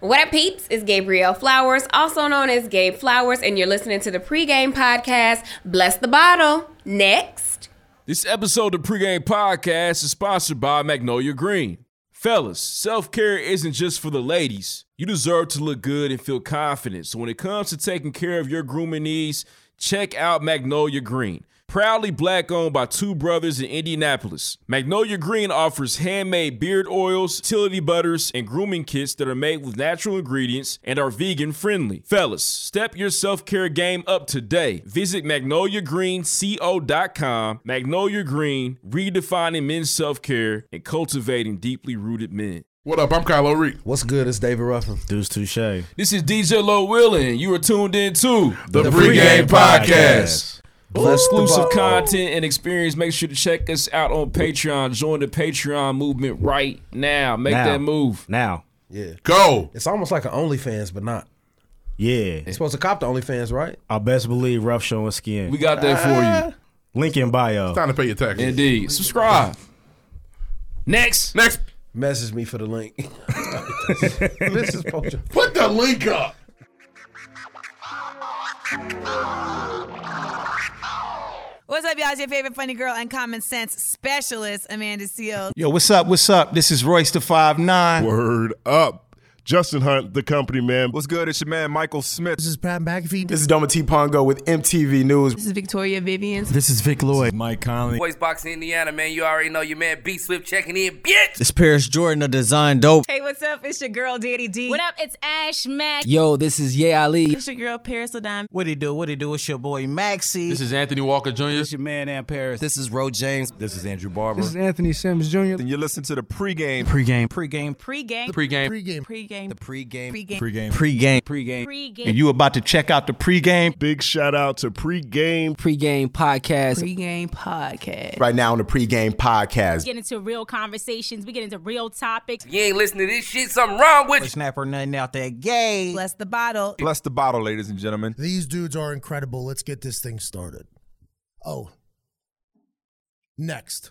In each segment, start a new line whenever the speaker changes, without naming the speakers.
What up, peeps? It's Gabrielle Flowers, also known as Gabe Flowers, and you're listening to the pregame podcast, Bless the Bottle. Next.
This episode of the Pregame Podcast is sponsored by Magnolia Green. Fellas, self care isn't just for the ladies. You deserve to look good and feel confident. So when it comes to taking care of your grooming needs, check out Magnolia Green. Proudly black owned by two brothers in Indianapolis, Magnolia Green offers handmade beard oils, utility butters, and grooming kits that are made with natural ingredients and are vegan friendly. Fellas, step your self care game up today. Visit magnoliagreenco.com. Magnolia Green, redefining men's self care and cultivating deeply rooted men.
What up? I'm Kylo Reed.
What's good? It's David Ruffin.
Deuce Touche.
This is DJ Low Willin. You are tuned in to
The, pregame,
Pregame
podcast.
Podcast.
Bless the
exclusive
bottle.
content and experience. Make sure to check us out on Patreon. Join the Patreon movement right now. Make
Now.
that move.
Now.
Yeah.
Go.
It's almost like an OnlyFans, but not.
Yeah.
It's supposed to cop the OnlyFans, right?
I best believe rough showing skin. Ah.
We got that for
Link in bio.
Time to pay your taxes.
you. Indeed. Subscribe. Next.
Next,
Message me for the link. this is Poacher.
put the link up.
What's up, y'all? It's your favorite funny girl and common sense specialist, Amanda Seals.
Yo, what's up? What's up? This is Royce the Five Nine.
Word up. Justin Hunt, the company man.
What's good? It's your man Michael Smith.
This is Pat McAfee.
This is Doma T. Pongo with MTV News.
This is Victoria Vivian.
This is Vic Lloyd. Mike Conley.
Boys Boxing Indiana, man. You already know your man B Swift checking in, bitch.
This Paris Jordan of Design Dope.
Hey, what's up? It's your girl, Daddy D.
What up? It's Ash Mack.
Yo, this is Ye Ali.
It's your girl, Paris Ladon.
What it do? What it do? It's your boy Maxie.
This is Anthony Walker Jr.
your man Aunt Paris.
This is Ro James.
This is Andrew Barber.
is Anthony Sims Jr.
and you listen to the pregame.
Pre-game. Pre-game.
Pre-game.
Pregame.
Pre-game.
Pre-game.
Pre-game.
Pre-game.
Pre-game.
Pre-game.
Pre-game.
Pregame.
And you about to check out the pre-game.
Big shout out to pregame.
Pre-game podcast.
Pre-game podcast.
right now on the pre-game podcast.
get into real conversations. We get into real topics.
If you ain't listening to this shit, something wrong with you.
Snap or nothing out there. Yay.
Bless the bottle.
Bless the bottle, ladies and gentlemen.
These dudes are incredible. Let's get this thing started. Oh. Next.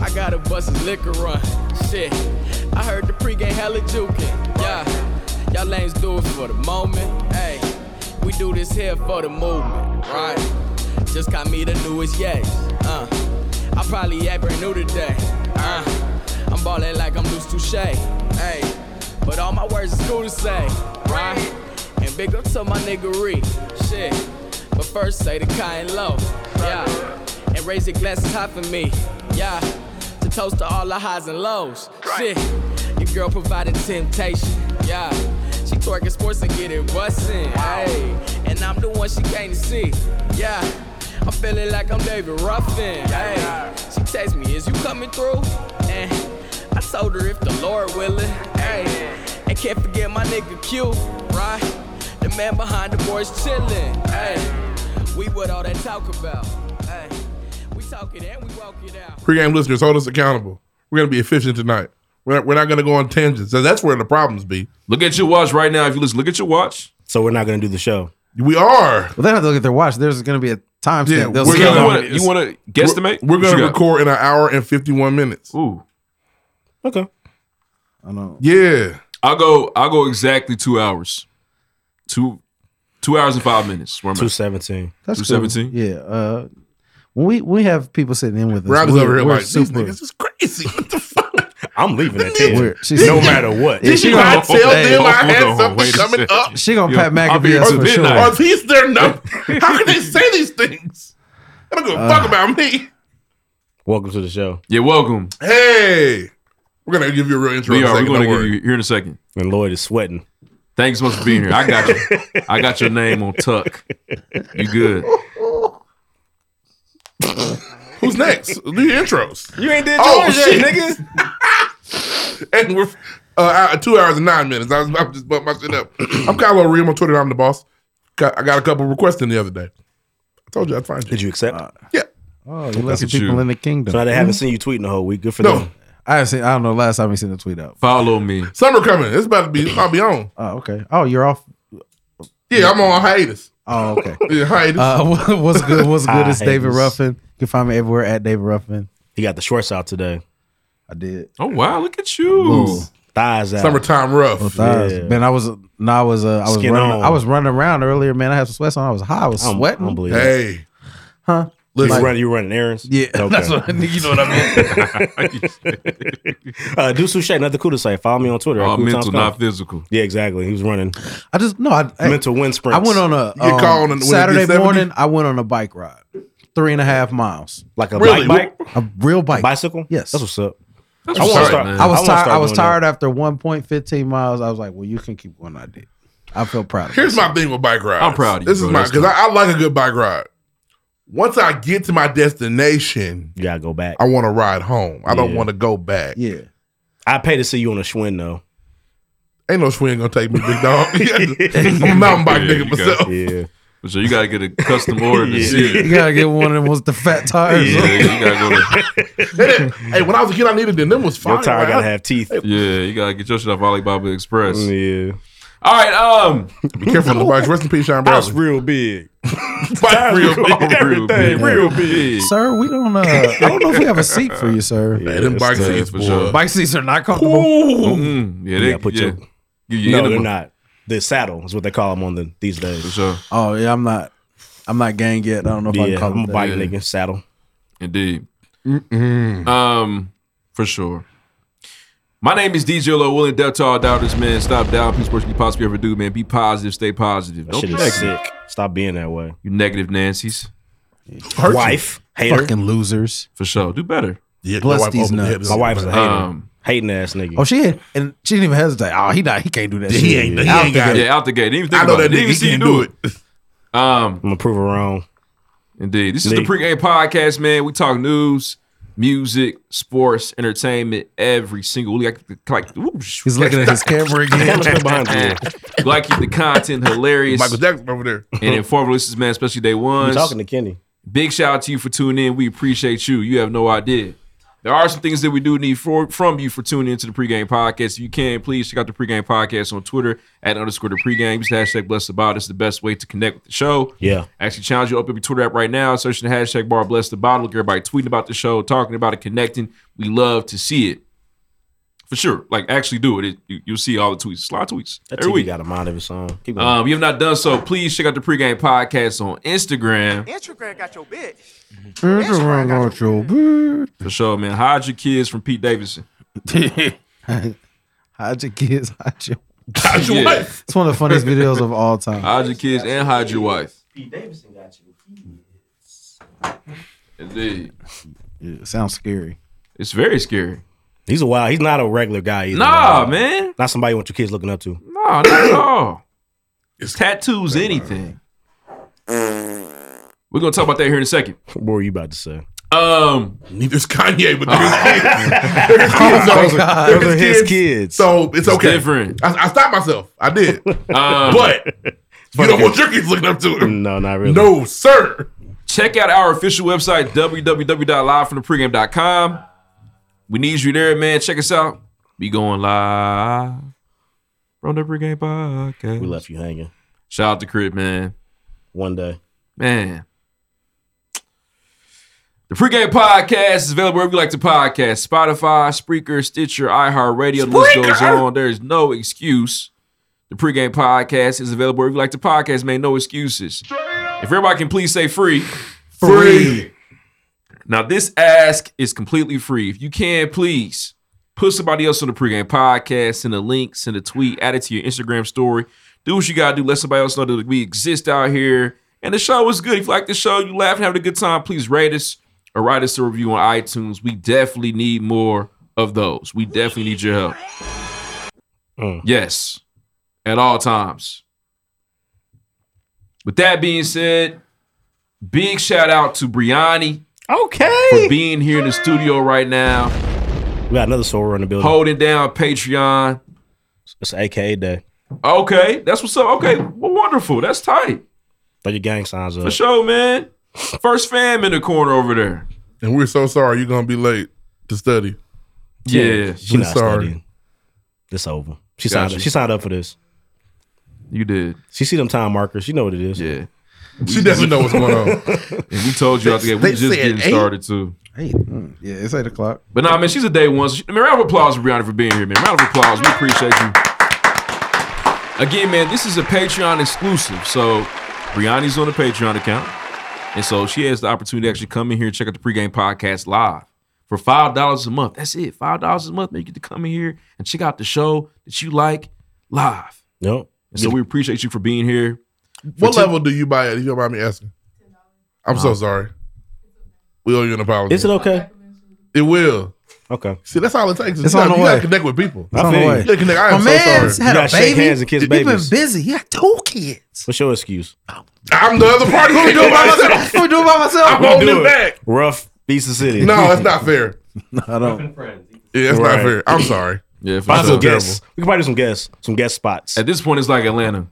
I got a bus's liquor run. Shit. I heard the pregame hella jukin'. Yeah. Y'all lanes do it for the moment. Hey, we do this here for the movement. Right. Just got me the newest yes. Uh, I probably act brand new today. Uh, I'm ballin' like I'm loose touche. Hey, but all my words is cool to say, right? And big up to my niggery, shit. But first say the kind low, yeah. And raise your glasses high for me, yeah. To toast to all the highs and lows, shit. Your girl provided temptation, yeah. She twerking sports and getting bustin', hey. And I'm the one she came to see, yeah. I'm feeling like I'm David Ruffin. Hey, she text me, is you coming through? And I told her if the Lord willing. Hey, and can't forget my nigga Q, right? The man behind the boys chillin'. Hey, we what all that talk about. Hey, we talk it and we walk it out.
Pregame listeners, hold us accountable. We're gonna be efficient tonight. We're not, we're not gonna go on tangents. So that's where the problems be.
Look at your watch right now. If you listen, look at your watch.
So we're not going to do the show.
We are.
Well, they have to look at their watch. There's gonna be a time
Yeah,
stamp. They'll
we're
see
gonna-
it.
you
no,
want to
it's-
you wanna guesstimate?
We're
What you
gonna
got?
record in an hour and fifty-one minutes.
Ooh.
Okay.
I know.
Yeah.
I'll go I'll go exactly two hours. Two two hours and five minutes. Where I'm at.
217.
That's
Through
cool.
17?
Yeah. Uh, when we we have people sitting in with us,
Rob is
we're-
over here
we're
like these
super.
niggas is crazy. What the fuck?
I'm leaving at 10.
We're- she's-
no matter what.
Did you not
Hold
tell
on,
them I
hold on,
had something
wait a
coming
second.
up?
She gonna
Yo,
pat
I'll be
McAfee
here
us
till
for sure.
midnight.
Are these their numbers? How can they say these things? I don't give
Uh,
a fuck about me.
Welcome to the show.
Yeah, welcome.
Hey, we're gonna give you a real intro.
We
in a
are. We're
second,
going to
don't
give
worry.
you here in a second.
And Lloyd is sweating.
Thanks so much for being here. I got you. I got your name on tuck. You good?
Who's next? Do your intros.
You ain't did
Oh, yours yet, shit.
nigga.
and we're uh, uh, two hours and nine minutes. I was about to just bump my shit up. I'm Kylo Reem on Twitter. I'm the boss. Got, I got a couple requests in the other day. I told you I'd find you.
Did you accept?
yeah.
Uh,
Mhm.
Oh, you lucky people in the kingdom. Hmm?
So they haven't seen you tweeting the whole week. Good for
No.
them.
I haven't seen. I don't know. Last time we seen a tweet out.
Follow me.
Summer coming. It's about to be. I'll be on.
Oh, okay. Oh, you're off.
Yeah, I'm on hiatus.
Oh, okay.
Yeah, hiatus.
Uh, what- what's good? What's good? It's David
Hiatus.
Ruffin. You can find me everywhere at David Ruffin.
He got the shorts out today.
I did.
Oh wow, look at you.
Thighs out.
Summertime rough.
Both Oh, thighs.
Yeah.
Man, I was. No, I was. Uh, I was
Skin
running.
on.
I was running around earlier. Man, I had some sweats on. I was high. I was
I don't- I
sweating.
don't believe it.
Hey,
huh?
You
listen.
running, you running errands?
Yeah,
Okay.
that's what I think. You know what I mean.
uh, Do Suchet, nothing cool to say. Follow me on Twitter.
All
at Cool
mental,
Times
not
Comp.
physical.
Yeah, exactly. He was running
I just no. I, hey,
mental wind sprints.
I went on a
You get
um,
called on the- when it
Saturday
gets 70?
morning. I went on a bike ride, three and a half miles,
like a
Really?
bike, bike,
a real bike.
bicycle.
Yes.
that's what's up.
That's
I
what's
wanna
up,
start-
man.
I was
I
tired.
wanna start
I was
doing that.
tired after one point fifteen miles. I was like, well, you can keep going. I did. I feel proud. Of
Here's
myself.
my thing with bike rides.
I'm proud of you,
This
bro.
is my
That's
because I, I like a good bike ride. Once I get to my destination,
You gotta go back.
I want to ride home. I don't
Yeah.
want to go back.
yeah.
I pay to see you on a Schwinn though.
Ain't no swing gonna take me, big dog. I'm a mountain bike
Yeah,
nigga
you got-
myself.
Yeah,
So you gotta get a custom order to see it.
You gotta get one of them with the fat tires.
Yeah, you gotta go to
hey, when I was a kid, I needed them. Them was fine.
your tire
Like,
gotta
I-
have teeth.
Yeah, you gotta get your shit off Alibaba Express.
Yeah,
All right, um,
Be careful on the bikes. Rest in peace, Sean
that's
Bradley.
real big.
Bike real
all
quick.
real big, real big.
Sir, we don't. Uh, I don't know if we have a seat for you, sir.
Hey, them bike
that's
seats,
for
boy.
sure.
Bike seats are not comfortable. Mm-hmm.
Mm-mm. Yeah, they
gotta put
yeah.
your-
Give you
No,
enema.
they're not. The saddle is what they call them on the these
For
days.
sure,
Oh yeah, I'm not. I'm not gang yet. I don't know if I can
Yeah,
call
I'm a
them.
bike
Yeah.
nigga. Saddle.
indeed. Um, for sure. My name is DJ Lo. Willing death to all doubters, man. Stop doubting. Please, worst you could possibly ever do, man. Be positive. Stay positive.
That
Don't
shit
be
is
negative.
sick. Stop being that way.
You negative Nancy's.
Hurt you.
Wife, hater.
Fucking losers.
For sure. Do better.
Yeah,
Bless
your wife
these
opened
nuts.
the hips.
My wife's a hater.
Um,
Hating ass nigga.
Oh, she had, and she didn't even hesitate. Oh, he not. He can't do that.
He
shit.
ain't, he
Out
ain't
the
got it.
yeah, out the gate. Didn't even think
I know
about it.
that
Didn't
nigga. He
even see you
can't
do
do
it.
it.
Um,
I'm gonna prove her wrong.
Indeed. This is the
Nate.
pregame podcast, man. We talk news, music, sports, entertainment every single week. Like, whoosh.
He's looking at his camera again.
behind you.
We like to keep the content hilarious
Michael Jackson over there.
and informative listeners, man, especially day
I'm
ones.
talking to Kenny.
Big shout out to you for tuning in. We appreciate you. You have no idea. There are some things that we do need for, from you for tuning into the pregame podcast. If you can, please check out the pregame podcast on Twitter at underscore the pregame. Use the hashtag blessed about. It's the best way to connect with the show.
Yeah.
I actually challenge you to open up your Twitter app right now, search the hashtag bar bless the bottle. Look at everybody tweeting about the show, talking about it, connecting. We love to see it. For sure. Like actually do it. it you, will see all the tweets. It's a lot of tweets.
That
every
TV
week.
got a mind of its own. Keep going.
Um, if you have not done so, please check out the pregame podcast on Instagram.
Instagram got your bitch.
For sure, man. Hide your kids from Pete Davidson.
Hide your kids. Hide your.
How's your
Yeah.
wife?
It's one of the funniest videos of all time.
Hide your kids and hide your wife.
Pete Davidson got you.
Indeed.
Yeah, sounds scary.
It's very scary.
He's a wild. He's not a regular guy either.
Nah, man.
Not somebody you want your kids looking up to.
Nah, not at all. It's tattoos, anything. We're gonna talk about that here in a second.
What were you about to say?
Um,
Neither's Kanye, but there's kids. There's kids. though.
Those are Oh his kids.
So it's okay.
different.
I, I stopped myself. I did.
um,
but you don't want your kids looking up to him.
No, not really.
No, sir.
check out our official website www.livefromthepregame.com. We need you there, man. Check us out. We going live from the pregame podcast.
We left you hanging.
Shout out to Crib, man.
One day.
Man. The pregame podcast is available wherever you like to podcast. Spotify, Spreaker, Stitcher, iHeartRadio. The list goes on. There is no excuse. The pregame podcast is available wherever you like to podcast, man. No excuses. If everybody can please say free.
Free.
Now, this ask is completely free. If you can, please put somebody else on the pregame podcast, send a link, send a tweet, add it to your Instagram story. Do what you gotta do. Let somebody else know that we exist out here. And the show is good. If you like the show, you laugh and having a good time, please rate us or write us a review on iTunes. We definitely need more of those. We definitely need your help.
Mm.
Yes, at all times. With that being said, big shout out to Briani
Okay.
for being here in the studio right now.
We got another soror in the building.
Holding down Patreon.
It's AKA day.
Okay, that's what's up. Okay, well, wonderful. That's tight.
Throw your gang signs up.
For sure, man. First fam in the corner over there.
And we're so sorry you're gonna be late to study.
Yeah,
she
We're
not studying. It's over. She signed.
Gotcha.
Up. She signed up for this.
You did.
She see them time markers. You know what it is.
Yeah.
She definitely know what's going on.
And we told you out the gate. We
They
just
said
getting
eight?
started too.
Hey, mm, yeah, it's eight o'clock.
But nah, man, she's a day one. So she- I mean, round of applause for Brianna for being here, man. Round of applause. We appreciate you. Again, man, this is a Patreon exclusive. So Brianna's on the Patreon account. And so she has the opportunity to actually come in here and check out the pregame podcast live for five dollars a month. That's it. Five dollars a month, man. You get to come in here and check out the show that you like live.
Yep.
And so we appreciate you for being here.
What
For two- Uh-huh.
level do you buy at? If you don't mind me asking. I'm so sorry. We owe you an apology.
Is it okay?
It will.
Okay.
See, that's all it takes. is
It's
you
on
gotta,
the
you gotta
way.
connect with people.
I feel
You gotta
you.
connect. I am
My man's
so sorry.
had
You
a
gotta shake
baby.
hands and kiss
He been
babies.
busy. He got two kids.
What's your excuse?
I'm the other party.
What we do by myself? What we do by myself?
I'm holding
do
it
it.
back.
Rough Beast of City.
No, that's not fair.
I don't.
Yeah, that's
Right.
not fair. I'm sorry.
Yeah, for
Find
sure.
some guests. We can probably do some guests. Some guest spots.
At this point, it's like Atlanta.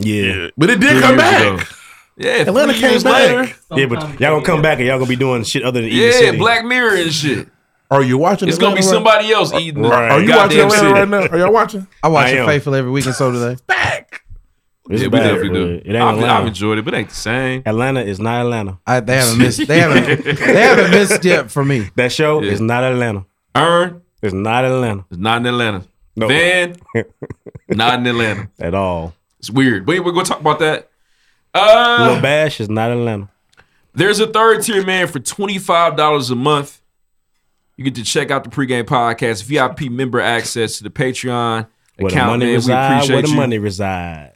Yeah.
But it
Three
did come
years
back.
ago. Yeah,
Atlanta
three
came
years
back.
later.
Yeah, but y'all gonna come back and y'all gonna be doing shit other than
Yeah,
Eden City.
Black Mirror and shit.
Are you watching?
It's gonna be
Atlanta
somebody else eating.
right-
Right.
Right.
Are you watching Atlanta right now? Are y'all watching?
I watch
I
it
am.
faithfully every week and so do they.
It's
Yeah, we
bad,
definitely do.
but It ain't
I've, I've
Atlanta.
enjoyed it, but it ain't the same.
Atlanta is not Atlanta.
I, they haven't missed. They haven't. they haven't missed yet for me.
That show
Yeah.
is not Atlanta.
Earn
It's not Atlanta
is not in Atlanta.
No.
Van, not in Atlanta.
at all.
It's weird. But we're gonna talk about that.
Lil
Uh,
Bash is not Atlanta.
there's a third tier man for twenty five dollars a month. You get to check out the pregame podcast, VIP member access to the Patreon
Where the
account.
money
Man, we
reside. Where
appreciate
the
you.
money reside.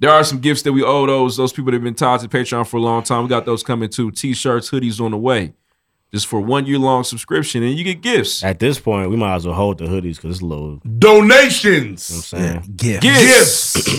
There are some gifts that we owe those those people that have been tied to Patreon for a long time. We got those coming too. T-shirts, hoodies on the way. Just for one year long subscription, and you get gifts.
At this point, we might as well hold the hoodies because it's low. You know what I'm
Donations.
saying
Gift.
Gifts.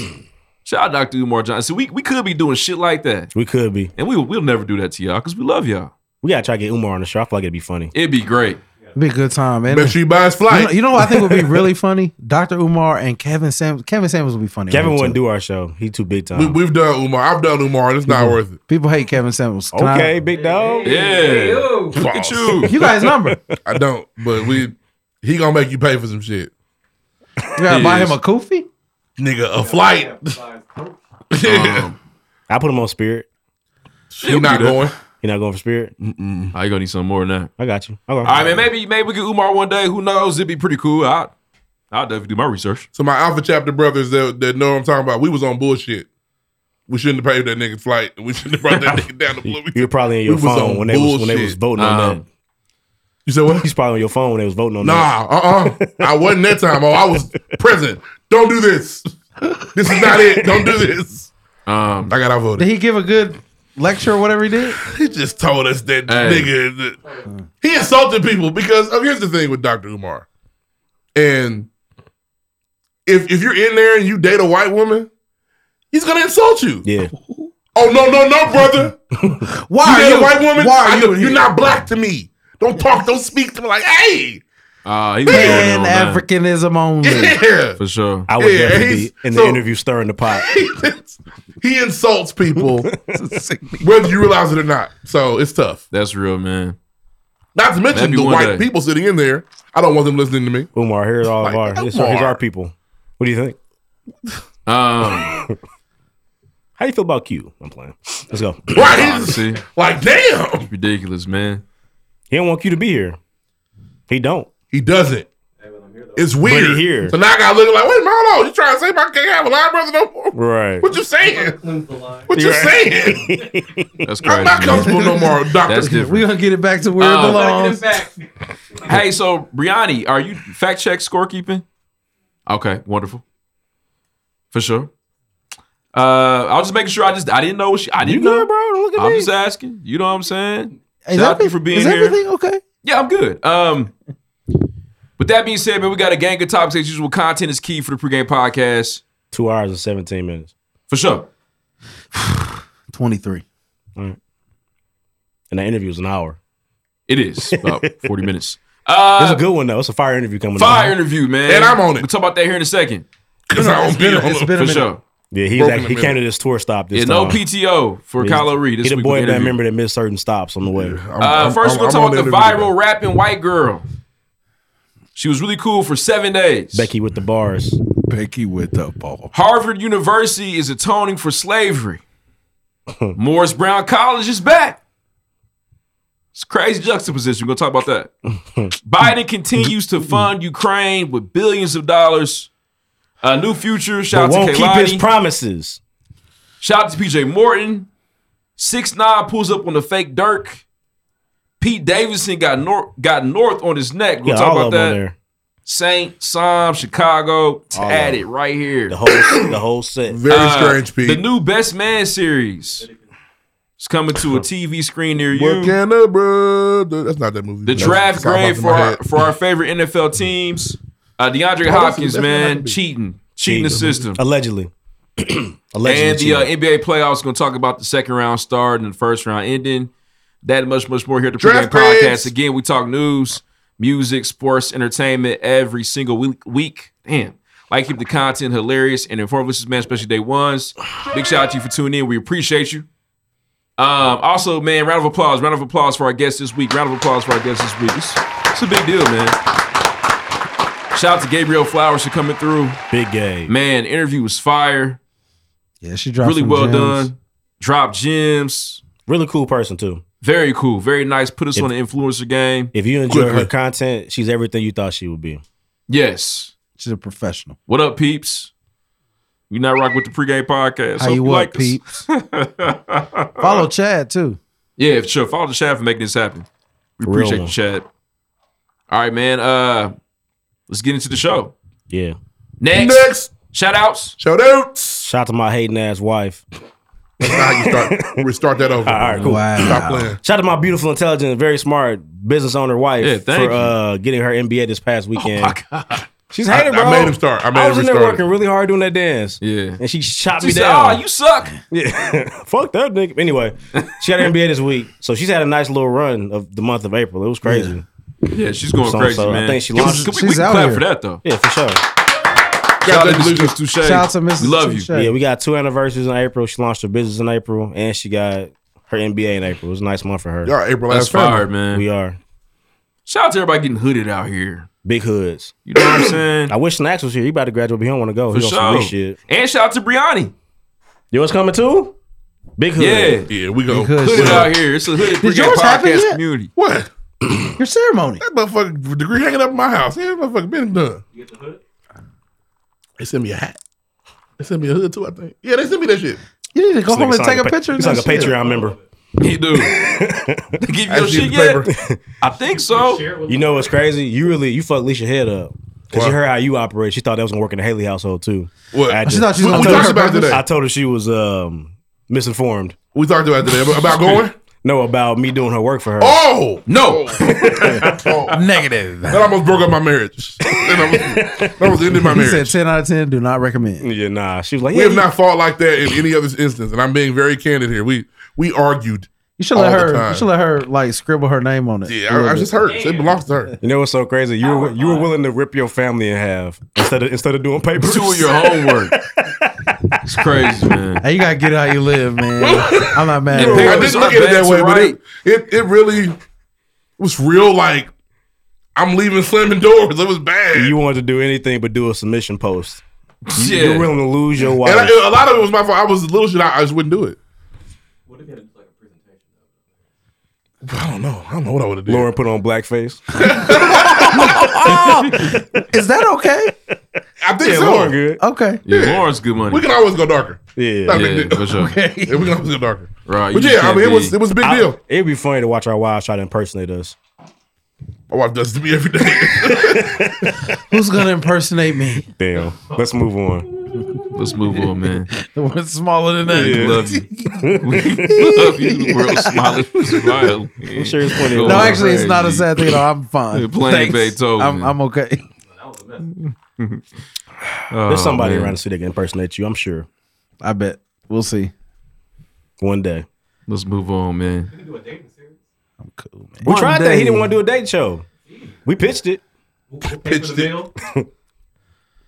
Shout out Dr. Umar Johnson. We we could be doing shit like that,
we could be.
and we we'll never do that to y'all because we love y'all.
We gotta try to get Umar on the show. I feel like it'd be funny.
It'd be great.
It'd be a good time, man.
Make sure you buy his
You know,
flight.
you know what I think would be really funny? Dr. Umar and Kevin Samuels. Kevin Samuels would be funny. on
Kevin
it,
wouldn't
too.
do our show. He too big
We,
time.
we've done Umar. I've done Umar. It's not worth it.
People hate Kevin Samuels. Can I-
okay, big dog.
Yeah. Look at
False.
you.
you got his number. You
I don't. But we, he gonna make you pay for some shit,
gotta buy
Yes.
him a koofy.
nigga. A flight. yeah.
Um,
I put him on Spirit.
you not going.
You not going for Spirit?
I gonna need some more than that.
I got you. Okay.
All right, man. Maybe maybe we get Umar one day. Who knows? It'd be pretty cool. I I'll definitely do my research.
So my Alpha Chapter brothers that, that know what I'm talking about, we was on bullshit. We shouldn't have paid that nigga flight. and We shouldn't have brought that nigga down to Blue.
You're probably in your
We was
phone
on
when they was when they
bullshit.
was voting on
Um,
You said
that.
what?
He's probably on your phone when they was voting on that.
Nah, uh uh I wasn't that time. Oh, I was present. Don't do this. This is not it. Don't do this.
Um,
I got outvoted.
Did he give a good lecture or whatever he did?
He just told us that
Hey.
nigga. that- he insulted people because oh, here's the thing with Dr. Umar, and if if you're in there and you date a white woman, he's gonna insult you.
Yeah.
Oh no no no, brother!
Why
You
are
date
you
a white woman?
Why
I
are
know-
you? in
You're
here?
not black to me. Don't talk. Don't speak to me like hey.
uh, he was going in on
Pan
that,
Africanism only.
Yeah.
for sure.
I would
Yeah,
definitely
he's-
be in the
so-
interview stirring the pot.
he insults people, whether you realize it or not. So it's tough.
That's real, man.
Not to mention
Maybe
the
one
white
day.
people sitting in there. I don't want them listening to me.
Umar, here's all of
Like,
our here's, here's
Umar.
our people. What do you think?
Um,
How you feel about Q? I'm playing. Let's go.
Right? He's
honestly,
like, damn.
ridiculous, man.
He don't want Q to be here. He don't.
He doesn't. It's
he
weird.
here.
So now I got looking like, wait, no, no, you trying to say I can't have a line brother no more?
Right.
What you saying? What you
Right.
saying?
That's crazy.
I'm not
man.
comfortable no more, doctor.
That's
We
different.
gonna get it back to where
Oh.
it belongs.
Hey, so Briani, are you fact check scorekeeping? Okay, wonderful. For sure. Uh, I was just making sure. I just I didn't know. What she, I
You
didn't know,
good, bro? Look at
I'm
me.
just asking. You know what I'm saying?
Is,
Shout out to you
every-
for being
is
here.
everything okay?
Yeah, I'm good. Um, with that being said, man, we got a gang of topics as usual. Content is key for the pregame podcast.
Two hours and seventeen minutes.
For sure.
Twenty three.
And the interview was an hour.
It is about 40 minutes. Uh,
That's a good one though. It's a fire interview coming.
Fire
up.
interview, man.
And I'm on it.
We'll talk about that here in a second.
Because I don't beat on him.
for
For
sure.
sure. Yeah, he's
Broken
act-
in
he
the
came to
middle.
this tour stop. This
Yeah, no
time.
PTO for
He's-
Kylo Reed. This
He the
week
boy
on the
band
interview.
member that missed certain stops on the way.
Uh, first, we're gonna talk about the viral rapping white girl. She was really cool for seven days.
Becky with the bars.
Becky with the ball. Harvard University is atoning for slavery. Morris Brown College is back. It's crazy juxtaposition. We're gonna talk about that. Biden continues to fund Ukraine with billions of dollars. A new future. Shout
But
out to
won't keep
Kalani.
his promises.
Shout out to PJ Morton. Six nine pulls up on the fake Dirk. Pete Davidson got north got north on his neck. We'll
Yeah,
talk about
all of them on
that.
there.
Saint, Psalm, Chicago,
of
at
them.
it right here. The
whole the whole set.
Uh, The new Best Man series. It's coming to a TV screen near you.
What can a brother? That's not that movie.
The
That's
draft
popped in
grade
my
for our,
head.
for our favorite NFL teams. Uh, DeAndre
Oh, that's-
Hopkins,
that's not
man,
gonna be-
cheating, cheating the system.
Allegedly. Allegedly.
And the uh, NBA playoffs going to talk about the second round start and the first round ending. That and much, much more here at the Pregame
Draft
Podcast.
picks.
Again, we talk news, music, sports, entertainment every single week. week. Damn. Like keep the content hilarious and informative. This is man, especially day ones. Big shout out to you for tuning in. We appreciate you. Um, also, man, round of applause, round of applause for our guests this week. Round of applause for our guests this week. It's, it's a big deal, man. Shout out to Gabriel Flowers for coming through.
Big game.
Man, interview was fire
Yeah, she dropped
really
some
well
gems.
done. Drop gems.
Really cool person too.
Very cool. Very nice. Put us on the influencer game.
If you enjoy
Quickly.
her content, she's everything you thought she would be.
Yes.
She's a professional.
What up, peeps? You not rock with the pregame podcast.
How
Hope
you what,
like us.
peeps? Follow Chad too.
Yeah, sure. Follow the Chad for making this happen. We
Real
appreciate
one.
you, Chad. All right, man. Uh let's get into the show.
Yeah.
Next. Next. Shout outs.
Shout outs.
Shout out to my hating ass wife.
Now you start. we start that over.
All right, cool.
Wow. Stop playing.
Shout out to my beautiful, intelligent, very smart business owner wife
Yeah,
for
thank you.
uh, getting her MBA this past weekend. She's
I-
hated,
I
bro.
made him start. I made
was
him
in there
restart it.
working really hard doing that dance.
Yeah.
And she shot
She
me
said,
down.
"Oh, you suck."
Yeah. Fuck that nigga. Anyway, she got her MBA this week. So she's had a nice little run of the month of April. It was crazy.
Yeah, she's going
So-
crazy,
so
man.
I think she
Can we-
launched.
can we- we She's can out clap here. for that, though.
Yeah, for sure.
Shout out to Mrs. Touche. Shout out to Mrs. We love you. Touche.
Yeah, we got two anniversaries in April. She launched her business in April, and she got her MBA in April. It was a nice month for her.
Y'all April That's ass family. fire, man.
We are
Shout out to everybody getting hooded out here.
big hoods.
You know what I'm saying?
I wish Snacks was here. He about to graduate, but he don't want to go.
For
he on some
sure.
weak shit.
And shout out to Briani.
Yours coming too? Big hood.
Yeah.
Yeah, we go.
Because-
hooded out here. It's a hooded
Did
pregame
yours happen
podcast
yet?
community.
What?
Your ceremony.
That motherfucker degree hanging up in my house. Yeah, that motherfucker been done. You get the hood? They sent me a hat. They sent me a hood too, I think. Yeah, they sent me that shit.
You need to go
This
home
nigga
and
sound
take a
pa-
picture.
He's
and
like a
that shit.
Patreon member.
He do. They give you
I
your
see
shit
the
yet? I think so.
You know what's crazy? You really you fucked Leisha head up. Cause she heard how you operate. She thought that was gonna work in the Haley household too.
What?
I
She thought she was
I
gonna
told
talk
her-
about today.
I told her she was um, misinformed.
We talked about today about going.
no, about me doing her work for her.
Oh
no!
Negative. That almost broke up my marriage. That almost, that almost ended my
He
marriage.
said ten out of ten. Do not recommend.
Yeah, nah. She was like,
we have not fought like that in any other instance, and I'm being very candid here. We we argued.
You should let her. You should let her like scribble her name on it.
Yeah, I, I just hurt. It belongs to her.
You know what's so crazy? You were you were willing to rip your family in half instead of instead of doing papers.
Doing your homework. It's crazy, man.
Hey, you gotta get it how you live, man. I'm not mad.
I
at you.
didn't look at it that way, but it, it it really was real. Like I'm leaving slamming doors. It was bad.
You wanted to do anything but do a submission post. You,
Yeah.
You're willing to lose your wife.
And
uh,
I, a lot of it was my fault. I was little shit. I, I just wouldn't do it. I don't know. I don't know what I would have done.
Lauren put on blackface.
Is that okay?
I think
Yeah,
so.
Lauren good.
Okay.
Yeah, Lauren's good money.
We can always go darker.
Yeah,
Not a big
Yeah,
deal.
for sure.
Okay. Yeah, we can always go darker.
Right.
But
you
yeah, I
can't
mean, it
be-
was it was a big
I-
deal.
It'd be funny to watch our wives try to impersonate us.
My wife does it to me every day.
Who's gonna impersonate me?
Damn. Let's move on.
Let's move on, man.
The one smaller than that.
We love you. We love you. The world's smiling. Smile.
I'm sure it's plenty of-
No, actually, it's not a sad thing. No, I'm fine.
Yeah, playing
Thanks.
Beethoven.
I'm, I'm okay.
There's somebody
Oh, man.
around the city that can impersonate you. I'm sure.
I bet. We'll see.
One day.
Let's move on, man.
We
One
tried that.
day.
He didn't want to do a date show. We pitched it.
Pitched it.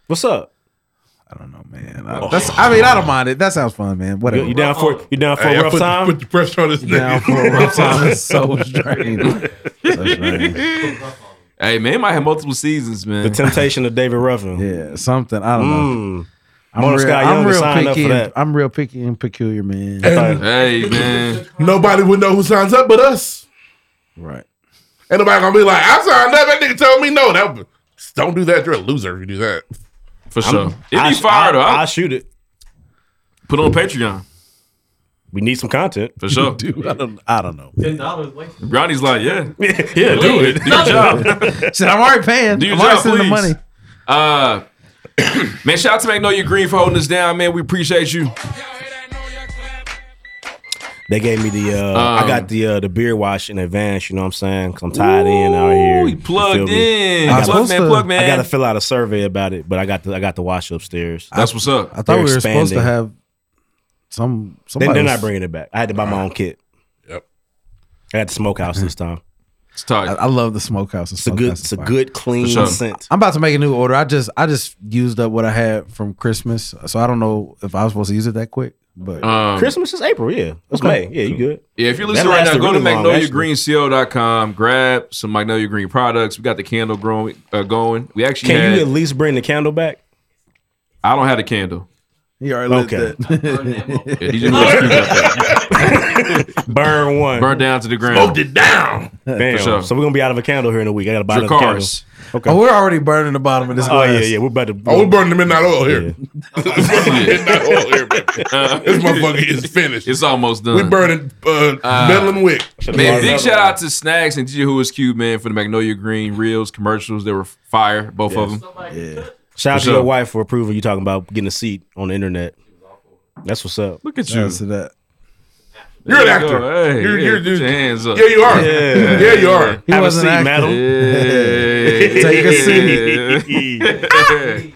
What's up?
Man, I, that's. I mean, I don't mind it. That sounds fun, man. Whatever.
You- you down for- you down for a Hey, I rough put- time? put the pressure on this
You Down
nigga.
for a rough time. It's so draining. So draining.
Hey man, it might have multiple seasons, man.
The Temptation of David Ruffin.
Yeah, something. I don't
Mm.
know. I'm
Mona
real,
Scott
I'm
Young
real
signed up
picky
for
and-
that.
I'm real picky and peculiar, man.
hey man,
nobody would know who signs up but us.
Right.
And nobody gonna be like, I signed up. That nigga told me no. That was- don't do that. You're a loser if you do that.
for
I'm-
sure. It'd
I-
be fire
I-
though.
I'll
I,
shoot it.
put it on Patreon
We need some content.
for sure.
Dude, I don't, I don't know.
Ten dollars late.
Ronnie's like, yeah,
yeah, do
it. Do your job.
Shit, I'm already paying.
Do your
I'm already
job,
sending the
please.
money.
Uh, man, shout out to Make Know Your Green for holding us down, man. We appreciate you.
They gave me the uh I
Um,
got the uh the beer wash in advance, you know what I'm saying? Cuz I'm tied in out here. You
plugged
feel me?
in.
I
Plug,
gotta-
man, plug, man.
I got to fill out a survey about it, but I got the I got the wash upstairs.
That's what's up.
I thought
They're
we were supposed to
expanding.
have some.
They,
Somebody
they're
was-
not bringing it back. I had to buy my own kit.
Yep.
I had the smokehouse this time.
It's tight.
I, I love the smokehouse.
Oh,
It's
a good- it's a good, clean For sure. scent.
I'm about to make a new order. I just I just used up what I had from Christmas, so I don't know if I was supposed to use it that quick. But
Um,
Christmas is April, yeah. It's
Okay.
May. Yeah, you good.
Yeah, if you're
That
listening right now,
lasted
go
really long, actually.
to magnoliagreenco.com, grab some Magnolia Green products. We got the candle growing, uh, going. We actually
Can
had,
you at least bring the candle back?
I don't have the candle.
you already
lit
okay.
Yeah, DJ was cute about that.
Burn one.
Burn down to the ground.
Smoked it down.
Damn.
For sure.
So we're gonna be out of a candle here in a week. I gotta buy another candle.
Dracarys.
Okay.
Oh, we're already burning the bottom of this.
Oh yeah,
glass.
yeah. We're about to.
Oh, we're burning the midnight oil here. midnight oil here, baby.
Uh,
This motherfucker is finished.
it's almost done.
We burning uh,
Uh,
metal and wick.
Man, big shout out to Snacks and DJ Who Is Cube, man, for the Magnolia Green reels, commercials. They were fire, both of them.
Shout out
For
to your
sure.
wife for approving you talking about getting a seat on the internet. That's what's up.
Look at you.
Yeah, so that.
You're an
There you
actor.
go. Hey,
you're,
yeah,
you're,
put
you're-
your hands up.
Yeah, you are.
Yeah.
Yeah, you are.
He
Have a
wasn't
seat,
acting.
madam.
Yeah. Um,
Take a
seat.
They-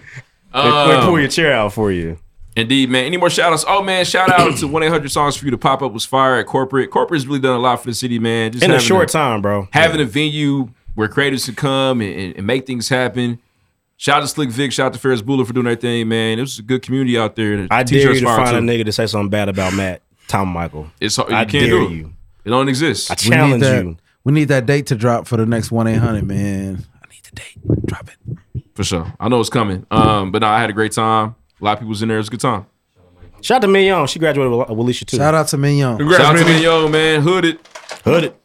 Uh,
they pull your chair out for you.
Indeed, man. Any more shout outs? Oh, man, shout out to 1 800 Songs for You to pop up was fire at corporate. Corporate's really done a lot for the city, man. Just
in a
having
short time, bro.
having a venue where creators can come and, and, and make things happen. Shout out to Slick Vic, shout out to Ferris Bueller for doing everything, man. It was a good community out there. and the
I dare you to
fire,
find a
too.
nigga to say something bad about Matt Tom Michael.
It's hard- you
I
can't
dare
do it.
you.
It don't exist.
I
We need
challenge
that-
you.
We need that date to drop for the next one eight hundred man.
for sure. I know it's coming. Um, but no, I had a great time. A lot of people was in there. It was a good time.
Shout out to Mignon. She graduated with with Alicia too.
Shout out to Mignon.
Congrats,
shout out to
man.
me, yo, man. Hood it.
Hood it.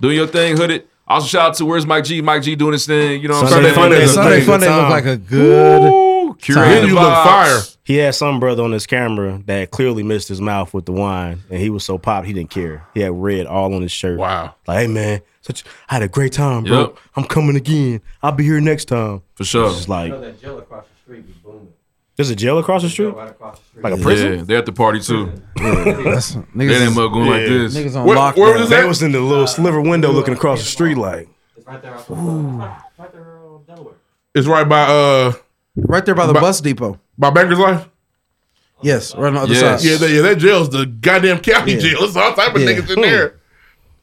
Doing your thing, hood it. Also, shout out to Where's Mike G? Mike G doing his thing. You know what
Sunday
I'm saying?
Funday is a
Sunday
thing.
Fun Day looked like a good.
Ooh, curating
Then
the
you look
vibes.
fire.
He had some brother on his camera that clearly missed his mouth with the wine, and he was so popped he didn't care. He had red all on his shirt.
Wow.
Like, hey man, such I had a great time, bro.
Yep.
I'm coming again. I'll be here next time.
For sure.
It's just like
You know that jail across the street be booming.
there's a jail across the street,
Right across the street.
like a prison.
Yeah, they're at the party too.
That's,
They
niggas,
didn't
is-
going like this.
niggas on
Where-
lockdown.
where was
They was in the little sliver window looking across the street, like
It's right there. Off of, right, right there on Delaware.
It's right by uh
Right there by the
But-
bus depot.
by Banker's Life.
Yes, right on the other
Yes.
side.
Yeah, that, yeah, that jail's the goddamn county
Yeah.
jail. It's all type of
Yeah.
niggas in there.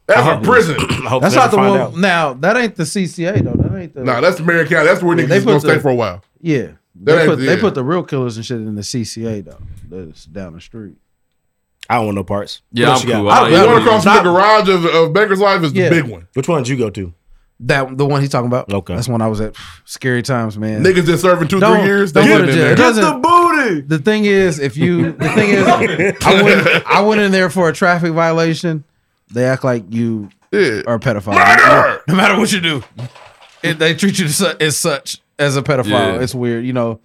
That's a prison.
I hope
That's
they
not
never
the
find
one.
out.
Now that ain't the CCA though. That ain't the.
nah, that's the Marion County. That's where
Yeah,
niggas
they
is gonna
put the-
stay for a while.
yeah.
That
They
ain't-
put, they
yeah.
put the real killers and shit in the CCA though. That's down the street.
I don't want no parts.
Yeah,
What
I'm
else you got?
cool. I
I-
don't
The
Yeah,
even
one
need
across
it.
from the garage of, of Banker's Life is
Yeah.
the big one.
Which one did you go to?
That the one he's talking about.
Okay.
that's when I was at. Scary times, man.
Niggas that serving 2
Don't-
three years.
don't
They
go
get
to
in
jail.
there.
Just- Doesn't-
booty.
The thing is, if you the thing is, I went I went in there for a traffic violation. They act like you
Yeah.
are a pedophile.
Murder!
No matter what you do, it, they treat you su- as such as a pedophile.
Yeah.
It's weird, you know.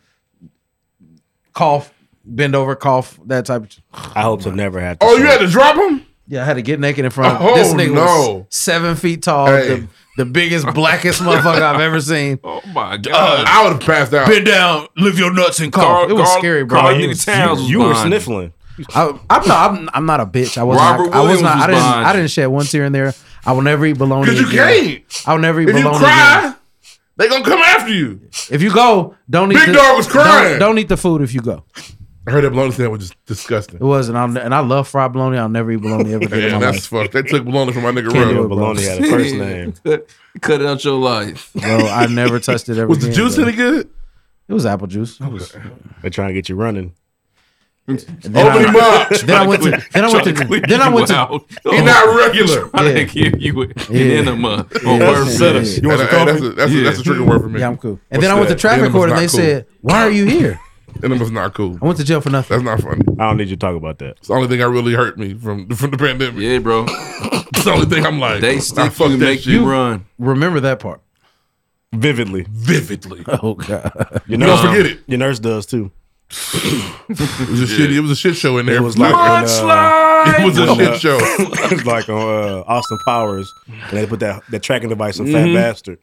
Cough, bend over, cough, that type of.
I hope to never have. To
Oh, you
say.
had to drop him?
Yeah, I had to get naked in front of
Oh,
this nigga.
no.
Was seven feet tall,
Hey.
the, the biggest, blackest motherfucker I've ever seen.
Oh my
Uh,
god.
I would have passed out.
Bend down, lift your nuts and cough.
Carl-
it was
Carl-
scary, bro.
Carl
It
Anthony
was-
Towns was
You were
behind.
sniffling.
I, I'm not. I'm, I'm not a bitch. I wasn't.
Robert
I was
Williams
not.
was
I didn't.
behind
I
you.
didn't shed one tear in there. I will never eat bologna.
Because you
again.
can't.
I will never eat
If you
bologna.
cry,
again.
they gonna come after you.
if you go, don't eat.
Big
the,
Dog was
don't-
crying.
Don't, eat the food if you go.
I heard that bologna sandwich was disgusting.
It wasn't. I'll, and I love fried bologna. I'll never eat bologna ever again. in
Yeah,
my
that's fucked.
life.
They took bologna from my nigga
Can't do
Rub.
it, bro. Bologna had a first name.
Cut out your life.
No, I never touched it ever.
Was the
again,
juice
bro.
any good?
It was apple juice.
They're trying to get you running.
And then I- Then I went to. Then I went to. Then I went to. Oh.
He not regular.
I
Yeah.
didn't give you an
Yeah.
enema
Yeah.
on first
Yeah.
sentence.
Yeah. You want some
Hey, that's a- that's a- that's a trigger word for me.
Yeah, I'm cool. And
What's
then I went
that?
to traffic
Enema's
court, and
not
they
cool.
said, "Why are you here?"
Enema's not cool.
I went to jail for nothing.
That's not funny.
I don't need you to talk about that.
It's the only thing that really hurt me from from the pandemic.
Yeah, bro.
it's the only thing I'm like.
They
I
stick
fuck
you,
that
make
shit.
you run.
Remember that part.
Vividly.
Vividly.
Oh god.
Your
You
nurse-
don't forget it.
Your nurse does too.
It was a shit. It was a shit show in there.
It was like when,
Mudslide! It was a
when,
shit
uh,
show.
it was like on uh, Austin Powers, and they put that, that tracking device on Fat
Mm-hmm.
Mhm.
Bastard.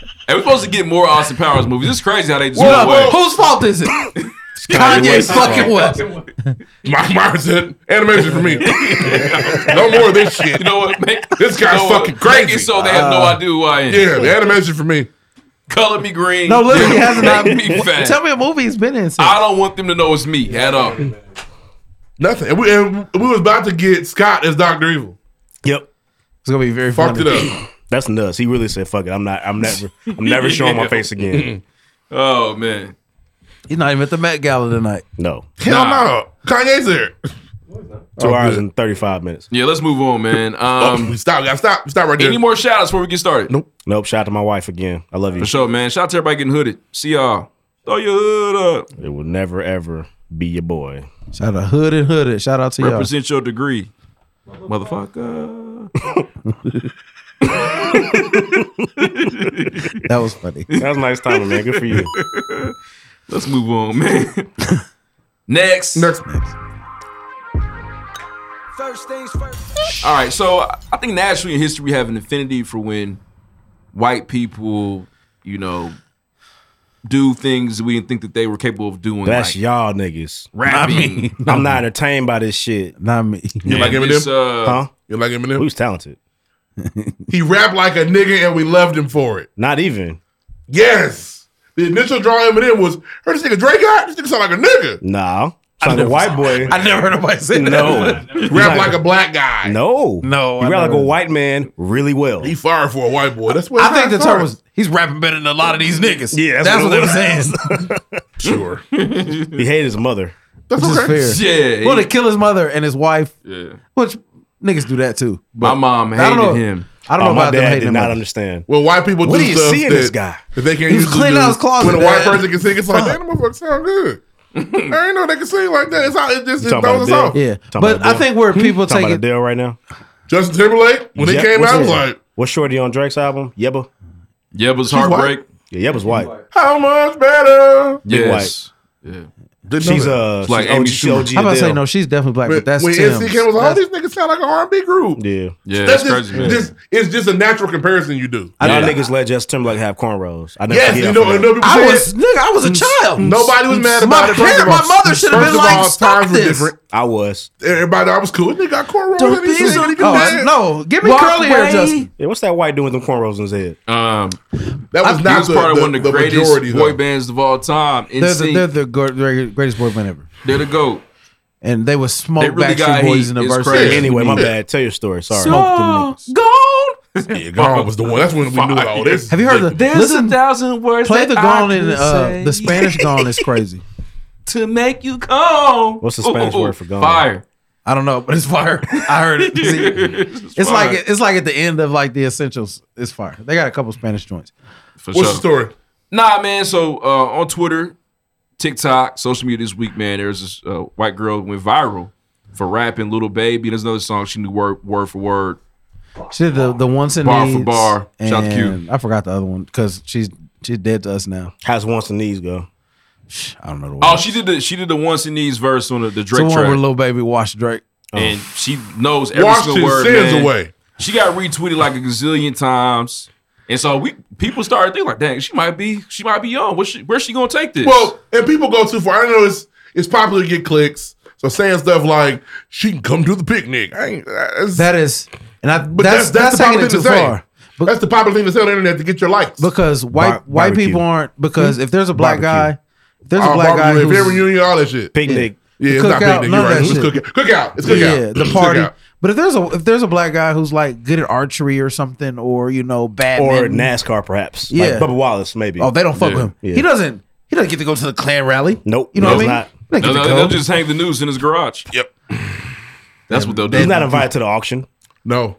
And we're supposed to get more Austin Powers movies. It's crazy how they just
Well,
went away.
whose fault is it? Kanye fucking West.
Mike Myers said, animation for me. no more of this shit. You
know what?
this guy's
you know what?
fucking
Make it
crazy.
so they have no
Uh,
idea who I am.
Yeah, the animation for me.
Color me green.
No, literally, he
Make
hasn't. Not,
me fat.
tell me a movie he's been in. Since.
I don't want them to know it's me at all.
Nothing. And we, and we was about to get Scott as Doctor Evil.
Yep.
It's gonna be very
Fucked
funny.
it up.
That's nuts. He really said, "Fuck it. I'm not. I'm never. I'm never showing my face again."
Oh man.
He's not even at the Met Gala tonight.
No.
Hell no. Kanye's there.
Two
Oh,
hours
good.
and thirty five minutes.
Yeah, let's move on, man. Um,
Oh, stop, guys, stop, stop right there.
Any more shout outs before we get started?
Nope. Nope. Shout out to my wife again. I love you.
For sure, man. Shout out to everybody getting hooded. See y'all. Throw your hood up.
It will never ever be your boy.
Shout out Hood and Hooded. Shout out to y'all.
Represent your degree, motherfucker.
That was funny.
That was nice timing, man. Good for you.
Let's move on, man. Next.
Next.
First things first.
All right, so I think naturally in history we have an affinity for when white people, you know, do things we didn't think that they were capable of doing.
That's
like,
y'all niggas.
Rapping.
Not me. I'm not entertained by this shit.
Not me.
You like
And
Eminem?
this, uh,
huh?
You like Eminem?
Who's talented?
He rapped like a nigga and we loved him for it.
Not even.
Yes. The initial draw Eminem was, heard this nigga Drake out? This nigga sound like a nigga.
Nah. It's like a white boy.
I never heard nobody say
No.
Rap like a black guy.
No.
No,
You
I
rap like
never-
a white man really well.
He fired for a white boy. That's what
I think the term
term
was he's rapping better than a lot of these niggas.
Yeah,
that's, what,
it
they were saying.
Sure.
He hated his mother.
That's
Which
okay.
is fair.
Yeah,
well,
he-
to kill his mother and his wife,
Yeah.
which niggas do that too.
My mom
I don't
hated
know-
him.
I don't
Oh,
know
my
about them
dad
hating
did
him.
not understand.
Well, white people
What
do
do you
stuff
see in
that,
this guy?
that they can't
He was
usually
cleaning
do.
out his closet,
When a white
Dad.
person can sing, it's like, damn, that motherfucker sound good. I ain't know they can sing like that. It's how it just
You
it
talking about
throws us
Adele?
off.
Yeah,
Talking
but
about Hmm?
I think where people
Talking
take
about
it,
Adele right now.
Justin Timberlake, when
Yeah,
he came
what's
out, I was
his-
like,
What's Shorty on Drake's album? Yebba.
Yebba's
white?
heartbreak.
Yeah, Yebba's white.
how much better?
Big
Yes. Yeah.
Didn't know
She's
that.
uh,
It's like
she's
Amy
OG, she's
Schumer.
OG
I'm about to say
Adele.
no, she's definitely black,
When,
but that's
when
Tim's.
NC came, was like, all
That's-
these niggas sound like an R&B group.
Yeah.
Yeah, that's,
just,
crazy. man.
Just, it's just a natural comparison you do.
I know
Yeah.
niggas let Justin Timberlake have cornrows. I never
Yes,
forget
you
that
know,
for
and
that.
no people
I
said- Mm.
was nigga, I was a child.
Nobody was mad
my
about it. First
parent-
of all-
my mother should have
first
been
of
like,
all,
"Stop
times were
this."
different.
I was.
Everybody, I was cool. Nigga got cornrows.
Don't
and he
these
said
are-
he can
oh,
dance.
no, give me
Walk
curly hair,
away.
Justin.
Yeah, what's that white doing with them cornrows in his head?
Um,
That was
he
not
was
the,
part of
the,
one of the, greatest
majority.
boy
though.
bands of all time. In
They're the,
sync.
they're the gor- they're the greatest boy band ever,
They're the goat.
and they was smoke
They really
Backstreet
got
Boys
heat.
in the
It's
verse.
crazy.
Anyway, my bad. Tell your story. Sorry.
Smoke them
Gone.
Yeah, Gone was the one. That's when we knew all this.
Have you heard the
There's
listen?
a thousand words.
Play the
that
gone
I
in
could
uh,
say
the Spanish gone is crazy.
to make you come.
What's the Spanish word for gone?
Fire.
I don't know, but it's fire. I heard it. See, it's like it's like at the end of like the essentials. It's fire. They got a couple Spanish joints.
For
What's
sure.
the story?
Nah, man. So uh, on Twitter, TikTok, social media this week, man, there's this uh, white girl who went viral for rapping "Little Baby." There's another song she knew word word for word.
She did the the once and
Bar for
needs,
bar. Shout out to Q.
and I forgot the other one because she's she's dead to us now.
How's once and knees go?
I don't know the one.
Oh, she did the she did the once in these verse on the, the
it's the
Drake
one
track, Oh.
where little baby washed Drake.
and she knows every
Washed
single
his
word.
sins
man.
away.
She got retweeted like a gazillion times, and so we people started thinking like, "Dang, she might be she might be on. What's she, where's she gonna take this?"
Well, and people go too far. I know it's it's popular to get clicks. So saying stuff like she can come to the picnic. I ain't, that's,
That is, and I
But
that's
that's- that's
that's,
the
taking
problem
it too
to say.
far
That's the popular thing to say on the internet to get your likes.
Because white white people aren't because if there's a black guy, if there's a
Oh,
black guy
barbecue,
who's
family reunion, all that shit.
Picnic.
Yeah, it's not
Cookout,
picnic.
none
You're
of
right.
that
It's
shit.
cookout. Cookout. It's cookout.
Yeah, the
It's
party.
cookout.
But if there's a if there's a black guy who's like good at archery or something, or you know,
or
badminton,
NASCAR perhaps.
Yeah.
like Bubba Wallace maybe.
Oh, they don't fuck
Yeah.
with him.
Yeah.
He doesn't. He doesn't get to go to the Klan rally.
Nope.
You know what I
he
mean? He
does
doesn't
They'll,
get to
they'll-
go.
they'll just hang the news in his garage.
Yep.
That's what they'll do.
He's not invited to the auction.
No.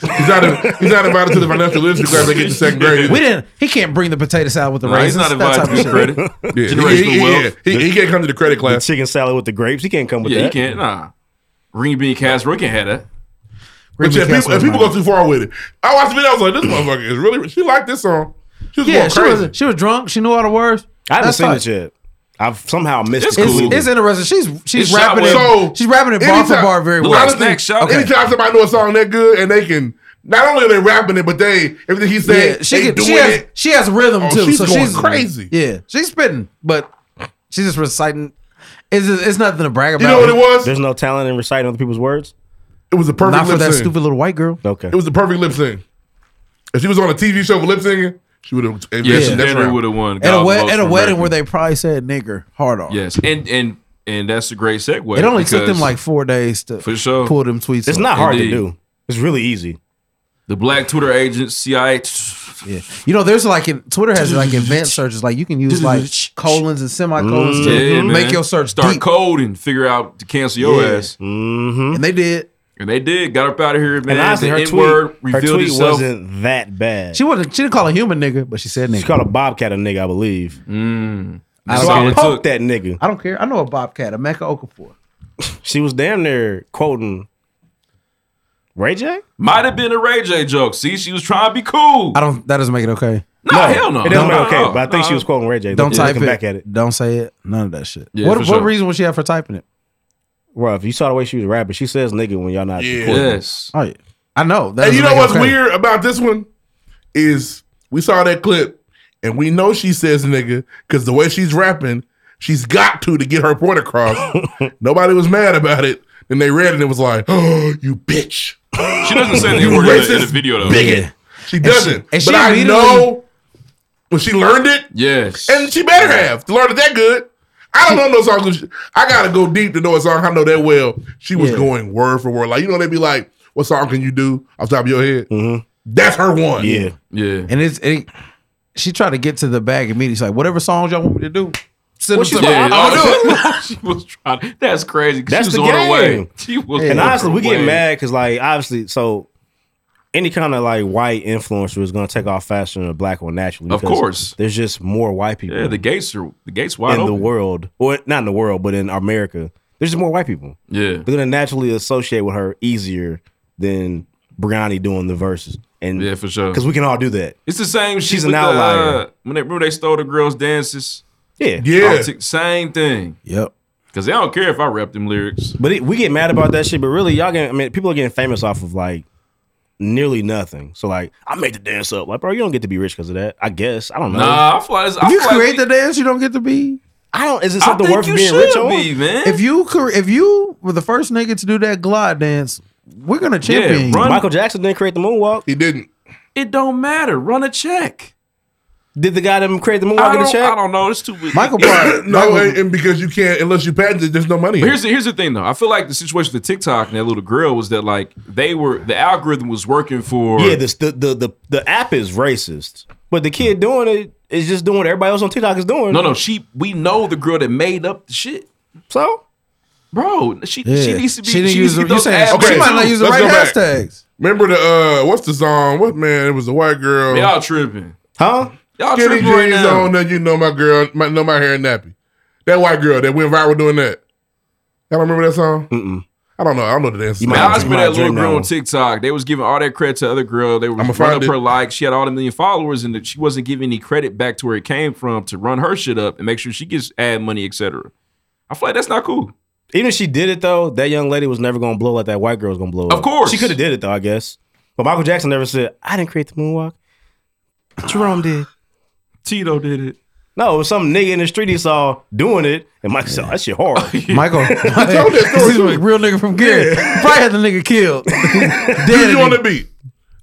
He's not, a, he's not invited to the financial literacy class they get the second grade.
We didn't. He can't bring the potato salad with the
Right, he's not
raisins. That
invited
type
to the
of shit.
credit.
Yeah,
Generational he- wealth. yeah, he- he can't come to the credit class.
chicken salad with the grapes. He can't come with
yeah,
that.
you can't. Nah. Green bean casserole you can't have that.
But yeah, people, if people go too far with it. I watched the video. I was like, this motherfucker is really. She liked this song. She was
Yeah,
going
she
crazy.
was she was drunk. She knew all the words.
I haven't
That's
seen
fine.
it yet. I've somehow missed
It's,
it.
it's interesting. She's she's
It's shot
rapping it.
well.
she's rapping it bar for
anytime-
bar very
Look,
well.
honestly, Anytime somebody know a song that good and they can not only are they rapping it, but they everything he's saying,
yeah, she
they
can,
doing
she has,
it.
she has rhythm
Oh,
too.
she's
so
going
she's
crazy.
Yeah, she's spitting, but she's just reciting. It's just, it's nothing to brag about.
There's no talent in reciting other people's words.
It was a perfect
Not for
lip
that
sync.
stupid little white girl.
Okay.
It was the perfect lip sync. If she was on a TV show for lip singing, she would have.
Yeah, she definitely would have won.
At a,
Golden
wed-
Globes
at a
for
wedding
America.
where they probably said nigger hard on.
Yes, and and and that's a great segue.
it only took them
because
like four days to
For sure.
pull them tweets.
It's
up.
not hard to Indeed. do.
It's really easy.
the black Twitter agent CIA.
Yeah, you know, there's like in, Twitter has like advanced searches. Like you can use like colons and semicolons to
Mm, Yeah,
make
man.
your search
Start
deep.
coding, figure out to cancel your
Yeah.
ass.
Mm-hmm.
And they did.
And they did. Got up out of here, man.
and honestly,
the
her
N
tweet,
word
her
revealed
tweet
itself.
wasn't that bad.
She wasn't. She didn't call a human nigga, but she said nigga.
She called a bobcat a nigga, I believe.
Mm.
That's
so
all
I
it
poked that nigga.
I don't care. I know a bobcat, a Mecca Okafor.
She was damn near quoting Ray J.
Might have been a Ray J joke. See, she was trying to be cool.
I don't. That doesn't make it okay.
No, hell no.
It doesn't
No,
make okay,
Oh,
no,
but I think
no.
she was quoting Ray J.
Don't
Looking
type it.
back at it.
Don't say it. None of that shit.
Yeah,
what
for
what
sure.
reason would she have for typing it?
Well, if you saw the way she was rapping, she says nigga when y'all not.
Yeah.
recording.
Yes.
Oh yeah. I know.
And you know what's weird about this one is we saw that clip and we know she says nigga because the way she's rapping, she's got to to get her point across. Nobody was mad about it. And they read it and it was like, oh, you bitch.
She doesn't say
You
the word in the, in
racist
the video though.
bigot. She doesn't.
and she
but I
immediately-
know when she learned it,
Yes.
and she better have to learn it that good. I don't know no song. 'cause she- I gotta go deep to know a song. I know that well. She was
Yeah.
going word for word. Like you know, they be like, "What song can you do off the top of your head?"
Mm-hmm.
That's her one.
Yeah.
Yeah.
And it's it, she tried to get to the bag immediately. She's like, whatever songs y'all want me to do, send them
Well, she's
to me. I'm
like, I-
gonna do it.
she was trying. That's crazy. 'cause
Oh, That's
she was
the
on her way.
game.
She was
and
on her
honestly, we get
way.
mad because like obviously, so any kind of like white influencer is gonna take off faster than a black one naturally.
Of
because
course.
there's just more white people.
Yeah, the gates are the gates wide
in the
open.
world, or not in the world, but in America, there's just more white people.
Yeah.
They're gonna naturally associate with her easier than Briani doing the verses. And
yeah, for sure.
Because we can all do that.
It's the same. shit
She's an
with the,
outlier.
uh, when they remember they stole the girls' dances.
Yeah,
Yeah.
Tick- same thing.
Yep.
Because they don't care if I rap them lyrics.
But it, we get mad about that shit. But really, y'all getting, I mean, people are getting famous off of like nearly nothing. So like, I made the dance up. Like, bro, you don't get to be rich because of that. I guess I don't know.
Nah, I feel like it's- I
If you
feel like
create
we-
the dance, you don't get to be.
I don't. Is it
I
something
think
worth
you
being
should
rich on?
be, man.
If you cre- if you were the first nigga to do that glide dance, we're gonna champion you.
Michael Jackson didn't create the moonwalk.
He didn't.
It don't matter. Run a check.
Did the guy that created the
I
moonwalk get
don't,
a check?
I don't know. It's too weird.
Michael
no, and, and because you can't unless you patent it, there's no money.
But
in it.
here's the, here's the thing though. I feel like the situation with TikTok and that little girl was that like they were the algorithm was working for
Yeah, this, the, the the the app is racist, but the kid doing it is just doing what everybody else on TikTok is doing.
No, no, she. We know the girl that made up the shit.
So,
bro, she she
Yeah.
needs to be.
She
She,
didn't
needs
use
to
the-
be
you
those
saying-
ass
okay,
bitches.
might not use the
Let's
right
go back.
hashtags.
Remember the uh what's the song? What man? It was a white girl.
Y'all tripping,
huh?
Y'all
Skinny
tripping right
jeans
now.
on that you know my girl, my, know my hair nappy. That white girl that went viral doing that. Y'all remember that song?
Mm-mm.
I don't know. I don't know the dance.
You
Man, I
might-
was
you
with
might
that little
dream that
girl on
one.
TikTok. They was giving all that credit to the other girl. They were
I'ma
running
find
up
it.
her likes. She had all the million followers, and that she wasn't giving any credit back to where it came from to run her shit up and make sure she gets ad money, etc. I feel like that's not cool.
Even if she did it though, that young lady was never gonna blow like that white girl was gonna blow.
Of
up.
course.
she could have did it though, I guess. But Michael Jackson never said I didn't create the moonwalk. Jerome did.
Tito did it.
No, it was some nigga in the street he saw doing it, and Michael said, "That shit hard."
Michael,
that story
this is a real nigga from Gary. Probably had the nigga killed.
Did
Dead
you on
nigga.
the beat?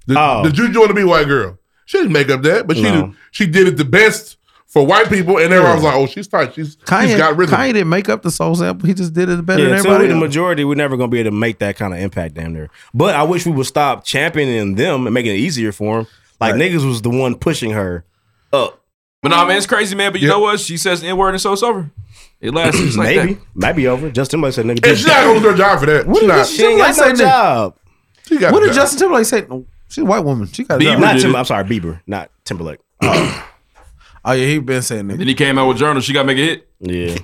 Did, did you want to be white girl? She didn't make up that, but she
No.
did, she did it the best for white people, and everyone was like, "Oh, she's tight. She's, she's
Kanye,
got rhythm."
Kanye didn't make up the soul sample. He just did it better
yeah,
than
until
everybody.
we the
else.
majority, we're never gonna be able to make that kind of impact down there. But I wish we would stop championing them and making it easier for them. Like niggas was the one pushing her up.
But nah, man, it's crazy, man. But you know what? She says the N word and so it's over. It lasts just like
maybe,
that.
maybe over. Justin Timberlake said, "Nigga,
And she not gonna lose
her job for that.
What
She
did
not.
Justin
She ain't
Timberlake
got
say?
no
Job.
got
what did
a job.
Justin Timberlake say? She's a white woman. She got a job.
Bieber not Tim, I'm sorry, Bieber, not Timberlake.
Oh yeah, he been saying that.
Then he came out with Journal. She got to make a hit.
Yeah.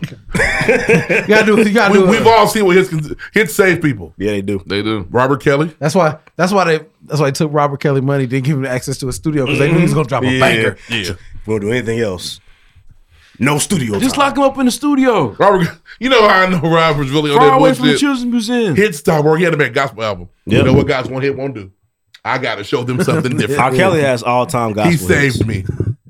You gotta do. You
we,
gotta do.
We've all seen what hits can- hits save people.
Yeah, they do.
They do.
Robert Kelly.
That's why. That's why they. That's why they took Robert Kelly money. Didn't give him access to a studio because they knew he
Mm-hmm.
was gonna drop a
Yeah,
banger.
Yeah, we'll do anything else. No studio.
Just
time.
lock him up in the studio.
Robert, you know how I know Robert's really on
Far
that
away
bullshit.
from the Children's Museum.
Hit stop work. He had to make a gospel album.
Yeah.
You know what guys one hit won't do. I got to show them something different.
R. Kelly has all time gospel.
He saved
hits.
me.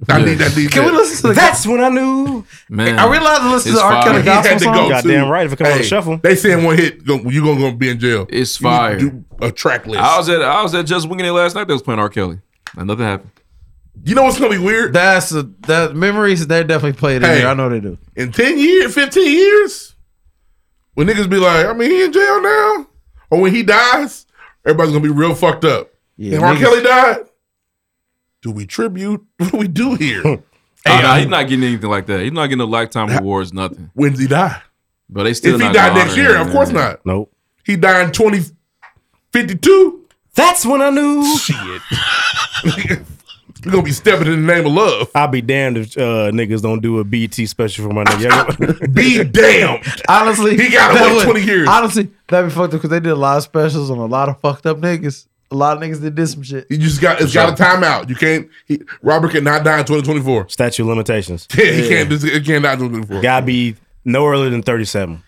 I need that. Need
Can
that.
we listen to the?
That's when I knew.
Man,
I realized to listen
It's
to R.
fire.
Kelly
He had
gospel
to
song.
go
Goddamn
to-
right, if it come on the shuffle.
They saying one hit, go, you gonna gonna be in jail.
It's
You
fire.
do a track list.
I was at I was at Just Winging It last night. They was playing R. Kelly. And nothing happened.
you know what's gonna be weird?
That's a, that memories. They definitely played it.
Hey.
in there. I know they do.
In ten years, fifteen years, when niggas be like, I mean, he in jail now, or when he dies, everybody's gonna be real fucked up.
Yeah,
if R.
niggas-
Kelly died, do we tribute? What do we do here?
Oh, no, he's not getting anything like that. He's not getting no lifetime awards, nothing.
When's he die?
But they still
if he
not
died
gonna
next
honor
year,
him,
of course
man.
not.
Nope.
He died in twenty fifty two.
That's when I knew.
Shit. We're gonna be stepping in the name of love.
I'll be damned if uh, niggas don't do a BT special for my nigga.
Be damned.
Honestly,
He gotta
that
wait
would-
20 years.
Honestly, that'd be fucked up because they did a lot of specials on a lot of fucked up niggas. A lot of niggas that did some shit.
You just got it's got a timeout. You can't. He, Robert cannot die in twenty twenty four.
Statue of limitations.
Yeah, he can't. just- He can't die in twenty twenty four.
Gotta be no earlier than 37.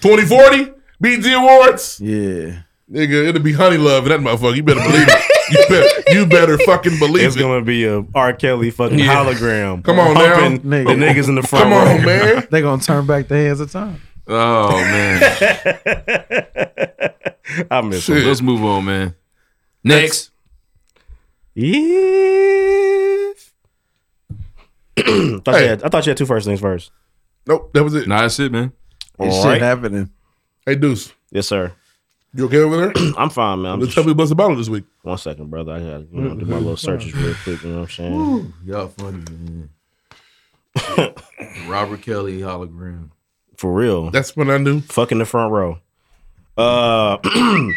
Twenty forty BT Awards.
Yeah.
Nigga, it'll be honey love in that motherfucker. You better believe it. You better, you better fucking believe
It's
it.
gonna be a R. Kelly fucking
Yeah.
hologram.
Come on now.
pumping the
Nigga.
niggas in the front.
Come
row.
on, man.
They gonna turn back the hands of time.
Oh man.
I miss
So
him.
let's move on, man. Next.
If I, thought you
Hey.
had, I thought you had two first things first.
Nope, that was it.
Nah, that's it, man.
This
All
shit
right.
happening.
Hey, Deuce,
Yes, sir.
you okay over there?
I'm fine, man. I'm
Let's
just,
tell me what's about it this week.
one second, brother. I gotta you know, do my little searches real quick. You know what I'm saying?
Y'all funny, man. Robert Kelly hologram.
For real.
That's when I knew.
Fucking the front row. Uh, all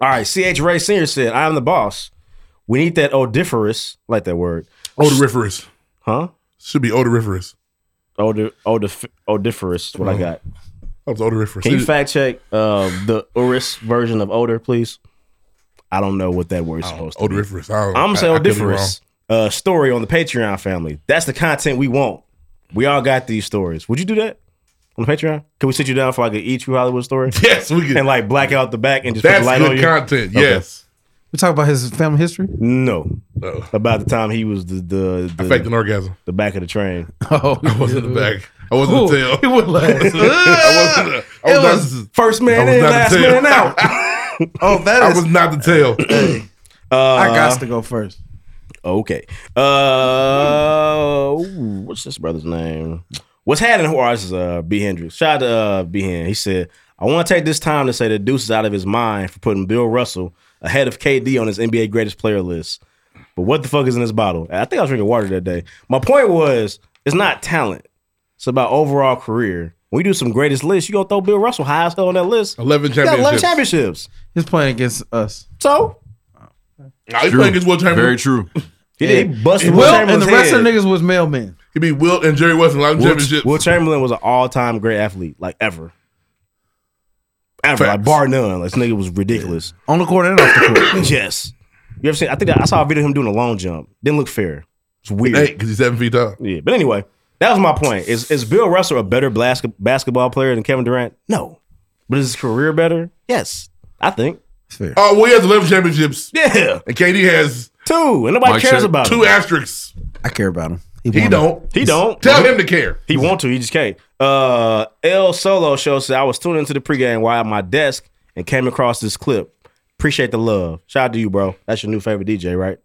right. C.H. Ray Senior said, "I am the boss. We need that odoriferous. I Like that word,
Odoriferous
huh?
should be odoriferous. Oh.
Odor, odif- odoriferous. What I got?
That was odoriferous.
Can you fact check uh, the Uris version of odor, please? I don't know what that word
Oh,
is supposed to be.
odoriferous. I don't,
I'm
I- I
saying
could be
difference. Uh, story on the Patreon family. That's the content we want. We all got these stories. Would you do that on the Patreon? Can we sit you down for like an E True Hollywood story
wrong. Yes, we
and
can.
like black out the back and just put
That's
the light on
good
you?
content.
Okay.
Yes.
We talk about his family history.
No,
Uh-oh.
about the time he was the the
I faked
the,
an orgasm.
the back of the train.
Oh,
I wasn't in the back. I wasn't
Ooh,
the tail.
he wasn't like-
I wasn't. I
It
wasn't. I
was-
was not-
First
I
man
was
in,
not the
last
tail.
man out.
Oh,
I
that is.
was not the tail.
Uh,
I got to go first.
Okay. Uh, ooh, what's this brother's name? What's happening? Who is uh, B Hendrix? Shout out to uh, B Hen. He said, "I want to take this time to say that Deuce is out of his mind for putting Bill Russell ahead of KD on his NBA greatest player list. But what the fuck is in this bottle? I think I was drinking water that day. My point was, it's not talent. It's about overall career. When you do some greatest lists, you gonna throw Bill Russell high as hell on that list.
11
You got eleven
championships.
championships.
He's playing against us.
So
Nah, he playing against Will Chamberlain.
Very true.
he, he busted
Will and the rest
head.
of the niggas was mailmen.
He beat Wilt and Jerry West in a lot of
Will,
championships.
Will Chamberlain was an all-time great athlete, like ever, ever, like
Facts.
bar none. Like, this nigga was ridiculous.
On the court and off the court.
yes, you ever seen? I think that, I saw a video of him doing a long jump. Didn't look fair. It's weird.
Hey, because he's seven feet tall.
Yeah, but anyway, that was my point. Is is Bill Russell a better blas- basketball player than Kevin Durant? No, but is his career better? Yes, I think.
Oh, well, he has 11 championships.
Yeah,
And KD has
two, and nobody
Mike
cares
Shaq,
about
two
him.
asterisks.
I care about him.
He
won.
don't.
He don't.
Tell him to care.
He want to, he just can't. Uh El Solo show said I was tuning into the pregame while at my desk and came across this clip. Appreciate the love. Shout out to you, bro. That's your new favorite DJ, right?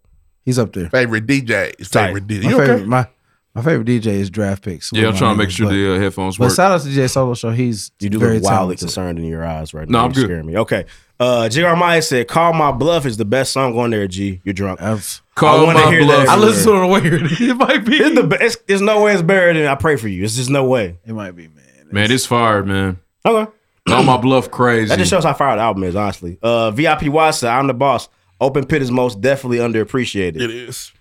He's up there.
Favorite DJ. Favorite DJ.
My
You
favorite,
okay?
my, my favorite DJ is Draft Picks.
Yeah, I'm
One of
trying to
my
make sure
niggas,
the uh, headphones
but, but
work.
shout out to Jay Solo Show. He's
You do
very
look wildly
talented.
concerned in your eyes right
No,
now.
I'm
You're
good.
Scaring me. Okay. Uh, J.R. Maya said, "Call My Bluff" is the best song on there. G, you're drunk.
Call
wanna
My Bluff. I listened to it
everywhere.
on the way here. It might be.
It's the be- it's, there's no way it's better than I pray for you. It's just no way.
It might be, man.
Man, it's fired, man.
Okay.
All my bluff crazy.
That just shows how far the album is, honestly. Uh, VIP Watson, I'm the boss. Open Pit is most definitely underappreciated. It
is.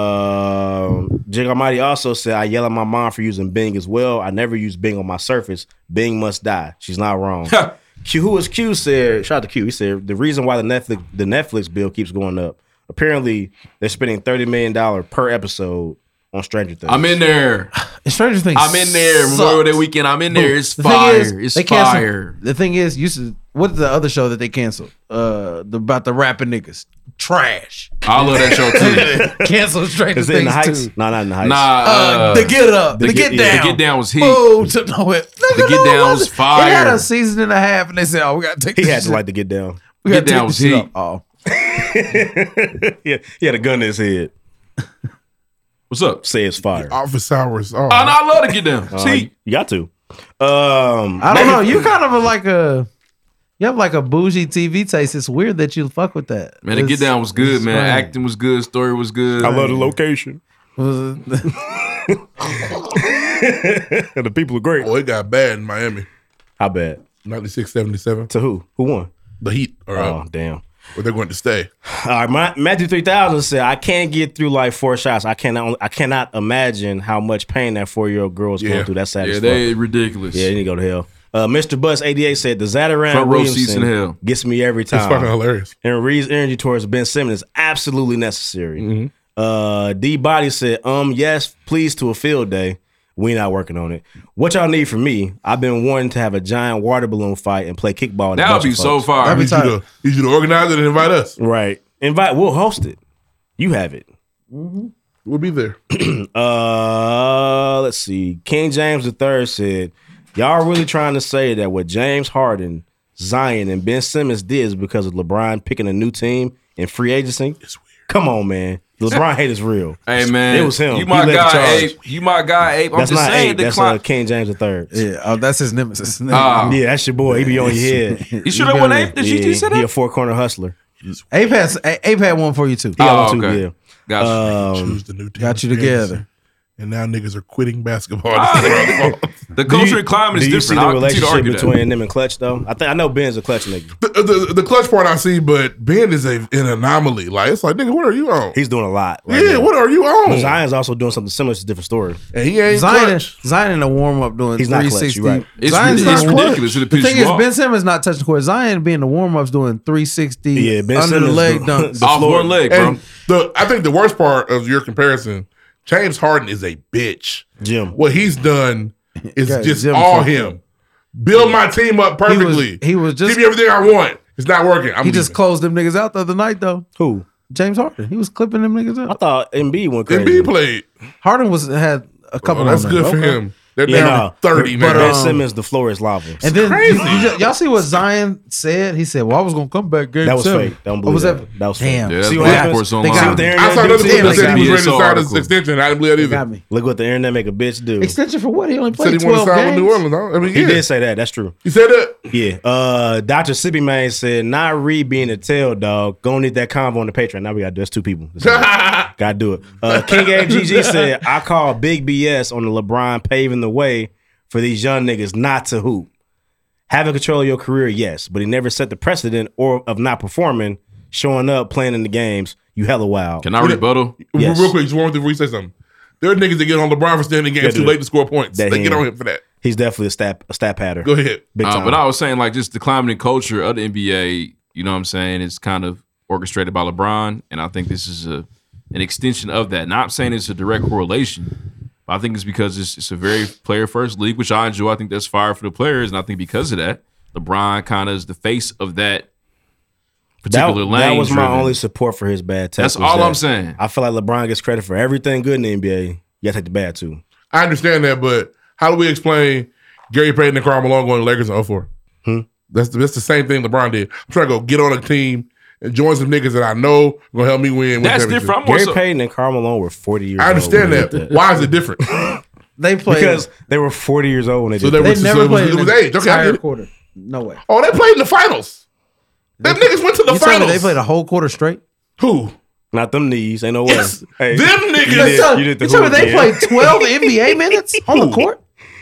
Uh, Jig Almighty also said, I yell at my mom for using Bing as well. I never use Bing on my surface. Bing must die. She's not wrong. Q, who is Q said, shout out to Q. He said, the reason why the Netflix the Netflix bill keeps going up. Apparently, they're spending $30 million per episode on Stranger Things.
I'm in there.
Stranger Things.
I'm in there.
sucks.
Memorial Day weekend. I'm in
Boom.
there. It's
The thing
fire.
is,
it's
they canceled-
fire.
The thing is, you should, what's the other show that they canceled? Uh, the, about the rapping niggas. Trash.
I love that show too.
Cancel Stranger
Is it in the
Things
Heights?
too.
No, not in the Heights.
Nah,
Uh,
uh,
the Get Up, the, get,
yeah,
Down,
the get down was heat.
Oh, to no, it,
The Get Down was
It had
fire.
a season and a half, and they said, "Oh, we gotta take."
He
this
had to
shit.
like to get down.
We gotta
Get
take
down was
this shit
heat.
up. Oh,
Oh. yeah, he had a gun in his head.
What's up?
Say it's fire.
Office hours. Oh,
Oh, no, I love to get down.
Uh,
See,
you got to. Um,
I don't know. You kind of a, like a, you have like a bougie TV taste. It's weird that you fuck with that.
man, the
It's-
get down was good,
it's
man.
strange.
Acting was good. Story was good.
I love the location. the people are great.
Oh, it got bad in Miami.
How bad?
96 77.
To who? Who won?
The Heat. All right.
Oh, damn.
Where they're going to stay.
All right, Ma- Matthew three thousand said, "I can't get through like four shots. I cannot. I cannot imagine how much pain that four year old girl is
Yeah.
going through. That's sad.
Yeah,
as
they
fuck.
ridiculous.
Yeah, you need to go to hell." Uh, Mr. Bus eighty eight said, "The Zataran
Front row seats in
Williamson
hell.
gets me every time.
fucking hilarious.
And Reed's energy towards Ben Simmons is absolutely necessary."
Mm-hmm.
Uh, D Body said, "Um, yes, please to a field day. We not working on it. What y'all need from me? I've been wanting to have a giant water balloon fight and play kickball. with a
That would
bunch of
be so
folks.
fire.
I need you, to, need you to organize it and invite us.
Right. Invite. We'll host it. You have it.
We'll be there.
uh, let's see. King James III said, "Y'all really trying to say that what James Harden, Zion, and Ben Simmons did is because of LeBron picking a new team in free agency? It's weird. Come on, man. LeBron hate is real.
Hey man,
it was him.
You
He
my
led the
guy,
charge.
ape. You my guy, ape. I'm
That's
just
not
saying
eight.
the
That's uh,
clock.
King James III.
Yeah, oh, that's his nemesis.
Ah.
yeah, that's your boy. He be on your head.
You sure that wasn't Ape that you
Yeah,
just said
He
that?
a four corner hustler.
Ape has A- Ape had one for you too.
He got one too, yeah. Um,
Choose the new team.
Got you
in free agency.
together.
And now niggas are quitting basketball.
Ah, The culture and climate is
do you
different.
See
I'll continue
the
to
relationship
argue that.
between them and Clutch though. I think I know Ben's a Clutch nigga.
the, the, the clutch part I see, but Ben is a, an anomaly. Like, it's like, nigga, what are you on?
He's doing a lot.
yeah, what are you
But
on?
Zion's also doing something similar. It's a different story.
And he ain't
Zion,
clutch.
Zion in a warm up doing
He's not clutch,
360.
you're right.
It's
Zion's
rid- it's
not clutch.
ridiculous. It'll
The
piss
thing
you
is,
off.
Ben Simmons not touching the court. Zion being the warm ups doing 360
Yeah, Ben
under the
Simmons
leg
do-
dunks.
the
Off
floor.
one leg, bro.
And the I think the worst part of your comparison, James Harden is a bitch.
Jim.
What he's done is
Yeah,
just
Jim
all
fucked
him. Build my team up
He was-
perfectly.
He was just
Give me everything I want. It's not working. I'm
he just closed them niggas out the other night though.
Who?
James Harden. He was clipping them niggas
I
out.
thought Embiid went crazy.
leaving. Embiid played.
Harden was had a couple.
Well, Oh, that's
of
good for him. They're
Yeah,
down
nah.
to thirty,
But uh,
man.
Ben Simmons, the floor is lava.
um, And then you- you ju- y'all see what Zion said? He said, "Well, I was gonna come back game
that was
seven.
fake. Don't
Oh,
believe
was
that.
that.
That was
Damn.
fake.
Yeah, that's
See what
Bleacher
happened?
Reports
They
online.
got,
See
I
what
saw another
They
clip that said
got
he was
me.
ready to
BSO
sign his
article.
extension. I didn't believe that
They got
either.
me.
Look what the internet make a bitch do.
Extension for what? He only
Said
played
he wanted to
twelve
sign with
games.
New Orleans. I mean,
He
yeah.
did say that. That's true.
He said that.
Yeah. Uh, Dr. Sippy Man said, not Reed being a tail dog. Gonna need that convo on the Patreon. Now we got that's two people. That's it. Gotta do it. Uh, King AGG said, I call big BS on the LeBron paving the way for these young niggas not to hoop. Having control of your career, yes, but he never set the precedent or of not performing, showing up, playing in the games. You hella wild.
Can I rebuttal?
Yes.
Real quick, just one thing before you say something. There are niggas that get on LeBron for standing
Yeah,
games too
dude.
late to score points.
That
They get
hand.
on him for that.
He's definitely a stat a stat patter.
Go ahead.
Big
Uh,
time.
but I was saying, like, just the climate and culture of the NBA, you know what I'm saying, is kind of orchestrated by LeBron. And I think this is a an extension of that. Not saying it's a direct correlation, but I think it's because it's, it's a very player first league, which I enjoy. I think that's fire for the players. And I think because of that, LeBron kind of is the face of that
that,
particular lane.
that was my
driven.
only support for his bad take.
That's
was
all
that
I'm saying.
I feel like LeBron gets credit for everything good in the NBA. You gotta take the bad too.
Hmm?
I understand that, but how do we explain Gary Payton and Carl Malone going to Lakers in 04? That's the, that's the same thing LeBron did. I'm trying to go get on a team and join some niggas that I know gonna help me win.
That's different. I'm Gary also-
Payton
and Karl Malone were 40 years
I
old
understand
when they
that.
did that.
Why is it different?
They played-
because they were 40 years old when they
So
did
they
that.
were- They so never it was- played it in was the age. Okay, I entire get it.
quarter. No way.
Oh, they played in the finals. Them niggas went to the
You telling me
finals.
they played a whole quarter straight?
Who?
Not them knees. Ain't no way.
Yes.
Hey,
Them
you
niggas.
did-
tell-
you did the
you tell me
hoop
they
again.
played 12 NBA minutes on the court?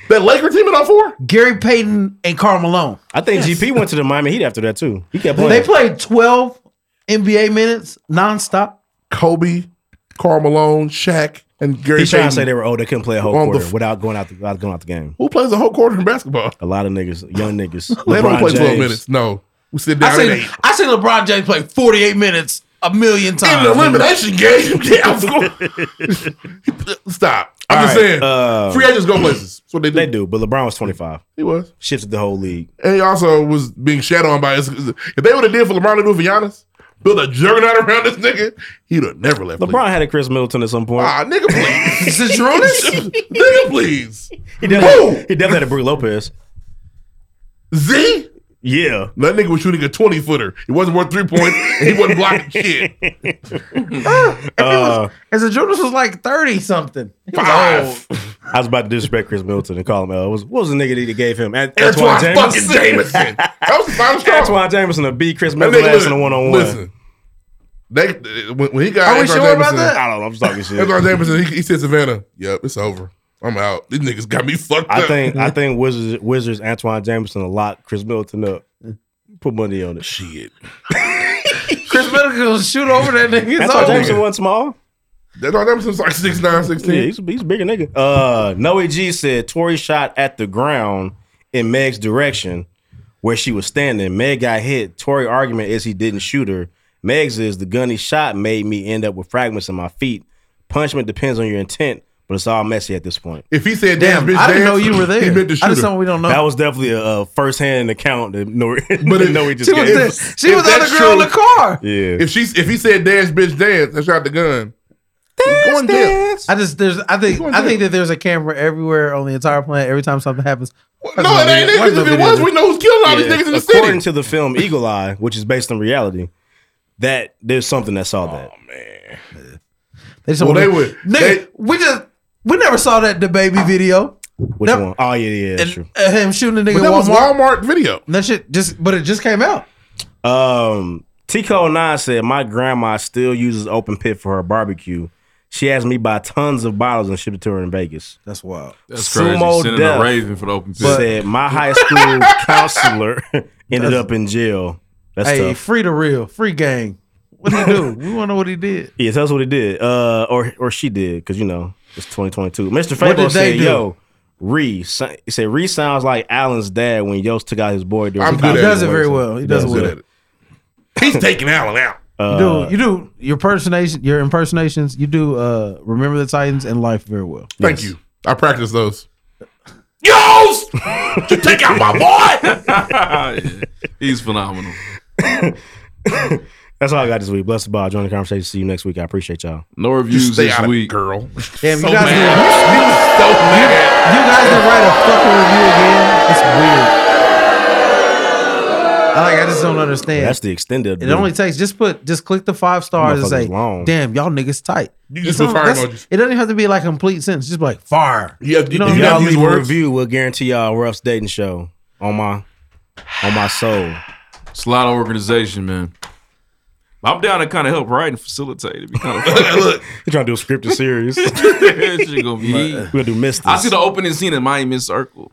That Laker team at all four?
Gary Payton and Carl Malone.
I think
Yes.
GP went to the Miami Heat after that too. He kept playing.
They played 12 NBA minutes nonstop.
Kobe, Carl Malone, Shaq, and Gary
He's trying
Payton.
to say they were old. They couldn't play a whole
On the
quarter
f-
without going out the without going out the game.
Who plays a whole quarter in basketball?
A lot of niggas, young niggas.
They don't
LeBron
play 12
James.
minutes. No. We sit down
I
and
seen, I seen LeBron James play 48 minutes a million
In
times.
the elimination game, yeah, I'm Stop. I'm
All
just
right,
saying.
uh,
free agents go places. That's what they do.
They do, but LeBron was 25.
He was.
Shifted the whole league.
And he also was being shadowed on by his. If they would have did for LeBron to do for Giannis, build a juggernaut around this nigga, he'd have never left.
LeBron had a Chris Middleton at some point.
Ah, nigga, please. nigga, please.
He definitely, he definitely had a Brook Lopez.
Z?
Yeah.
That nigga was shooting a 20 footer. It wasn't worth three points, and he wasn't blocking shit.
Uh,
As a Ah, Jonas was like 30 something. He was old.
I was about to disrespect Chris Middleton and call him. Uh, what, was, what was the nigga that he gave him? An-
Antoine fucking Jameson. That was the final straw.
Antoine Jameson to beat Chris
That
Middleton
nigga-
last in a one on one.
Listen, they when, when he got.
Are we
Antoine
sure about
Jameson-
that? I don't know, I'm just talking shit.
Antoine Jameson, he, he said Savannah. Yep, it's over. I'm out. These niggas got me fucked
I
up.
think I think Wizards Wizards Antoine Jameson to lock Chris Middleton up. Put money on it.
Shit.
Chris Middleton was shoot over that nigga. It's
Antoine
over.
Jameson wasn't small.
Antoine Jameson's like 6'9", 16.
Yeah, he's, he's a bigger nigga. Uh, Noe G said Tori shot at the ground in Meg's direction where she was standing. Meg got hit. Tori argument is he didn't shoot her. Meg's is the gun he shot made me end up with fragments in my feet. Punishment depends on your intent, but it's all messy at this point.
If he said,
Damn, I didn't know you were there. I just know
know
we don't know.
That was definitely a, uh first-hand account that Noe,
But if-
Noe just
she was
gave.
there.
us.
She was the other
that's
girl in the
true-
car.
Yeah.
If she's if he said dance, bitch, dance, and shot the gun. Dance, going dance.
I just there's I think I think that there's a camera everywhere on the entire planet every time something happens.
No, it ain't niggas. If it was, we know who's killing all these
Yeah,
niggas in the city.
according to the film Eagle Eye, which is based on reality, that there's something that
Oh,
saw that.
They just
Well,
wanna-
they would-
Nigga,
they-
we just we never saw that the baby video.
Which
That-
one? Oh yeah, yeah, that's true.
Uh, him shooting a nigga.
But that
Walmart.
was
Walmart video.
That shit just, but it just came out.
Um, Tico Nine said, "My grandma still uses open pit for her barbecue. She has me buy tons of bottles and ship it to her in Vegas.
That's wild.
That's crazy. Sending a raven for the open pit.
Said my high school counselor ended up in jail. That's
hey,
tough.
free the real, free gang. What he do? we want to know what he did.
Yeah, tell us what he did, uh, or or she did, because you know it's 2022. Mr.
What
Fable
did they
said,
do?
"Yo, Ree, sa- he said Ree sounds like Alan's dad when Yost took out his boy. during
I'm
the
good at
college
it. He does it very
graduation."
well. He does it well.
He's taking Allen out.
Uh,
you do you do your impersonation your impersonations. You do uh remember the Titans and life very well.
Thank you. I practice those. Yo's! you take out my boy!
He's phenomenal.
That's all I got this week. Bless the ball. Join the conversation. See you next week. I appreciate y'all.
No reviews
stay
this
out of it,
week,
girl.
Damn,
So
you guys,
mad.
didn't- you, you guys didn't write a fucking review again. It's weird. I like. I just don't understand.
That's the extended.
It only takes just put just click the five stars and say,
Motherfucker's long.
"Damn, y'all niggas tight."
You
It's
just put
on-
fire
that's-
emojis.
It doesn't even have to be like a complete sentence. Just be like fire.
Yeah, you,
know
if
what
y'all
I mean?
leave a review, we'll guarantee y'all Ruff's dating show on my on my soul.
It's a lot of organization, man. I'm down to kind of help write and facilitate. It'd be kind of
Look,
you trying to do a scripted series.
gonna be.
We're gonna do Mystic.
I see the opening scene in Miami Circle.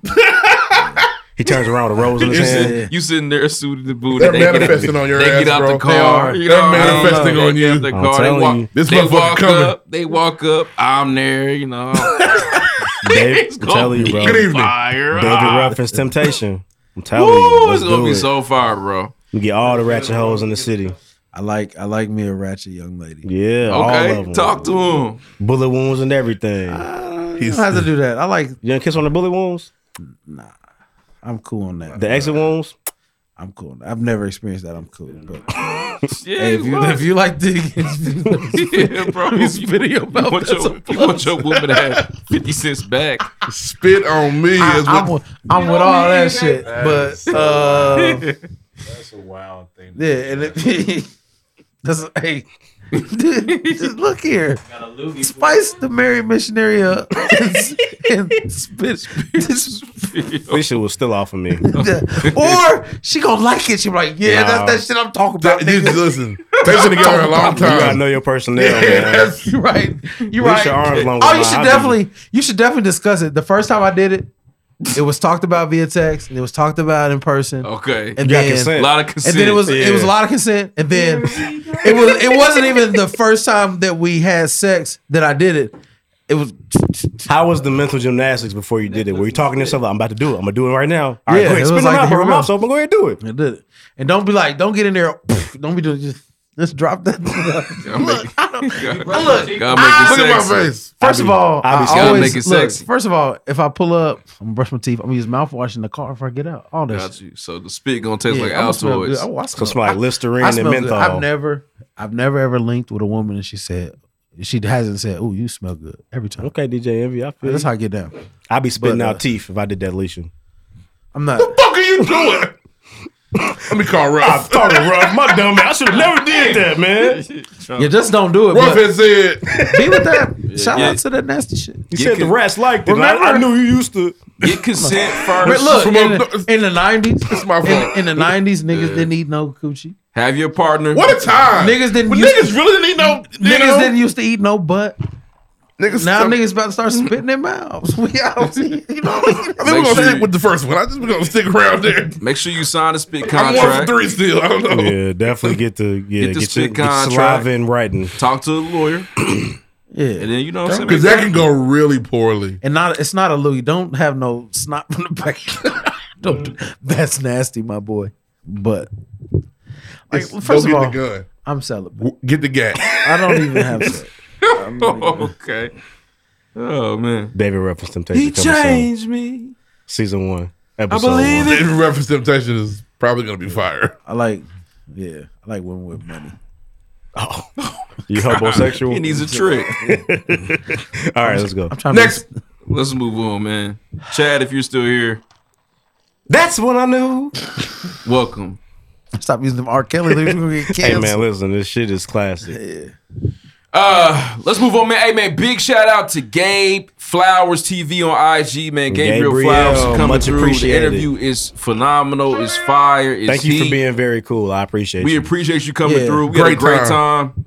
He turns around with a rose in his
You, sit-
hand.
you sitting there suited the boot.
They're
and they get out-
manifesting on your
They
ass,
get out
bro.
the car.
They are.
you
They're
know, I don't
manifesting
know.
on
They get
you.
out The
I'm
car. They
telling
walk,
you. This
they
motherfucker
walk
coming.
up. They walk up. I'm there. You know.
Dave,
It's
I'm telling you,
gonna
bro.
be Fire.
David
Ah.
Ruffin's Temptation. I'm telling you,
Woo,
let's
it's gonna
do
be
it.
so far, bro.
we get all the ratchet hoes in the city.
I like I like me a ratchet young lady.
Yeah,
Okay,
all of them.
talk to him.
Bullet wounds and everything.
Uh, You don't have to do that. I like.
You gonna kiss on the bullet wounds?
I'm cool on that.
The exit wounds?
I'm cool. on that. I've never experienced that. I'm cool. But
Yeah,
Hey, if,
he
you,
was.
if you like to
yeah, bro.
He's
You-
video
you
about
want
that's
your,
a
you want your woman to have 50 cents back.
Spit on me.
I, am with, I'm with all that shit, but uh,
that's a wild thing.
yeah, and it, that's hey, dude, just look here. Spice the Mary Missionary up and, and spit.
This shit was still off of me.
or she gonna like it. She be like, yeah,
Nah.
that's that shit I'm talking about.
That- you-
nigga.
listen, they've been together a long
You gotta
time.
know your personnel,
Yeah,
man.
that's-
You're right. You're
Reach
right.
your arms longer
oh,
than
you
I
should
do.
definitely you should definitely discuss it. The first time I did it, it was talked about via text and it was talked about in person.
Okay.
And
You got
then
consent. Lot of
And then it was
consent,
it was a
yeah.
lot of consent. And then it was it wasn't even the first time that we had sex that I did it. It was
How was the mental gymnastics before you did it? Were you talking to yourself? like, I'm about to do it. I'm gonna do it right now. All right,
Yeah,
go ahead.
it
Spin
was
them
like,
out,
here
bro.
we
I'm
go.
out, so I'm gonna go ahead and do it.
I did it. And don't be like, don't get in there. Don't be doing just let's drop that. look, I don't, look,
Gotta make it
I-
Look at my sexy. face.
First
I
of
be-
all,
I
I,
be scared. Gotta
always
make it
look,
sexy.
First of all, if I pull up, I'm gonna brush my teeth. I'm gonna use mouthwash in the car before I get out. All this.
Got you. So the spit gonna taste
Yeah,
like
I'ma smell
Altoids.
good. Oh, I
So smell like Listerine
I
and
smell good.
menthol.
I've never, I've never ever linked with a woman and she said she hasn't said, "Oh, you smell good" every time.
Okay, DJ Envy, I feel
That's
you.
how I get down.
I'd be spitting
But, uh,
out teeth if I did that, Alicia.
I'm not.
fuck are you doing? Let me call Ruff.
I'm talking Ruff. My dumb ass. I should have never did that, man.
You just don't do it.
Ruff
but
has said.
Be with that. Shout
Oh. yeah.
out to that nasty shit.
You
Get
said the
con-
rats liked it. and I- I,
Remember-
knew you used to.
Get consent
But
first.
look, in the, in the 90s,
my fault.
in, in the 90s, niggas didn't eat no coochie.
Have your partner.
What a time.
Niggas didn't
But
use-
niggas really didn't know.
Niggas didn't used to eat no butt.
Niggas
now niggas about to start spitting their mouths. We out. here, You know,
I think
Make
we're gonna
sure
stick
you-
with the first one. I just we're gonna stick around there.
Make sure you sign a spit
I'm one for
contract.
three still. I don't know.
Yeah, definitely get the yeah
Get the
get, your,
spit
get your
contract.
saliva in writing.
Talk to the lawyer.
yeah.
And then you know what I'm
Because
saying?
that can go really poorly.
And not it's not a Louis. Don't have no snot from the back. Don't do- that's nasty, my boy. But like,
It's-
well,
go
first of
get
all,
the gun.
I'm celibate.
W- Get the gat.
I don't even have sex.
okay. Oh man.
David reference temptation. coming
me.
soon. season one episode.
believe
one.
it.
David reference temptation is probably gonna be fire.
I like, yeah, I like women with money.
Oh.
You homosexual?
He needs a trick.
All right, let's go.
I'm trying
Next,
to
Let's move on, man. Chad, if you're still here,
That's what I knew.
welcome.
stop using them R. Kelly. They're gonna get
Hey
canceled.
man, listen, this shit is classic.
Uh, let's move on, man. Hey, man, big shout out to Gabe Flowers TV on IG, man. Gabriel,
Gabriel,
Flowers coming
much
through. The
appreciated.
interview is phenomenal. It's fire. It's
Thank you
heat.
for being very cool. I appreciate
We
you.
appreciate you coming
Yeah,
through. We had a
great
great time.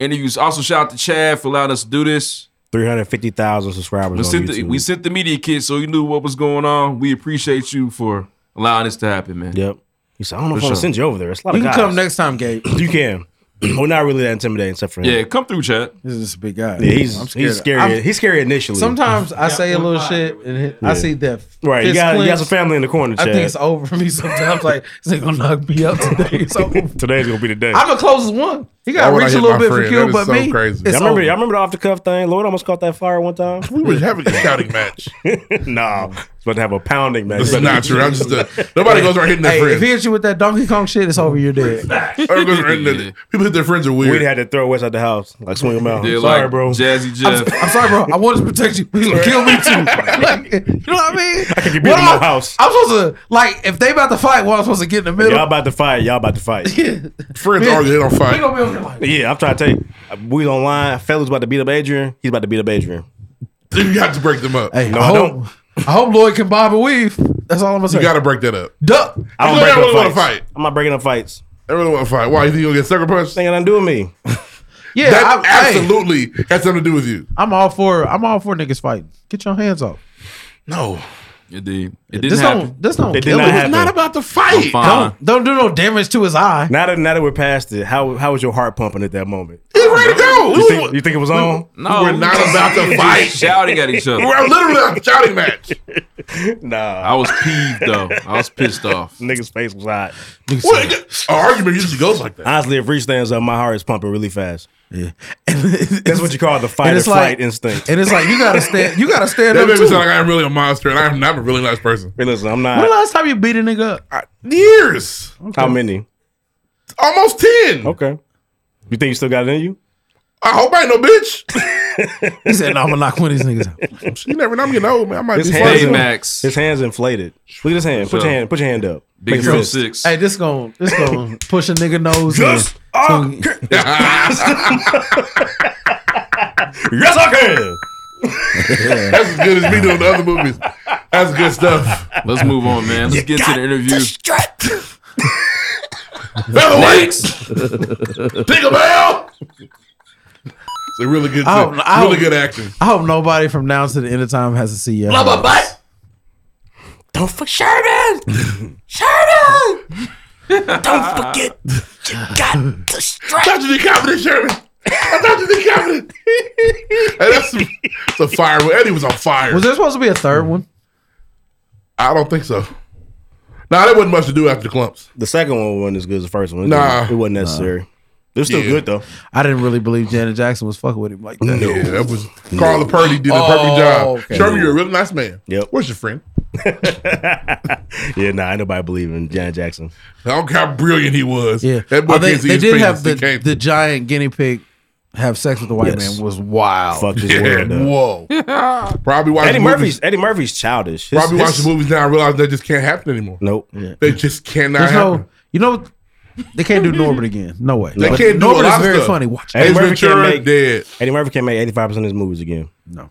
Interviews. Also, shout out to Chad for allowing us to do this.
Three hundred fifty thousand subscribers
We
on
sent, the,
YouTube.
we sent the media kit so you knew what was going on. We appreciate you for allowing this to happen, man.
yep. You said I don't know if
For
I'm gonna
sure.
send you over there. It's a lot
You
of
can
guys.
come next time, Gabe.
You can. We're not really that intimidating, except for him.
Yeah, come through, Chad.
This is a big guy.
Yeah, he's
I'm scared.
he's scary.
I'm-
he's scary initially.
Sometimes I say a little shit and hit, I see that.
right? You
fist
got you got
clench.
some family in the corner.
I
Chad.
think it's over for me sometimes. Like, is it gonna knock me up today? It's over.
Today's gonna be the day.
I'm the closest one. He
Why
got to
would I
reach a
hit
little
my
bit for
friend? That is
Q, but
so
me,
crazy.
it's
Y'all remember,
over.
y'all remember the off the cuff thing? Lloyd almost caught that fire one time.
we were having a shouting match.
nah, it's about to have a pounding match.
This is not true. I'm just a, nobody goes around hitting their
Hey, if he
friends.
hits you with that Donkey Kong shit, it's over. You're dead.
Nobody goes around hitting their- People hit their friends are
We
weird.
had to throw Wes out the house, like swing him out.
Yeah,
Sorry,
like
bro.
Jazzy
I'm,
Jeff.
I'm sorry, bro. I wanted to protect you. He's gonna kill me too. Like, you know what I mean? I
can't get beat in no house.
I'm supposed to like if they about to fight, well, I'm supposed to get in the middle.
Y'all about to fight. Y'all about to fight.
friends argue, they don't
We
fight.
gonna be over there like,
yeah, I'm trying to tell you. We online. Fellas about to beat up Adrian. He's about to beat up Adrian.
You got to break them up.
hey,
No,
I
I
hope,
don't.
I hope Lloyd can bob and weave. That's all I'm gonna say.
You got to break that up.
duck.
I don't
You know
break
y'all
up
really wanna
fights.
fight.
I'm not breaking up fights.
They really want to fight. Why? You think you're going to get sucker punched?
Thing nothing to do with me.
Yeah,
That
I- hey,
absolutely has something to do with you.
I'm all for. I'm all for niggas fighting. Get your hands off.
No.
Indeed. It didn't
This
happen.
don't. This don't
It did
kill
not
him.
happen.
Not about the fight.
Fine.
Don't don't do no damage to his eye.
Now that now that we're past it, how how was your heart pumping at that moment?
He's ready to go.
You think, you think it was on?
no,
we're not about to
just
fight.
Shouting at each other.
We're literally on a shouting match.
Nah,
I was peeved though. I was pissed off.
nigga's face was hot.
What? An argument usually goes like that.
Honestly, if Reese stands up, my heart is pumping really fast.
Yeah, that's
That's what you call the fight or
it's like-
flight instinct.
And it's like you gotta stand. You gotta stand
That
up
made me
too.
sound like I'm really a monster, and I'm not a really nice person.
Hey, listen, I'm
when the
not.
last time you beat a nigga up?
I- years.
How many?
almost ten.
Okay. You think you still got it in you?
I hope I ain't no bitch.
He said, no, I'm gonna knock one of these niggas out.
You never know. I'm getting old, man. I might
His
be
hands,
fuzzy.
Max. His hands inflated. Look at his hand. Put your hand. Put your hand up.
Big
Make a
Hero
fist.
Six. Hey, this gonna this gonna push a nigga nose.
Yes,
in. It's gonna-
Yes, I can.
That's as good as me doing the other movies. That's good stuff.
Let's move on, man. Let's get to the interview.
Featherweights. Take a bell. It's a really good,
I hope- I
really
hope-
good acting.
I hope nobody from now to the end of time has to see you.
Love a butt.
Don't fuck Sherman.
Sherman! Don't forget, you got to strike.
Don't you be confident, Sherman. I thought you be confident. Hey, that's it's a fire. Eddie was on fire.
Was there supposed to be a third one?
I don't think so. Nah, there wasn't much to do after the clumps.
The second one wasn't as good as the first one. It
Nah.
didn't- it wasn't necessary. It was still
Yeah.
good though.
I didn't really believe Janet Jackson was fucking with him like that.
Yeah, that was Carla Purdy did a
Oh,
perfect job. Sherman, you're a really nice man.
Yep.
Where's your friend?
Yeah, nah, ain't nobody believe in Janet Jackson.
I don't care how brilliant he was. Yeah, that boy
Oh, they
can't see
they
his
did
penis.
have
He
the,
can't-
the giant guinea pig have sex with the white man was wild.
Fucked his
Yeah,
world up.
Whoa. Probably watch
Eddie
movies.
Murphy's Eddie Murphy's childish. His-
Probably watch
his-
the movies now and realize that just can't happen anymore.
Nope.
They just cannot
There's
happen.
no, you know, they can't do Norbert again. No way.
They
But
can't do a
Norbert
lot
is
of
very
stuff.
funny. Watch
Eddie
it.
Murphy can't
Ventura
make
dead.
Eddie Murphy can't make eighty five percent of his movies again.
No.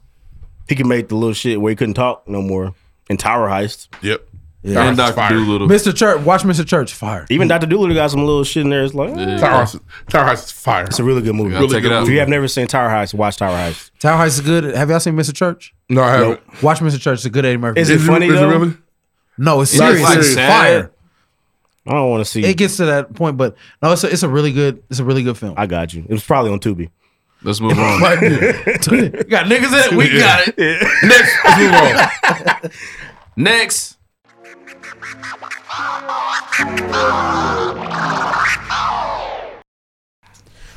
He can make the little shit where he couldn't talk no more. And Tower Heist.
Yep.
Yeah.
And Dr. Doolittle.
Mr. Church, watch Mr. Church fire.
Even Dr. Doolittle got some little shit in there. It's like eh.
Tower House, Tower House is fire.
It's a really good movie.
gotta Really check it good out.
If you have never seen Tower Heist, watch Tower Heist.
Tower Heist is good. Have y'all seen Mr. Church?
No, I haven't.
Watch Mr. Church. It's a good Eddie Murphy.
Is it
movie.
funny though?
No, it's
Is it
serious.
like
It's
sad?
fire.
I don't want to see.
It gets to that point, but no, it's a, it's a really good it's a really good film.
I got you. It was probably on Tubi.
Let's move on.
Like, we got niggas in it. We got it.
Next, let's move on.
Next.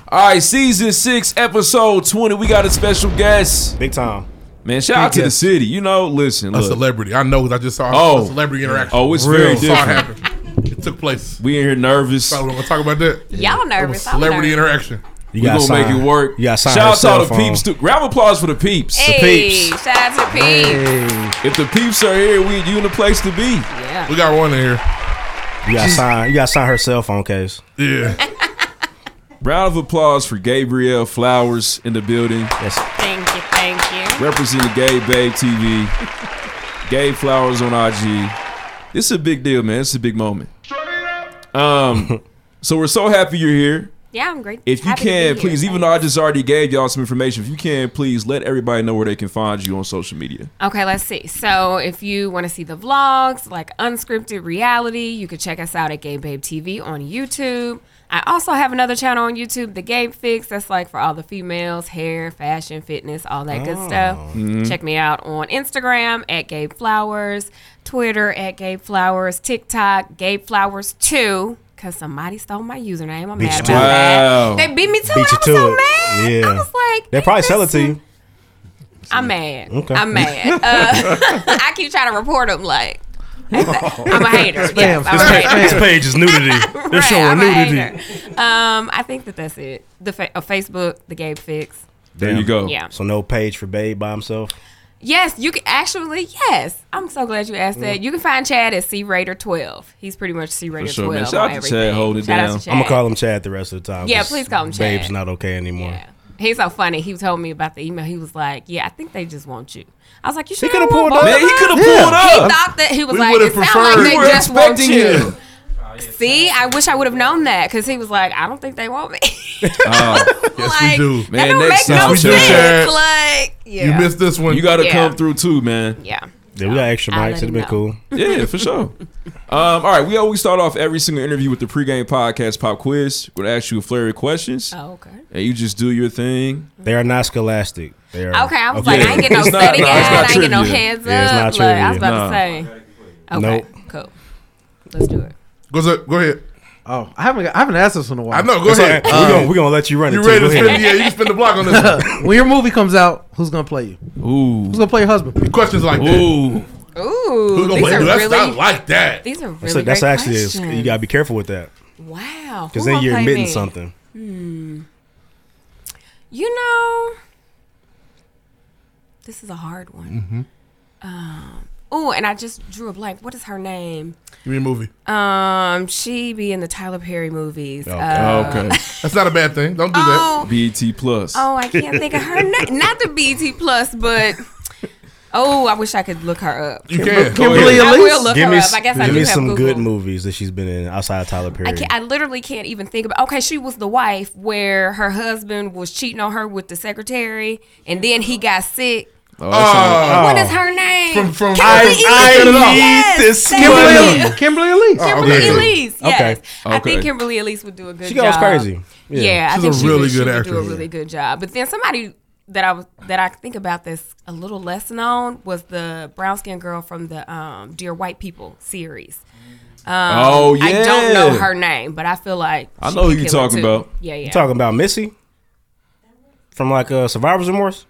All right, season six, episode 20. We got a special guest.
Big time.
Man, shout out
Big
to the
guest.
city. You know, listen,
A
look.
celebrity. I know because I just saw
Oh.
a celebrity interaction.
Oh, it's
Real.
very
Saw it
different.
happen. It took place.
We in here nervous.
Thought we were going to talk about that.
Y'all
It was
nervous. I'm
celebrity
nervous.
interaction.
You
we
gotta
gonna
sign-
make it work.
You got
Shout out to all the peeps.
too.
Too. Round of applause for the peeps.
Hey, shout out to Pete.
If the peeps are here, we you in the place to be.
Yeah.
We got one in here.
You gotta sign. You gotta sign her cell phone case.
Yeah.
Round of applause for Gabrielle Flowers in the building,
Yes.
Thank you. Thank you.
representing Gay Babe TV. Gay Flowers on IG. This is a big deal, man. This is a big moment. Um, so we're so happy you're here.
Yeah, I'm great.
If you
Happy to be
can,
here.
please, even though I just already gave y'all some information, if you can, please let everybody know where they can find you on social media.
Okay, let's see. So, if you want to see the vlogs, like unscripted reality, you can check us out at Gay Babe TV on YouTube. I also have another channel on YouTube, The Gabe Fix. That's like for all the females, hair, fashion, fitness, all that good stuff. Check me out on Instagram at Gabe Flowers, Twitter at Gabe Flowers, TikTok, Gabe Flowers 2, because somebody stole my username. I'm
Beat you
mad
to
about
it.
Wow.
that. They beat me to
Beat
it. I
you
was
to
so
it.
mad.
Yeah.
I was like,
They probably
"This
sell it to you.
I'm mad.
Okay.
I'm mad. Uh, I keep trying to report them like I'm a hater. Yes, I'm a hater.
This page is nudity. They're
Right,
showing
I'm a
nudity.
hater. Um, I think that that's it. The fa- uh, Facebook, the Gabe Fix.
There you go.
Yeah.
So no page for Babe by himself.
Yes, you can actually. Yes, I'm so glad you asked that. You can find Chad at C Raider 12. He's pretty much C Raider
For sure,
12.
man.
on
Shout out to
everything.
Chad holding it
Shout out
down.
to
I'm gonna
Chad.
call him Chad the rest of the time.
Yeah,
'cause
please call him
Babe's
Chad.
not okay anymore.
Yeah. He's so funny. He told me about the email. He was like, "Yeah, I think they just want you." I was like, "You should
coulda
have pulled
pulled up.
Man, he could have
Yeah.
pulled
He
up.
thought that he was
We
like,
would've
it sounds like
preferred.
they
We
were
just want
expecting
you. See, I wish I would have known that because he was like, I don't think they want me.
Oh,
Yes,
like,
we do.
That
Man,
don't
next
make no
time,
sense.
Chad.
Chad.
Like, yeah,
You missed this one.
you got to
Yeah.
come through too, man.
yeah.
Yeah, we got extra
I'll
mics.
let
It'd
him
been
know.
cool.
Yeah, for sure. Um, all right, we always start off every single interview with the pregame podcast pop quiz. We're gonna ask you a flurry of questions,
Oh, okay.
and you just do your thing.
They are not scholastic. They are
Okay, I was like, I ain't getting no
It's not-
steady
no, it's
gas.
not
I ain't getting no
trivia.
hands
Yeah, it's
up.
not
Like, I was
trivia.
about to say. Okay, cool. Let's do it.
Go, ahead- go ahead.
Oh, I haven't I haven't asked this in a while.
I know. Go ahead. Uh,
we're, gonna, we're Uh, gonna let you run it.
You
too.
ready to
Go ahead.
spend? Yeah, you can spend the block on this. one.
when your movie comes out, who's gonna play you?
Ooh,
Who's gonna play your husband?
Questions like that.
ooh,
Ooh,
Who's gonna
these
play
are
you? That's not
really
like that.
these are really
That's, that's
great
actually
questions.
you gotta be careful with that.
Wow.
Because
Who
then
gonna
you're
play
admitting
me?
something.
Hmm. You know, this is a hard one.
Mm-hmm.
Um, oh, and I just drew a blank. What is her name?
Give me a movie.
Um, she be in the Tyler Perry movies.
Okay.
Uh,
That's not a bad thing. Don't do
Oh.
that.
E
BT plus.
Oh, I can't think of her name. Not the BT Plus, but oh, I wish I could look her up.
You Oh,
can.
Kimberly I will look her up. I guess I
give
do
me
have
some
Google.
good movies that she's been in outside of Tyler Perry.
I can't. I literally can't even think about. Okay, she was the wife where her husband was cheating on her with the secretary, and then he got sick.
Oh,
Oh, what is her name?
From- from-
Kimberly
I-
Elise.
I need
yes,
this
thank
one.
you.
Kimberly-
Kimberly Elise.
Kimberly Elise. Yes, I
Oh, Okay.
think Kimberly Elise would do a good.
She goes
job.
crazy.
Yeah,
Yeah.
I
She's
think
a
she
really
would, she
good
would do a
actress.
really good job. But then somebody that I was that I think about that's a little less known was the brown skinned girl from the um, Dear White People series. Um,
Oh,
I don't know
yeah.
her name, but I feel like
I
she
know
could
who you
kill it
talking
too.
about.
Yeah, yeah.
You talking about Missy from like uh, Survivor's Remorse?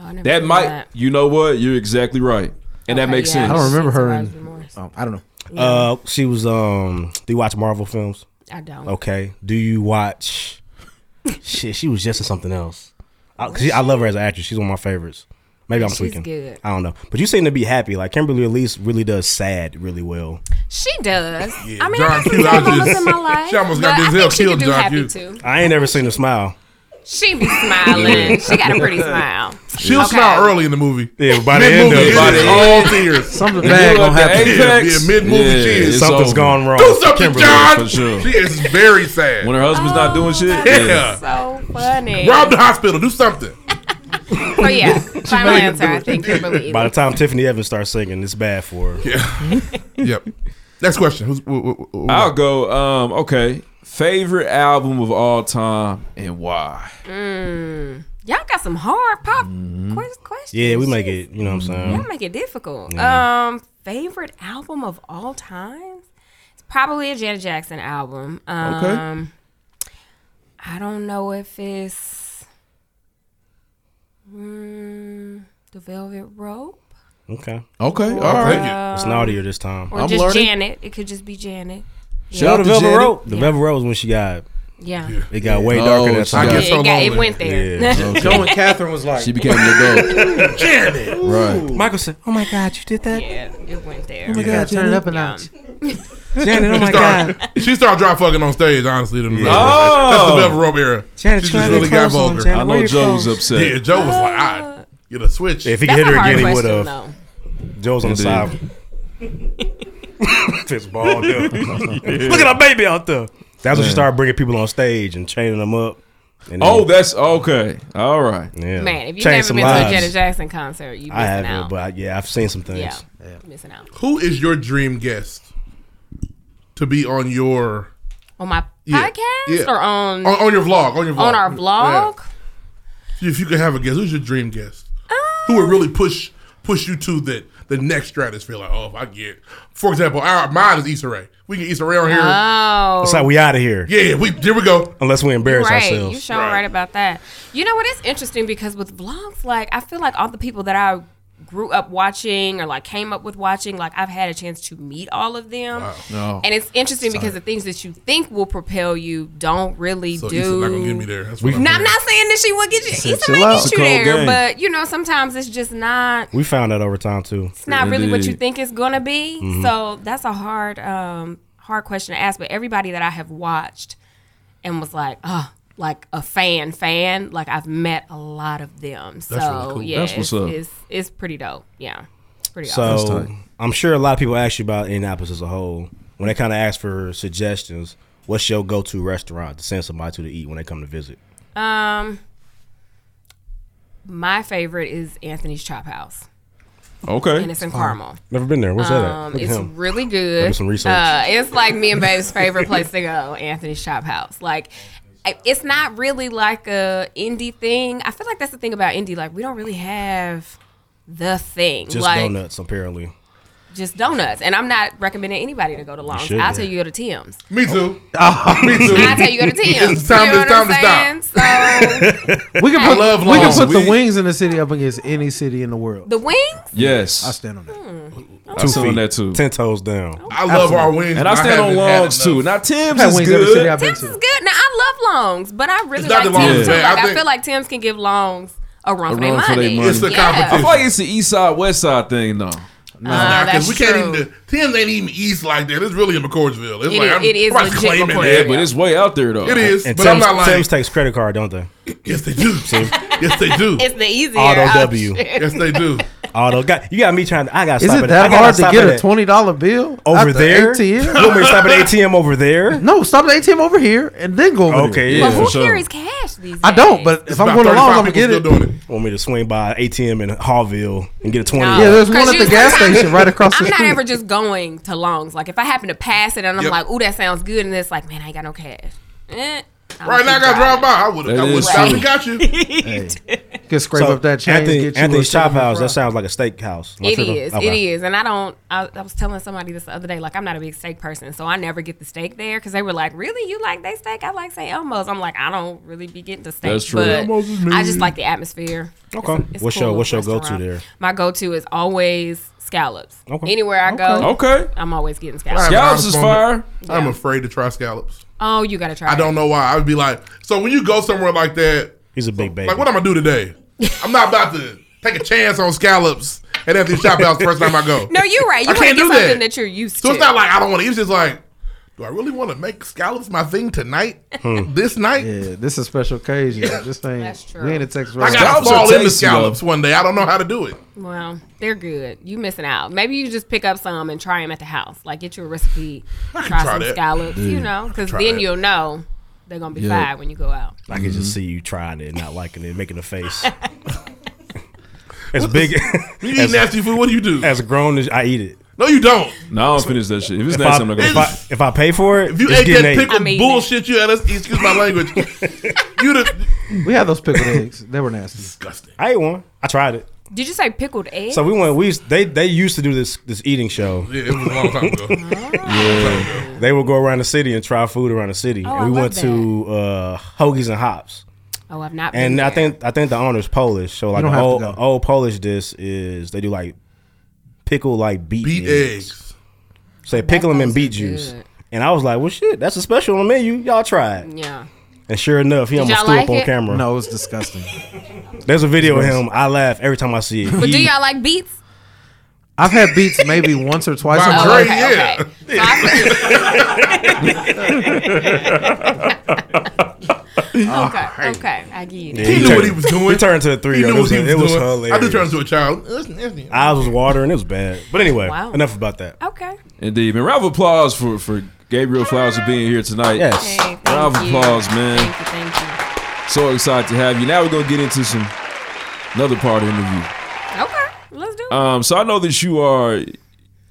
Oh,
That might. You know what? You're exactly right, and that makes sense.
I don't remember her. In, oh, I don't know. Uh, she was. Um, do you watch Marvel films?
I don't.
Okay. Do you watch? shit, she was just in something else. I, 'cause she- I love her as an actress. She's one of my favorites. Maybe I'm
She's
tweaking.
good.
I don't know. But you seem to be happy. Like Kimberly Elise really does sad really well.
She does. I mean,
John
I got some
Q.
sad
I
moments
just-
in my life.
she almost got
but I
Denzel
think she could
killed,
do
John
happy
Q.
too.
I ain't never seen her smile.
She be smiling. she got a pretty smile.
She'll
Okay.
smile early in the movie.
Yeah, but by the
Mid-movie,
end of it,
it
by
is
the
all
end-
tears.
Something bad gonna happen.
Yeah, mid movie
Yeah,
she is.
it's Something's over. gone wrong
Do
with
something,
Kimberly,
John.
for sure.
She is very sad.
When her husband's
Oh,
not doing shit,
yeah.
So funny.
Rob the hospital. Do something.
So Oh, yeah, final
made it
answer.
through
I
it.
think Kimberly.
By the
Elise.
time Tiffany Evans starts singing, it's bad for her.
Yeah. yep. Next question. Who's, wh- wh-
Oh,
wh-
I'll go. Um, okay, favorite album of all time and why?
Mm, y'all got some hard pop
Mm-hmm.
ques- questions.
Yeah, we make it. You know what I'm saying?
Y'all make it difficult.
Yeah.
Um, favorite album of all times? It's probably a Janet Jackson album.
Okay.
Um, I don't know if it's mm, the Velvet Rope.
Okay.
Okay.
Or, I'll take it. uh,
It's naughtier this time.
Or just Janet. It could just be Janet.
Shout out to
Yeah.
Velvet Rope. The Velvet Rope was when she got.
Yeah.
It got
Yeah.
way
Oh,
darker than
she got- Yeah, it got- it went there. Joe and
Catherine was like-
She became the goat.
Janet.
Right. Michael said, "Oh my God, you did that."
Yeah, it went there.
Oh my God, turn it up a notch.
Janet, oh
She
my God.
started- She started dry fucking on stage, honestly. To me.
Oh.
That's the Velvet Rope era.
Janet,
she
try
just
to
really got
close on,
vulgar.
Janet. I know Wear your Joe was clothes. upset.
Yeah, Joe was like, I get a switch.
If he could hit her again, he would have. Joe's on the
Indeed.
side. Fist balled up. Look at our baby out there. That's when she
Man.
started bringing people on stage and chaining them up. And
Oh,
then-
that's okay. All right.
Yeah.
Man, if you've
Changed
never
some
been to
lives.
a Janet Jackson concert, you
I
missing
haven't,
out.
but I- yeah, I've seen some things.
Yeah, missing out.
Who is your dream guest to be on your
On my
Yeah.
podcast
Yeah.
or on
on, on your vlog? On your vlog.
on our vlog?
Yeah. If you could have a guest, who's your dream guest? Who
Um,
would really push push you to the the next stratosphere? Like, oh, if I get, for example, our mine is Issa Rae. We get Issa Rae on here.
Oh.
It's like we out of here.
Yeah, yeah, we here we go.
Unless we embarrass
right.
ourselves.
You showing right. about that. You know what? It's interesting because with vlogs, like I feel like all the people that I grew up watching or like came up with watching, like I've had a chance to meet all of them.
Wow.
Oh.
No.
And it's interesting
Sorry.
because the things that you think will propel you don't really
So
do.
Issa's not gonna get me there. That's
No,
what
I'm
I'm saying.
not saying that she will get you.
Said
Issa
chill
might
out.
get
It's a
you
cold
there,
game.
but you know sometimes it's just not.
We found out over time too.
it's not really what you
Indeed.
think it's gonna be.
Mhm.
So that's a hard, um, hard question to ask. But everybody that I have watched and was like, oh, like a fan, fan, like I've met a lot of them. So
That's really cool.
yeah,
That's what's
it's,
up.
It's, it's pretty dope. Yeah, it's pretty
So
awesome.
I'm sure a lot of people ask you about Indianapolis as a whole. When they kind of ask for suggestions, what's your go-to restaurant to send somebody to to eat when they come to visit?
Um, my favorite is Anthony's Chop House. and it's in Carmel.
Never been there. Where's that at?
Um,
Look at
it's
him.
really
Gotta
good.
do some research.
Uh, it's like me and Babe's favorite place to go, Anthony's Chop House. Like, I- it's not really like a indie thing. I feel like that's the thing about indie. Like, we don't really have the thing.
Just
like,
donuts, apparently.
just donuts. And I'm not recommending anybody to go to Long's.
should,
I'll
yeah.
tell you to go to Tim's.
Me too.
Oh.
Me
I'll tell you to go to Tim's.
It's time-
you know
it's
what I'm saying?
time
So
We can
Hey,
put,
love
we can
laws.
put the
We-
wings in the city up against any city in the world.
the wings.
Yes.
I stand on that.
Hmm.
Two
I'm feeling
feet.
that too.
Ten toes down.
I love our wings.
And I stand on longs too. Now Tim's
Had
is
wings ever since
good.
I've been
Tim's
It's good. Now I love longs, but I really
It's
like
not
Tim's
the longs,
too.
man. I
Like, I,
think-
feel like Tim's can give longs a run,
A
for their
run
money.
for their money.
Yeah. Uh,
I feel like it's the east side, west side thing though.
Nah, because
Oh, that's
we can't
true.
even. do- Tim's ain't even east like that. It's really in McCordsville. It's
It
like
is-
I'm,
it is
I'm not
legit
claiming
Yeah,
that.
but it's way out there though.
It is,
And
but I'm
Tim's-
not lying.
Tim's takes credit card, don't they?
Yes, they do. yes, they do.
It's the easier
Auto
option.
W.
Yes, they do.
Auto. Got, you got me trying. To, I got.
Is it that hard to get a twenty dollar bill
over
At the
there?
ATM?
You want me to stop at ATM over there?
No, stop at the ATM over here and then go. Over
Okay,
there.
yeah,
But who
for sure.
carries cash these days?
I don't. But if I'm going along, I'm gonna get it.
Want me to swing by ATM in Hallville and get a twenty?
No.
Yeah, there's one
'Cause
at the
you-
gas station right across the
I'm not
street.
ever just going to longs. Like if I happen to pass it and I'm
Yep.
like, "Ooh, that sounds good," and it's like, "Man, I ain't got no cash." Eh, I'll
Right now, I
keep
got
driving.
to drive by. I would
That
have. I would
is
stop
true.
and got you.
Can scrape up that change,
Anthony,
get you a
Anthony's Chop
chicken
House. That
fry.
sounds like a steakhouse. Am I
It
tripping?
is.
Okay.
It is. And I don't, I, I was telling somebody this the other day, like, I'm not a big steak person, so I never get the steak there because they were like, really? You like they steak? I like St. Elmo's. I'm like, I don't really be getting the steak.
That's true.
But
Elmo's is mean.
I just like the atmosphere.
Okay.
It's- it's
what's
cool
your What's your go
restaurant.
to there?
My go to is always scallops.
Okay.
Anywhere I go,
Okay. Okay.
I'm always getting
I
scallops.
have an honest moment. I'm afraid to try scallops.
Oh, you got to try
I don't know why. I would be like, so when you go somewhere like that,
he's a big baby.
Like, what I'm gonna do today? I'm not about to take a chance on scallops at Anthony's Chop House first time I go.
No, you're right. You
I
want to
can't
get
do
something
that.
that. you're used
So
to.
it's not like I don't want to. It's just like, do I really want to make scallops my thing tonight?
Hmm.
This night?
Yeah, this is a special occasion. This ain't. We ain't a Texas
I gotta
restaurant.
fall into scallops one day. I don't know how to do it.
Well, they're good. You missing out. Maybe you just pick up some and try them at the house. Like get you a recipe, try,
try
some
that.
scallops.
Yeah.
You know, because
Try
then
that.
you'll know they're gonna be
Yeah.
fine when you go out.
I
Mm-hmm.
can just see you trying it, not liking it, making a face. as big.
You eat nasty food. What do you do?
As grown as I eat it.
No, you don't.
No, I don't finish that shit. If it's
If
nasty,
I,
I'm not
if,
gonna.
I, if I pay for it,
If you
it's
ate that
getting ate.
pickle bullshit, you had us. Excuse my language. you the
We had those pickled eggs. They were nasty.
Disgusting.
I ate one. I tried it.
Did you say pickled eggs?
So we went. We used, they they used to do this this eating show.
Yeah, it was a long time ago.
yeah, they would go around the city and try food around the city.
Oh, I
and we
love
went to uh, Hoagies and Hops.
Oh, I've not.
And
been
I
there.
think I think the owner's Polish. So like
don't
the
have to
old,
go.
old Polish dish is they do like pickle like beet,
Beet
eggs. So they pickle them in beet juice. And I was like, well, shit, that's a special on the menu. Y'all try it.
Yeah.
And sure enough, he
Did
almost
y'all
threw
like
up on
it?
camera.
No, it was disgusting.
There's a video of
It's
him. I laugh every time I see it.
But do
He-
y'all like beets?
I've had beats maybe once or twice.
By
in my
Dre,
life.
yeah. Okay. So I- okay. Okay. I get you.
Yeah,
He knew what he
turned-
was doing.
He turned to a three.
He
though.
knew
it
what
was,
he was
it was
doing. I
hilarious.
just turned to a child.
Eyes was watering. It was bad. But anyway,
Wow.
enough about that.
Okay.
Indeed, man. Round of applause for for Gabriel Flowers for being here tonight.
Yes. Hey, thank
round of
you.
applause, man. Thank
you, thank
you. So excited to have you. Now we're gonna get into some another part of the interview.
Okay. Let's do it.
Um, so I know that you are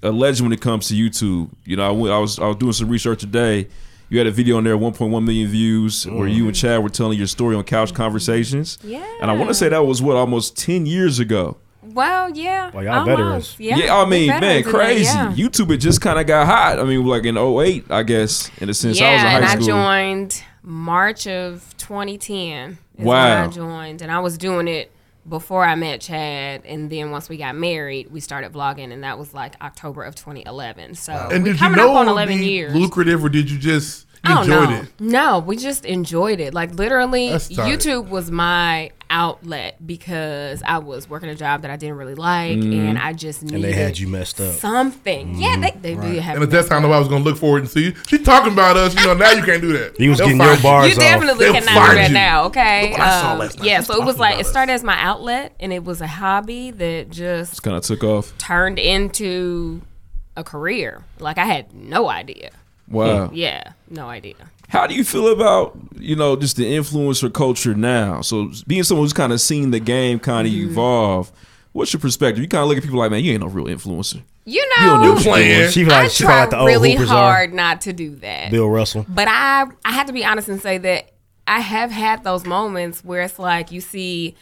a legend when it comes to YouTube. You know, I, went, I was I was doing some research today. You had a video on there, 1.1 million views, where you and
Mm-hmm.
Chad were telling your story on Couch Conversations. Yeah. And I want to say that was what almost 10 years ago.
Well, yeah.
Oh,
almost.
Well, y'all veterans.
Yeah.
I
we're
mean, man,
veterans in that,
crazy.
yeah.
YouTube it just kind of got hot. I mean, like in 08, I guess, in a sense. I was in
yeah,
high
and I
school.
joined March of 2010. Is
Wow.
When I joined, and I was doing it before I met Chad, and then once we got married, we started vlogging, and that was like October of 2011. So
And
we're
did you
coming
know
up on
it
11
would be
years.
lucrative, or did you just you
I don't
enjoyed
know.
it?
No, we just enjoyed it. Like literally,
That's tight.
YouTube was my outlet because I was working a job that I didn't really like,
Mhm.
Mm-hmm.
and I just needed
And they had you messed up.
something. Yeah, they they did have
And at that time, nobody was gonna look forward and see you. She talking about us. You know, now you can't do that.
He was
They'll
getting your
find
bars
You definitely
They'll
cannot do
find
that
you.
now, okay?
Look what I saw
Um,
last night.
yeah,
She's
so it was
talking
like
about
it
us.
started as my outlet, and it was a hobby that just
Just kind of took off.
turned into a career. Like I had no idea.
Wow.
Yeah, no idea.
How do you feel about you know just the influencer culture now? So being someone who's kind of seen the game kind of
Mhm.
evolve, what's your perspective? You kind of look at people like, man, you ain't no real influencer.
You
You
know,
don't know what you're doing. She
I
like- she probably
tried
like the old
really
Hoopers are.
hard not to do that.
Bill Russell.
But I I had to be honest and say that I have had those moments where it's like you see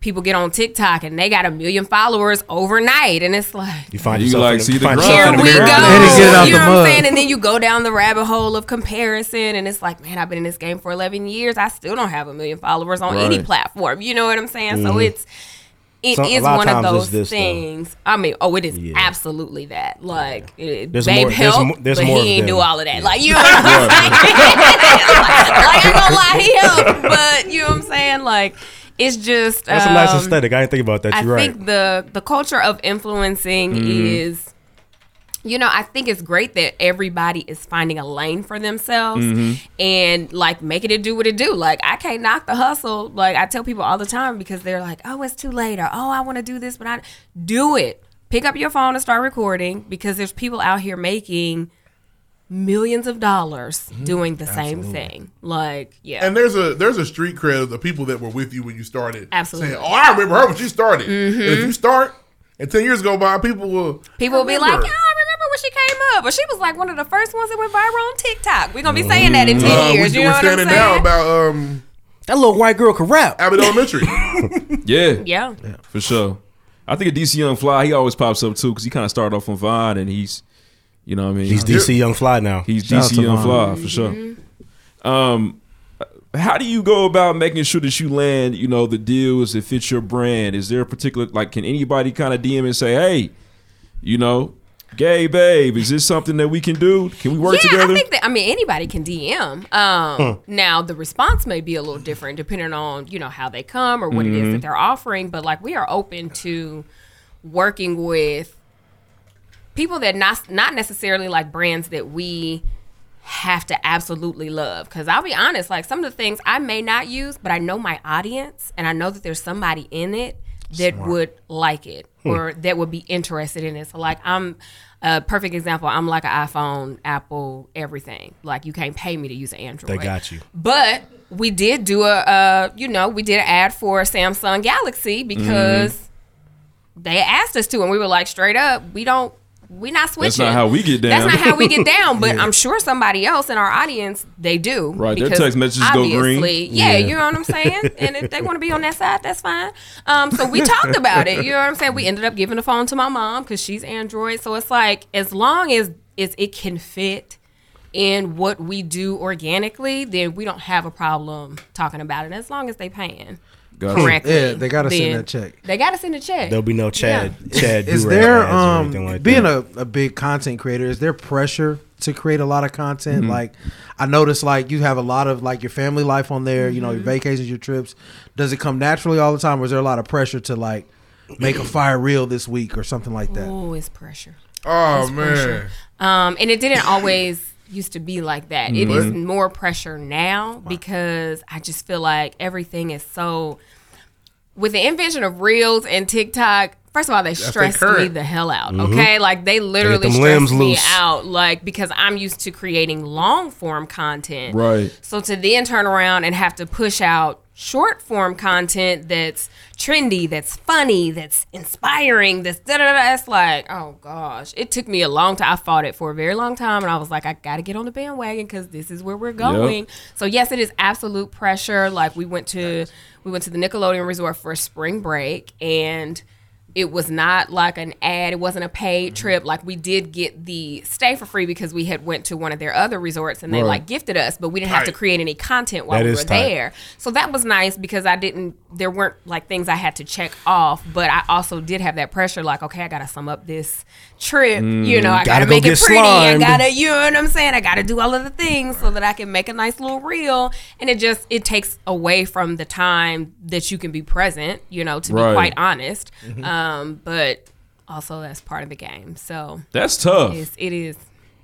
people get on TikTok and they got a million followers overnight, and it's like.
You find
You
yourself
like
in the,
see the
find
grind.
yourself in
Here
the
we
mirror.
go.
you know what I'm saying? And then you go down the rabbit hole of comparison, and it's like, man, I've been in this game for 11 years. I still don't have a million followers on any
Right.
platform. You know what I'm saying? So
Mhm.
it's It is
Some- a lot of
one of
times it's
those
this, though.
things. I mean, oh, it is absolutely that. Like, it,
There's
babe
more- there's
helped,
mo- there's
but
more of
he ain't do
them.
all of that. Like, you know what I'm saying? like, I ain't gonna lie, he helped, but you know what I'm saying? Like, it's just
That's a nice
um,
aesthetic. I didn't think about that.
I
You're right.
think the the culture of influencing
Mhm.
is, you know, I think it's great that everybody is finding a lane for themselves
Mm-hmm.
Mhm.
and like making it do what it do. Like I can't knock the hustle. Like I tell people all the time because they're like, oh, it's too late or oh, I want to do this, but I do it. Pick up your phone and start recording because there's people out here making millions of dollars
Mm-hmm.
doing the same thing. Like yeah,
And there's a there's a street cred of the people that were with you when you started.
Absolutely.
Saying, "Oh, I remember her when she started." And if
Mhm.
you start and ten years go by, people will
People will be like,
remember.
"Yeah, I remember when she came up, but she was like one of the first ones that went viral on TikTok." We're gonna be saying that
Mm-hmm.
in ten
Uh,
years.
We,
you know
we're
what I'm
standing
saying?
now about um
that little white girl can rap.
Abbott Elementary.
Yeah.
Yeah.
For sure. I think a DC Young Fly, he always pops up too, because he kind of started off on Vine and he's, you know what I mean?
He's DC Young Fly now.
He's
Shout out
DC
to
Young
Vine.
Fly, for sure.
Mm-hmm.
Um, how do you go about making sure that you land, you know, the deals that fit your brand? Is there a particular, like, can anybody kind of DM and say, hey, you know, gay babe, is this something that we can do? Can we work
yeah,
together?
I think that I mean anybody can DM.
Huh.
Um, now the response may be a little different depending on you know how they come or what it is
Mhm.
Mm-hmm.
that they're offering, but like we are open to working with people that not not necessarily like brands that we have to absolutely love because i'll be honest like some of the things i may not use but i know my audience and i know that there's somebody in it that
Smart.
would like it
Hmm.
or that would be interested in it so like i'm a perfect example i'm like an iphone apple everything like you can't pay me to use an android
They got you.
but we did do a, uh, you know, we did an ad for Samsung Galaxy because
Mm-hmm.
they asked us to, and we were like, straight up, we don't, we not switching.
That's not how we get
That's
down.
not how we get down. But
Yeah.
I'm sure somebody else in our audience, they do.
Right, their
because
text messages go green.
obviously- Yeah,
Yeah.
you know what I'm saying. And if they want to be on that side, that's fine. Um, so we talked about it. You know what I'm saying. We ended up giving the phone to my mom because she's Android. So it's like as long as is it can fit in what we do organically, then we don't have a problem talking about it. As long as they paying
Gotcha.
correctly,
Yeah, they gotta send
then
that check.
They gotta send a check.
There'll be no Chad. Chad,
is
Durag
there
ads or
um
anything like
being
that.
a, a big content creator is there pressure to create a lot of content
Mhm.
like i noticed like you have a lot of like your family life on there you know your
Mm-hmm.
Mhm.
vacations your trips does it come naturally all the time or is there a lot of pressure to like make a fire reel this week or something like that
Oh, it's pressure.
Oh,
It's pressure. Um, and it didn't always used to be like that. It is
Mhm.
Mm-hmm.
more pressure now because I just feel like everything is so. With the invention of reels and TikTok, first of all, they
That's their
stressed me
current.
the hell out.
Mhm.
Okay, like they literally
them
stressed
limbs
me
loose.
out, like because I'm used to creating long form content,
Right.
So to then turn around and have to push out short form content that's trendy, that's funny, that's inspiring, that's da da da. That's like, oh gosh, it took me a long time. I fought it for a very long time, and I was like, I got to get on the bandwagon because this is where we're going. So yes, it is absolute pressure. Like we went to we went to the Nickelodeon Resort for a spring break, and it was not like an ad it wasn't a
Mm-hmm.
paid trip like we did get the stay for free because we had went to one of their other resorts and they
Right.
like gifted us but we didn't have to
Tight.
create any content while
That
we
is
were
tight.
there so that was nice because i didn't there weren't like things i had to check off but i also did have that pressure like okay i gotta sum up this trip you
Mm,
know i gotta,
gotta go
make it
get
pretty
slimed.
i gotta you know what i'm saying i gotta do all of the things so that i can make a nice little reel and it just it takes away from the time that you can be present you know to
Right.
be quite honest
Mhm.
um, but also that's part of the game. So
That's tough.
It's, it is.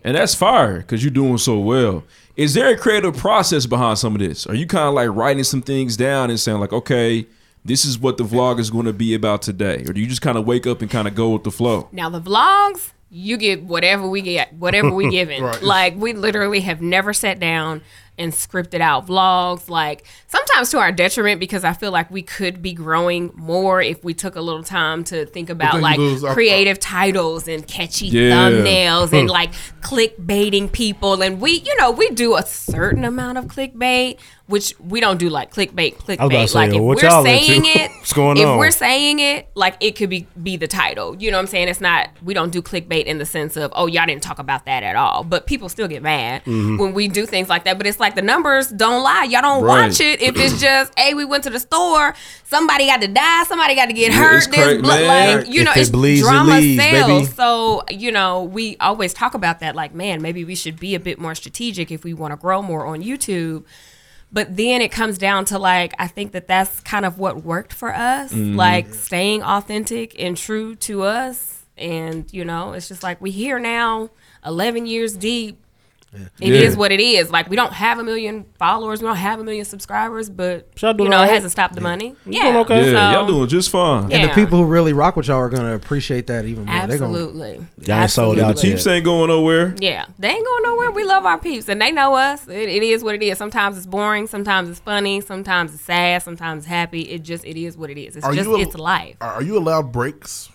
And that's fire because you're doing so well. Is there a creative process behind some of this? Are you kind of like writing some things down and saying like, okay, this is what the vlog is going to be about today, or do you just kind of wake up and kind of go with the flow?
Now the vlogs, you get whatever we get, whatever we given.
Right.
Like we literally have never sat down and scripted out vlogs. Like sometimes to our detriment because I feel like we could be growing more if we took a little time to think about
then you
like
lose our-
creative titles and catchy
Yeah.
thumbnails and
Hmm.
like clickbaiting people. And we, you know, we do a certain amount of clickbait, which we don't do like clickbait, clickbait.
I was about to say,
like if
what
we're
y'all into?
saying it,
What's going
if
on?
we're saying it, like it could be be the title. You know what I'm saying? It's not we don't do clickbait in the sense of oh y'all didn't talk about that at all, but people still get mad
Mhm.
Mm-hmm.
when we do things like that. But it's Like the numbers don't lie. Y'all don't
Right.
watch it if it's just, hey, we went to the store. Somebody got to die. Somebody got to get hurt.
it's
There's
cra-
blood.
man.
Like you
If
know,
it
it's
bleeds, it
drama
leads,
sales.
baby.
So you know, we always talk about that. Like, man, maybe we should be a bit more strategic if we want to grow more on YouTube. But then it comes down to like I think that that's kind of what worked for us,
Mhm.
like staying authentic and true to us. And you know, it's just like we here now, eleven years deep. It is
Yeah.
what it is. Like we don't have a million followers, we don't have a million subscribers, but
Y'all doing
you know, it
alright?
hasn't stopped the money. Yeah,
doing okay?
so-
Yeah, y'all doing just fine.
um, Yeah.
And the people who really rock with y'all are gonna appreciate that even more. They're gonna-
Absolutely.
Y'all ain't sold
The
out
Chiefs
yet.
ain't going nowhere.
Yeah, they ain't going nowhere. We love our peeps, and they know us. It, it is what it is. Sometimes it's boring, sometimes it's funny, sometimes it's sad, sometimes it's happy. It just it is what it is. It's
Are
just
you al-
it's life.
Are are you allowed breaks?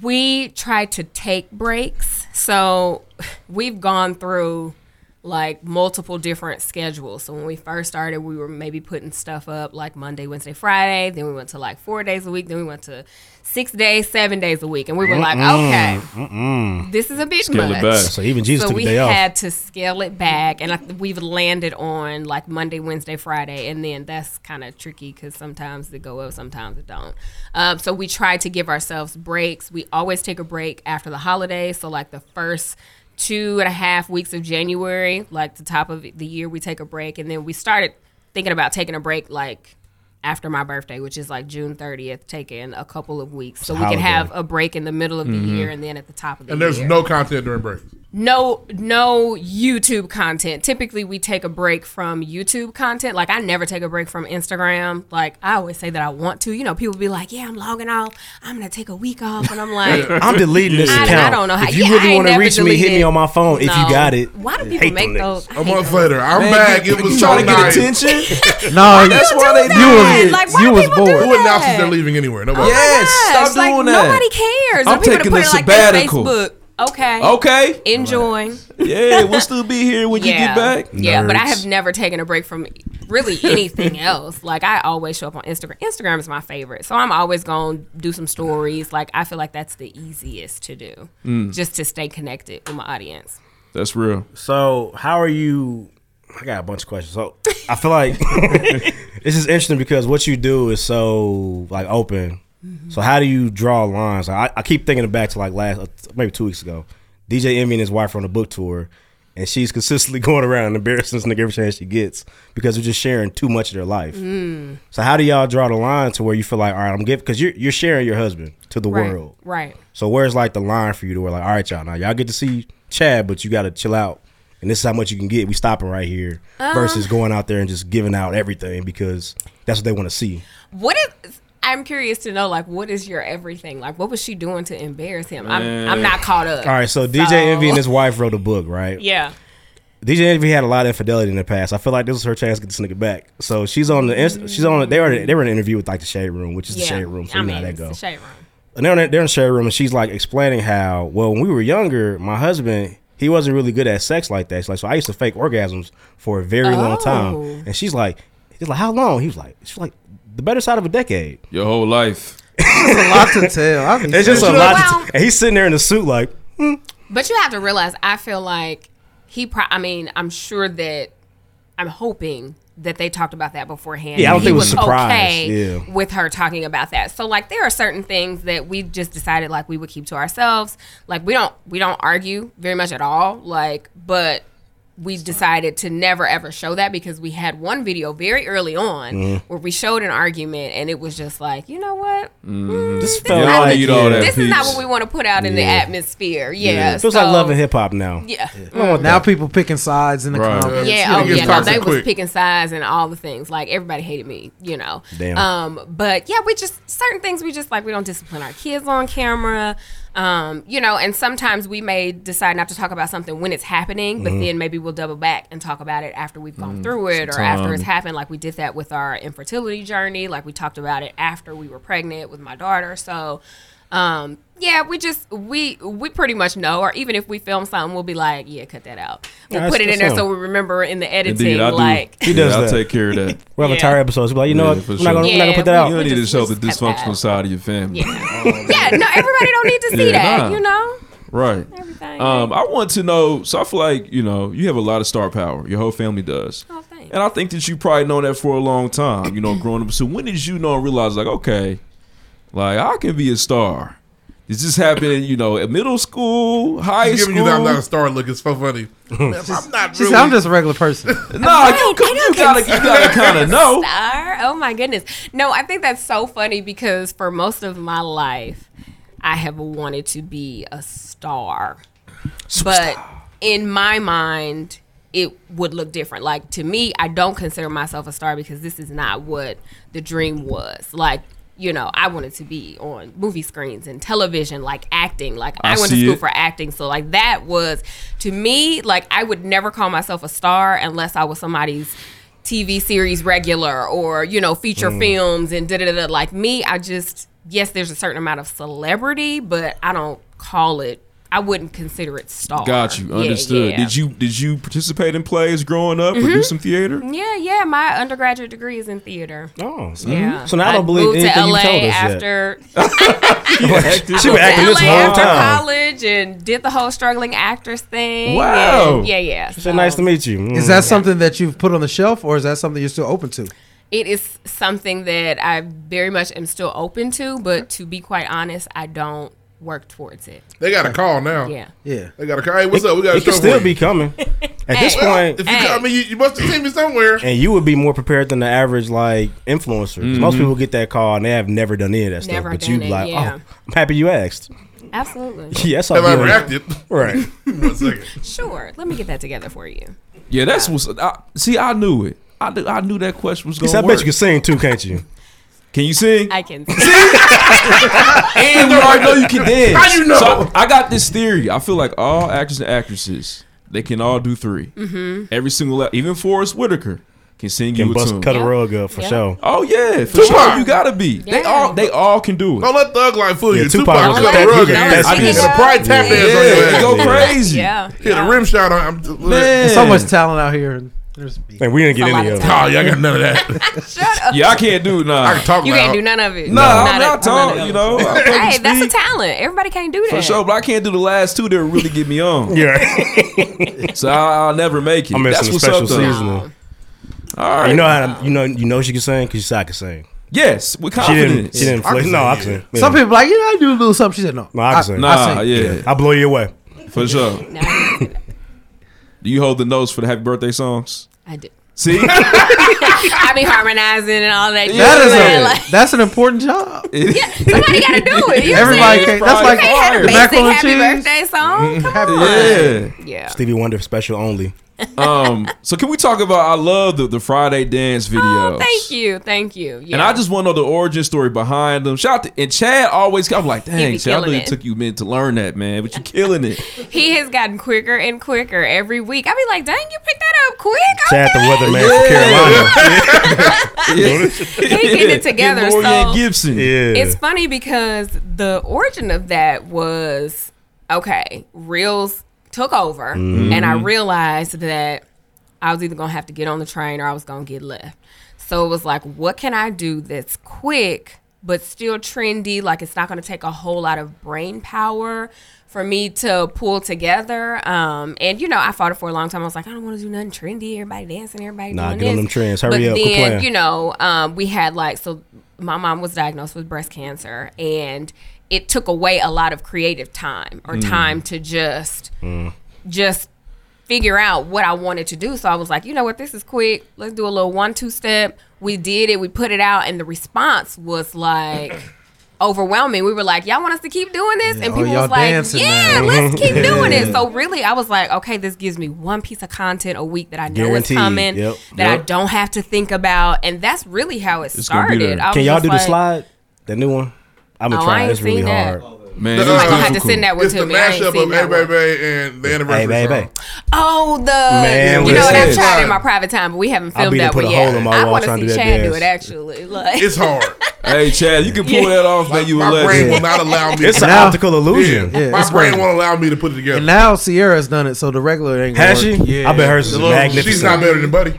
We try to take breaks, so we've gone through like multiple different schedules. So when we first started, we were maybe putting stuff up like Monday, Wednesday, Friday. Then we went to like four days a week. Then we went to six days, seven days a week, and we were like, okay. This is a bit
Scale it
much.
back. So even Jesus
So
took a
we
day off.
had to scale it back, and I, th- we've landed on like Monday, Wednesday, Friday, and then that's kind of tricky because sometimes it go up, sometimes it don't. Um, so we try to give ourselves breaks. We always take a break after the holidays. So like the first two and a half weeks of January, like the top of the year, we take a break, and then we started thinking about taking a break like after my birthday, which is like June 30th, taking a couple of weeks so we can
holiday.
have a break in the middle of the
Mm-hmm.
Mhm.
year and then at the top of the
And there's
year.
no content during breaks.
No, no YouTube content. Typically, we take a break from YouTube content. Like, I never take a break from Instagram. Like, I always say that I want to. You know, people be like, "Yeah, I'm logging off. I'm gonna take a week off," and I'm like,
I'm deleting this
I, I
account.
don't know how.
If you
yeah,
really
I
wanna
want to
reach me, hit me on my phone if you got it.
Why do
I
people
hate
make
them
those?
A month later, I'm
Man,
back.
you-
it was
you
so
trying to get
nice.
attention?
No,
that's
you-
why they
do
do
that.
it.
Like, why You do was people do bored.
Who announces they're
that?
leaving anywhere? Nobody.
Yes, stop like, doing that. Nobody cares.
I'm
Or people to
taking
put
a
it
sabbatical.
Like their Facebook. Okay.
Okay.
Enjoying.
Yeah, we'll still be here when you get back.
Yeah, but I have never taken a break from really anything else. Like I always show up on Instagram. Instagram is my favorite, so I'm always gonna do some stories. Like I feel like that's the easiest to do,
Mm.
just to stay connected with my audience.
That's real.
So how are you? I got a bunch of questions. So I feel like this is interesting because what you do is so like open. So how do you draw lines? I, I keep thinking back to like last uh, maybe two weeks ago. DJ Envy and his wife are on a book tour, and she's consistently going around and embarrassing this nigga every chance she gets because they're just sharing too much of their life.
Mm-hmm.
Mm.
So how do y'all draw the line to where you feel like all right, I'm giving because you're you're sharing your husband to the
Right,
world,
right.
So where's like the line for you to where like all right, y'all now y'all get to see Chad, but you got to chill out, and this is how much you can get. We stopping right here
Um,
versus going out there and just giving out everything because that's what they want to see.
What if? I'm curious to know, like, what is your everything? Like, what was she doing to embarrass him? I'm, I'm not caught up.
All right, so DJ Envy and his wife wrote a book, right?
Uh, Yeah.
DJ Envy had a lot of infidelity in the past. I feel like this was her chance to get this nigga back. So she's on the inst- she's on they were they were in an interview with like the shade room, which is the
Yeah.
shade room. So
I
you know how
mean,
that
it's
go.
the shade room.
And they're in, they're in the shade room, and she's like explaining how well when we were younger, my husband he wasn't really good at sex like that. She's like so I used to fake orgasms for a very long time,
Oh.
and she's like, he's like how long? He was like, she's like the better side of a decade.
Your whole life.
it's a
lot to tell.
it's just a
saying.
lot. to
Well-
t- and he's sitting there in a suit like.
But you have to realize, I feel like he. Pro- I mean, I'm sure that I'm hoping that they talked about that beforehand.
Yeah, I don't
He
think it was a surprise. Yeah.
with her talking about that. So like, there are certain things that we just decided like we would keep to ourselves. Like we don't we don't argue very much at all. Like, but we decided to never ever show that because we had one video very early on
Mhm.
Mm-hmm.
where we showed an argument and it was just like, you know what?
This
This, is, not,
need
all that
this is not
peace.
what we want to put out in the
Oh, Yeah.
atmosphere. Yeah.
It feels like
so-
love and hip hop now. uh,
Yeah.
now people picking sides in the
Right.
comments.
Yeah, oh
It gets
yeah, no,
toxic
they was
quick.
picking sides and all the things. Like everybody hated me, you know.
Damn.
Um, but yeah, we just certain things we just like we don't discipline our kids on camera. Um, you know, and sometimes we may decide not to talk about something when it's happening, but
Mhm.
then maybe we'll double back and talk about it after we've gone
Mm,
Mm-hmm.
through it or after it's
sometime.
happened. Like we did that with our infertility journey. Like we talked about it after we were pregnant with my daughter. So um yeah we just we we pretty much know or even if we film something we'll be like yeah cut that out we'll
Yeah,
put
that's-
it in there
that's
so
all.
we remember in the editing
Indeed, I do.
like
He does
Yeah, I'll
that.
take care of that.
We're on
Yeah.
entire episodes. We're like, you know
Yeah,
what?
for
We're not gonna, we're not gonna put that
Yeah,
out.
You
we
don't need to
just-
show
we
the
just cut that
dysfunctional side of your family.
yeah no everybody don't need to see
Yeah,
that
nah.
you know
Right.
Everything.
Um, I want to know. So I feel like you know you have a lot of star power. Your whole family does.
Oh, thanks.
And I think that you probably known that for a long time. You know, growing up. So when did you know and realize like, okay, like I can be a star? Did this happen? in, You know, at middle school, high
She's
school.
giving you that I'm not a star look. It's so funny. Man, I'm not
She
really.
said, I'm just a regular person.
Nah, you,
They don't
you gotta, you
consider
gotta
me
kind
a
of know.
Star? Oh my goodness. No, I think that's so funny because for most of my life, I have wanted to be a star. But in my mind, it would look different. Like to me, I don't consider myself a star because this is not what the dream was. Like, you know, I wanted to be on movie screens and television, like acting. Like
I
I, went to
see
school
it.
for acting. So like that was to me, like I would never call myself a star unless I was somebody's TV series regular or, you know, feature
Mm.
films and da da da. Like me, I just yes, there's a certain amount of celebrity, but I don't call it I wouldn't consider it star.
Got you.
Yeah,
Understood.
yeah.
Did you did you participate in plays growing up or do
Mhm.
some theater?
Yeah, yeah. My undergraduate degree is in theater.
Oh, so-
yeah.
So now I don't believe
moved
anything
to
you
LA
told us yet.
after
she
I
was
moved to
acting this
LA
whole
after
time.
college and did the whole struggling actress thing.
Wow.
And yeah, yeah.
She said, nice to meet you.
Is that something that you've put on the shelf, or is that something you're still open to?
It is something that I very much am still open to, but to be quite honest, I don't work towards it.
They got a call now.
Yeah.
Yeah.
They got a call. Hey, what's
It-
up? We got a
it could
show
still
for
be
you.
coming. At this
Well,
point,
if you call me, you, you must have seen me somewhere.
and you would be more prepared than the average like influencer. 'Cause Most
Mhm.
people get that call and they have never done any of that
Never
stuff. But
done
you
it,
like,
yeah.
oh, I'm happy you asked.
Absolutely.
yes,
Have I
did.
reacted?
Right.
One second.
Sure. Let me get that together for you.
Yeah, that's what's. I, see, I knew it. I knew, I knew that question was going.
Yes, I bet you can sing too, can't you?
Can you sing?
I can.
and you already know you can dance.
How you know?
So I, I got this theory. I feel like all actors and actresses they can all do 3
Mhm.
Every single even Forrest Whitaker can sing
Can
you
bust
a tune.
cut a rug up for
Yeah.
sure.
Oh yeah, for
Tupac.
sure you gotta be. They all they all can do it.
Don't let Thug Life fool
Yeah,
you.
Tupac
Tupac
was
was
a
a
fat-
rug.
he was a fat
I did
nigga.
a pride tap dance
Yeah.
on your
Yeah,
ass.
go crazy.
Yeah.
Hit a rim shot on. I'm,
There's so much talent out here. And there's
And we didn't
It's
get
a
any
lot
of
of
it.
time.
Oh, y'all got none of that.
Shut up.
Yeah, I can't do it. Nah. I
can talk
You can't do none of it.
Nah, I'm
a-
not talking. You know, Oh, I can't
Hey, that's a
speak.
talent. Everybody can't do that.
For sure, but I can't do the last two that really get me on.
yeah.
so I, I'll never make it.
I'm
That's
missing a
what's
special
up though.
season.
All right.
You know how to, you know you know she can sing because she said I can sing.
Yes, with
She didn't.
confidence.
She didn't.
I can
Flex.
sing,
No, I
yeah.
can sing.
Some
Yeah.
people like, you know, I do a little something. She said, no.
No, I can sing.
Nah,
sing.
yeah.
I blow you away.
For sure. do you hold the notes for the happy birthday songs?
I do.
See?
I be harmonizing and all that.
That is
Yeah,
a,
like,
that's an important job.
somebody got to do it. You know what I'm
Everybody
saying?
can't. That's like
you can't have a
the
basic
macaroni and
happy
cheese.
birthday song. Come on.
Yeah.
Yeah.
Stevie Wonder special only.
um. So can we talk about? I love the, the Friday dance videos.
Oh, Thank you. Thank you. Yeah.
And I just want to know the origin story behind them. Shout out to, and Chad always. I'm like, dang,
be
Chad, I know
killing
it
it.
took you a minute to learn that, man, but you're killing it.
he has gotten quicker and quicker every week. I be like, dang, you picked that up quick.
Chad the weatherman
Yeah.
from Carolina.
He getting it together.
Get Lorian
So
Gibson.
Yeah.
It's funny because the origin of that was okay, Reels took over,
Mhm.
and
Mm-hmm.
I realized that I was either going to have to get on the train or I was going to get left. So it was like, what can I do that's quick but still trendy? Like, it's not going to take a whole lot of brain power for me to pull together. Um, and, you know, I fought it for a long time. I was like, I don't want to do nothing trendy. Everybody dancing, everybody
Nah,
doing
get on
this.
them trends. Hurry
but
up, quit
Then,
playing.
you know, um, we had like so my mom was diagnosed with breast cancer and it took away a lot of creative time or
Mm.
time to just
Mm.
just figure out what I wanted to do. So I was like, you know what, this is quick. Let's do a little one two step. We did it, we put it out, and the response was like overwhelming. We were like, Y'all want us to keep doing this?
Yeah,
and
oh,
people
y'all
was like,
dancing
Yeah,
now."
let's keep doing it.
Yeah.
So really I was like, okay, this gives me one piece of content a week that I know
Guaranteed.
is coming
Yep.
that I
Yep.
don't have to think about. And that's really how it
It's gonna be
started.
there.
I was
Can y'all
just
do the
like-
slide? The new one? I'm gonna
Oh, I
try.
ain't
It's really
seen that.
hard.
Man,
Somebody gonna have to send that one
It's
to
the
me. I ain't
mashup
seen
of Hey
that one.
Baby and the anniversary
Hey,
song.
baby.
Oh, the
Man,
you know
what
what?
it
I've
is.
tried it in my private time, but we haven't
I'll
filmed
be to
that
put
one
a
yet.
hole in my
I
wall
want
trying
to
to
see
do that
Chad do
dance.
it actually. Like
It's hard.
Hey, Chad, you can pull that off, man. You
My
a
brain will
legend.
not allow me.
It's an
Now-
optical illusion.
Yeah,
My
it's
brain
great.
won't allow me to put it together.
And now Sierra's done it, so the regular ain't. gonna
Has
work.
she? I bet hers is
The little-
magnificent.
She's not better than Buddy.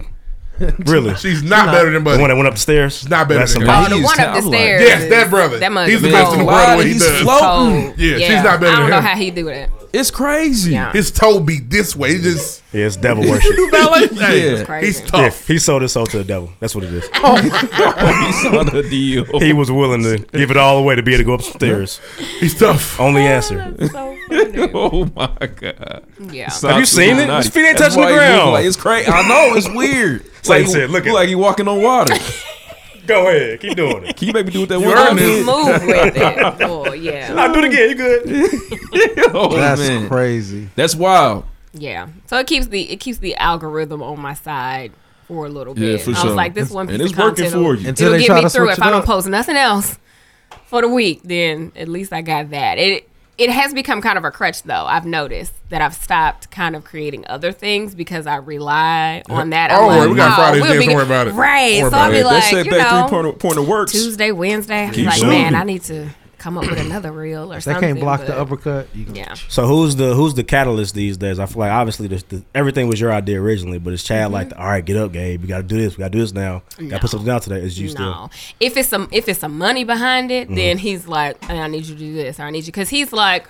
Really?
She's not better than Buddy.
The one that went up the stairs? She's
not better
That's
than
amazing.
Buddy.
Oh, the one up the stairs.
Yes, that
is-
brother.
That must
He's
be
the best in the
cold.
world. at What he does. Yeah, she's not better
I don't
than
know
him.
how he do that.
It's crazy. His toe beat this way. He just
yeah, it's devil worship.
you do ballet?
Yeah.
Hey, He's tough.
Yeah, he sold his soul to the devil. That's what it is.
Oh
he
sold a deal. He was willing to give it all away to be able to go upstairs.
He's tough.
Only answer.
oh my god.
Yeah.
Have you seen it? His feet ain't touching the ground.
Like, it's crazy. I know it's weird. It's
Like you said, look at
like you walking on water.
Go ahead. Keep doing it.
Can you make me do what that
You
one
earned
arm
it.
is?
Move with it.
Oh yeah.
Nah, do it again. You good?
Oh,
That's
man.
crazy.
That's wild.
Yeah. So it keeps the it keeps the algorithm on my side for a little
Yeah,
bit.
for
I
sure.
was like, this one piece
And it's
of
working
content
for
will-
you.
It'll
Until they
get
try
me
to
through. If
switch it
I don't
up.
post nothing else for the week, then at least I got that. It it has become kind of a crutch though. I've noticed that I've stopped kind of creating other things because I rely on that. I'm
Oh,
like,
we got
oh,
Fridays
we'll
then,
be-
don't worry about it.
Right.
Don't worry
So I'll
about
be
it. They
like,
say
you
back three
know,
point- point of works.
Tuesday, Wednesday. I'm
Keep
like,
shooting.
man, I need to come up with another reel or
If they
something.
can't block the
but-
uppercut, you
Yeah.
So who's the who's the catalyst these days? I feel like obviously the, the, everything was your idea originally, but it's
Mm-hmm.
Chad like, all right, get up, Gabe. We got to do this. We got to do this now. Got to put something down today. Is you still?
No. If it's some if it's some money behind it, then
Mhm.
he's like, "Hey, I need you to do this, or I need you because he's like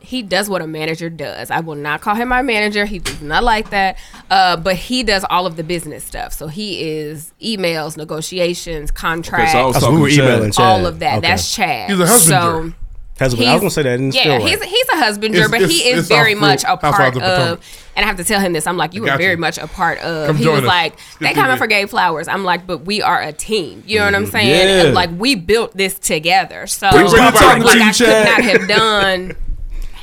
he does what a manager does. I will not call him my manager. He does not like that. Uh, but he does all of the business stuff. So he is emails, negotiations, contracts.
I was Oh, so talking we were to Chad. emailing Chad.
All of that.
Okay.
That's Chad.
He's a husbander.
So
Husband. I was gonna say that. And it's
yeah,
still
he's
right.
he's a husbander,
It's-
but
it's-
he is
it's our
very
full
much a
household
part
of
of.
Potomac.
And I have to tell him this. I'm like, you were
Got you.
very much a part of.
Come
he
join
was
us.
like,
Good
they
to
coming
be-
for gay flowers. I'm like, but we are a team. You know what I'm saying?
Yeah.
And like we built this together. So
Bring- bring
like,
the talking to you,
I
Chad.
could not have done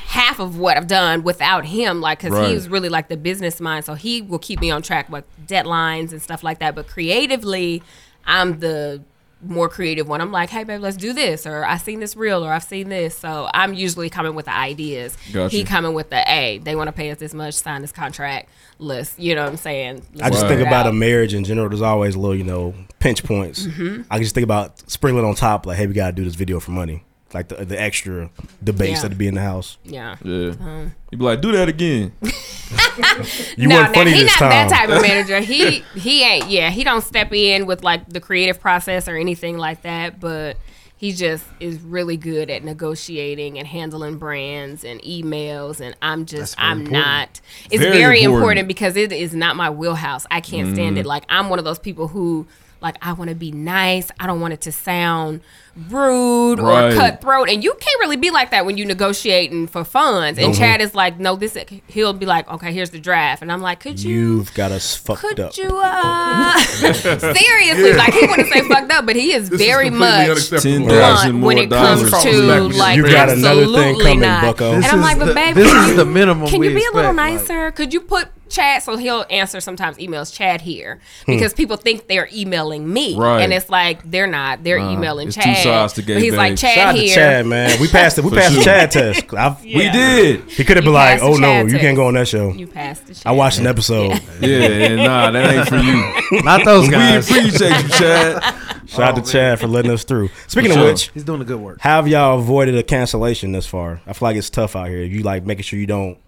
half of what I've done without him, like because
Right.
he was really like the business mind. So he will keep me on track with deadlines and stuff like that. But creatively, I'm the more creative one. I'm like, hey babe, let's do this, or I've seen this reel, or I've seen this. So I'm usually coming with the ideas.
Gotcha.
He coming with the, hey, they want to pay us this much, sign this contract. Let's, you know what I'm saying? Let's
I just
figure
think
it
about
out.
a marriage in general. There's always little, you know, pinch points.
Mhm.
I can just think about sprinkling on top, like, hey, we gotta do this video for money, like the the extra debates
Yeah.
that'd be in the house.
Yeah.
Yeah.
Um.
You'd be like, do that again.
You
no,
weren't
no,
funny
he
this
not
time.
that type of manager. He he ain't. Yeah, he don't step in with like the creative process or anything like that. But he just is really good at negotiating and handling brands and emails. And I'm just I'm
important.
not. It's
Very
very,
important.
important. because it is not my wheelhouse. I can't
Mm.
stand
Mm-hmm.
it. Like I'm one of those people who. Like I want to be nice. I don't want it to sound rude
Right.
or cutthroat, and you can't really be like that when you negotiating for funds. And
Mhm.
Chad is like, "No, this." He'll be like, "Okay, here's the draft," and I'm like, "Could you
You've got us fucked up.
you uh seriously
Yeah.
like he wouldn't say fucked up but he is very much
$10,000
blunt when
more
it comes
dollars.
to like
You got another thing
absolutely
coming,
not
bucko.
and
This
i'm
is
like
the-
but baby
this
can
is
you-
the minimum
can
we
you be a little
expect, like-
nicer could you put chad so he'll answer sometimes emails chad here
Hmm.
because people think they're emailing me
Right.
and it's like they're not they're
Nah,
emailing
it's two
chad
sides to
But he's like chad
Shout out to
here
Chad, man. We passed it. We
For
passed the
sure.
Chad test. I've,
We Yeah. did.
He could have been like,
passed
"Oh
the
no,
Chad
you can't
test.
go on that show."
You passed the
I watched an episode.
Yeah, yeah, nah, that ain't for you.
Not those guys.
We appreciate you, Chad. Oh,
Shout out to Chad for letting us through. Speaking
For
of
sure.
which,
He's doing the good work.
How have y'all avoided a cancellation thus far? I feel like it's tough out here. You like making sure you don't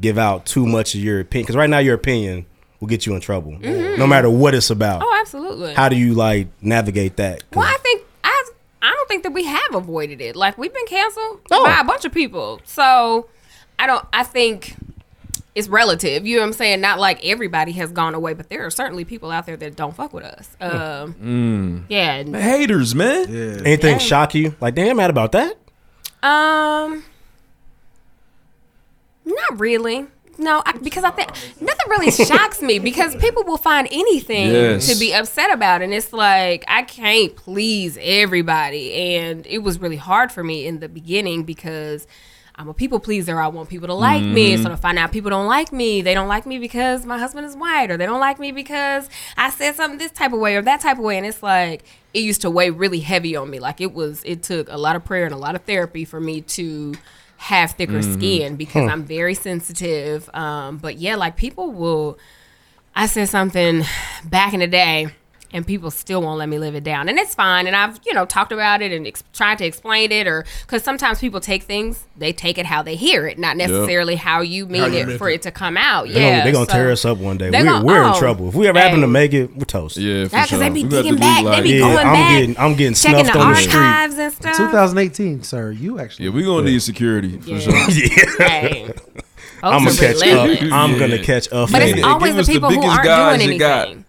give out too much of your opinion because right now your opinion will get you in trouble,
Mhm.
no matter what it's about.
oh absolutely
How do you like navigate that?
Well, I think I I don't think that we have avoided it. Like we've been canceled by a bunch of people. So I don't I think it's relative. You know what I'm saying? Not like everybody has gone away, but there are certainly people out there that don't fuck with us. Um
Mm.
yeah. and-
Haters, man.
Anything
Yeah.
shock you? Like, damn, mad about that?
Um Not really. No, I, because I think nothing really shocks me because people will find anything
Yes.
to be upset about. And it's like, I can't please everybody. And it was really hard for me in the beginning because I'm a people pleaser. I want people to like me.
Mhm.
So to find out people don't like me, they don't like me because my husband is white, or they don't like me because I said something this type of way or that type of way. And it's like, it used to weigh really heavy on me. Like it was, it took a lot of prayer and a lot of therapy for me to have thicker
Mhm.
skin because
Huh.
I'm very sensitive. Um, but yeah, like people will. I said something back in the day, and people still won't let me live it down. And it's fine. And I've, you know, talked about it and ex- tried to explain it or because sometimes people take things, they take it how they hear it, not
Yep.
necessarily how you mean
How you
it
meant
for it to come out.
They're
yeah.
gonna, they gonna
so-
tear us up one day.
They
We're,
gonna-
we're in
oh,
trouble. If we ever happen to
hey.
make it, we're toast.
Yeah,
for Yeah, 'cause they sure. be
We have to
digging back, they be going
I'm
back,
Getting, I'm getting
checking
snuffed
the
on the street.
archives and stuff.
2018, sir. You actually.
Yeah, we gonna need security for sure.
Hey.
I'm gonna
Folks are
catch
relentless.
up. I'm gonna catch a
But
fade.
it's always the people who
biggest
aren't
guys
doing
you got.
anything.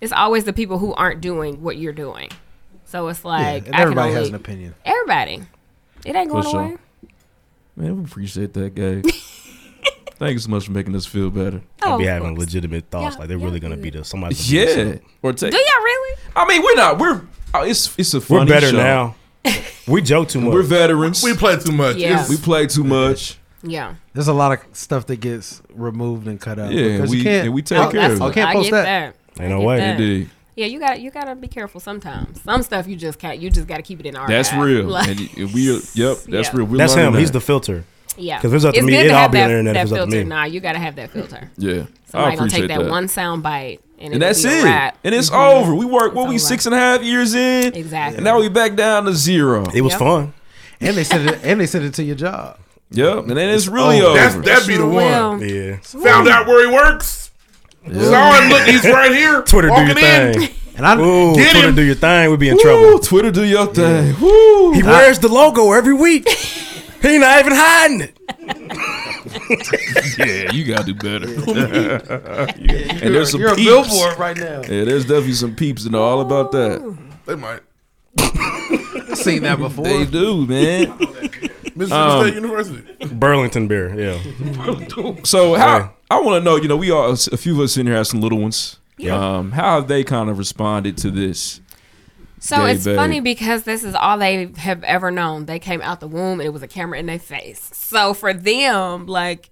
It's always the people who aren't doing what you're doing. So it's like
and
I can
everybody has
only-
an opinion.
Everybody, it ain't
For
going
sure.
away.
Man, we appreciate that, Gabe. Thank you so much for making us feel better.
Oh,
I'll be
of
having legitimate thoughts.
Yeah,
like they're really gonna beat us. Somebody's gonna beat us
Yeah,
up.
or take.
Do y'all really?
I mean, we're not. We're oh, it's it's a funny
We're better
show.
now. We joke too much.
We're veterans. We
play too much.
Yeah. Yes.
We play too much.
Yeah.
There's a lot of stuff that gets removed and cut out.
Yeah,
because
we-
you can't,
and we take Oh, care that's of it.
I can't
I get
post that.
that. I get that.
Indeed.
Yeah, you got you gotta be careful sometimes. Some stuff you just can't. You just gotta keep it in our.
That's real. and y- we are, yep, that's
Yeah.
real. We're
That's
learning
him. He's
that.
the filter.
yeah,
Because if it's up to me,
good
it'll all
have
be on
that-
the internet.
that
If it's up to
filter.
me.
Nah, you gotta have that filter.
Yeah,
Somebody gonna take
appreciate
that,
that.
one sound bite and,
And that's
it'll be
it.
a wrap.
And it's
Mhm.
over. We work what we six and a half years in.
Exactly.
And now we back down to zero.
It was Yep. fun.
And they sent it. And they sent it to your job.
Yep. And then it's really
Oh,
over.
that's-
that'd be the one.
Yeah.
Found out where he works. Saw him. Look, he's right here.
Twitter do your
walking in.
thing. And I Ooh,
Get
Twitter
him.
do your thing. We'd be in
Woo,
trouble.
Twitter do your thing.
He wears the logo every week. he not even hiding it.
yeah, you gotta do better. and
You're-
there's some
you're a
peeps.
billboard right now.
Yeah, there's definitely some peeps that know all about that.
They might.
Seen that before.
They do, man. Um,
Mississippi State University.
Burlington beer, yeah.
So how
Yeah.
I want to know, you know, we all a few of us in here have some little ones.
Yeah.
Um, how have they kind of responded to this?
So
Gay
it's
babe?
funny because this is all they have ever known. They came out the womb and it was a camera in their face. So for them, like,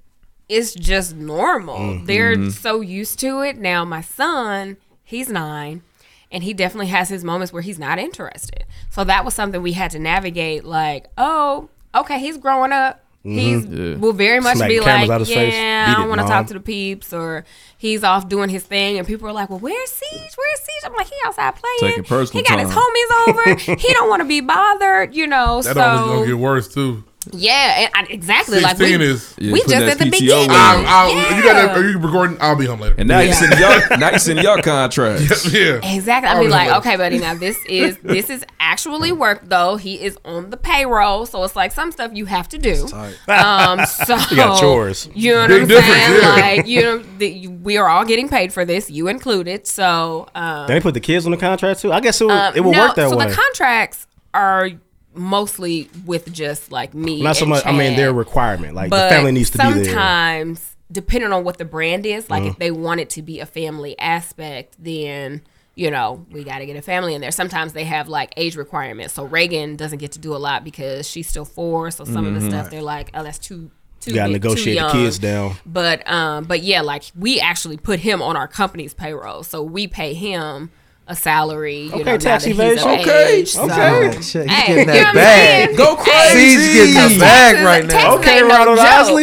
it's just normal.
Mhm.
They're so used to it. Now, my son, he's nine and he definitely has his moments where he's not interested. So that was something we had to navigate like, oh, okay, he's growing up. He's
Mhm. Yeah.
will very much
Smacking
be
cameras
like,
out his
yeah,
face.
I
Beat
don't
it,
want to
Mom."
talk to the peeps, or he's off doing his thing, and people are like, well, where's Siege? Where's Siege? I'm like, he outside playing.
Taking personal
he got his
time.
homies over. he don't want to be bothered, you know.
That only
so
gonna get worse too.
yeah, and I, exactly. Like we,
Sixteen is.
we just at the beginning.
I'll, I'll, You got
Yeah.
that? Are you recording? I'll be home later.
And now you send y'all, now you send y'all contracts.
yeah.
Exactly. I'd
I'll
be
be
like,
home.
okay, buddy, now this is this is actually work though. He is on the payroll, so it's like some stuff you have to do. Um, so
You got chores.
You know what
Big
I'm
difference,
saying?
yeah.
Like, you know, the, we are all getting paid for this, you included. So, um,
Then they put the kids on the contract too. I guess it would,
um,
it would
no,
work that
so
way.
the contracts are mostly with just like me.
Not so
and
much. I mean,
Chad.
they're a requirement. Like
But
the family needs to be
sometimes,
there.
depending on what the brand is, like
Mhm.
if they want it to be a family aspect, then you know we got to get a family in there. Sometimes they have like age requirements, so Reagan doesn't get to do a lot because she's still four. So some of
Mhm.
the stuff they're like, oh, that's too. Too
You gotta
big, too
negotiate the
young.
kids down.
but um, but yeah, like we actually put him on our company's payroll, so we pay him a salary. You
Okay,
know, now
tax
that he's
evasion.
of
Okay,
age, so-
okay.
Shit, he
Hey,
getting
you know what
that
I'm
bag.
saying? Go crazy.
He's getting that bag right now.
Texas ain't no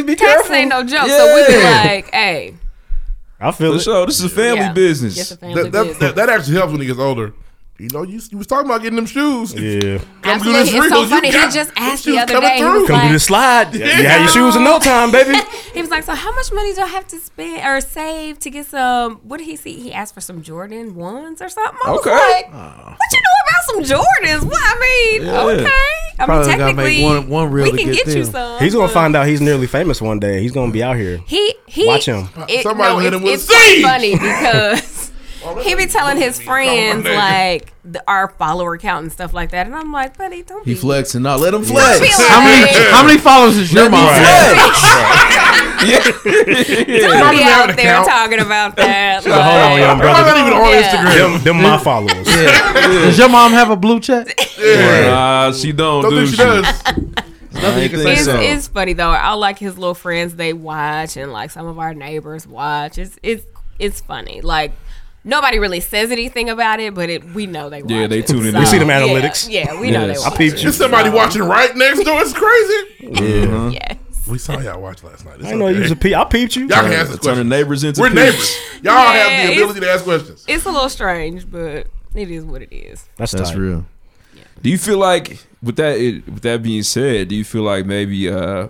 joke. Texas ain't no joke. So we be
Yeah.
like, hey,
I feel
it. Sure, this is a family
Yeah.
business.
It's a family
That, that,
business.
that, that actually helps when he gets older. You know, you, you was talking about getting them shoes.
Yeah.
Come do
absolutely.
this
It's so
Regal. You
funny. He
got-
just asked
shoes
the other
coming
day. He
through.
was
Come
like,
do this slide. You had your shoes in no time, baby.
he was like, so how much money do I have to spend or save to get some? What did he see? He asked for some Jordan ones or something. I was
Okay.
like,
Oh.
what you know about some Jordans? What I mean,
Yeah.
okay. I
Probably
mean,
gotta make
technically,
one-
one
we can get, you some.
He's gonna find out he's nearly famous one day. He's gonna be out here.
He he.
Watch him.
It,
Somebody
no,
hit
it's,
him with
it's
a siege.
funny because he be telling his friends
name.
like the, our follower count and stuff like that, and I'm like, buddy, don't
He
be.
flexing. Now let him
Don't be
flex.
How many- like- how many
followers is
your
mom?
Don't be
Yeah.
out there talking about that.
Hold on, young brother.
not even on
Yeah.
Instagram.
Them, them my followers.
Does your mom have a blue check?
Nah, she don't,
Don't
do
think she
shit.
does.
I ain't think
It's,
so.
it's funny though. I like his little friends. They watch, and like some of our neighbors watch. It's it's it's funny. Like nobody really says anything about it, but it we know they watch.
Yeah, they
it.
tune in.
So,
We
see them analytics.
Yeah, yeah, we know
Yes.
they
I
watch.
peeped
it.
you.
There's somebody watching right next door. It's crazy.
Yeah.
We saw y'all watch last night. It's
I know you was a peep. I peeped you.
Y'all can ask us
Turning neighbors into
We're
peeps.
neighbors. Y'all
Yeah,
have the
it's-
ability to ask questions.
It's a little strange, but It is what it is.
That's
That's
tight.
real. Do you feel like with that it, with that being said, do you feel like maybe uh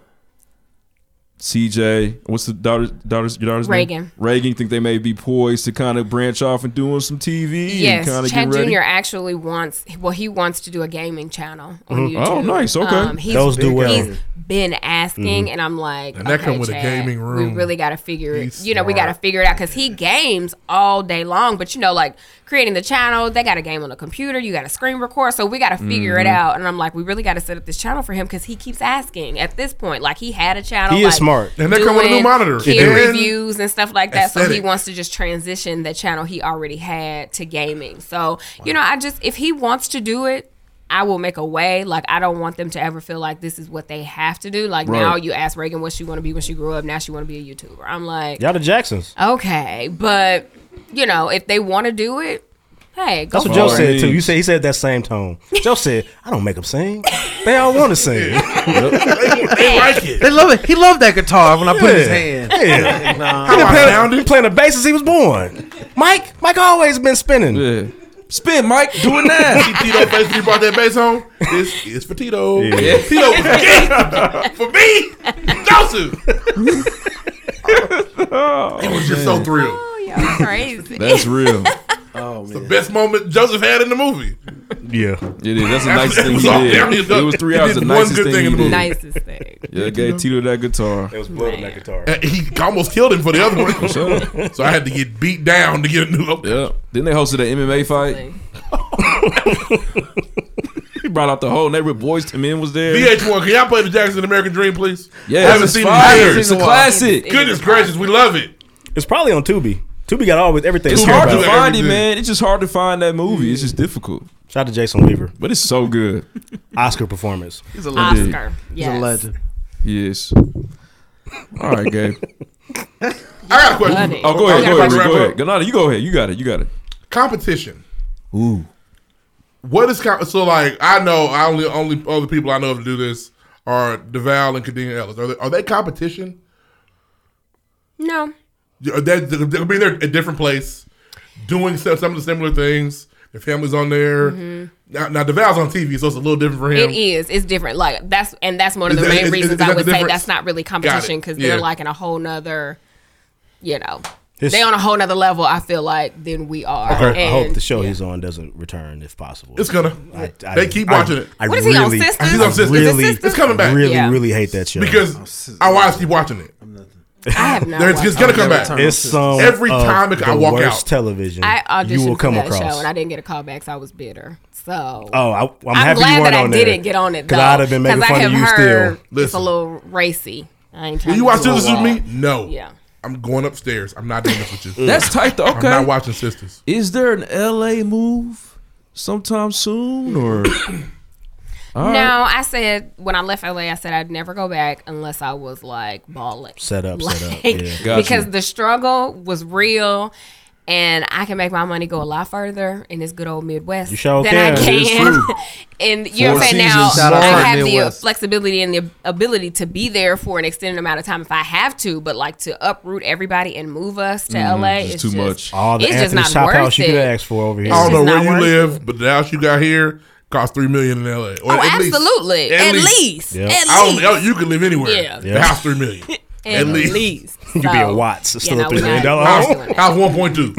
CJ, what's the daughter's daughter's your daughter's
Reagan.
name? Reagan. You think they may be poised to kind of branch off and doing some TV
Yes,
and kind of
Chad
get ready?
Jr. actually wants. Well, he wants to do a gaming channel on
Mhm.
YouTube. Um,
Oh, nice. Okay.
he's,
Those do well.
He's been asking,
Mhm.
and I'm like,
And that
okay,
come with a
Chad,
gaming room.
We really got to figure it.
He's
you know, we got to
smart.
figure it out because he games all day long. But you know, like creating the channel, they got a game on the computer. You got to screen record, so we got to figure it
Mhm.
out. And I'm like, we really got to set up this channel for him because he keeps asking. At this point, like he had a channel.
He
like,
is smart. And they come with a new
doing
monitor.
kid
And
reviews and stuff like that. So he
aesthetic.
wants to just transition the channel he already had to gaming. So, you know, I just if he wants to do it, I will make a way. Like I don't want them to ever feel like this is what they have to do. Like
Right.
now you ask Reagan what she want to be when she grew up, now she want to be a YouTuber. I'm like,
Y'all the Jacksons.
okay, but you know, if they want to do it, hey, go
That's what
for
Joe
it.
said too. You said he said that same tone. Joe said, "I don't make them sing. They all want to sing.
They like it. They love it. He loved that guitar when I put his
Yeah.
hand.
Yeah.
Nah.
He been playing, he playing the bass since he was born. Mike, Mike always been spinning.
Spin, Mike. Do it
See Tito face when you brought that bass home? This is for Tito.
Yeah.
Tito was gangster. For me, Joseph.
Oh,
it was just so thrilled.
Oh, y'all crazy.
That's real.
Oh, man. It's the best moment Joseph had in the movie.
Yeah,
it is. That's the
After
nicest
that
thing
was
he
all down,
did.
he
It was three
did
hours. The
one
nicest
good
thing,
thing in
he
the
did.
movie.
Nicest thing.
Yeah,
Mm-hmm.
gave Tito that guitar. It
was blood on that guitar.
Uh, He almost killed him for the other one. so I had to get beat down to get a new.
Yeah. Then they hosted an MMA fight. he brought out the whole neighborhood boys. Tim in was there.
VH1, can y'all play the Jackson American Dream, please?
Yeah,
I haven't
it's
seen
fire.
it in years.
It's a classic.
Goodness gracious, we love it.
It's probably on Tubi. Tubi got all with everything.
It's
Tubi
hard to
about
find it,
everything.
man. It's just hard to find that movie. It's just difficult.
Shout out to Jason Weaver,
but it's so good.
Oscar performance.
He's a
Indeed.
Oscar, He's a yes. legend.
Yes. All right, Gabe.
I got a question.
Oh, go ahead,
Okay,
go ahead,
question wrap
Rick, go
up.
ahead. Ganada, you go ahead. You got it. You got it.
Competition.
Ooh.
What is com- so like? I know I only only other people I know to do this are Deval and Kadena Ellis. Are they, are they competition?
No.
Are they, they, I mean, they're at a different place, doing stuff, some of the similar things. Their families on there.
Mhm.
Now, now Deval's on TV, so it's a little different for him.
It is. It's different. Like that's and that's one of the
Is that-
main
is- is-
reasons
is
I
that
would
the
say
difference?
that's not really
Got it.
competition because
Yeah.
they're like in a whole nother, you know,
His-
they on a whole nother level. I feel like than we are.
I hope, I hope
And-
the show he's on doesn't return if possible.
It's gonna.
I- I-
they keep
I-
watching it.
I What is he on, really- Sisters?
He's on sisters.
really-
it's coming back.
really, Yeah. really hate that show.
because I watch keep watching it.
I have not.
There's- It's
watched
gonna
it.
come back.
It's some
every
of
time it- I
the
walk
worst
out.
television
I auditioned
you will come
for that
across.
show and I didn't get a call back, so I was bitter. So
Oh, I, I'm,
I'm
happy
glad
you weren't
that I
on
didn't get on it though,
Because I'd have been making
'cause I
fun of
have
you
heard
still.
It's a little racy. I ain't
Will
trying
you
to
watch
do a
Sisters with
wall.
me? No.
Yeah.
I'm going upstairs. I'm not doing this with you.
That's tight though. Okay.
I'm not watching Sisters.
Is there an LA move sometime soon or? All right.
No, I said when I left LA, I said I'd never go back unless I was like balling.
Set up,
like,
set up, yeah. Gotcha.
Because the struggle was real, and I can make my money go a lot further in this good old Midwest
You sure
than I
can. It's
can.
true.
and you know
Four
what I'm saying? Now
seasons,
I
smart
have the uh,
Midwest.
flexibility and the ability to be there for an extended amount of time if I have to, but like to uproot everybody and move us to
Mm-hmm.
Mhm,
LA,
it's
it's
too
just,
much. All the
it's just
Anthony
not
Shop
worth
house you
it.
could ask for over here.
It's
I
just
don't know
not
where you
worth
live, but the house you got here costs three million in L.A. Or
Oh,
at least-
absolutely. At least. At
I don't-
least.
oh, you can live anywhere.
Yeah.
The house three million.
At least.
You could be in Watts. It's
you
still a
know,
$3 million
we're not-
house.
we're not doing
House one point two.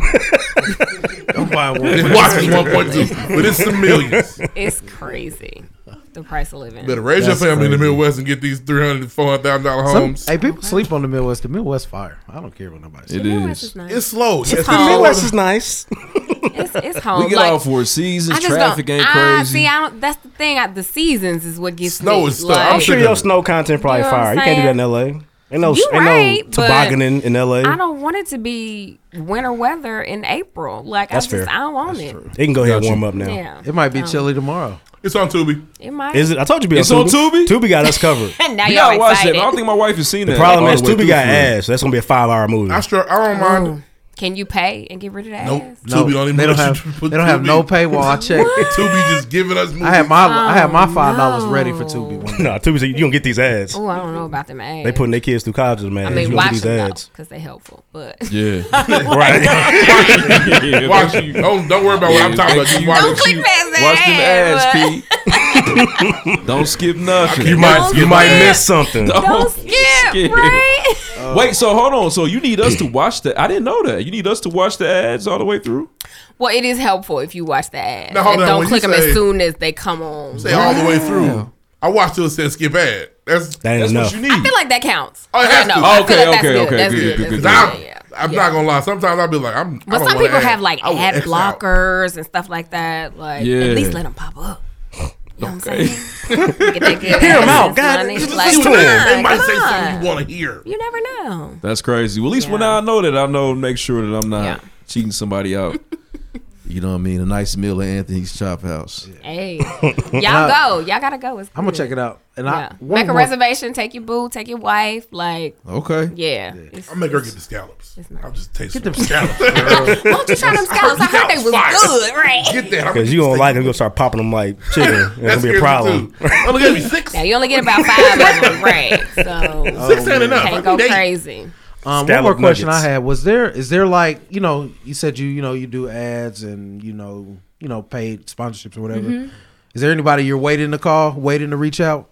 Don't buy one.
This watch is one point two, but it's some millions.
It's crazy. The price of living.
Better raise
That's
your family in the
crazy.
Midwest and get these three hundred, four hundred thousand dollar
Some-
homes.
hey, people sleep on the Midwest. The Midwest fire. I don't care what nobody says.
It is.
It's slow.
It's
Yes,
home.
it's
Midwest
slow.
is nice.
It's, it's home.
We get
like,
all four seasons.
I just
Traffic
don't-
ain't
I-
crazy.
see, I don't. That's the thing. I, the seasons is what gets
Snow
me.
is stuff. I'm sure your snow content probably
You know what
fire.
I'm
You can't do that in LA. Ain't no,
You
ain't
right,
no
but
tobogganing in LA.
I don't want it to be winter weather in April. Like
That's
I just
fair.
I don't want it.
They can go ahead and warm up now.
Yeah.
It might be
Um,
chilly tomorrow.
It's on Tubi.
It might.
Is it? I told you, be
It's on
Tubi. Tubi got us covered.
And now
We
y'all
gotta watch that.
excited.
but I don't think my wife has seen
The
that.
problem
all
is
the way
Tubi
through
got
for real.
ass. So that's gonna be a five hour movie.
I str- I don't mind.
Can you pay and get rid of that?
Nope.
ass?
Tubi don't even
they don't
let you
have-
put
they don't have
Tubi-
no paywall. I checked.
Tubi just giving us. Movies.
I had my I had my
Oh,
five dollars ready for
no.
Tubi. One
nah, Tubi, said, you don't get these ads.
Oh, I don't know about them ads.
They putting their kids through college, man.
I
you
mean,
don't
watch
get these
them
ads.
because they helpful, but
Yeah.
Watch
Right.
it. Watch it. Don't, don't worry about what I'm talking about. Just watch it.
click past that.
Watch them ads,
but-
Pete. Don't skip nothing.
You might- Don't you might skip. miss
something.
Don't skip, right?
Wait, so hold on. So you need us to watch the? I didn't know that. You need us to watch the ads all the way through.
Well, it is helpful if you watch the ads.
Now, hold
and
on,
don't
when
click
you
them as
say-
soon as they come on.
Say all the way through. I watched till it said skip ad. That's
that
that's
enough.
what you
I
need.
feel like that counts.
Oh, it has
no,
to.
no, I feel
Okay,
like that's
okay,
good.
okay,
That's
good,
good.
good,
That's
good,
good.
I'm, I'm not gonna lie. Sometimes I'll be like, I'm. I
But
don't
some
want
people
ad.
have like
I will
ad
X out.
blockers and stuff like that. Like
Yeah.
at least let them pop up. You know
Okay.
what I'm saying? Get that good
Hear 'em
ass
out, God.
money.
Just
Like,
listen
come
to 'em.
on,
They might
come
say something
on.
you want to hear.
You never know.
That's crazy. Well, at least when I know that, I know to make sure that I'm not cheating somebody out. you know what I mean? A nice meal at Anthony's Chop House.
Hey,
Nah.
y'all go. Y'all gotta go. It's
I'm gonna
good.
check it out, and
Yeah.
I one
make a
more-
reservation. Take your boo. Take your wife. Like
Okay.
yeah. It's-
I'll make her get the scallops. I'll just taste
Get
them
them
scallops.
Why don't you try them scallops? I heard they was good, right?
Get that.
Because you don't like them, you're gonna start popping them like chicken. It's gonna be a problem.
Oh, look at me. Six.
Now you only get about five of them, right? So
Six ain't enough.
Can't
I think
go
they-
crazy.
Um, one
Scallop
more question
nuggets.
I had was there is there like you know you said you you know you do ads and you know you know paid sponsorships or whatever.
Mhm.
Is there anybody you're waiting to call, waiting to reach out?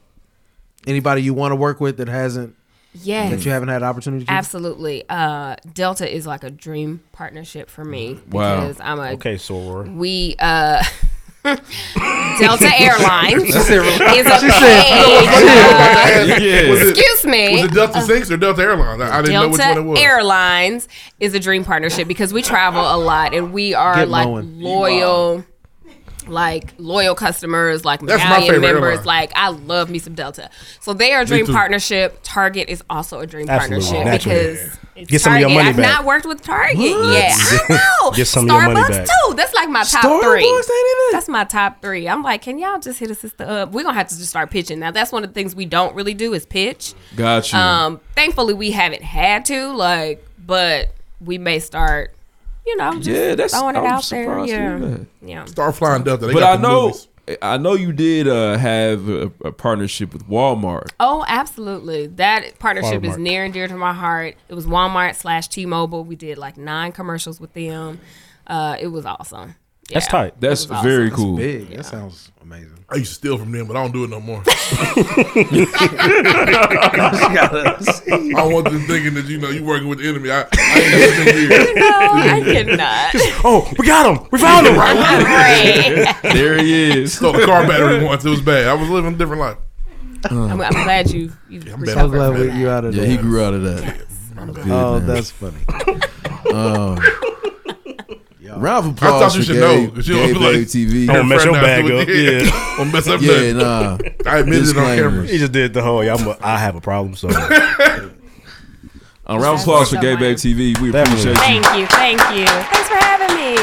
Anybody you want to work with that hasn't?
Yes.
That you haven't had opportunity. To?
Absolutely. Uh, Delta is like a dream partnership for me
Mm-hmm.
Wow.
because I'm a
Okay, Sora.
we uh Delta Airlines
That's it.
is a
She said-
paid, uh,
Yeah. Was it-
excuse me.
Was it Delta Six or Delta Airlines? I, I didn't know which one it
Delta
was.
Airlines is a dream partnership because we travel a lot and we are
Get
like
mowing.
loyal, like loyal customers, like
That's my
medallion
favorite
members.
airline.
Like I love me some Delta, so they are a
Me
dream
too.
partnership. Target is also a dream
Absolutely,
partnership
naturally.
because. It's
Get some of your
Target.
money
I've
back.
not worked with Target yet. I know.
Get some of your money
Starbucks
back.
too. That's like my top
Starbucks
three. That's my top three. I'm like, can y'all just hit a sister up? We're gonna have to just start pitching. Now that's one of the things we don't really do is pitch.
Got you.
Um, thankfully we haven't had to like, but we may start. You know, just
Yeah, that's-
throwing it
I'm
out there.
surprised
Yeah,
you did
yeah.
Star Flying Delta. They
but
got
I
the
know,
movies.
I know you did uh, have a, a partnership with Walmart.
Oh, absolutely. That partnership is
Walmart.
near and dear to my heart. It was Walmart slash T-Mobile. We did like nine commercials with them. Uh, it was awesome.
That's tight.
it
That's
was awesome.
very cool.
Big. That sounds amazing.
I used to steal from them, but I don't do it no more. I don't want them thinking that you know you working with the enemy. I, I ain't never been here.
I cannot.
oh, we got him. We found him.
there he is.
Stole a car battery once. It was bad. I was living a different life.
I'm, I'm glad you. you
I'm
recovered
better. I'm
from
glad
that.
we- you
out of
yeah,
that.
he grew out of that.
Oh, that's funny.
Um, round of
I thought
applause
you
for
should
Gay,
know, 'cause you don't
Gay
be like,
Babe TV.
Don't mess your bag up.
Yeah.
Yeah.
Don't mess up
Yeah,
nothing.
nah.
I admitted it on
Disclaimer.
camera.
He just did the whole. Yeah, I'm a, I have a problem. So Uh,
A round of applause for Gay Babe TV. We appreciate you.
Thank you, thank you. Thanks for having me.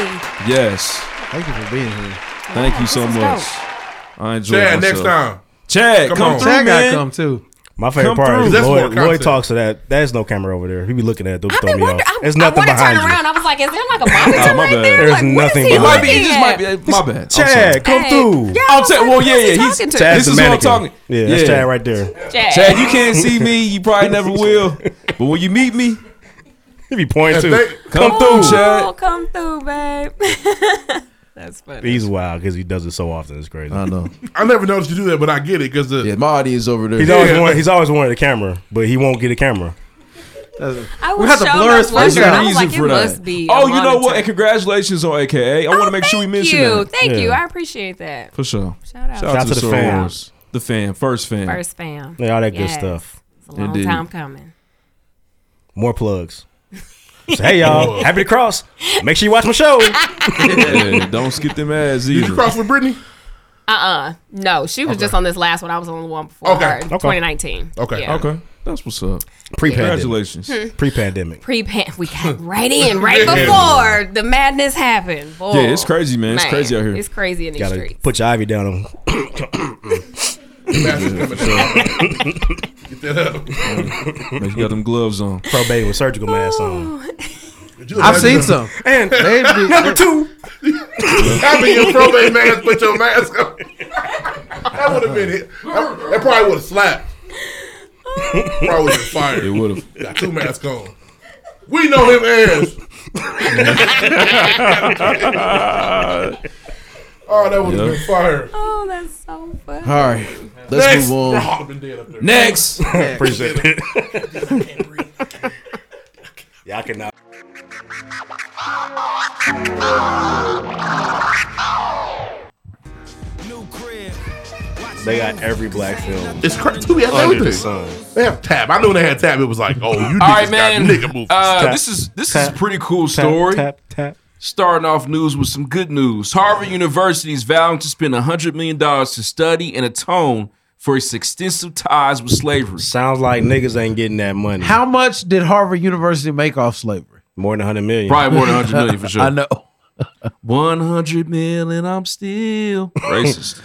Yes.
Thank you for being here.
Thank you so
this is
much.
dope.
I enjoyed
Chad,
myself.
next time.
Chad,
Come
come,
on.
through,
Chad gotta
man.
come too.
my favorite
Come
part
through.
is
That's more
Lloyd, Lloyd
content.
talks to that. There's no camera over there. He be looking at. it, Don't throw me off. There's
I
nothing
want to turn
behind you.
around. I was like, is there like a monitor
Oh, my
right
bad.
there?
There's
like, what is
nothing
he
behind
It might be.
looking
It just might be.
at?
My bad. I'm
Chad,
sorry.
come through.
Yeah, I
I'll
was
tell.
like,
Well,
who's
yeah,
he
yeah. He's
talking to?
this
Chad's the
is who I'm
mannequin.
talking.
Yeah, that's Chad right there.
Chad.
Chad, you can't see me. You probably never will. But when you meet me,
he be pointing
to.
too.
Come
Ooh,
through, Chad.
Oh, Come through, babe. That's funny.
He's wild because he does it so often. It's crazy.
I know.
I never noticed you do that, but I get it because the
yeah, my audience over there.
He's always wanted, he's always wanted a camera, but he won't get a camera.
I
We
was
had to
shown
blur
up
his face
wondering.
out.
I was
Reason
like, it
for that.
must be.
Oh,
a
you know what?
monitor.
And congratulations on AKA. I want to make sure we
Oh, Thank
mention
you.
that.
Thank you.
Yeah.
I appreciate that.
For sure.
Shout out.
to, the, fan. The fan. First fan.
First fan.
Yeah, all that good
Yes.
stuff.
It's a long
Indeed.
time coming.
More plugs. So, hey y'all, happy to cross. Make sure you watch my show.
yeah, don't skip them ass either.
Did you cross with Brittany?
Uh uh No, she was
Okay.
just on this last one. I was on the one before
Okay.
her in
Okay.
2019.
Okay.
Yeah. Hmm.
Okay. That's what's up.
Pre-pandemic.
Congratulations.
Pre-pandemic.
Pre pan, we got right in right
Yeah.
before the madness happened. Boy.
Yeah, it's crazy, man. It's crazy out here.
It's crazy in these
Gotta
streets.
put your ivy down on.
Get that up.
Make sure you got them gloves on.
Probate with surgical mask on.
you
I've seen
imagine-
some.
And
They be-
number two, having your probate man put your mask on. That would have been it. That, that probably would have slapped. probably would have fired. It
would have.
Got two masks on. We know him as. oh, that would have
Yeah.
been fire.
Oh, that's so funny.
All right, let's
Next.
move on.
Oh, I've been dead up there.
Next.
Appreciate
it.
Y'all cannot. They got every black film.
It's crazy. Tubi has
under the
everything.
sun.
They have tab. I knew they had tab. It was like, oh, you niggas
All right, man.
got nigga movies.
Uh, this is this is a pretty cool story.
Tap tap.
Starting off news with some good news. Harvard University is vowing to spend $100 million to study and atone for its extensive ties with slavery.
Sounds like niggas ain't getting that money.
How much did Harvard University make off slavery?
More than 100 million.
Probably more than 100 million for sure.
I know.
100 million, I'm still racist.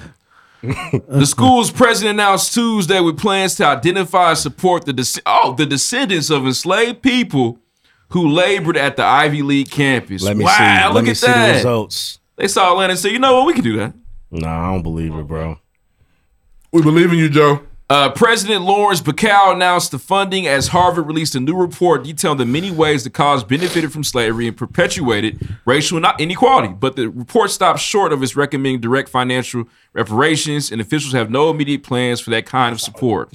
the school's president announced Tuesday with plans to identify and support the desc- oh the descendants of enslaved people who labored at the Ivy League campus.
Let me
wow,
see.
look
Let me
at
see
that.
the results.
They saw Atlanta and said, you know what, we can do that.
Nah, I don't believe it, bro.
We believe in you, Joe.
Uh, President Lawrence Bacow announced the funding as Harvard released a new report detailing the many ways the college benefited from slavery and perpetuated racial ino- inequality. But the report stops short of its recommending direct financial reparations, and officials have no immediate plans for that kind of support.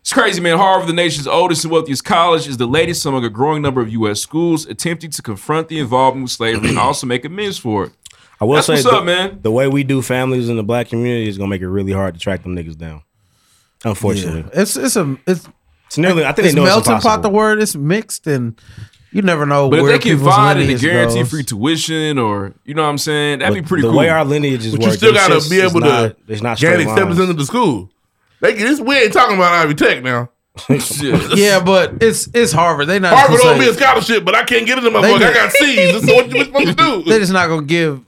It's crazy, man. Harvard, the nation's oldest and wealthiest college, is the latest among a growing number of U.S. schools attempting to confront the involvement with slavery and also make amends for it.
I will
That's
say,
what's
the,
up, man.
the way we do families in the black community is gonna make it really hard to track them niggas down. Unfortunately,
Yeah. It's it's a it's
it's nearly. I think
it's
they know
melting
it's
pot.
impossible.
The word it's mixed, and you never know.
But if
where
they can
people's
find it, a
lineage
guarantee
goes.
free tuition, or you know what I'm saying, that'd be pretty
the
cool.
way our lineages
But
work,
you still
it's
gotta
just-
be
it's
able
not-
to
It's not
gain
straight lines.
acceptance into the school. They get this. We ain't talking about Ivy Tech now.
Yeah, but it's it's Harvard. They not
Harvard
gonna
owed me
say-
a scholarship, but I can't get into my
They
book. I
did.
got C's. This is what you supposed to do.
They're just not gonna give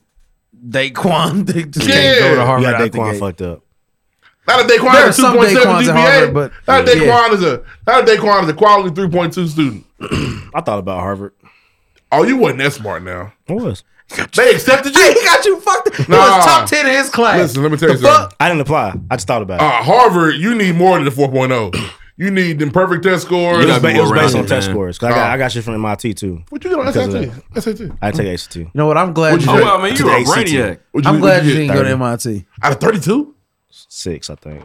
Daquan. They just
Yeah.
can't go to Harvard.
Yeah,
out the
Daquan
gate.
fucked up.
Not if
There
Daquan
are
is
some Daquans
2.7
at
GPA.
Harvard, but-
not if
Yeah.
Daquan is a not if Daquan is a quality 3.2 student.
I thought about Harvard.
Oh, you wasn't that smart now.
I was.
They accepted you.
He got you fucked. He
Nah.
was top ten in his class.
Listen, let me tell you
The fuck?
something.
I didn't apply. I just thought about it.
Uh, Harvard, you need more than a 4.0. You need them perfect test scores. Oh.
it was, ba- it was based on test
man.
scores. 'cause I
Uh.
got I got shit from MIT too.
What you get on
Because of
SAT? SAT.
that. I take ACT.
You know what? I'm glad.
What'd
You
you
did-
get?
I mean, you're a brainiac.
What'd
I'm
what'd
glad you
get?
didn't go to MIT.
Out of 32?
Six, I think.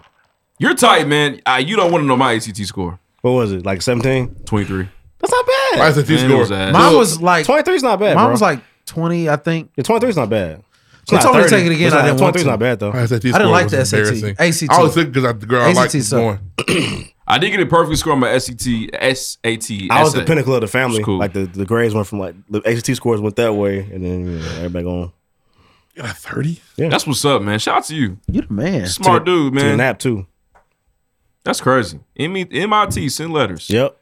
You're tight, man. Uh, you don't want to know my ACT score.
What was it? Like seventeen?
23.
That's not bad.
My SAT
Man, it was
score.
ass.
Mine was like
Twenty three is not bad.
mine
bro.
was like twenty, I think.
yeah, twenty three is not bad.
It's only
not 30.
taking again,
It's
I
not-
didn't want
23 is
to.
not bad though.
My SAT
I didn't
score
like
was
the SAT.
embarrassing.
ACT.
I was sick because the girl I
ACT
liked was
sucked.
going.
I did get a perfect score on my SAT, SAT.
I was
essay.
the pinnacle of the family.
It's cool.
Like the, the grades went from like the ACT scores went that way, and then you know, everybody going
Got a 30?
That's what's up, man. Shout out to you.
You the man.
Smart dude,
to the
man.
nap too.
That's crazy. M- MIT, send letters.
Yep.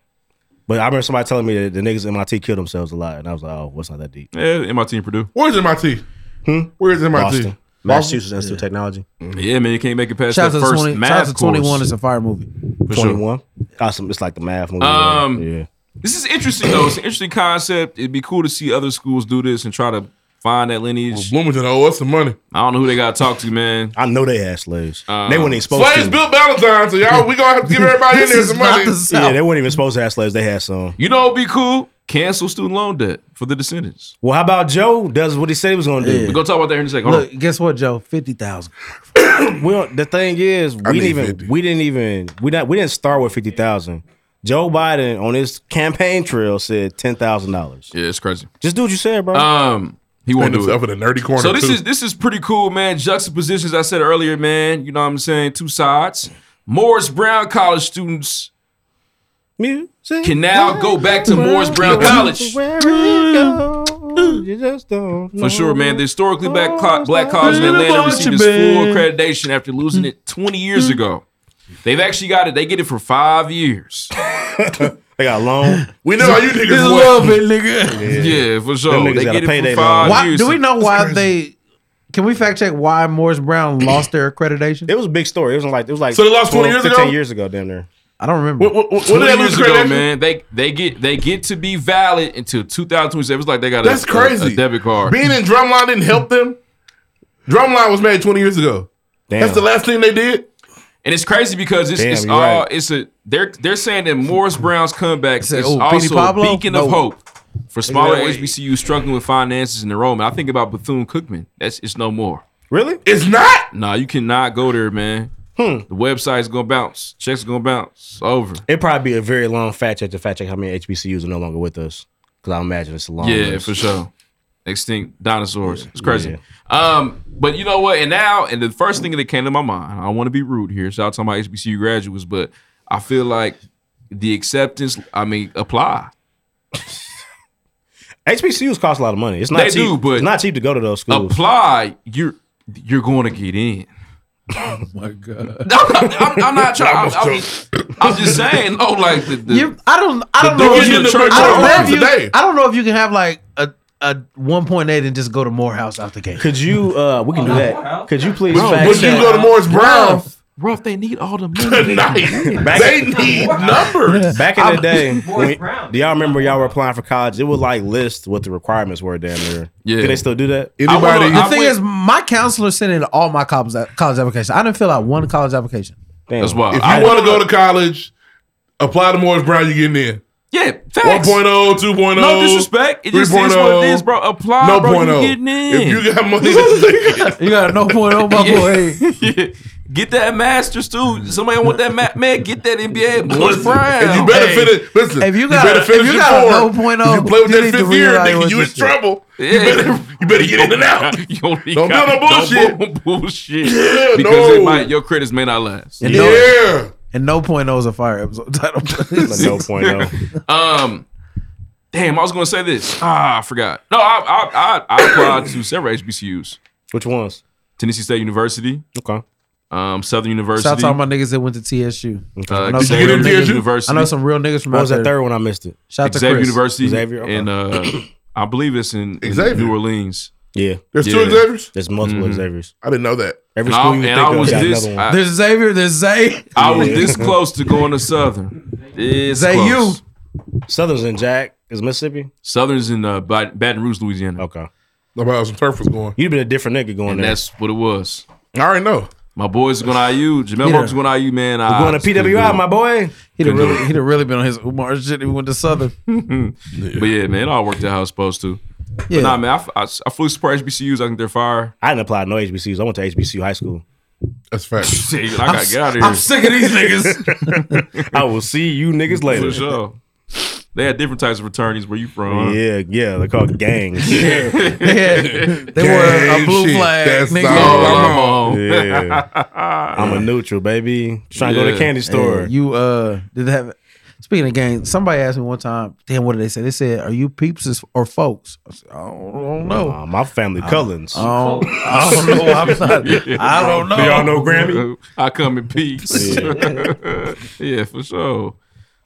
But I remember somebody telling me that the niggas in MIT killed themselves a lot, and I was like, oh, what's not that deep?
Yeah, MIT and Purdue.
Where's MIT?
Hmm?
Where's MIT?
Boston, Massachusetts Institute of Technology,
Yeah, man, you can't make it past
Shout out to
that
the
first
20, shout out
math
to 21
course.
is a fire movie.
For sure.
twenty one. Awesome. Ah, It's like the math movie.
Um,
yeah.
This is interesting, though. It's an interesting concept. It'd be cool to see other schools do this and try to find that lineage.
Bloomington owe us some money.
I don't know who they got to talk to, man. Uh,
I know they had slaves. they weren't even supposed
Slaves
to.
built Valentine, so y'all, we gonna have to give everybody in
This
there
is
some
not
money.
the South.
Yeah, they weren't even supposed to have slaves. They had some.
You know, it'd be cool. Cancel student loan debt for the descendants.
Well, how about Joe does what he said he was going to do?
We're gonna talk about that here in a second. Hold
Look, guess what, Joe? 50,000.
We don't, the thing is, we
need
didn't even
50.
we didn't even we not we didn't start with fifty thousand. Joe Biden on his campaign trail said ten thousand dollars.
on. Yeah, it's crazy.
Just do what you said, bro.
Um, he won't
And it's
do
up
it.
in the nerdy corner.
So this
too.
is this is pretty cool, man. Juxtapositions I said earlier, man. You know what I'm saying? Two sides. Morris Brown College students
Music
can now go back to Morris Brown College.
Where it goes, you just don't know.
For sure, man. The historically black, co- black college in Atlanta received its full accreditation after losing it 20 years ago. They've actually got it. They get it for five years.
They got a loan.
we know how you
Just
niggas
a
work.
little bit, nigga.
Yeah, for
Them
sure.
niggas
They
gotta
get
pay
it
they
for five
loan.
Why,
years.
do we know why they. Can we fact check why Morris Brown lost their accreditation?
It was a big story. It was like it was like
So they lost 20 years
15
ago?
years ago, damn near.
I don't remember.
Twenty years ago, man, they they get they get to be valid until 2027. It's like they got a-
That's
a,
crazy.
a debit card.
Being in Drumline didn't help them. Drumline was made 20 years ago. That's the last thing they did.
And it's crazy because it's,
Damn,
it's
you're
all
right. Mm-hmm.
it's a they're they're saying that Morris Brown's comeback is
said, oh, Petey
also a
Pablo?
beacon
No.
of hope for smaller
Wait.
HBCU struggling with finances and enrollment. I think about Bethune Cookman. That's it's no more.
Really?
It's not.
Nah, you cannot go there, man.
Hmm.
The website's gonna bounce. Checks gonna bounce. Over.
It'd probably be a very long fact check to fact check how many HBCUs are no longer with us. Because I imagine it's a long
yeah,
list.
for sure. Extinct dinosaurs. It's crazy. Um, but you know what? And now, and the first thing that came to my mind, I don't want to be rude here. Shout out to my HBCU graduates, but I feel like the acceptance. I mean, apply.
HBCUs cost a lot of money. It's not
They
cheap.
do, but
it's not cheap to go to those schools.
Apply. You're you're going to get in.
Oh my god.
I'm not, I'm, I'm not trying. I'm, I'm, just, I'm just saying. No, like the, the
You- I don't. I
The
don't know.
dude
If you,
in the
I,
church
don't know
on
if you,
today.
I don't know if you can have like a a 1.8 and just go to Morehouse out the gate.
Could you? Uh, we can do that. Could you please?
Bro,
fact
would you
check-
go to Morris Brown?
Bro, if they need all the money.
Back-
they need numbers.
Back in the day,
Morris
when- do y'all remember y'all were applying for college? It would like list what the requirements were down there.
Yeah.
Do they still do that?
the thing is, my counselor sent in all my college college applications. I didn't fill out one college application.
That's why
If
I-
you want to go to college, apply to Morris Brown, you're getting in. oh,
Yeah, facts.
1.0, 2.0.
No disrespect. It just is what it is, bro. Apply,
no
bro.
point
You
oh.
getting in.
If you got money to take
You got a no point oh my boy.
Get that master's too. Somebody want that ma- man. Get that MBA. Morris Brown.
And you better
Hey.
finish. Listen,
If you
you
got-
better
if
finish
you
your
got a
form.
0.0,
If you play with
you
that
need to
fifth year,
reevaluate
nigga, you in
your shit.
trouble. You
Yeah.
better, you better get in and out.
You don't need
oh. Don't
cop-
build no bullshit.
build no bullshit.
Yeah,
because it
no.
might, your credits may not last.
And
Yeah.
No, and no point oh is a fire episode title.
no point oh.
Um, damn, I was gonna say this. Ah, I forgot. No, I I I, I applied to several HBCUs.
Which ones?
Tennessee State University.
Okay.
Um, Southern University.
Shout out to all my niggas that went to TSU.
Uh,
I know some
Xavier
real niggas-
University.
I know some real niggas from
What
out
was that
there.
third one I missed it?
Shout out to
Xavier
Chris.
University.
Xavier, okay.
and uh, I believe it's in, in
Xavier.
New Orleans.
Yeah,
There's two Xaviers?
There's multiple
Mhm.
Xaviers.
I didn't know that.
Every
And
school
I- and
you think
I
of
was
got
this-
another one.
I-
There's Xavier. There's Zay.
I was
Yeah.
this close to going to Southern. It's
Zay,
close.
Southern's in Jack is Mississippi.
Southern's in uh, Bat- Baton Rouge, Louisiana.
Okay,
Nobody else. Some turf was going.
you'd been a different nigga going
and
there.
that's what it was.
I already know.
My boys are going to IU. Jamel
Yeah.
Marks is going to IU, man.
We're going to PWI, my boy.
He'd have
uh, Good
really,
dude.
he'd have really been on his Umar shit if he went to Southern.
But yeah, man, it all worked out how it's supposed to. But
Yeah.
nah, man, I, I, I flew super HBCUs. I think they're fire.
I didn't apply to no HBCUs. I went to HBCU high school.
That's facts.
Shit, I got to get out of here.
I'm sick of these niggas.
I will see you niggas later.
For sure. They had different types of fraternities. Where you from? huh?
Yeah, yeah, they're called gangs.
They were a
Gang
blue
shit.
flag.
That's
nigga.
all I'm on.
Yeah. I'm a neutral, baby. Trying to go to the
Yeah.
candy
Hey,
store.
you uh did they have speaking of games, somebody asked me one time, damn, what did they say? They said, Are you peeps or folks? I, said, I don't, I don't know.
Nah, my family Cullens.
I don't, Oh, I
oh,
don't know. I'm not, I don't know.
Do y'all know Grammy?
I come in peace. Yeah. for sure.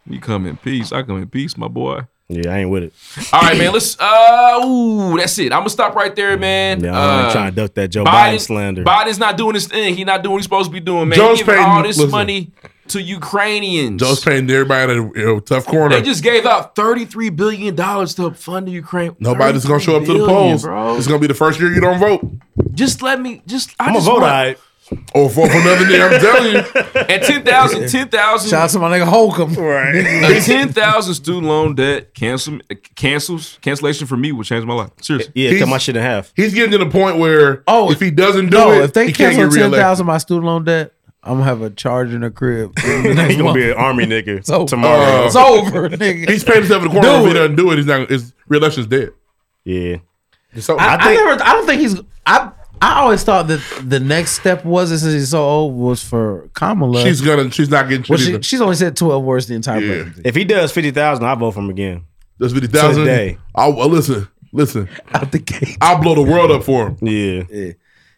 You come in peace. I come in peace, my boy.
Yeah, I ain't with it.
All right, man. Let's. Uh, ooh, that's it. I'm gonna stop right there, man.
Yeah,
uh,
I ain't trying to duck that Joe Biden, slander.
Biden's not doing his thing. He's not doing what he's supposed to be doing, man.
George
He's giving
Payton,
all this
listen.
money to Ukrainians.
Joe's painting everybody in a, in a tough corner.
They just gave out thirty-three billion dollars to fund the Ukraine.
Nobody's gonna show up to the
33
polls.
bro.
It's gonna be the first year you don't vote.
Just let me. Just I am
I'm gonna
just
vote
want-
I
Or vote Oh, for another day. I'm telling you.
And 10,000, 10,000
Shout out to my nigga Holcomb. Right.
A ten thousand student loan debt cancel cancels cancellation for me would change my life. Seriously,
Yeah,
He's-
cut my shit in half.
He's getting to the point where oh, if he doesn't do
No,
it,
if they
he can't
cancel
get
ten
reelected.
thousand of my student loan debt, I'm gonna have a charge in the crib.
He's gonna be an army nigga
over.
tomorrow.
uh, it's over, nigga.
He's painting himself in the corner.
Do
if he
it.
doesn't do it, he's not. His reelection's dead.
yeah.
So
I,
I,
I, never. I don't think he's. I I always thought that the next step was since he's so old was for Kamala.
she's gonna. She's not getting.
well,
She's
she, she's only said twelve words the entire
Yeah.
presidency.
If he does fifty thousand, I vote for him again.
that's fifty thousand.
Today.
I well, listen, listen.
Out the gate.
I'll blow the world up for him.
Yeah.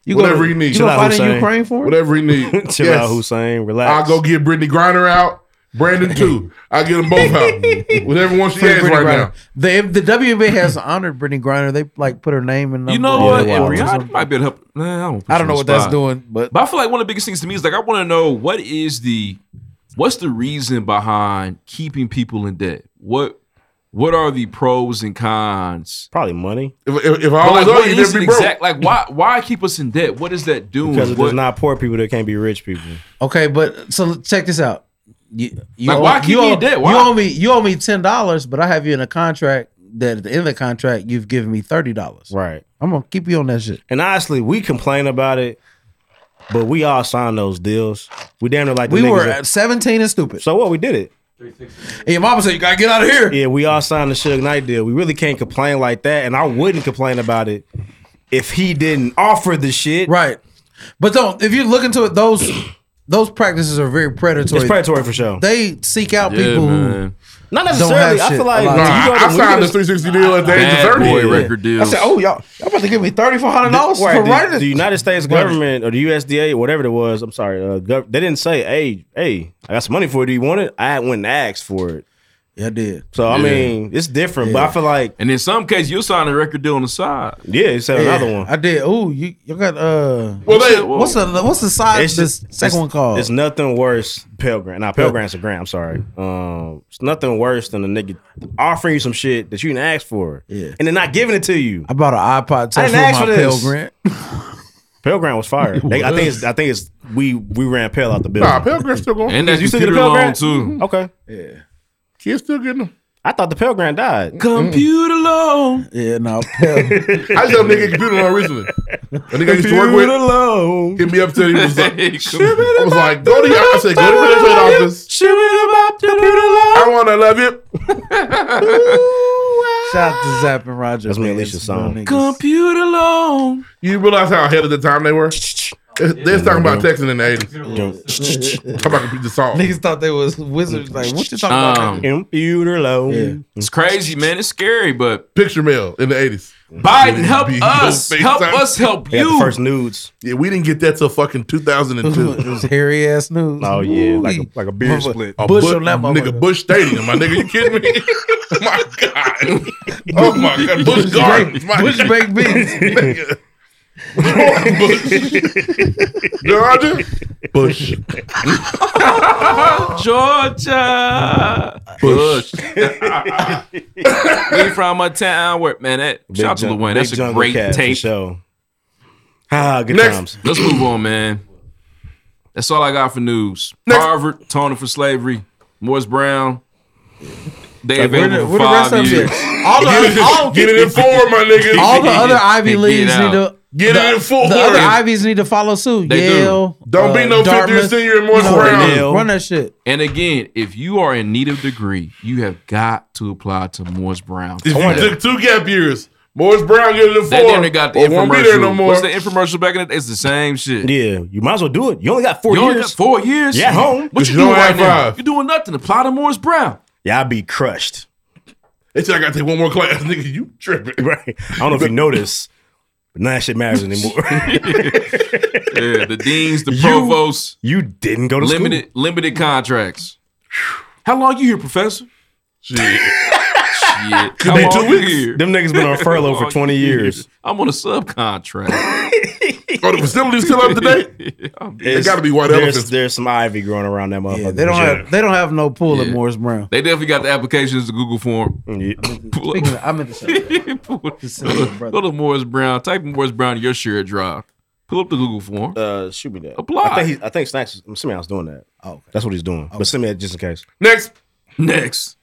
You
Whatever
gonna,
he needs.
You gonna
Chill out,
fight in
Hussein.
Ukraine for it?
Whatever he needs.
Chill
yes.
out, Hussein.
I'll
Relax.
go get Brittany Griner out. Brandon too. I'll get them both out. Whatever one she
Free
has
Brittany
right
Griner.
now.
The if the WNBA has honored Brittany Griner. They like put her name in.
you
number
know
or
what?
something.
And Rihanna might be able to help. Nah, I don't. put
I
you
don't
on
know
the
what that's
spot.
doing, but
But I feel like one of the biggest things to me is like I want to know what is the What's the reason behind keeping people in debt? What what are the pros and cons?
Probably money.
If, if, if
But,
I
like,
was
what
you,
is
you'd
it
be broke.
exact- like why why keep us in debt? What is that doing?
Because if
What-
there's not poor people, there can't be rich people.
Okay, but so check this out. You, you
Like,
owe,
why keep
you
me
owe,
in debt? Why?
You owe me. You owe me ten dollars, but I have you in a contract that at the end of the contract you've given me thirty dollars.
Right.
I'm gonna keep you on that shit.
And honestly, we complain about it, but we all signed those deals. We damn near like the
We
niggas
were
that-
at seventeen and stupid.
So what? We did it.
And your mama said you gotta get out of here.
Yeah, we all signed the Suge Knight deal. We really can't complain like that, and I wouldn't complain about it if he didn't offer the shit.
Right. But don't if you look into it, those those practices are very predatory.
It's predatory for sure.
They seek out
Yeah,
people
man.
who don't
Not necessarily.
have
I
shit
feel like
a lot
Nah,
of
I,
times.
I signed the 360 deal at the age of 30.
boy record
deals.
I said, oh y'all, y'all about to give me thirty four hundred dollars
Right,
for
the,
writing.
the United States government or the USDA, whatever it was. I'm sorry, uh, gov- they didn't say, "Hey, hey, I got some money for it. Do you want it?" I went and asked for it.
Yeah, I did.
So I
Yeah.
mean, it's different, but I feel like,
and in some cases you'll sign a record deal on the side.
yeah, it's another one.
I did. Oh, you you got uh.
Well, they-
what's the what's the size?
It's
this
just-
second
it's-
one called.
It's nothing worse. Pell Grant. Nah, Pell Grant's a grant. I'm sorry. Um, it's nothing worse than a nigga offering you some shit that you didn't ask for. Yeah. And then not giving it to you.
I bought an iPod Touch
I
with
didn't ask
my
for this.
Pell Grant.
Pell Grant was fired.
It
They- I think
was.
it's. I think it's. We we ran Pell out the building.
Nah, Pilgrim's still going.
And that You still get a computer Pell loan, Grant? too. Okay.
Yeah.
Kids still getting them.
I thought the Pell Grant died.
Computer loan.
Yeah, no. Pell.
I just have a nigga computer on recently. A nigga I used to work with. Hit me up today. He was like, I was like, go to your, I said, go to the trade office. I want to love you.
Shout out to Zapp and Roger. That's
my Alicia song.
Computer loan.
You realize how ahead of the time they were? They they was talking about texting in the 80s.
Computer
Talking about computer song.
Niggas thought they was wizards. Like, what you talking
Um,
about? nigga?
Computer loan.
It's crazy, man. It's scary, but
picture mail in the 80s.
Biden, help us. Help us help
They got the
you.
first nudes.
Yeah, we didn't get that till fucking 2002.
it was hairy ass news.
Oh yeah, like a, like a beer
Motherfucker.
split.
A
Bush
Bu-
on that
nigga,
motherfucker.
Bush Stadium, my nigga. You kidding me? my God. Oh my God. Bush Gardens. My
Bush
God.
baked beans.
Nigga. Bush. Georgia. Bush.
Georgia. Bush. we from a town where man that
Big
shout out to
Jun-
Luann. That's a
Big Jungle
great
Cat for
tape.
Show. Ah, good
Next.
times.
Let's move on, man. That's all I got for news. Harvard, Tony for slavery, Morris Brown. They
Like, where the-
available
where
for
the rest
five
of them
years.
at?
All the
Get it-
all,
get it in four, my nigga.
all the other Ivy
Get
leagues
out.
need to
Get
the,
it in four.
The other Ivies need to follow suit.
They do.
Yale. uh,
Don't be no fifth year
Dartmouth.
senior in Morris
You know,
Brown.
run- Run that shit.
And again, if you are in need of degree, you have got to apply to Morris Brown.
If you took two gap years, Morris Brown get it in
That
four.
damn near got the
or won't be there
infomercial.
no more.
What's the infomercial back in the day? It's the same shit.
Yeah, you might as well do it. You only got four
You only
years.
got four years?
Yeah, at home.
What you doing right now? You're doing nothing. Apply to Morris Brown.
Yeah, I'd be crushed.
They said I gotta take one more class, nigga. You tripping?
Right. I don't know if you notice, but none of that shit matters anymore.
Yeah, the deans, the provosts.
You didn't go to
limited,
school.
Limited contracts. How long you here, professor?
Shit.
Shit.
Could
How
be
long
two
you
weeks.
here?
Them niggas been on furlough for
How long
20
you here?
years.
I'm on a subcontract.
Oh, the facility's still up to date.
It's-
gotta be white
there's,
elephants.
There's some ivy growing around that motherfucker.
They don't have they don't have no pool at
Yeah.
Morris Brown.
They definitely got the applications to Google form. Pull up-
Speaking of, I'm at the show.
Go to Morris Brown. Type in Morris Brown your share drive. Pull up the Google form.
Uh, shoot me that.
Apply.
I think he, I think Snacks. I'm assuming I was doing that. Oh, that's what he's doing. But send me that just in case.
Next.
Next.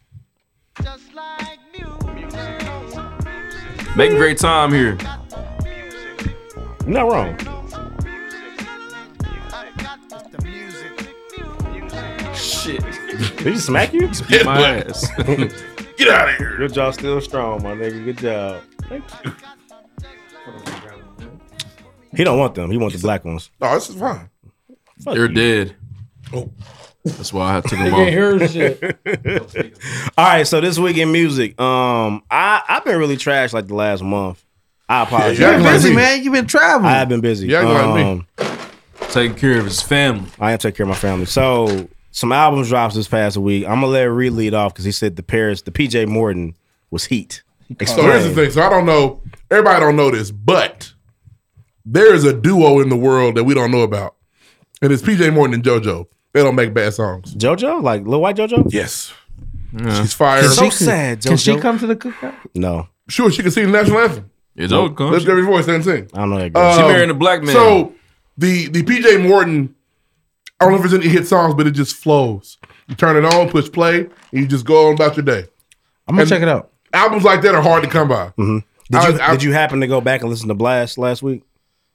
Making great time here.
You're not wrong.
Shit.
Did you smack you?
Beat my ass.
Get out of here.
Your job still strong, my nigga. Good job. Thank you. He don't want them. He wants the black ones.
No, this is fine.
They're dead.
Oh.
That's why I took them off.
All right, so this week in music, um, I I've been really trash like the last month. I apologize.
You've been busy, man. You've been traveling.
I've been busy. Um,
You acting like me.
Taking care of his family.
I am taking care of my family. So some albums drops this past week. I'm gonna let Reed lead off because he said the Paris, the PJ Morton was heat.
So here's the thing. So I don't know. Everybody don't know this, but there is a duo in the world that we don't know about, and it's PJ Morton and JoJo. They don't make bad songs.
JoJo, like Lil White JoJo.
Yes, she's fire.
So sad. JoJo.
Can she come to the cookout?
No.
Sure, she can sing the national anthem.
It's old, come.
Lift every voice and sing. Um,
I don't know that
She marrying a black man.
So the the PJ Morton, I don't know if it's any hit songs, but it just flows. You turn it on, push play, and you just go on about your day.
I'm gonna check it out.
Albums like that are hard to come by.
Mhm. Did
I-
you
I-
did you happen to go back and listen to Blast last week?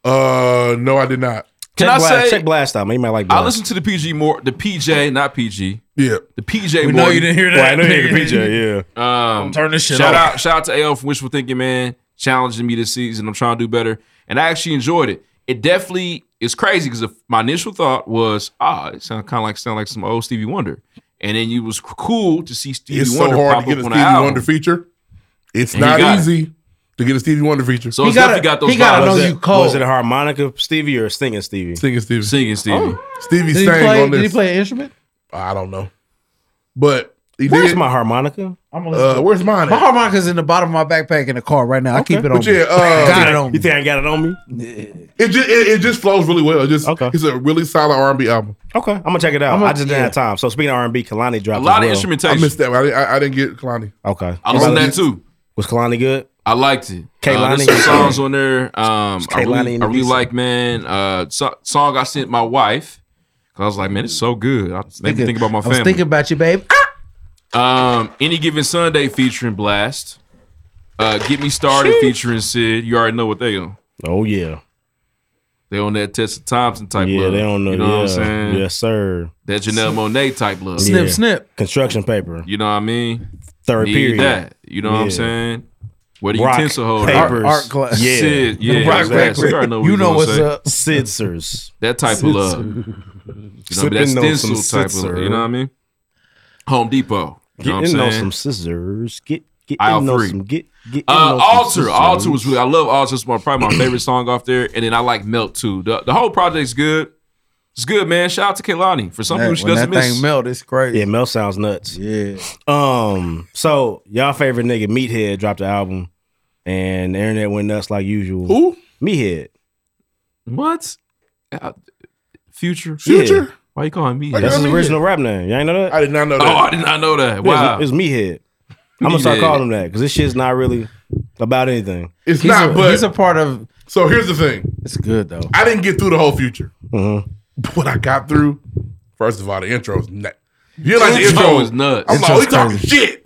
Uh, no, I did not.
Check
Can I
Blast,
say-
check Blast out? Man, you might like. Blast.
I listened to the PG more, the PJ, not PG.
Yeah,
the PJ.
We
Morton.
know you didn't hear that. Right, I didn't hear the PJ, yeah.
Um,
Turn this shit
shout
off.
out, shout out to AL for wishful thinking, man. Challenging me this season. I'm trying to do better, and I actually enjoyed it. It definitely is crazy because my initial thought was, ah, it sound kind of like sound like some old Stevie Wonder, and then it was cool to see Stevie
it's
Wonder
so hard
pop
to get
up
a
on
Stevie
the album.
Wonder feature. It's
And he
not
got it.
easy to get a Stevie Wonder feature.
So He it's gotta- definitely got those he gotta vibes. know you cold.
Was it a harmonica Stevie or singing Stevie?
Singing Stevie.
Singing Stevie. Oh.
Stevie
Did he
sang
play-
on this. Uh,
did he play
an instrument?
I don't know, but he
Where's
did.
my harmonica?
I'm
gonna listen to it.
where's mine?
My
At?
harmonica's in the bottom of my backpack in the car right now. I keep it on.
But yeah,
me.
uh,
got it on.
You think I got it on me?
It just it, it just flows really well. It just it's a really solid R and B album.
Okay, I'm gonna check it out.
I'm a-
I just didn't
yeah.
have time. So speaking of R&B, Kalani dropped as well.
I missed that. One. I, didn't, I, I didn't get Kalani.
Okay,
I listened to that too.
Was Kalani good?
I liked it. Uh,
Kehlani.
there's some songs on there. Um, I
Kehlani
really,
and
I really
Nipsey.
like, man. Uh, so- song I sent my wife. 'cause I was like, man, it's so good. I made me think about my
I was
family.
thinking about you, babe.
Um, Any Given Sunday featuring Blast. Uh, Get Me Started featuring Sid. You already know what they on.
Oh yeah.
They on that Tessa Thompson type
Yeah,
love.
they don't know.
You know
yeah.
what I'm saying?
Yes, sir.
That Janelle Monet type love.
Snip, snip. Construction paper.
You know what I mean?
Third
Need
period.
That. You know what I'm
Yeah.
saying? What do
Rock,
utensil holder?
papers. Yeah.
Sid. Yeah.
Rock
exactly.
paper.
You already know, what
You
we
know
gonna
what's
say.
up. Sidsers.
That type
Sidsers.
of love. You know,
Sipping
that
on some
stencil type of love.
Sidser.
You know what I mean? Home Depot. You know what I'm
Getting on
saying?
some scissors. Get get
Aisle
on
three.
some get get
Uh,
on some
Alter,
scissors.
Alter was really. I love Alter. It's my probably my favorite song off there, and then I like Melt too. The, the whole project's good. It's good, man. Shout out to Kehlani. For some people, she doesn't miss.
melt, it's crazy. Yeah, melt sounds nuts. Yeah. Um. So y'all favorite nigga Meathead dropped the album, and the internet went nuts like usual.
Who?
Meathead.
What? Uh, future.
Future?
Why you calling me?
That's his original rap name. You ain't know that?
I did not know
Oh, I did not know that.
Yeah,
Wow.
it's, it's Meathead. I'm gonna start
Meathead.
calling him that because this shit's not really about anything.
It's not,
a-
but
he's a
part of.
So here's the thing.
It's good though.
I didn't get through the whole future.
Mhm.
But What I got through, first of all, the intro is nuts. You like the
Intro
intro
is nuts.
I'm like, oh,
Intro's
we talking
crazy.
shit.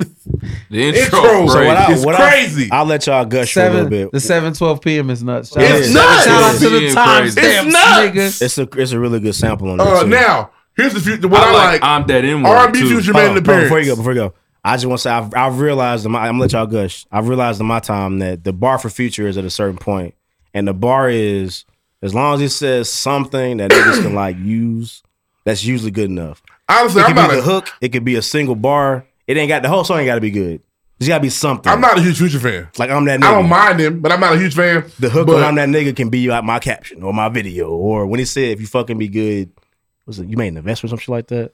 The
intro is
So what I,
crazy.
what
It's
crazy. I, will let y'all gush for a
Seven,
little bit.
the seven twelve p.m. is nuts. Shout
It's
out-
nuts.
Shout out to the
It's
timestamps,
nuts.
niggas.
It's a it's a really good sample on
Uh,
that. too.
now, here's the future. What I, like,
I'm that in
R&B future made an
Hold on, hold on, Before you
appearance.
go, before you go, I just want to say I've, I've realized in my, I'm gonna let y'all gush. I've realized in my time that the bar for future is at a certain point, and the bar is as long as it says something that niggas can like use, that's usually good enough.
Honestly,
it
I'm
could
not
be
a-
the hook. It could be a single bar. It ain't got the whole song. Ain't got to be good. There's got to be something.
I'm not a huge future fan.
Like I'm that. Nigga.
I don't mind him, but I'm not a huge fan.
The hook
but-
on I'm that nigga can be like my caption or my video or when he said if you fucking be good, was it you made an investment or some shit like that?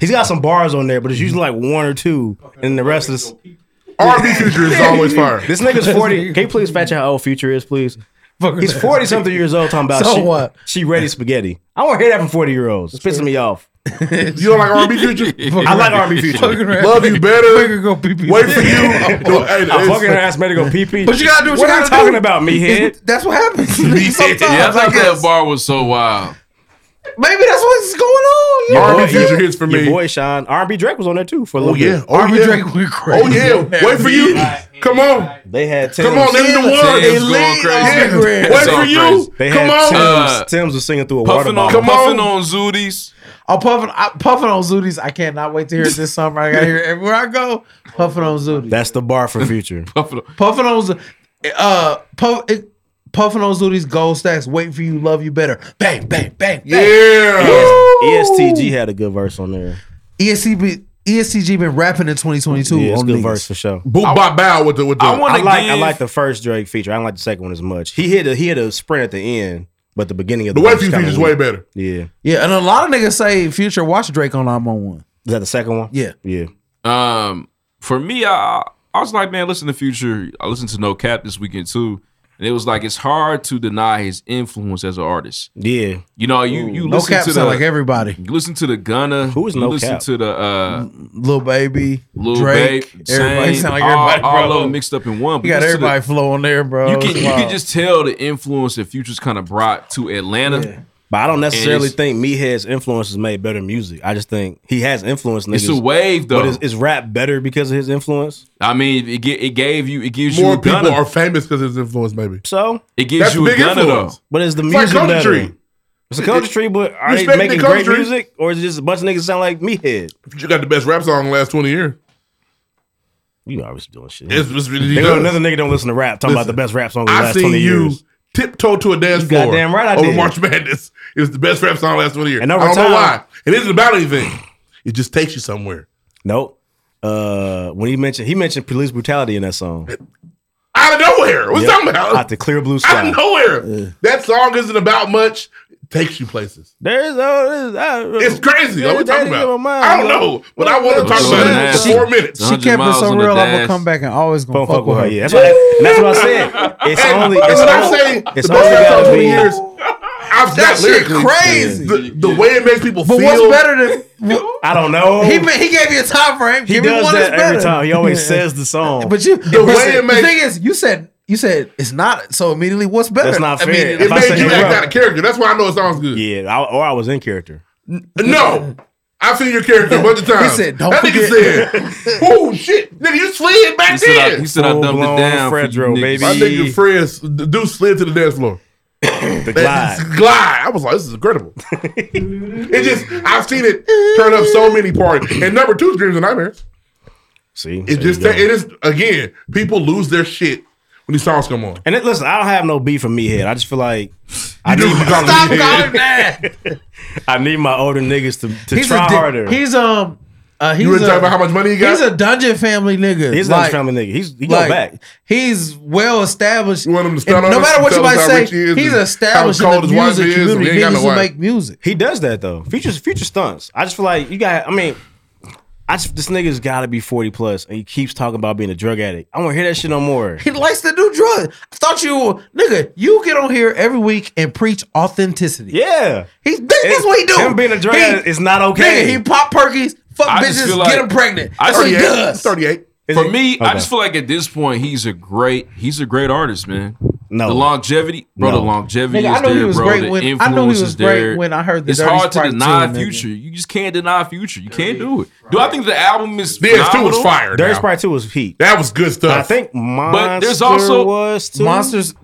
He's got some bars on there, but it's usually like one or two, and the rest is
R&B future is always fire.
This nigga's forty. Can you please fetch out how old future is, please? He's forty something years old. Talking about
So
she,
what?
She ready spaghetti. I won't hear that from forty year olds. It's pissing me off.
You don't like R&B future?
I like R&B future.
Love you better.
go pee pee.
Wait for you. No, hey,
I
it's-
fucking ass made to go pee pee.
But you gotta do what you
We're not
gotta do.
talking about me head.
That's what happens. Sometimes,
yeah, I
I
thought that
guess.
bar was so wild.
Maybe that's what's going on. you
Your
know?
boy-
future
your-
hits for
Your
me.
boy Sean R&B Drake was on there too for a little bit.
Oh, yeah. Oh, yeah. Wait for you. Come on.
They had Tim's.
Come on, them the ones.
Tim's
They
going
lean
crazy.
on the grid. Wait
It's
for
all
you.
crazy. They
Come
had
on.
Tim's,
Uh,
Tim's was singing through a water
Puffing on,
bottle.
puffing on Zooties.
I'm Oh, puffing. I'm puffing on Zooties. I cannot wait to hear it this summer. I gotta hear it everywhere I go. Puffing on Zooties.
That's the bar for future.
puffing,
Puffing on. Zo- Uh, puff. It, puffing on Zooties. Gold stacks. Waiting for you. Love you better. Bang, bang, bang. bang.
ES- ESTG had a good verse on there.
E ESCB. ESCG been rapping in 2022.
Yeah, it's
on
good
niggas.
verse for sure.
Boop, bop, bow with the with the.
I,
wanna
like I
give-
like the first Drake feature. I don't like the second one as much. He hit a he hit a sprint at the end, but the beginning of
The
the,
way
verse
few
kinda
features
weak.
way better.
Yeah,
Yeah, and a lot of niggas say Future watch Drake on I'm on one.
is that the second one?
Yeah,
yeah.
Um, for me, I I was like, man, listen to Future. I listened to No Cap this weekend too, And it was like it's hard to deny his influence as an artist.
Yeah.
You know, you you
No
listen
cap
to the
sound like everybody.
You listen to the Gunna. Who
is
you
No
listen
Cap?
to the uh
Lil Baby,
Lil
Drake,
Babe,
everybody
Sane,
sound like
all-
everybody,
all,
bro.
of them mixed up in one.
You got
listen to
everybody flow on there, bro.
You can
It's
you can
wild.
just tell the influence that Future's kind of brought to Atlanta.
But I don't necessarily
And
think Meathead's influence has made better music. I just think he has influence. Niggas,
It's a wave, though.
But is, is rap better because of his influence?
I mean, it, ge- it gave you, it gives
More
you
people
Gunna.
are
famous because his influence, maybe.
So
it gives
That's
you
big
a Gunna
influence.
though.
But is the It's like music Culture better? Tree. It's a culture
It-
tree, but are they
respect
making
the culture
great
tree.
music, or is it just a bunch of niggas sound like Meathead?
You got the best rap song in the last 20 years.
You always doing shit.
It's, it's,
They go, another nigga don't listen to rap. Talking about the best rap song of the
I
last
seen
20
you
years.
tiptoe to a dance
You
floor.
goddamn right I
over
did.
March Madness. It was the best rap song last 20 years.
And over
I don't
time-
know why. It isn't about anything. It just takes you somewhere.
Nope. Uh, when he mentioned he mentioned police brutality in that song.
Out of nowhere. What's
Yep.
talking about?
Out the clear blue sky.
Out of nowhere. That song isn't about much. It takes you places.
There's uh,
it's crazy. Like, what we
There's-
talking about?
there's-
I don't know, but I want to talk about it for four minutes.
She kept it so real. I'm gonna come back and always gonna fuck, with her.
Oh, Yeah, that's what, I, and that's what I said. It's
Hey,
only.
that's
It's
what I'm
only,
saying.
It's
the
only
best rap song
gotta
in
be.
20 years. I've
That
got
shit
lyrically.
crazy.
The, the way it makes people
But
feel.
what's better than?
I don't know.
He ma- he gave you a time frame.
He
Give me
does
one
that
that's
every
better.
time. He always
Yeah.
says the song.
But you,
The
the
way
way
it makes-
the thing is, you said you said it's not. So immediately, what's better?
That's not fair.
Immediately.
If I said it right.
character. That's why I know it sounds good.
Yeah, I, or I was in character.
No. I've seen your character a bunch of times.
He said, "Don't
that nigga
forget."
said, oh shit, nigga, you slid back
He said I-
then.
he said I Full dumped it blown down for you Fredro, niggas. baby.
My nigga Fred's, the dude slid to the dance floor. the
glide.
glide. I was like, this is incredible. it just, I've seen it turn up so many parties. And number two is Dreams and Nightmares.
See,
It just, it is, again, people lose their shit when these songs come on.
And it, listen, I don't have no beef from me head. I just feel like I need,
Stop
my,
calling that.
I need my older niggas to, to
He's a
try
di-
harder.
He's um. Uh, he's
You were
a-
talking about how much money he got?
He's a dungeon family nigga.
He's a Dungeon Family nigga. He's- he go back.
He's well established.
stand
And
on
no
us
matter
and
what
tell
you
us
might
how
say,
rich he is
he's
and
established in
how cold
the
his wife
music
is and
community.
he ain't got no
Niggas who
wife.
make music.
He does that though. Future future stunts. I just feel like you got. I mean, I just, this nigga's got to be forty plus, and he keeps talking about being a drug addict. I don't hear that shit no more.
He likes to do drugs. I thought you were- nigga. You get on here every week and preach authenticity.
Yeah,
he th- that's what he do.
Him being a drug
He-
addict is not okay.
Nigga, he pop perkies, fuck
I just
bitches,
feel
get
like-
'em pregnant.
I
I
just-
he does.
38.
For me, I
Okay.
just feel like at this point he's a great he's a great artist, man.
No.
The longevity, bro, the
No.
longevity
Nigga,
is
I knew he
there,
was
bro.
great
the
when- I knew he
influence
was
is
great
there.
when I heard the
It's
Dirty
hard to
Sprite
deny
tune, nigga.
future. You just can't deny future. You can't do it. Do I think the album is
DS2 was
phenomenal?
fire
Dirty Sprite Two was heat.
That was good stuff.
I think Monster
But there's also-
was too.
Monsters,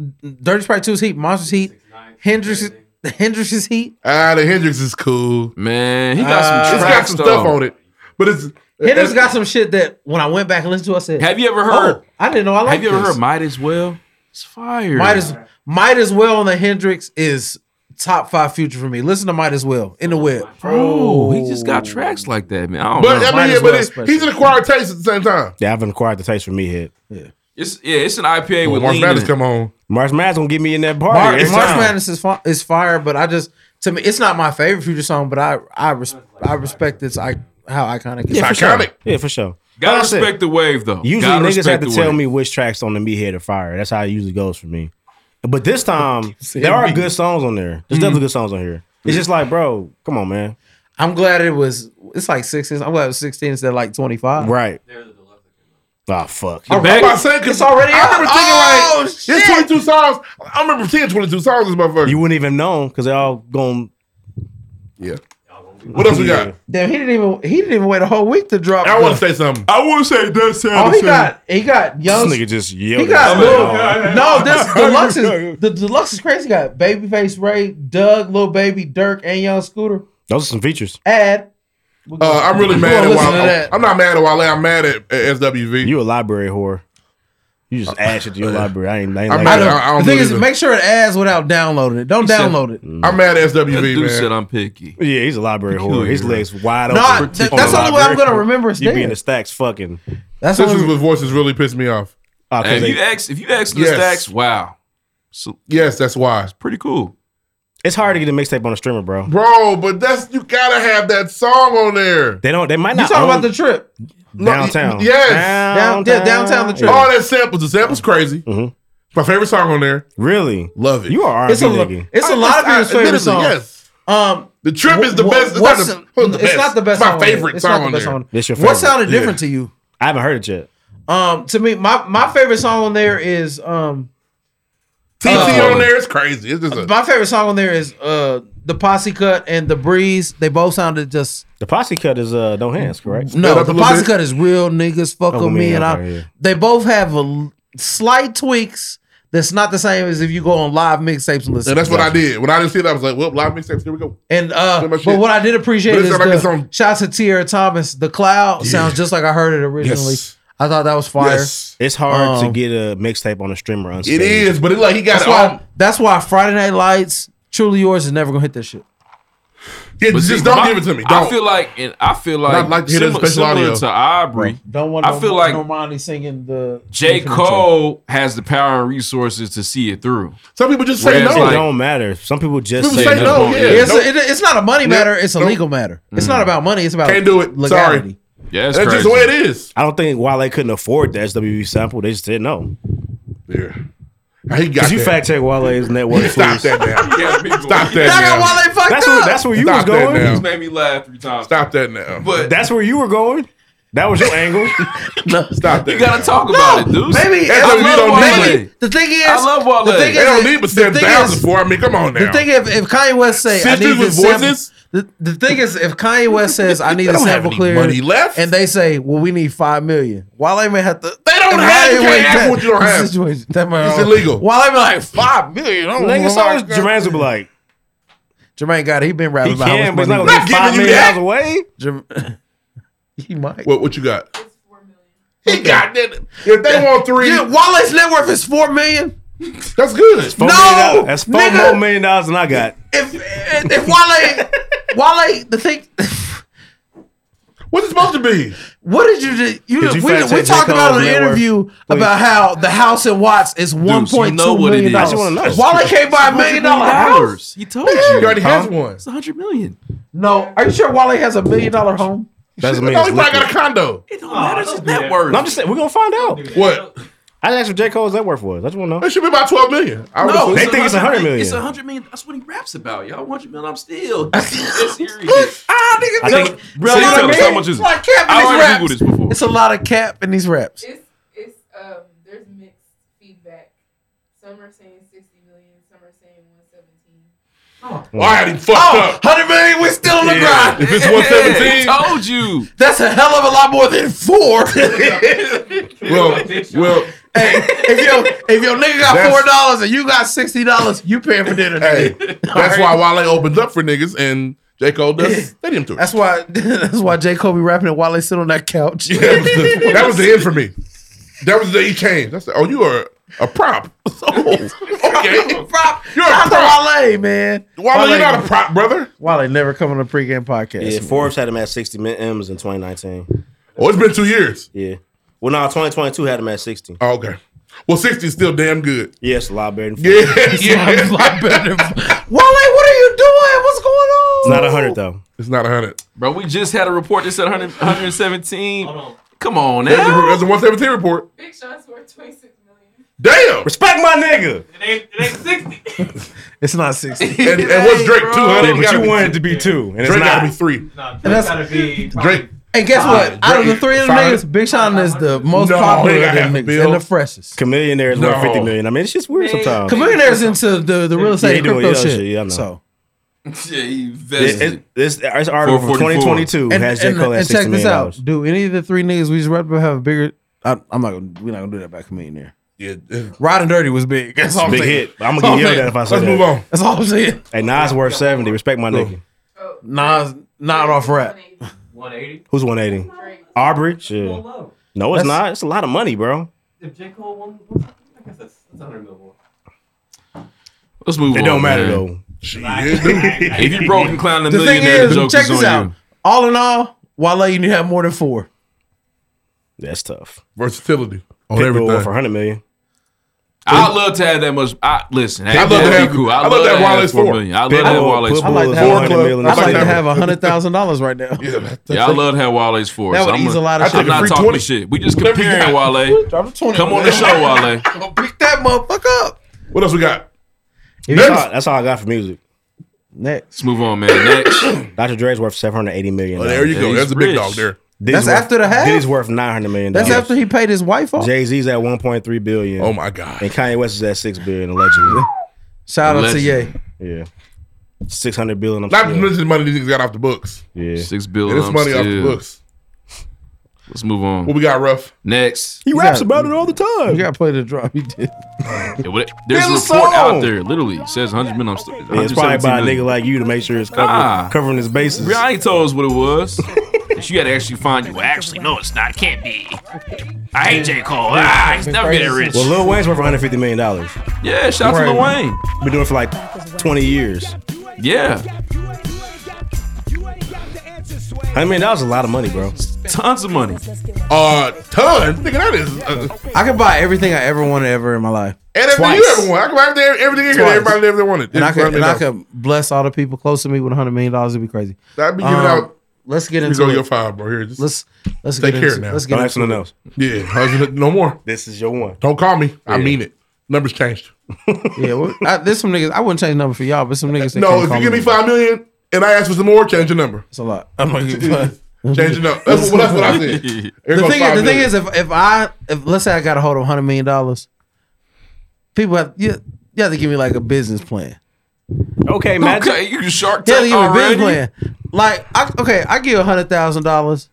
Dirty Sprite 2's heat, Monsters heat, Hendrix, Hendrix's heat.
Ah, the Hendrix is cool.
Man,
he got some
It's got
tracks,
some stuff
though.
on it. But it's
Hendrix got some shit that when I went back and listened to, I said,
Have you ever heard-
"Oh, I didn't know I liked
Have you ever
this."
heard Might as Well? It's fire.
Might as might as well on the Hendrix is top five future for me. Listen to might as well in the web.
Bro, he just got tracks like that, man. I don't
But
know.
I mean, yeah, but it, he's an acquired taste at the same time.
Yeah, I've acquired the taste for me head.
Yeah.
It's yeah, it's an IPA with
March
lean
Madness
in it.
come
on.
March Madness gonna get me in that party.
Mar-
every
March
time.
Madness is fi- is fire, but I just to me it's not my favorite future song, but I I res- I respect this I how iconic it
Yeah, for
is.
sure. Yeah, for sure.
Gotta
Like I said,
respect the wave though.
Usually
Gotta
niggas have
respect
to
the
tell
wave.
me which tracks on the meathead are fire. That's how it usually goes for me. But this time, there are
me.
good songs on there.
Mm-hmm.
There's definitely good songs on here. It's just like, bro, come on, man.
I'm glad it was. It's like sixteen. I'm glad it was sixteen instead of like twenty five.
Right. Ah, fuck.
I'm about to say, 'cause already
I
out.
remember thinking
Oh,
like, it's 22 songs. I remember seeing 22 songs this motherfucker.
You wouldn't even know because they all gone.
Yeah. What else we got?
Damn, he didn't even he didn't even wait a whole week to drop.
I want to say something.
I want to say that's
Oh, he got he got young.
This nigga just yelled.
He
at
got
somebody.
Lil, no. This deluxe is the deluxe is crazy. He got Babyface Ray, Doug, Lil Baby, Dirk, and Young Scooter.
Those are some features.
Add.
Uh, I'm really
We're
mad at
gonna listen to
Wale.
that.
I'm not mad at Wale. I'm mad at, at SWV.
You a library whore. You just ash it to your library. I ain't. I ain't
I'm
like
mad
that.
at- I don't
the thing
know
is,
either.
make sure it adds without downloading it. Don't
He said-
download it.
I'm mad at SWV,
That dude
man.
said I'm picky.
Yeah, he's a library whore. His legs wide
No, I-
open.
th- that's the only way I'm
library.
gonna remember it's
You be
there.
in the stacks fucking.
That's
this
the
is
only-
what voices really pissed me off.
Ah, 'cause
Hey, if
they-
you ask if you ask the
Yes.
stacks, wow. So
yes, that's why. It's
pretty cool.
It's hard to get a mixtape on a streamer, bro.
Bro, but that's you gotta have that song on there.
They don't. They might
You
not. Oh.
talking
own
about the trip?
downtown?
Yes.
Downtown.
Down- yeah, downtown the trip.
All that samples. The samples crazy. My favorite song on there.
Really?
Love it. You
are
it's
R&B
a,
nigga.
It's a lot of people's favorite
song.
songs.
Um,
the trip is the
wh-
best. It's not
what's
the-
the-
one of the
it's
best.
not the best.
It's my
song on there.
favorite
It's not
song
the
on
best
there.
song on there.
This your
What
favorite.
sounded
Yeah.
different to you?
I haven't heard it yet.
Um, to me, my my favorite song on there is um.
TT
uh,
on there is crazy. It's just a,
My favorite song on there is uh the Posse Cut and the Breeze. They both sounded just.
The Posse Cut is uh no hands, correct?
Mm-hmm. No, the Posse Cut is real niggas fuck
Fuck
with
with
me,
me,
and
okay,
I.
yeah.
They both have a l- slight tweaks. That's not the same as if you go on live mixtapes and listen.
and that's what I did. When I didn't see that, I was like, well, live mixtapes, here we go.
And uh, but
shit.
what I did appreciate
But it
is
sound like
the,
it's on-
shout out to Tierra Thomas. The cloud sounds just like I heard it originally.
Yes.
I thought that was fire.
It's hard
Um,
to get a mixtape on a streamer. On
It is, but it, like, he got
that's
it all- That's why Friday Night Lights, Truly Yours, is never gonna hit this shit.
But see, my- I feel like, and I feel like,
I'd like to hear the
similar,
special
similar
audio.
to Aubrey.
Don't want.
I feel like
Normani singing the
J. Cole has the power and resources to see it through.
Some people just
Whereas,
It
like-
don't matter. Some people just
People
say,
say
no.
no,
It's,
Nope.
it- it's not a money
Nope.
matter. It's a
Nope.
legal matter. It's
Mm.
not about money. It's about
Can't do it. Sorry.
Legality.
Yeah,
it's
That's just the way it is.
I don't think while they couldn't afford the SWB sample, they just said no.
Yeah.
He
got
you
that.
fact check Wale's net worth.
Stop that now. Stop that
Y'all got
now.
Wale fucked That's where- up. that's where you
Stop
was
that
going.
now.
He's
made me laugh three times.
Stop that now.
But
that's where you were going. That was your angle.
no,
stop that.
You gotta talk about it, dude.
Maybe,
That's what we
I
don't
love
need.
Wale. The thing is,
I love Wale.
The thing
They
is,
don't need but
the thing
7,000
is-
for it. I mean, come on
The
now.
thing if, if Kanye West say I
Sisters
need
with
this sample,
voices?
the, the thing is if Kanye West says I need
They
a
don't have
sample
any
clear
money left.
and they say well we need five million Wale may have to they
don't have- you can't ask for what you don't have.
situation. That might
It's illegal.
Wale be like five million oh
Nigga,
my
so is
God."
Jermaine be like,
Jermaine got it he been
he
rapping about how
can, but
much
it's
money
not gonna be five million dollars away.
Jerm- he might
What, what you got? He got that. If they want three,
yeah, Wale's net worth is four million
that's good
Four million dollars- that's four
nigga.
more million dollars than I got.
if, if Wale Wale the thing
What's it supposed to be?
What did you do? You,
Did you
we
fact
we
check
talked
J.
about
Cole's
in an
net worth,
interview
please?
about how the house in Watts is one point
know
two
what it
million
is. I just wanna know.
dollars. Wale can't buy a million dollar house.
He told you.
He already has
one.
It's a hundred million.
No, are you sure Wale has a million dollar home?
That's
No, Oh, he probably got a condo.
It don't matter. It's just net
No, I'm just saying, we're gonna find out.
What?
I asked what J. Cole's net worth was. I just want to know.
It should be about twelve million. I would assume.
they think it's a hundred million.
It's a hundred million. That's what he raps about, y'all. One hundred million. I'm still. It's serious.
Ah, nigga,
I think-
bro,
See,
you know
tell
what
us
I mean?
how much is it?
Like cap in
I
these
already
raps.
Googled this before.
It's a lot of cap in these raps.
It's it's um there's mixed feedback. Some are saying sixty million, some are saying one seventeen.
Well, I already fucked
Oh,
up.
hundred million, we're still on the
Yeah.
grind.
If it's one seventeen,
I told you.
That's a hell of a lot more than four.
well, well,
if your if your nigga got
That's-
four dollars and you got sixty dollars, you paying for dinner.
hey,
nigga.
that's why Wale opens up for niggas and J Cole does stadium tour.
That's why that's why J. Kobe rapping it while they sit on that couch.
Yeah, that, was the, that was the end for me. That was the he came. That's the, oh, you are a prop. Oh, okay,
prop.
You're a
Shout out to
prop.
Wale, man.
Wale, you're not a prop, brother.
Wale never come on a pregame podcast.
Yeah, Forbes had him at 60 min- M's in 2019.
Oh, it's been two years.
Yeah. Well, no, 2022 had him at 60.
Oh, okay. Well, sixty is still damn good.
Yeah, it's a lot better than
Yeah,
Forbes.
yeah.
It's a lot
better. Wale, what are you doing? What's going on?
It's not 100, though.
It's not a hundred.
Bro, we just had a report that said 100, 117. Come on
That's
now.
a, that's a one seventeen report.
Big Sean's worth twenty six million.
Damn.
Respect my nigga.
It ain't, it ain't sixty.
It's not sixty.
And, and what's Drake? Two hundred.
but you wanted it to be two, and it's
Drake
not.
gotta be three.
And that's-
Drake.
And guess what? Out of the three of them
Five.
niggas, Big Sean is the most
No,
popular
they
of
got
them
half a
niggas
bill.
and the freshest.
Chameleonaire is worth
No.
50 million. I mean, it's just weird
Oh.
sometimes.
Chameleonaires into the, the real estate
Yeah,
and
they doing
crypto
other
shit.
shit, yeah, I know.
So
Yeah, he
It,
vested.
it, it's, it's article from 2022 has J. Cole at
and
60
check this
million
out.
dollars.
Do any of the three niggas we just read about have a bigger? I, I'm not gonna. We're not gonna do that by Chameleonaire.
Yeah,
Rod and Dirty was big. That's all I'm
Big
saying.
hit. I'm
That's all
gonna get yelled at
saying.
if I say that.
That's all I'm saying.
Hey, Nas worth 70. Respect my nigga.
Nas not off rap.
Who's 180? Aubrey? Shit. No, it's
That's-
not. It's a lot of money, bro.
If J. Cole won, what's that? I guess that's, that's 100 million more.
Let's move
it
on.
don't matter
man.
though.
if you broke and clown the,
The thing
millionaire,
is,
the joke
check
is
this
on
out.
you.
All in all, Wale, you need to have more than four.
That's tough.
Versatility
On
on everything.
for 100 million.
I'd love to have that much. I, listen, hey,
I'd love to
that'd be
have-
cool.
I'd
I'd
love
love
to
that
have
Wale
Wallace
four
Four.
million. I'd love that
Pitbull,
Wale
Pitbull
four.
is I'd like to have a hundred- I'd like to have a hundred thousand dollars right now.
Yeah, I love to have Wale's four.
That
so
would
I'm
ease
gonna-
a lot of shit.
I'm not
Free
talking
20.
shit. We just
Whatever you
comparing
got.
Wale.
Drop a 20.
Come on the show, Wale.
Pick that motherfucker up.
What else we got?
That's all, that's all I got for music. Next. Let's
move on, man. Next.
Dr. Dre's worth $780 million.
Oh, there you go.
He's
That's a big
rich.
dog there.
Diddy's
That's after the half?
Diddy's worth $900 million.
That's after he paid his wife off.
Jay Z's at one point three billion.
Oh my god!
And Kanye West is at six billion allegedly.
Shout out to Ye.
Yeah, six hundred billion. I'm
Not to
still-
mention the money these niggas got off the books.
Yeah.
Six billion.
This
I'm
money off the
still-
books.
Let's move on.
What we got, Ruff?
Next.
He raps about
it all the time.
You gotta play the drop. He did.
Yeah, what- There's a
Here's a
report out
song.
there. Literally it says 100 million. I'm still,
Yeah, it's probably
117
by a
million.
nigga like you to make sure it's covering,
Nah.
covering his bases.
Real, I ain't told us what it was. But you got to actually find you. Actually, no, it's not. It can't be. I hate J. Cole. Ah, he's never getting rich.
Well, Lil Wayne's worth 150 million dollars.
Yeah, shout out to Lil Wayne.
Been doing it for like 20 years.
Yeah.
I mean, that was a lot of money, bro.
Tons of money.
Uh, ton. Nigga, that is uh,
I could buy everything I ever wanted ever in my life.
everything
Twice.
you ever wanted. I can buy everything, everything in here. that
Twice.
Everybody ever wanted.
And I could,
Everything
and I
else.
could bless all the people close to me with hundred million dollars. It'd be crazy.
That'd be giving
Um,
out.
Let's get
Here
into
go
it.
your five, bro. Here, just
Let's let's
take
get
care
into-
now.
let's get Don't ask into
else.
Yeah, how's it- no more.
This is your one.
Don't call me. I
Yeah.
mean it. Numbers changed.
Yeah, well, I, there's some niggas. I wouldn't change number for y'all, but some niggas. that can't
no, if
call
you give me
number.
five million and I ask for some more, change the number.
It's a lot. I'm gonna give you five.
Change it up. That's what, that's what I said.
The
Here goes
thing,
five
is, the thing
million.
is, if if I if let's say I got a hold of hundred million dollars, people have you, you have to give me like a business plan.
Okay,
Magic.
Okay, you can shark
Yeah,
tank
you have a
already.
business plan. Like, I, okay, I give hundred thousand dollars,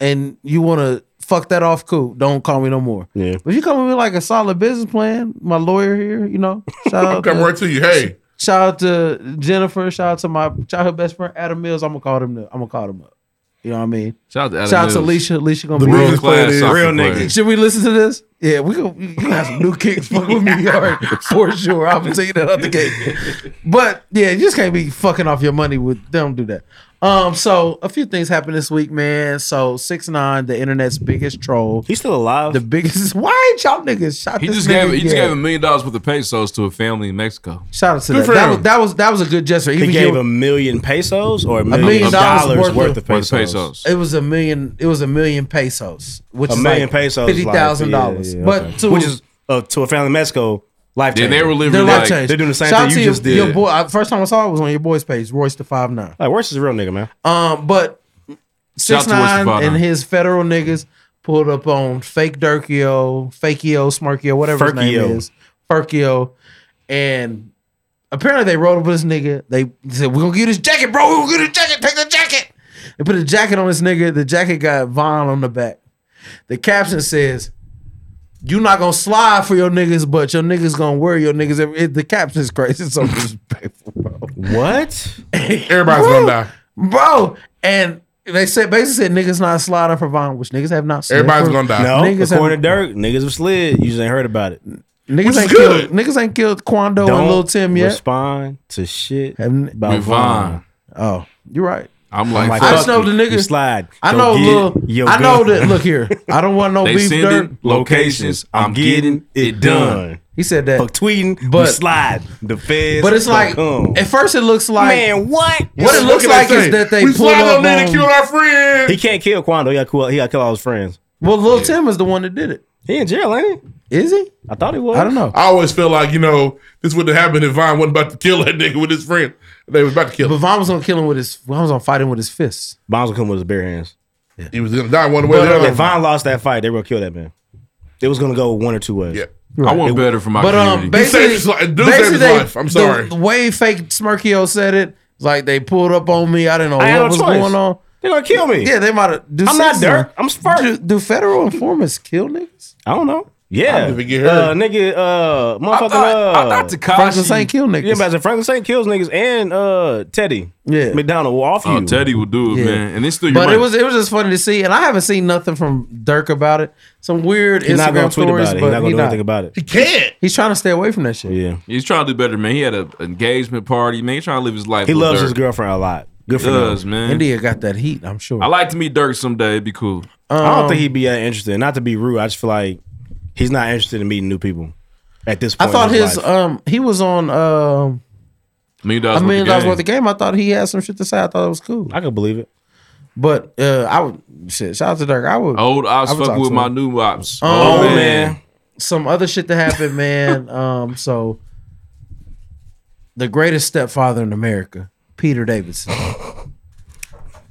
and you want to fuck that off? Cool. Don't call me no more.
Yeah.
But you come with like a solid business plan, my lawyer here, you know. Shout
I'm
out
coming right to you. Hey,
Shout out to Jennifer. Shout out to my childhood best friend Adam Mills. I'm gonna call him. I'm gonna call him up. You know what I mean?
Shout out to Adam
Shout out to
Mills.
Alicia. Alicia gonna
The
be
real Real class class soccer
real
real player.
nigga.
nigga.
Should we listen to this? Yeah, we go. You got some new kicks fuck with me, all right, for sure. I'm gonna tell you that out the gate. But yeah, you just can't be fucking off your money with them. Do that. Um. So a few things happened this week, man. So six nine, the internet's biggest troll.
He's still alive.
The biggest. Why ain't y'all niggas shot?
He
this
just
nigga
gave he just
yet?
gave a million dollars worth of pesos to a family in Mexico.
Shout out to
Good
that.
for
That
him.
was, that was that was a good gesture.
He
Even
gave
you-
a million pesos or a million,
million dollars
dollars worth,
worth
of
of-
Worth
pesos.
of
It was a million. It was a million pesos, which
a
is
million
like
pesos,
fifty thousand dollars. But to,
which is uh, to a family in Mexico, life.
Yeah, they
changing.
were living
their
like-
life changed.
They're doing the same
Shout out
thing
to
you
your-
just did.
Your boy, I- first time I saw it was on your boy's page, Royce the Five Nine.
Like, Royce is a real nigga, man.
Um, but
Shout
six
out to Royce the
nine
5'9".
and his federal niggas pulled up on fake Durkio, Fakio, Smirkio, whatever his name
Furkio.
is, Furkio, and apparently they rolled up with this nigga. They said, "We're gonna get his jacket, bro. We're gonna get his jacket. Take the jacket." They put a jacket on this nigga. The jacket got Vaughn on the back. The caption says, "You not gonna slide for your niggas, but your niggas gonna wear your niggas." every-" It, the caption is crazy. It's so disrespectful, bro.
What?
Everybody's gonna die.
bro. And they said basically said niggas not sliding for Vaughn, which niggas have not. slid for-
No,
niggas
according
have,
to Dirk, niggas have slid. You just ain't heard about it.
niggas ain't killed. Niggas ain't killed Quando
Don't
and Lil Tim yet.
respond to shit about
With Vaughn.
Vaughn.
Oh, you're right.
I'm
I'm
like,
like,
I just know
fuck
the
you. You
niggas
slide.
I
Go
know,
get
look,
your
I know
gun.
that. Look here, I don't want no
They
beef
sending
dirt
locations. I'm getting it done.
He said that.
Fuck tweeting,
But-
but slide. The feds,
But it's
gonna
like
come.
at first it looks like
Man, what?
What it looks
Look at
like
that
is
thing.
that they
We
pull
slide
up
on there to
on-
kill
our friend.
He can't kill Quando. He got to kill, he got to kill all his friends.
Well, Lil Tim is the one that did it.
He in jail, ain't
he? Is he?
I thought he was.
I don't know.
I always feel like you know this wouldn't have happened if Vine wasn't about to kill that nigga with his friend. They was about to kill.
But
him.
Vaughn was gonna kill him with his. Vaughn was gonna fight him with his fists.
Bombs will come with his bare hands.
He was gonna die one way or
But uh,
the other.
If Vaughn lost that fight, they were gonna kill that man. It was gonna go one or two ways. Yeah,
I want better for my
but
community.
um, basically, basically they- the- The, way fake Smirkio said it, it's like they pulled up on me. I didn't know
I had
what
no
was
choice.
going on.
They're gonna kill me.
Yeah, they might have.
I'm not Dirk. I'm smart.
Do, do federal informants kill niggas?
I don't know. Yeah,
How did we get
uh,
here?
nigga, uh, motherfucker, uh,
Franklin Saint kill niggas.
Yeah, but Franklin Saint kills niggas and uh, Teddy.
Yeah,
McDonald will off
Oh,
you.
Teddy will do it,
Yeah.
man. And it's still your
But
money.
it was it was just funny to see, and I haven't seen nothing from Dirk about it. Some weird
He
Instagram
not gonna tweet
stories,
about it. He
but
not gonna
he
do anything about it. He
can't.
He's trying to stay away from that shit.
Yeah,
He's trying to do better, man. He had an engagement party, man. He's trying to live his life.
He
with
loves
Dirk.
his girlfriend a lot. Good for
does,
him.
man.
India got that heat. I'm sure.
I like to meet Dirk someday. It'd be cool.
I don't
Um,
think he'd be that interested. Not to be rude, I just feel like he's not interested in meeting new people. at this
I
point.
thought
in
his
life.
um he was on um
Million
a
dollars worth
million
of
dollars
game.
worth of game. I thought he had some shit to say. I thought it was cool. I
could believe it.
But uh, I would shit. Shout out to Dirk. I would.
Old ops
I would
fucking
talk
with
to
my
him.
new ops.
Um,
oh man.
Some other shit that happened, man. um, so the greatest stepfather in America, Peter Davidson,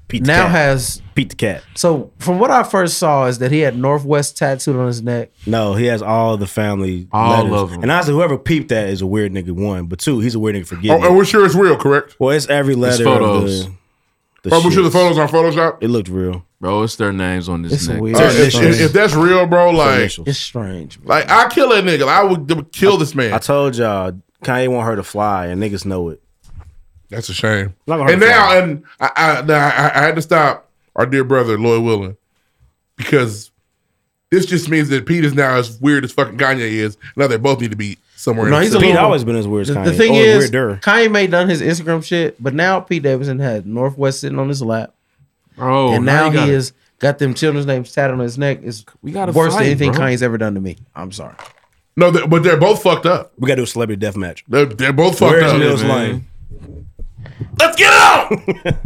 Pete
now
the cat.
has
Pete the cat.
So from what I first saw is that he had Northwest tattooed on his neck.
No, he has all the family.
All
letters.
of 'em.
And honestly, whoever peeped that is a weird nigga. One, but two, he's a weird nigga for
Oh,
getting.
and we're sure it's real, correct?
Well, it's every letter. of
photos.
the-
Oh, we're sure the
shits.
photos are Photoshop.
It looked real,
bro. It's their names on this neck.
Uh, if, if- if that's real, bro, like
it's strange.
Like I kill that nigga. I would kill this man.
I told y'all, Kanye want her to fly, and niggas know it.
That's a shame.
Not gonna
and
hurt
now, and I, I, now I, I had to stop our dear brother Lloyd Willing because this just means that Pete is now as weird as fucking Kanye is. Now they both need to be somewhere.
No,
in the
he's a
center.
little- The, the thing
or
is,
weirder.
Kanye may done his Instagram shit, but now Pete Davidson had Northwest sitting on his lap.
Oh,
Bro,
and
now
now,
you gotta-
he is got them children's names tatted on his neck. Is we
gotta
worse
fight,
than anything
bro.
Kanye's ever done to me. I'm sorry.
No, they- but they're both fucked up.
We gotta do a celebrity death match.
They're, they're both fucked
Where's
up.
Nils
man.
Lane?
Let's get out.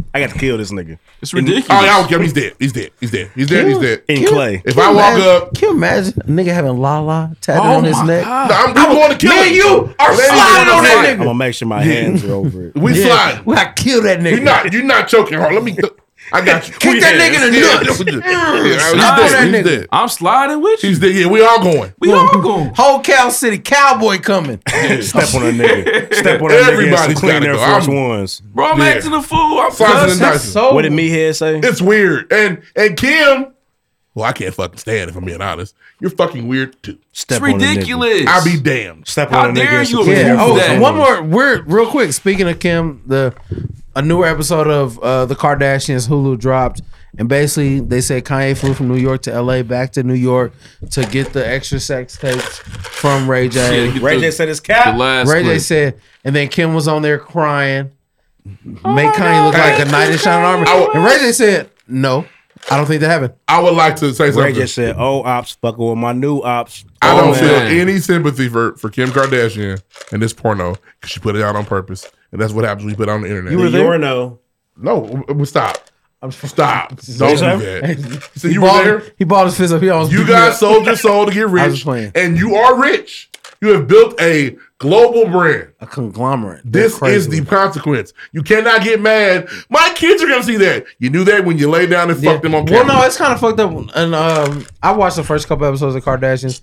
I got to kill this nigga.
It's
Oh, yeah, I would kill him. He's dead. He's dead. He's dead. He's dead. He's dead.
In clay.
If I walk
imagine,
up,
can you imagine a nigga having La La tatted
Oh
on his
my
neck?
God. I'm- I'm going to kill
me
him.
and you are
Ladies and
sliding on that
gentlemen,
I'm gonna make sure my hands are over it.
nigga.
we slide.
I kill that nigga.
You're not. You're not choking hard. Let me. I got you.
Kick
We
that
had
nigga in the
it.
nuts.
Yeah, he's
Slide on
dead.
that
He's
nigga.
dead.
I'm sliding with you.
He's dead. Yeah, we all going.
We all going.
Whole Cal City cowboy coming.
Step on a nigga. Step on a nigga. and some
Everybody's
Clean
gotta
Air
go.
Force
I'm-
Ones.
Bro, I'm acting a fool. I'm
Slides and
cussing.
dices.
What did me head say?
It's weird. And and Kim, well, I can't fucking stand if I'm being honest. You're fucking weird too.
Step on a nigga. ridiculous.
I'll be damned.
Step
How
on a nigga.
dare
and some
you
Clean
Yeah.
Air
Oh,
Force
one
Ones.
more. We're real quick. Speaking of Kim, the a newer episode of uh, the Kardashians Hulu dropped, and basically they said Kanye flew from New York to L.A. back to New York to get the extra sex tapes from Ray J.
Ray J said it's cap.
Ray J said, and then Kim was on there crying, make Kanye look like a knight in shining armor. and Ray J said, "No, I don't think that happened."
I would like to say
Ray
something.
J said, "Oh, ops, fucking with my new ops."
I don't
Oh,
feel
man.
any sympathy for, for Kim Kardashian and this porno because she put it out on purpose, and that's what happens when you put it on the internet.
You were The there? porno.
No, w- w- stop. Stop. Don't do
What's up?
that. So
He
you were
balled-
there.
He bought his fist up. He almost beat
You
me up.
guys sold your soul to get
I was
rich,
playing.
and you are rich. You have built a global brand.
a conglomerate.
This is the consequence. You cannot get mad. My kids are gonna see that. You knew that when you lay down and fucked them on
Well,
camera.
no, it's kind of fucked up. And um, I watched the first couple episodes of Kardashians.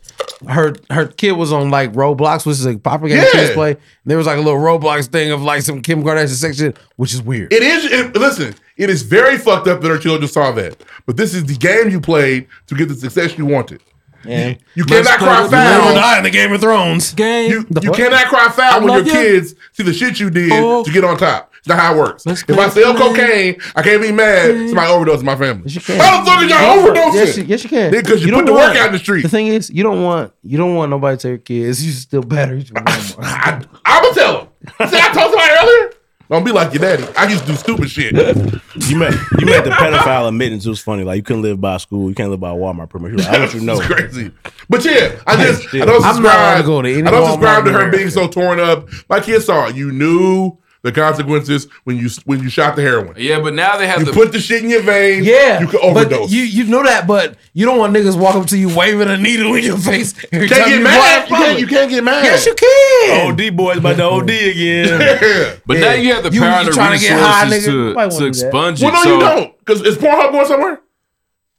Her her kid was on like Roblox, which is a popular game
Yeah.
kids play. And there was like a little Roblox thing of like some Kim Kardashian section, which is weird.
It is. It, listen, it is very fucked up that her children saw that. But this is the game you played to get the success you wanted.
Yeah.
You cannot cry
You
foul.
never die in the Game of Thrones game.
You, you cannot cry
I
foul when your
love you. Oh.
kids see the shit you did to get on top. It's not how it works. If I sell cocaine, I can't be mad. Somebody overdosed in my family. How the fuck are y'all overdosing?
Yes, you, yes, you can.
Because you, put
don't
the
want-
work out in the street.
The thing is, you don't want you don't want nobody to tell your kids you still better. I,
I'ma tell him. See, I told somebody earlier. Don't be like your daddy. I used to do stupid shit.
You met you met the pedophile admittance. It was funny. Like you couldn't live by school. You can't live by Walmart. Pretty much. You're Like, I let you know.
It's crazy. But yeah, I just
shit.
I don't
I'm not
subscribe.
allowed to go to
I
any
don't
Walmart
subscribe to
in
her
America.
being so torn up. My kids saw it. You knew the consequences when you when you shot the heroin.
Yeah, but now they have
You
the
put the shit in your veins.
Yeah,
you could
but
overdose.
you you know that, but you don't want niggas walk up to you waving a needle in your face. every
You can't
time
get
you
mad.
walk
You can't- you can't get mad.
Yes, you can.
OD boys about to OD again.
But now you have the
You-
power
you
and the
trying to
resources
get high, nigga?
to,
Nobody
to,
wanna do that.
expunge
well,
it.
no,
so
you don't. Because is Pornhub going somewhere?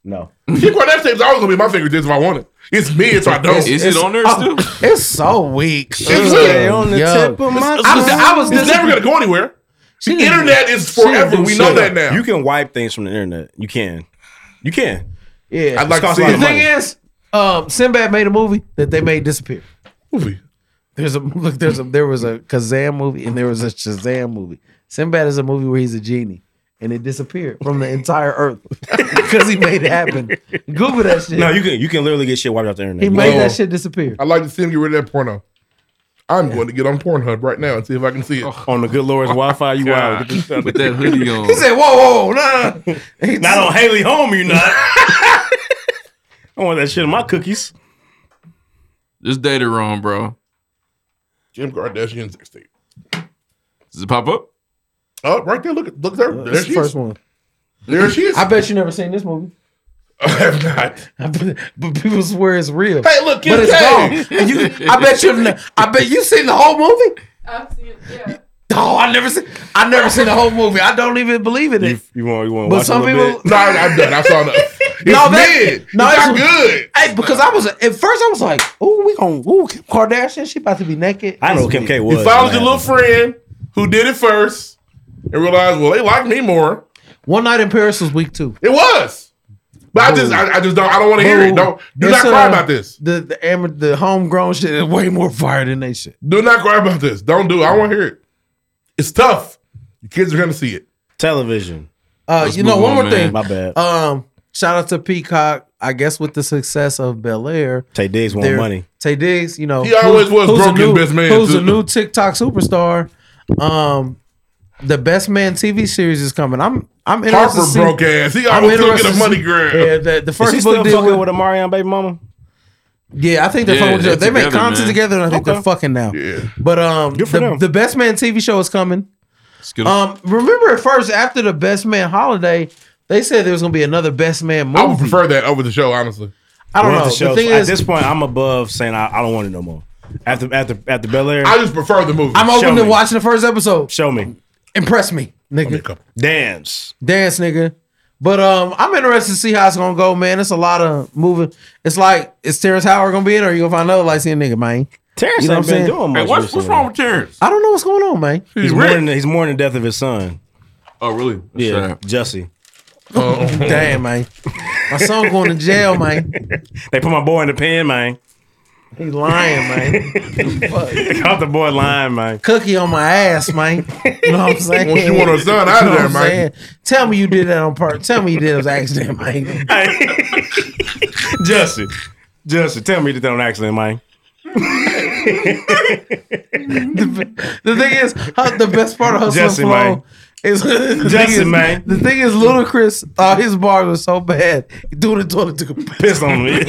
No.
Kim Kardashian tape's always gonna be my fingertips if I want it. It's me, it's I don't.
Is it on there still?
oh,
Oh,
It's so weak. It's
weak.
on
the
tip of my
I was, I was
It's never gonna go anywhere. The internet is forever. We know that now.
You can wipe things from the internet. You can. You can.
Yeah,
I'd like to
It's cost a
see it.
lot of money. The thing is, um, Sinbad made a movie that they made disappear.
Movie.
There's a look. There's a there was a Kazam movie and there was a Shazam movie. Sinbad is a movie where he's a genie. And it disappeared from the entire earth because he made it happen. Google that shit.
No, you can. You can literally get shit wiped out the internet.
He
You
made
can.
that shit disappear.
I'd like to see him get rid of that porno. I'm going to get on Pornhub right now and see if I can see it.
on the good Lord's Wi-Fi. You wild. Get this-
With that hoodie on.
He said,
Oh,
"Whoa, whoa, no, no, no.
Not on Haley Home, you not. I want that shit in my cookies.
Just data wrong, bro.
Kim Kardashian's sex tape.
Does it pop up?
Oh, right there. Look, at look there. there
That's
she
the first
is.
one.
There she is.
I bet you never seen this movie.
I have not.
but people swear it's real.
Hey, look,
but it's
Kim
gone. And you, I bet you. I bet you seen the whole movie.
I've seen, yeah.
Oh, I never seen. I never seen the whole movie. I don't even believe in it.
You want you want
But some people.
No, I- I'm done. I saw the.
no,
It's mid. It's not
good. Hey, because I was at first I was like, "Ooh, we gonna ooh Kim Kardashian? She about to be naked."
I know Kim K was.
You followed your
man.
little friend who did it first and realized, well, they like me more.
One night in Paris was week two.
It was. But I just, I, I just don't, I don't want to hear it. Don't, do not
uh,
cry about this.
The the, am- the homegrown shit is way more fire than they shit.
Do not cry about this. Don't do. it. I want to hear it. It's tough. Your kids are gonna see it.
Television.
Uh,
Let's
you know,
move
one
on,
more
man.
thing.
My bad.
Um, shout out to Peacock. I guess with the success of Bel Air,
Tay Diggs want
they're-
money.
Tay Diggs, you know,
He always was
a
broken
new-
best man,
Who's
too.
a new TikTok superstar? Um, the Best Man TV series is coming. I'm I'm interested
Harper
to see-
broke ass. He
I'm
always looking
interested
at
to
money
see-
grab.
Yeah, the, the first
Is he
book
still
deal
fucking
with,
with Amarian baby mama?
yeah, I think they're
Yeah,
fucking
they're
with They make
together,
content
man.
together, and I think
Okay.
they're fucking now. But um,
for
the,
them.
the Best Man TV show is coming.
good.
Um, remember at first after the Best Man holiday, they said there was gonna be another Best Man movie.
I would prefer that over the show, honestly.
I don't
One of
know.
The
The,
shows,
thing
at
is,
this point, I'm above saying I, I don't want it no more. After after after Bel Air,
I just prefer the movie.
I'm
Show
open to
me.
watching the first episode.
Show me.
Impress me, nigga.
Dance.
Dance, nigga. But um, I'm interested to see how it's gonna go, man. It's a lot of moving. It's like is Terrence Howard gonna be in, or you gonna find another light-skinned nigga, man?
Terrence
You know what
ain't
I'm
been
saying?
doing much.
Hey, what's- what's
recently.
wrong with
Terrence?
I don't know what's going on, man.
He's mourning. He's mourning the death of his son.
Oh, really?
yeah, Jussie.
Oh, Damn, man. My son going to jail, man.
They put my boy in the pen, man.
He's lying, man.
They caught the boy lying, man.
Cookie on my ass, man. You know what I'm saying?
Once you want her son out of
You know what
there,
I'm
man.
saying? Tell me you did that on purpose. Tell me you did it was accident, man.
Jussie, Jussie, tell me you did that on accident, man.
The thing is, her, the best part of Hustle
Jesse,
and Flow
man.
is the
Jesse,
thing is,
man.
The thing is, Ludacris, uh, his bars were so bad. He threw it in the toilet, took a
piss on me.
They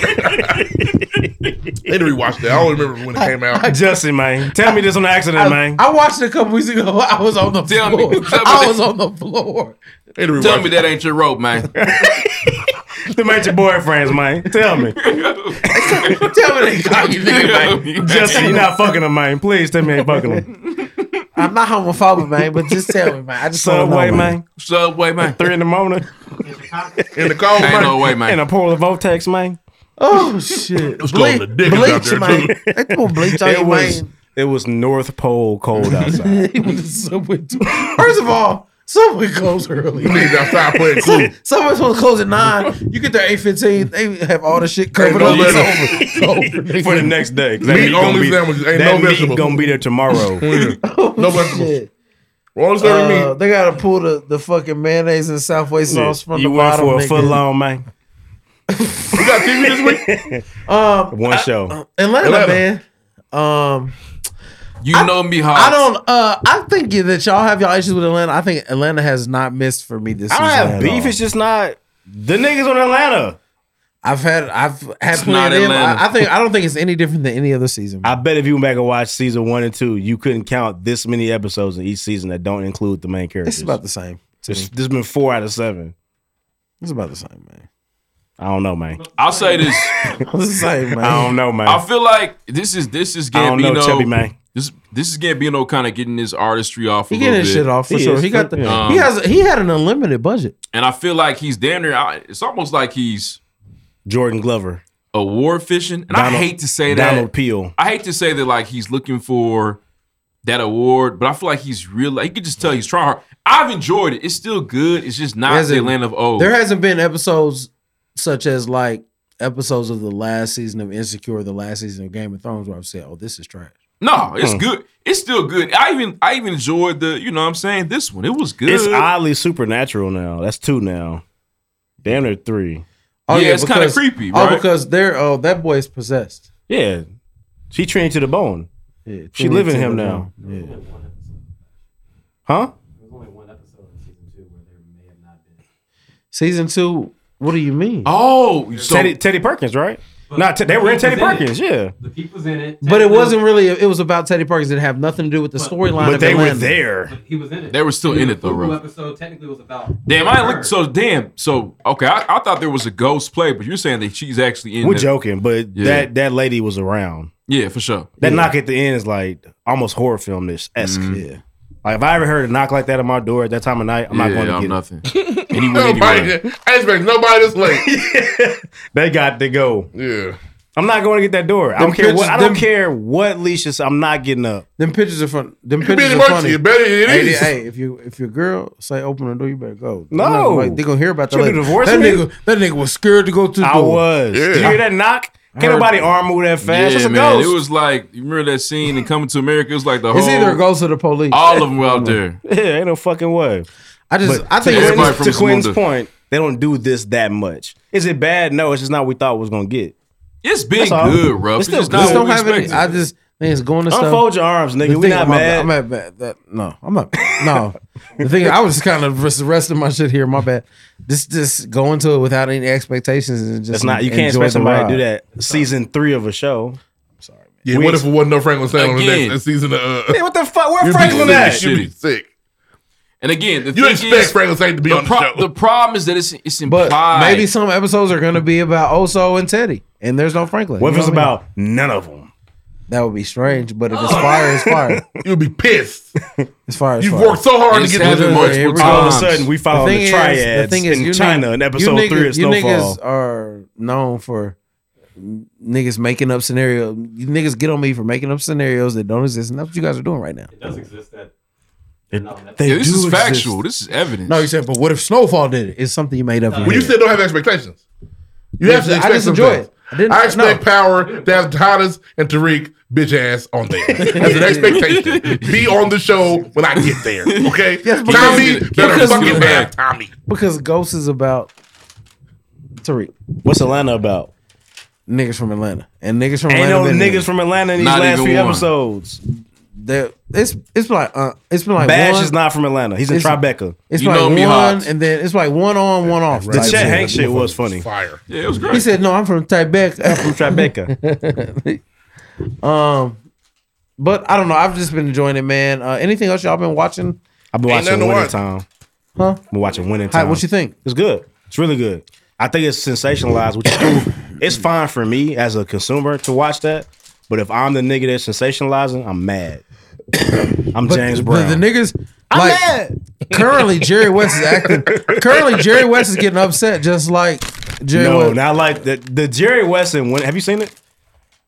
need to rewatch that. I don't remember when it came out.
Jussie, man. Tell me this on accident,
I,
man.
I watched it a couple weeks ago. I was on the
Tell me-
floor.
tell me
I
that-
was on the floor.
Tell me that ain't your rope, man.
Them ain't your boyfriends, man. Tell me.
Tell me they got you, nigga, man.
Jussie, you're not fucking them, man. Please tell me you ain't fucking them.
I'm not homophobic, man, but just tell me, man. I just wanna
Subway,
know,
man.
Subway, man.
Three in the morning.
In the cold,
man.
Ain't no way, man.
In a polar vortex, man.
Oh shit!
It's cold in the dick out there,
man.
too.
They gonna bleach on
It
you,
was,
man.
it was North Pole cold outside.
He went to Subway too. First of all, Subway closed early.
You need to outside playing Clue.
Subway's supposed to close at nine. You get there eight fifteen. They have all the shit covered up. It's over. It's over. nigga.
for the next day. 'cause
Meat
gonna
only
be-
sandwiches, ain't
that
no
meat
vegetables.
Gonna be there tomorrow.
No vegetables.
Oh, Shit.
Roll serving
Uh,
meat.
they gotta pull the, the fucking mayonnaise and Southway sauce from
you
the
went
bottom.
for a
nigga.
foot long, man.
Um,
One show. Uh,
Atlanta,
Atlanta.
man. Um,
You know me hard.
I don't. Uh, I think that y'all have y'all issues with Atlanta. I think Atlanta has not missed for me this
I
season.
don't have
at
beef.
all.
It's just not the niggas on Atlanta.
I've had I've had
It's
plenty
not
of them.
Atlanta.
I, I think I don't think it's any different than any other season.
I bet if you went back and watched season one and two, you couldn't count this many episodes in each season that don't include the main characters.
It's about the same. to
There's,
me.
there's been four out of seven.
It's about the same, man.
I don't know, man.
I'll say this.
It's the same, man.
I don't know, man.
I feel like this is this is
I don't know,
Gambino.
Chubby man.
This this is Gambino kind of getting his artistry off.
He
a
getting
little
his
bit.
shit off for sure. He Um, got the he has he had an unlimited budget.
and I feel like he's damn near. I- It's almost like he's
Jordan Glover.
award fishing, and I hate to say that.
Donald Peel.
I hate to say that like he's looking for that award, but I feel like he's real. Like, you could just tell he's trying hard. I've enjoyed it. It's still good. It's just not
There's
the
a-
Atlanta of old.
There hasn't been episodes such as like episodes of the last season of Insecure, the last season of Game of Thrones, where I've said, "Oh, this is trash."
no, it's
Hmm.
good. It's still good. I even I even enjoyed the. You know what I'm saying this one. It was good.
It's oddly supernatural now. That's two now. Damn near three.
Yeah, it's kinda
Oh, because-
creepy,
Oh,
right?
because they're oh that boy is possessed.
Yeah. She trained to the bone.
Yeah,
she
trained
living
to
him
the
now.
bone. Yeah.
Huh?
Season two. What do you mean?
Oh, so
Oh, Teddy, Teddy Perkins, right? Nah, t- they were in Teddy
He was in
Perkins,
it.
yeah.
The
people's in it.
But it wasn't really. It was about Teddy Perkins. It didn't have nothing to do with the storyline.
But
of
they were
Atlanta.
there.
He was in it.
They were still in it though,
Fubu
bro.
episode technically was about.
Damn, I looked, so damn. So okay, I, I thought there was a ghost play, but you're saying that she's actually in.
We're
the-
joking, but
Yeah.
that that lady was around.
Yeah, for sure.
That
Yeah.
knock at the end is like almost horror film ish esque.
Mhm.
Yeah. Like if I ever heard a knock like that at my door at that time of night, I'm not
Yeah,
going to
I'm
get
nothing.
It.
Nobody, I expect nobody this late.
They got to go.
Yeah.
I'm not going to get that door. I
Them
don't care what.
pictures-
I don't
them-
care what leash is. I'm not getting up.
Them pictures are fun. Them
You being
pictures are
mercy,
funny.
it better- it
hey,
is.
hey, if you if your girl say open the door, you better go.
No.
they're gonna hear about that.
You
later.
divorcing
That
me?
nigga, that nigga was scared to go to the
I
door.
was. Did you hear that knock?
I
Can't
heard-
nobody arm move that fast. That's
Yeah,
a
man.
ghost.
It was like you remember that scene in Coming to America. It was like the
It's
whole.
either a ghost or the police.
All of them were out there.
Yeah, ain't no fucking way.
I just-
But
I think-
to
Everybody
Quinn's,
from
to Quinn's
Zamunda.
point, they don't do this that much. Is it bad? No, it's just not what we thought it was gonna get.
It's
That's
been
all.
good, bro. It's,
It's still
just
good.
not
Just
what
don't
we
have any-
expected.
I just think it's going to stuff.
Unfold your arms, nigga.
The
We
thing-
not
my
mad.
I'm at bad. That, no, I'm at no. The thing I was just kind of just resting my shit here. My bad. Just just go into it without any expectations and just
That's not. You can't
enjoy
expect
the
somebody
ride.
to do that. Season three of a show. I'm sorry. Man.
Yeah,
We
what
ex-
if it wasn't no Franklin Sandler on the
Again.
next next season of uh,
Man, what the fuck? Where
You'd be
Franklin
sick.
at?
You'd be sick.
and again, the
You
thing
expect
is,
Franklin Saint to be
the
on the show.
The problem is that it's it's
But
implied.
maybe some episodes are going to be about Oso and Teddy, and there's no Franklin.
What if
You know
it's
I mean?
about none of them?
That would be strange. But if it's fire, it's fire.
You'll be pissed.
It's fire. It's
You've
fire.
worked so hard to get to this point.
Here we
All of a
go.
sudden, we follow the
thing is-
triads in
you
China
nigg-
in
you
episode
niggas-
three of
You
Snowfall.
niggas are known for n- niggas making up scenarios. You niggas get on me for making up scenarios that don't exist, and that's what you guys are doing right now.
It does exist that.
They
Yeah, this
do
is
exist.
factual. This is evidence.
No, you said, but what if Snowfall did it? It's something you made up. in
Well, you
your
said don't have expectations. You have to
I
expect
just
some
enjoy
things.
it. I didn't-
I expect power to have Tadas and Tariq bitch ass on there. That's an expectation. Be on the show when I get there. Okay,
Yes, because-
Tommy better
because-
fucking have Tommy.
Because Ghost is about Tariq.
What's Atlanta about?
Niggas from Atlanta and niggas from
Ain't
Atlanta.
no
been
niggas
there.
from Atlanta in these Not last even few one. episodes.
There, it's it's been like uh, it's been like
Bash
one-
is not from Atlanta. He's in
it's-
Tribeca.
It's like one and then it's like one on, one off.
The
type
Chet
shit.
Hank shit was funny.
Fire.
Yeah, it was
He said, "No, I'm from Tribeca.
I'm from Tribeca."
um, but I don't know. I've just been enjoying it, man. Uh, anything else y'all been watching?
I've been
Ain't nothing
watching
to
Winning
watch.
Time.
Huh?
I've been watching Winning
Hi,
Time.
what you think?
It's good. It's really good. I think it's sensationalized, which is cool. it's fine for me as a consumer to watch that, but if I'm the nigga that's sensationalizing, I'm mad. I'm James Brown.
The, the niggas. like, Currently, Jerry West is acting. currently, Jerry West is getting upset, just like Jerry
no,
West.
not like the the Jerry West and Win. Have you seen it?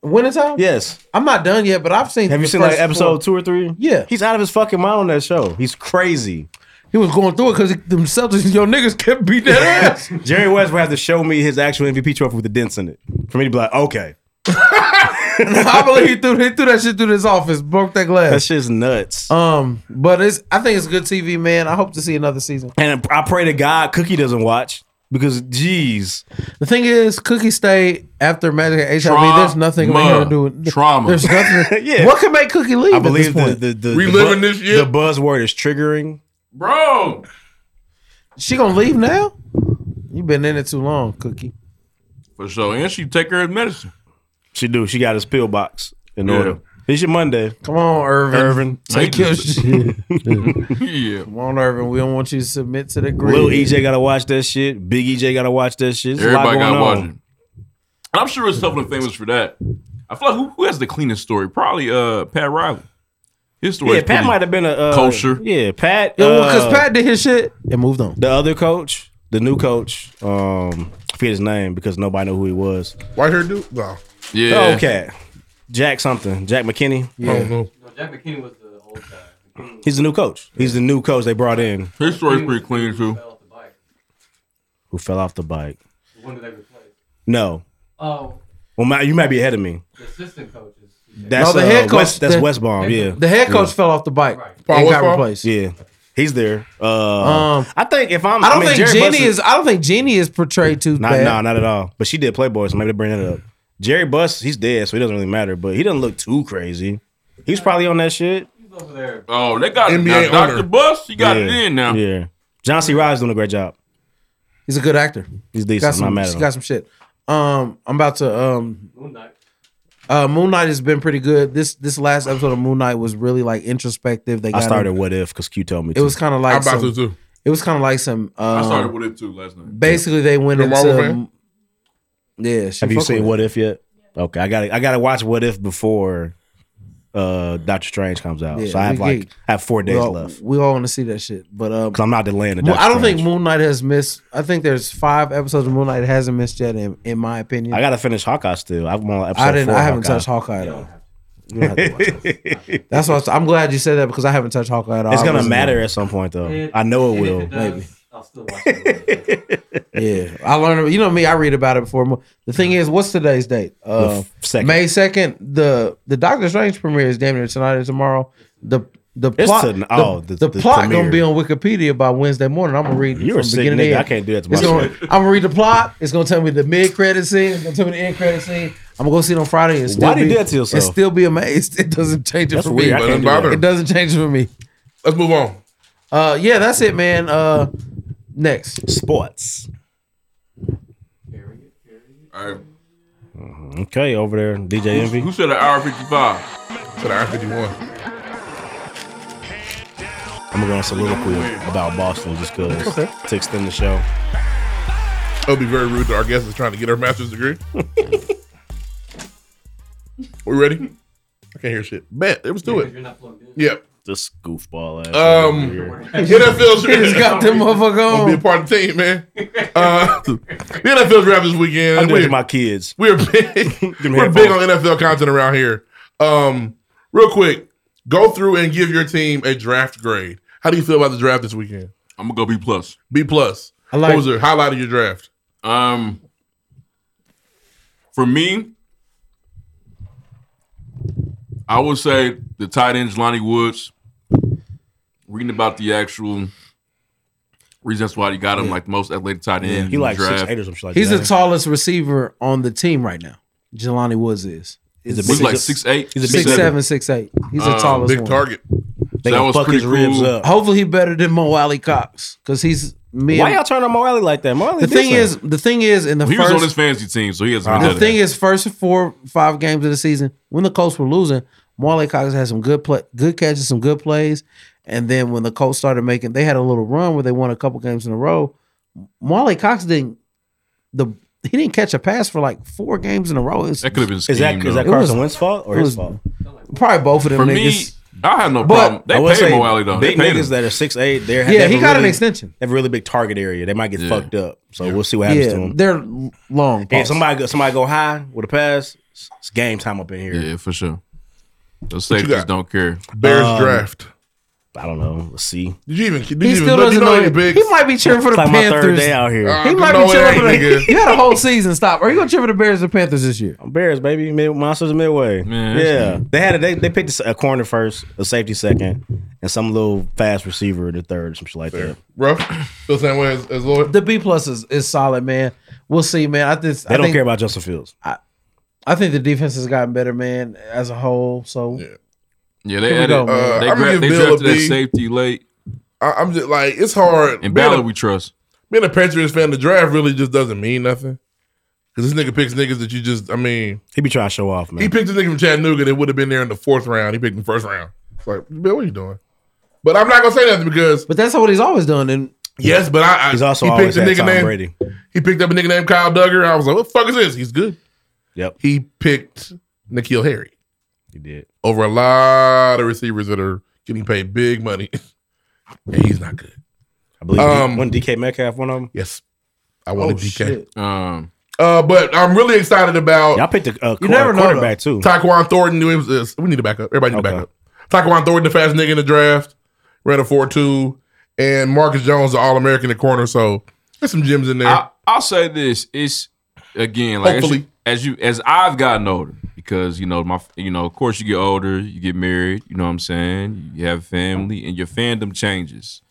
Wintertime?
Yes.
I'm not done yet, but I've seen.
Have you
the
seen like
first
episode
four.
two or three?
Yeah,
he's out of his fucking mind on that show. He's crazy.
He was going through it because them Celtics, your niggas kept beating that ass.
Jerry West would have to show me his actual MVP trophy with the dents in it for me to be like, okay,
I believe he threw, he threw that shit through his office, broke that glass.
that shit's nuts.
Um, but it's I think it's good TV, man. I hope to see another season.
And uh, I pray to God Cookie doesn't watch because, geez,
The thing is, Cookie stayed after Magic at HIV. There's nothing we here to do. with-
Trauma.
There's nothing.
Yeah.
What can make Cookie leave?
I believe
at this point?
the, the, the, the, bu- the buzzword is triggering.
bro.
She gonna leave now? You been in it too long, Cookie.
For sure, and she take her medicine.
She do. She got his pill box in
Yeah.
order. It's your Monday.
Come on, Irvin.
Irvin.
take your shit.
yeah.
Come on, Irvin. We don't want you to submit to the grid.
Lil EJ got to watch that shit. Big EJ got to watch that shit. There's a lot
Everybody
going
gotta watch
on.
it. And I'm sure it's tough and famous for that. I feel like who, who has the cleanest story? Probably uh Pat Riley. His story.
Yeah,
is
Pat
pretty
might have been a uh,
kosher.
Yeah, Pat.
Yeah, well, 'cause
uh,
Pat did his shit and moved on.
The other coach, the new coach, um, I forget his name because nobody know who he was.
White hair dude? No.
Oh, okay. Jack something. Jack McKinney.
I don't know.
No, Jack McKinney was the old guy.
He's the new coach. He's the new coach they brought in
His story's pretty clean too.
who fell off the bike.
The one that they replaced.
No.
Oh,
Well, my, you might be ahead of me.
the assistant coaches.
That's
No, the
uh,
head coach-
West, that's
the-
Westbaum. Yeah,
the head coach
Yeah.
fell off the bike
Paul
and got
Westbaum?
replaced.
Yeah, he's there. Uh,
Um,
I think if I'm,
I don't
mean,
think
Jerry
Jeannie
Buss
is. I don't think Jeannie is portrayed too
Not,
bad.
nah, not at all. But she did Playboy, so maybe they bring that up. Jerry Buss, he's dead, so he doesn't really matter. But he doesn't look too crazy. He's probably on that shit.
Oh, they got
NBA
now,
owner.
Dr. Bus. He got it
Yeah,
in now.
Yeah, John C. Ride's doing a great job.
He's a good actor.
He's decent.
Got some,
I'm not mad at
she
him.
got some shit. Um, I'm about to um
Moon Knight.
Uh, Moon Knight has been pretty good. This this last episode of Moon Knight was really like introspective. They
I
got
started
him-
what if because Q told me.
It was kind of like
I'm about
some-
to, too.
It was kind of like some. Um,
I started What
If too last night.
Basically, they went
You a
into.
Marvel fan?
Yeah. she
Have you
fuck
seen
with
What If yet? Okay, I got to I got to watch What If before uh Doctor Strange comes out.
Yeah,
so I have
we
like
geek.
I have four days
we all,
left
We all want to see that shit, but um,
because I'm not delaying the.
Mo-
Doctor
I don't
Strange.
think Moon Knight has missed. I think there's five episodes of Moon Knight hasn't missed yet, in, in my opinion.
I got to finish Hawkeye still. I'm on episode
I didn't.
Four
I haven't
Hawkeye.
touched Hawkeye though. You don't have to watch it. That's what I was- I'm glad you said that because I haven't touched Hawkeye at all.
It's
I
gonna
wasn't-
matter at some point though. I know it will.
Maybe. yeah, I learned. You know me. I read about it before. mo- The thing is, what's today's date? Uh,
f- second.
May second. The the Doctor Strange premiere is damn near tonight or tomorrow. The the
It's
plot.
ton- oh,
the,
the-
the
the
plot
premiere.
gonna be on Wikipedia by Wednesday morning. I'm gonna read.
You're
from
a sick
beginning to
nigga.
end.
I can't do that to
It's
myself.
gonna- I'm gonna read the plot. It's gonna tell me the mid credit scene. It's gonna tell me the end credit scene. I'm gonna go see it on Friday and still
Why
be,
do you do that to yourself?
and still be amazed. It doesn't change it
That's
for
weird. I
me.
can't Doesn't do bother. that.
It doesn't change it for me.
Let's move on.
Uh, yeah, that's it, man. Uh, next
sports.
All right.
Okay, over there, DJ Envy.
Who said an hour 55?
Said an hour 51.
I'm gonna go on soliloquy about Boston just because
Okay.
to extend the show.
It would be very rude to our guest that's trying to get her master's degree. we ready? I can't hear shit. Bet. Let's do it. Yep.
This goofball ass.
Um, NFL's
He just got them motherfucker
Gonna Be a
on.
part of the team, man. Uh, the NFL's wrapped this weekend.
I'm doing it
We're-
to my kids.
We're big. we're
headphones.
big on NFL content around here. Um, real quick, go through and give your team a draft grade. How do you feel about the draft this weekend?
I'm gonna go B plus.
B plus.
I like-
what was the highlight of your draft?
Um, for me, I would say the tight ends, Lonnie Woods. Reading about the actual reasons why he got him, like the most athletic tight end. in the
He like
draft.
six eight or some shit like
He's
that.
the tallest receiver on the team right now. Jelani Woods is.
He's a
big- He's like 6'8". He's a big
six seven,
seven.
six eight. He's the
Um,
tallest.
big
one.
target.
They
that
gonna
was
fuck his
pretty
ribs
cool.
up.
Hopefully, he better than Mo Alley Cox because he's me.
Why
and-
y'all turn on Mo Alley like that? Mo Alley
the
did
thing
something.
is, the thing is, in the
he
first,
was on his fantasy team, so he has
Uh-huh.
the thing is, first four five games of the season, when the Colts were losing, Marley Cox had some good play, good catches, some good plays, and then when the Colts started making, they had a little run where they won a couple games in a row. Marley Cox didn't the he didn't catch a pass for like four games in a row. It's-
That could've been
Is that- scheme, is that
It
Carson Wentz's fault or
it
his
was
fault?
Probably both of them.
for me,
niggas.
I have no
But-
problem. They
I would
paid
say
Mo Alley though. They
Big
paid
niggas
him.
that are six eight. They're
Yeah,
they have
he
a
got an
really,
extension.
They have a really big target area. They might get fucked up. So we'll see what happens to
yeah,
them.
they're long.
Hey,
balls.
if somebody go- somebody go high with a pass, it's it's game time up in here.
Yeah, for sure. Those
What you
safeties
got?
don't care.
Bears draft.
Um, I don't know. Let's see.
Did you even? Did
He
you even
still
know, you
doesn't
know,
know
any
it.
bigs?
He might be cheering for the
It's like my
Panthers.
third day out here.
He
Uh,
might
no,
be
it
cheering for
ain't,
the.
nigga.
You had a whole season. Stop. Are you gonna cheer for the Bears or Panthers this year?
Bears, baby, Mid- monsters of Midway.
Man, that's
yeah, they had a, they they picked a corner first, a safety second, and some little fast receiver in the third, some shit like that.
Rough. Feel the same way as, as Lloyd.
The B plus is, is solid, man. We'll see, man. I just
They
I
don't
think,
care about Justin Fields.
I think the defense has gotten better, man, as a whole. So
Yeah, they
Here we
added.
go, man.
they
Uh, I'm gonna
gra-
give
they
Bill a
drafted that
B.
safety late.
I, I'm just like it's hard. being,
And Ballard,
a,
we trust.
being a Patriots fan, the draft really just doesn't mean nothing. Because this nigga picks niggas that you just. I mean,
He be trying to show off, man.
he picked this nigga from Chattanooga that would have been there in the fourth round. He picked in the first round. It's like Bill, what are you doing? But I'm not gonna say nothing because
But that's what he's always done. And
yes, but I, I
He's also
he
always
picked a
had
nigga
Tom
named
Brady.
he picked up a nigga named Kyle Duggar. I was like, what the fuck is this? He's good.
Yep.
He picked Nikhil Harry
He did.
over a lot of receivers that are getting paid big money, and he's not good.
I believe
Um,
um, when DK Metcalf one of them.
Yes, I wanted
Oh,
DK.
shit.
Um,
Uh, but I'm really excited about.
Y'all picked a, a
You
you
never know,
quarterback too.
Tyquan Thornton. It was, uh, we need a backup. Everybody need a backup. Tyquan Thornton, the fast nigga in the draft, ran a 4 2. And Marcus Jones, the All American at corner. So there's some gems in there.
I, I'll say this: it's again like as you,
Hopefully.
as you as I've gotten older because you know my you know of course you get older, you get married, you know what I'm saying, you have family, and your fandom changes.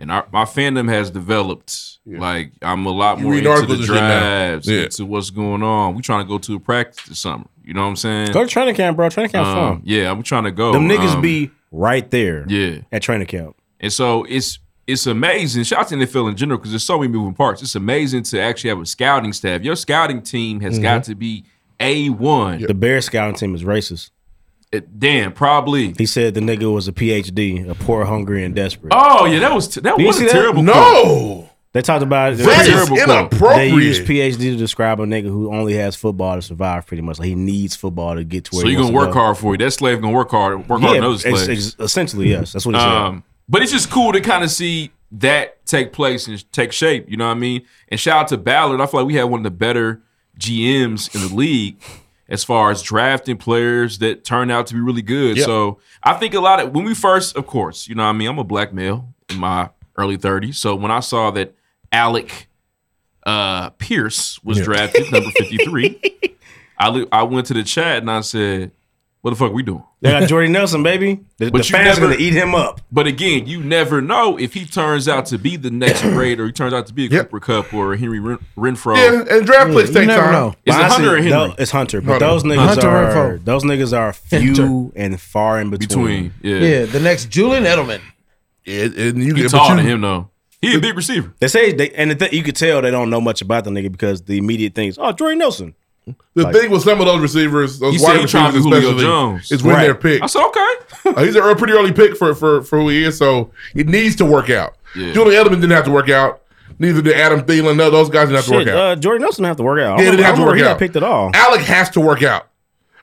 And our, my fandom has developed. Like I'm a lot
You
more
read
into the
articles and shit now.
drives,
Yeah.
into what's going on. We trying to go to a practice this summer. You know what I'm saying?
Go to training camp, bro. Training camp's
Um,
fun.
yeah, I'm trying to go.
Them niggas
Um,
be right there
yeah
at training camp.
and so it's it's amazing. Shout out to NFL in general because there's so many moving parts. It's amazing to actually have a scouting staff. Your scouting team has got
Mhm.
to be a one.
The Bears scouting team is racist.
damn, probably.
He said the nigga was a PhD, a poor, hungry, and desperate.
Oh yeah, that was that
Did you
was
see
a
that?
terrible.
They talked about it.
That is
They use
inappropriate.
PhD to describe a nigga who only has football to survive, pretty much. Like he needs football to get to where.
So
he
you're gonna
wants
work
to go.
hard for it. That slave gonna work hard. Work hard
Yeah,
on those
ex-
slaves. Um,
ex- essentially, yes. That's what he said.
but it's just cool to kind of see that take place and take shape. You know what I mean? And shout out to Ballard. I feel like we have one of the better GMs in the league as far as drafting players that turn out to be really good.
Yeah.
So I think a lot of when we first, of course, you know what I mean. I'm a black male in my early 30s, so when I saw that Alec uh, Pierce was
Yeah.
drafted number 53, I li- I went to the chat and I said, "What the fuck we doing?"
They got Jordy Nelson, baby. The, the
But you
fans
never-
are gonna eat him up.
But again, you never know if he turns out to be the next grade or he turns out to be a Cooper Cup or a Henry Ren- Renfro.
plays
Is it Hunter or Henry?
it's Hunter, but
Hunter.
those niggas
Hunter
are
Renfro.
those niggas are few and far in between.
Between, yeah.
Yeah, the next Julian Edelman.
and you
He
get
taller than him though. He a big receiver.
They say they, and the thing you could tell they don't know much about the nigga because the immediate thing is, oh, Jordy Nelson.
The
Like-
thing with some of those receivers, those
You
wide
said he tried
receivers
to Julio
especially,
Jones.
is when
Right.
they're picked.
I said, okay.
Uh, he's a pretty early pick for, for, for who he is, so it needs to work out.
Yeah.
Julian Edelman didn't have to work out. Neither did Adam Thielen. No, those guys didn't have to
Shit,
work out.
uh, Jordy Nelson have to work out. I
Yeah,
don't
they didn't
know-
have
I
to
don't know
work
if he got
out.
picked at all.
Alec has to work out.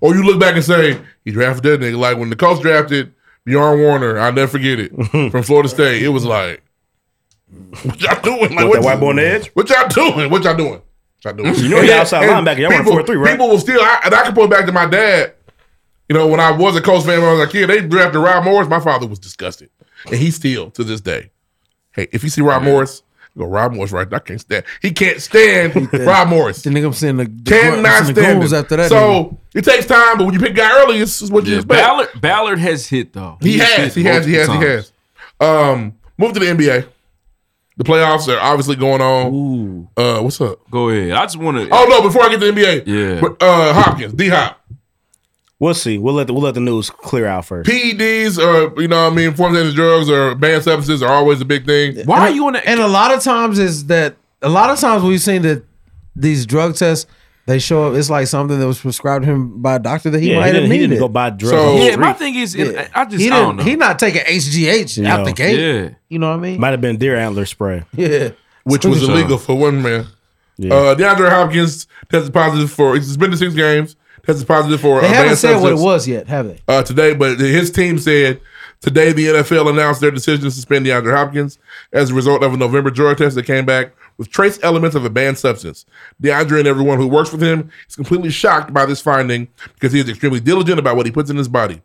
Or you look back and say, he drafted that nigga. Like when the Colts drafted Bjorn Warner, I'll never forget it, from Florida State, it was like, what y'all doing? Like,
What, that white boy on the edge?
What y'all doing? What y'all doing? What y'all doing?
You know he outside
And
linebacker. Y'all run
people-
4-3, right?
People will still, I, and I can point back to my dad. You know, when I was a Colts fan when I was a kid, they drafted Rob Morris. My father was disgusted. And he still, to this day, hey, if you see Rob Morris, go Rob Morris right I can't stand. He can't stand Rob Morris.
The nigga I'm seeing the, the
Cannot
grunts and the
stand
goons
him.
after that. nigga.
so it takes time, but when you pick a guy early, it's, it's what you
Yeah,
expect.
Ballard Ballard has hit though.
He
He's
has,
hit
he has, he has, he
multiple times.
has. Um, move to the NBA. The playoffs are obviously going on. Uh, what's up?
Go ahead. I just want to.
Oh no! Before I get to the NBA,
Yeah.
but, uh, Hopkins, D Hop,
We'll see. We'll let the, we'll let the news clear out first.
PEDs, or E you know, what I mean, forms of drugs or banned substances are always a big thing.
Why are you on that?
And a lot of times is that a lot of times we've seen that these drug tests they show up. It's like something that was prescribed to him by a doctor that he
Yeah, he
might have
didn't- he
needed.
didn't go buy drugs
on the Yeah, my street. thing is, and I- I just-
he
I don't
didn't-
know.
He not taking HGH
You
out
know.
the gate.
Yeah.
You know what I mean?
Might have been deer antler spray.
Yeah,
which was illegal for one man. Uh, DeAndre Hopkins tested positive for. He's suspended six games. Tested positive for.
They
uh,
haven't
banned
said what it
substance.
was yet, have they?
uh, today, but his team said today the NFL announced their decision to suspend DeAndre Hopkins as a result of a November drug test that came back with trace elements of a banned substance. DeAndre and everyone who works with him is completely shocked by this finding because he is extremely diligent about what he puts in his body.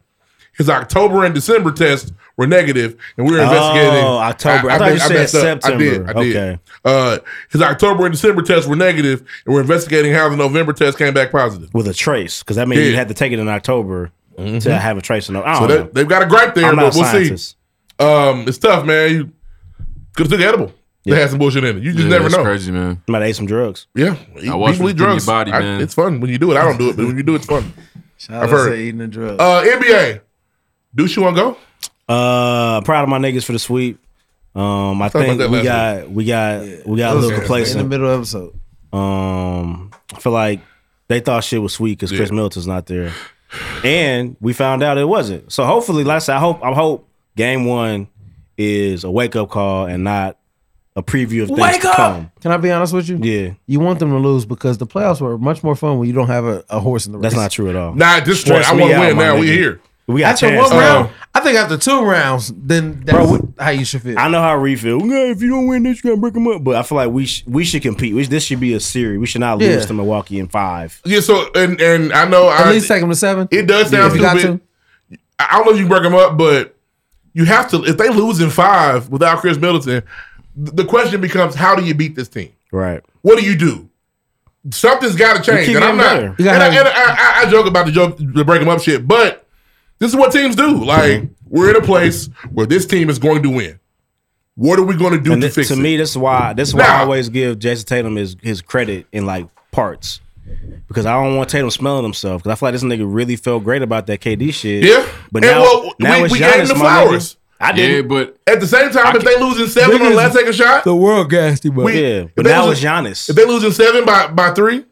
His October and December tests were negative, and we were
Oh,
investigating.
October. I thought you
messed-
said
messed up. I did.
September.
I did.
Okay.
Uh, his October and December tests were negative, and we're investigating how the November test came back positive.
with a trace because that means you
Yeah. Mm-hmm.
had to take it in October to have a trace. In, I
So
don't know.
that, they've got a gripe there,
I'm
but
not a
we'll
scientist.
see. Um, it's tough, man. You could have took an edible. They had some bullshit in it. You just
Yeah,
never
that's
know.
crazy, man.
Might have ate some drugs.
Yeah,
I
people eat
watch what you put in your
drugs.
body,
I-
man.
it's fun when you do it. I don't do it, but when you do it, it's fun.
Shout out to eating the drugs.
Uh, NBA. Deuce, you want to go?
Uh, proud of my niggas for the sweep. Um, I
Talked about
think
that
we
last
got, we got we got a little
in the
complacent.
middle episode.
Um, I feel like they thought shit was sweet because Chris Middleton's not there, and we found out it wasn't. So hopefully, like I said, I hope I hope game one is a wake up call and not a preview of things
Wake
to
up!
come.
Can I be honest with you?
Yeah,
You want them to lose because the playoffs were much more fun when you don't have a, a horse in the race.
that's not true at all.
Nah, at this
Stress
point, I
me
wanna
out,
win
my
now. We
nigga.
here. Uh-huh.
We got
After
a
one
chance.
round, I think after two rounds, then that's how you should feel.
I know how Reed feel. Okay, if you don't win this, you're gonna break them up. But I feel like we sh- we should compete. We sh- this should be a series. We should not lose
Yeah.
to Milwaukee in five.
Yeah, so, and, and I know.
At
I,
least take them to seven.
It does sound
If you got
stupid. I I don't know if you break them up, but you have to. If they lose in five without Chris Middleton, th- the question becomes how do you beat this team?
Right.
What do you do? Something's got to
You
change,
keep
and I'm
getting
not.
better.
And,
You gotta
I,
have-
and I, I, I joke about the joke, the break them up shit, but this is what teams do. Like
Mm-hmm.
we're in a place where this team is going to win. What are we going to do
And
to
th-
fix
to
it?
me, that's why that's why
Nah.
I always give Jason Tatum his his credit in like parts because I don't want Tatum smelling himself because I feel like this nigga really felt great about that KD shit.
Yeah,
but
And
now
well,
now
we,
it's
we
Giannis,
gave him the
my nigga.
flowers.
I did.
Yeah, but
At the same time, if they losing seven on the last second shot,
the world gassed
but- We-
yeah,
if
but
they
now
was
it's Giannis.
if they losing seven by by three,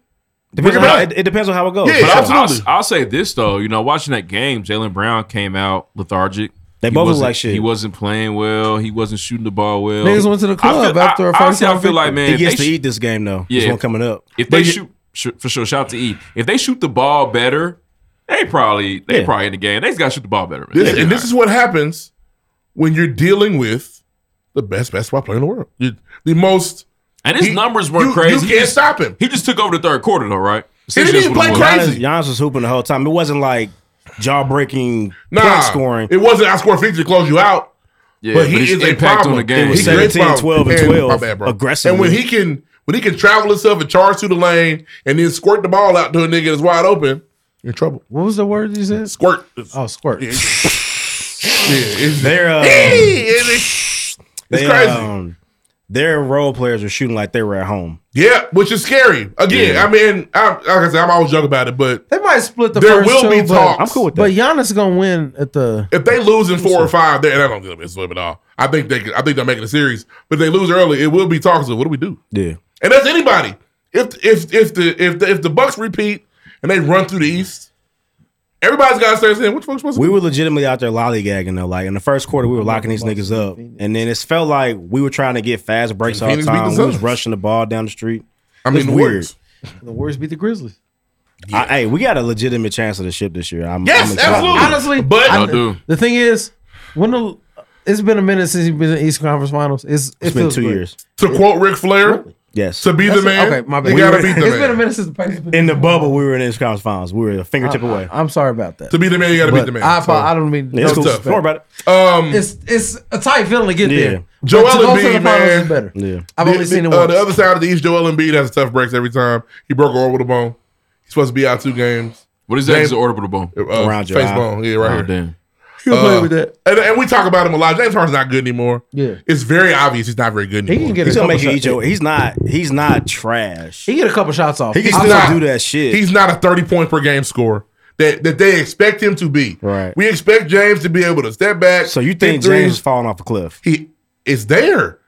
bring
Depends on
it
how,
up.
it, it depends on how it goes.
Yeah,
For sure.
Oh, But I'll, I'll- I'll say this though, you know, watching that game, Jalen Brown came out lethargic.
They
He
both look
wasn't-
like shit.
He wasn't playing well. He wasn't shooting the ball well.
Niggas went to the
I
club
feel,
after
I,
a first
honestly, I
round
feel
victory.
like man,
He gets
they
to
sh-
eat this game, though. This one coming up.
If
But
they
you-
shoot sh- for sure, shout out to E. If they shoot the ball better, they probably they
Yeah.
probably in the game. They just gotta shoot the ball better. Man.
This,
They
and
do
this is what happens when you're dealing with the best basketball player in the world, You- the most.
And his
he-
numbers weren't
you-
crazy.
You
He
can't
just-
stop him.
that. he just took over the third quarter though, right?
didn't even
Essentially
play
what it was.
Giannis, Giannis was hooping the whole time. It wasn't like jaw breaking
Nah,
scoring.
it wasn't. I scored fifty to close you out.
Yeah,
but he
but his
is a
impact
problem.
on the game. It was
He creates
17,
problems.
12, and
my
12
bad, bro.
aggressively.
And when he can, when he can travel himself and charge through the lane and then squirt the ball out to a nigga that's wide open, you're in trouble.
What was the word you said?
Squirt.
Oh, squirt.
Yeah, it's,
They're, uh,
Hey, it's- it's
They,
crazy.
um, their role players are shooting like they were at home.
Yeah, which is scary. Again,
Yeah.
I mean, I, like I said, I'm always joking about it, but
they might split the
There
first
will
two,
be
but-
talks. I'm cool with that.
But Giannis is gonna win at the.
if they lose in four or five, they and I don't give a flip at all. I think they, could- I think they're making a series, but if they lose early, it will be talks of what do we do?
Yeah.
And that's anybody. If if if the if the if the Bucks repeat and they run through the East, everybody's got to start saying, "What the fuck's supposed to?"
We were legitimately out there lollygagging though. Like in the first quarter, we were locking these niggas up, and then it felt like we were trying to get fast breaks all the
Phoenix beat
time.
the
We was
Suns.
rushing the ball down the street.
I
It
mean,
was
the
weird.
Warriors.
The Warriors beat the Grizzlies.
I, hey, we got a legitimate chance of the ship this year. I'm,
Yes,
I'm excited.
absolutely. Honestly, But- I do. The thing is, when the it's been a minute since you've been in the Eastern Conference Finals. It's, it
it's been
feels
two
good.
years.
To quote Ric Flair,
Yes.
to be the
That's it.
man,
Okay, my bad.
you gotta beat the
It's
man.
been a minute since the Pacers been
in the bubble. We were in the conference finals. We were a fingertip
I- I-
away.
I'm sorry about that.
To be the man, you gotta beat
But
the man.
I, apo- I don't mean.
It's cool.
disrespect.
Don't worry about
it. Um,
it's it's a tight feeling to get
Yeah.
there. But
Joel
to go to the
Embiid,
finals
man.
is better.
Yeah.
I've
the,
only
the-
seen it
uh,
once.
the other side of the East. Joel Embiid has tough breaks every time. He broke an orbital bone. He's supposed to be out two games.
What is that? Is an orbital bone?
Uh,
Around your
face
eye.
bone. Yeah, right
Oh,
here. Uh,
damn.
You can play with that.
And, and we talk about him a lot. James Harden's not good anymore.
Yeah.
It's very obvious he's not very good anymore.
he's gonna make you eat your. He's not. He's not trash.
He get a couple shots off.
He can
He's
still
not-
do that shit.
He's not a 30 point per game scorer that, that they expect him to be.
Right.
We expect James to be able to step back.
So you think James is falling off a cliff?
He is there.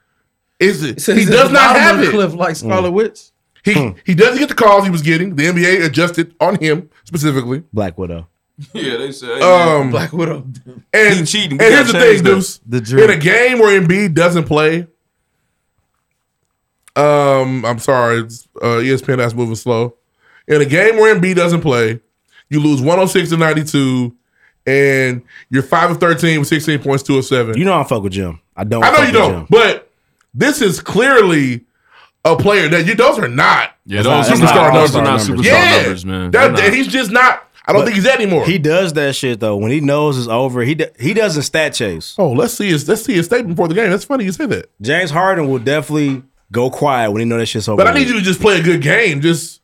Is it?
So
he
he's at
does
the
not
bottom
have
of the
it.
cliff
Hmm.
like Scarlet Witch.
He he doesn't get the calls he was getting. The NBA adjusted on him specifically.
Black Widow.
Yeah, they say
Um,
Black Widow.
And,
He cheating.
and
We
here's
gotta
the
change
thing,
that.
Deuce.
The
in
jury.
a game where Embiid doesn't play, um, I'm sorry, it's, uh, ESPN that's moving slow. In a game where Embiid doesn't play, you lose 106 to 92, and you're five of 13 with 16 points, two of seven.
You know I don't fuck with Jim. I don't.
I know
fuck
you
with
don't,
Jim.
but this is clearly a player that you. Those are not.
Yeah, those are not-
superstar
those are
numbers.
not superstar
yeah,
numbers, man.
That-
They're not.
he's just not. I don't
But
think he's that anymore.
He does that shit though. When he knows it's over, he do, he doesn't stat chase.
oh, let's see his let's see his statement before the game. That's funny you say that.
James Harden will definitely go quiet when he know that shit's over.
But I need you to just play a good game. Just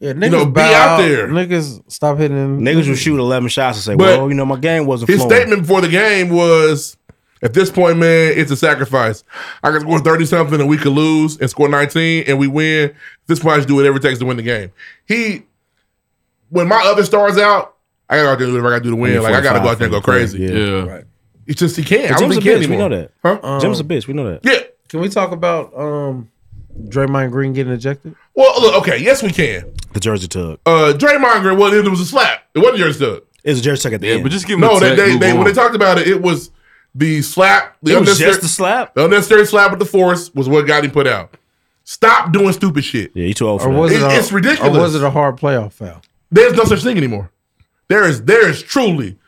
Yeah, niggas
you know, be
bow
out there.
Niggas stop hitting them.
niggas will shoot eleven shots and say,
But
"Well, you know my game wasn't."
His
flowing.
statement before the game was, "At this point, man, it's a sacrifice. I can score thirty something and we could lose, and score nineteen and we win. At this point, I just do whatever it takes to win the game." He, when my other stars out, I gotta go out there and do whatever I gotta do to win. Like I gotta go out there and go crazy.
Yeah.
It's just he can't.
But
I don't
Jim's
think
a
he can
bitch, we
anymore.
know that.
Huh?
Um,
Jim's a bitch. We know that.
Yeah.
Can we talk about um Draymond Green getting ejected?
Well, look, okay, yes, we can.
The jersey tug.
Uh, Draymond Green, well, it was a slap. It wasn't yours, Doug.
It's a jersey tug at the end.
no. they, they, they when they talked about it, it was the slap. The
It was
unnecessary-
just the slap?
The unnecessary slap with the force was what got him put out. Stop doing stupid shit.
Yeah, you too old for
Or was it,
It-
a,
it's ridiculous.
Or was it a hard playoff foul?
There's no such thing anymore. There is there is truly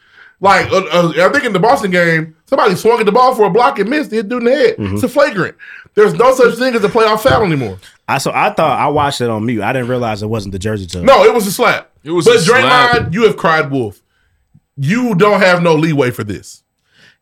like uh, uh, I think in the Boston game, somebody swung at the ball for a block and missed. It hit dude in the head. It's a foul. flagrant. There's no such thing as a playoff foul anymore.
I so I thought I watched it on mute. I didn't realize it wasn't the jersey tug.
No, it was a slap.
It was
but
a
Draymond,
slap.
you have cried wolf. You don't have no leeway for this.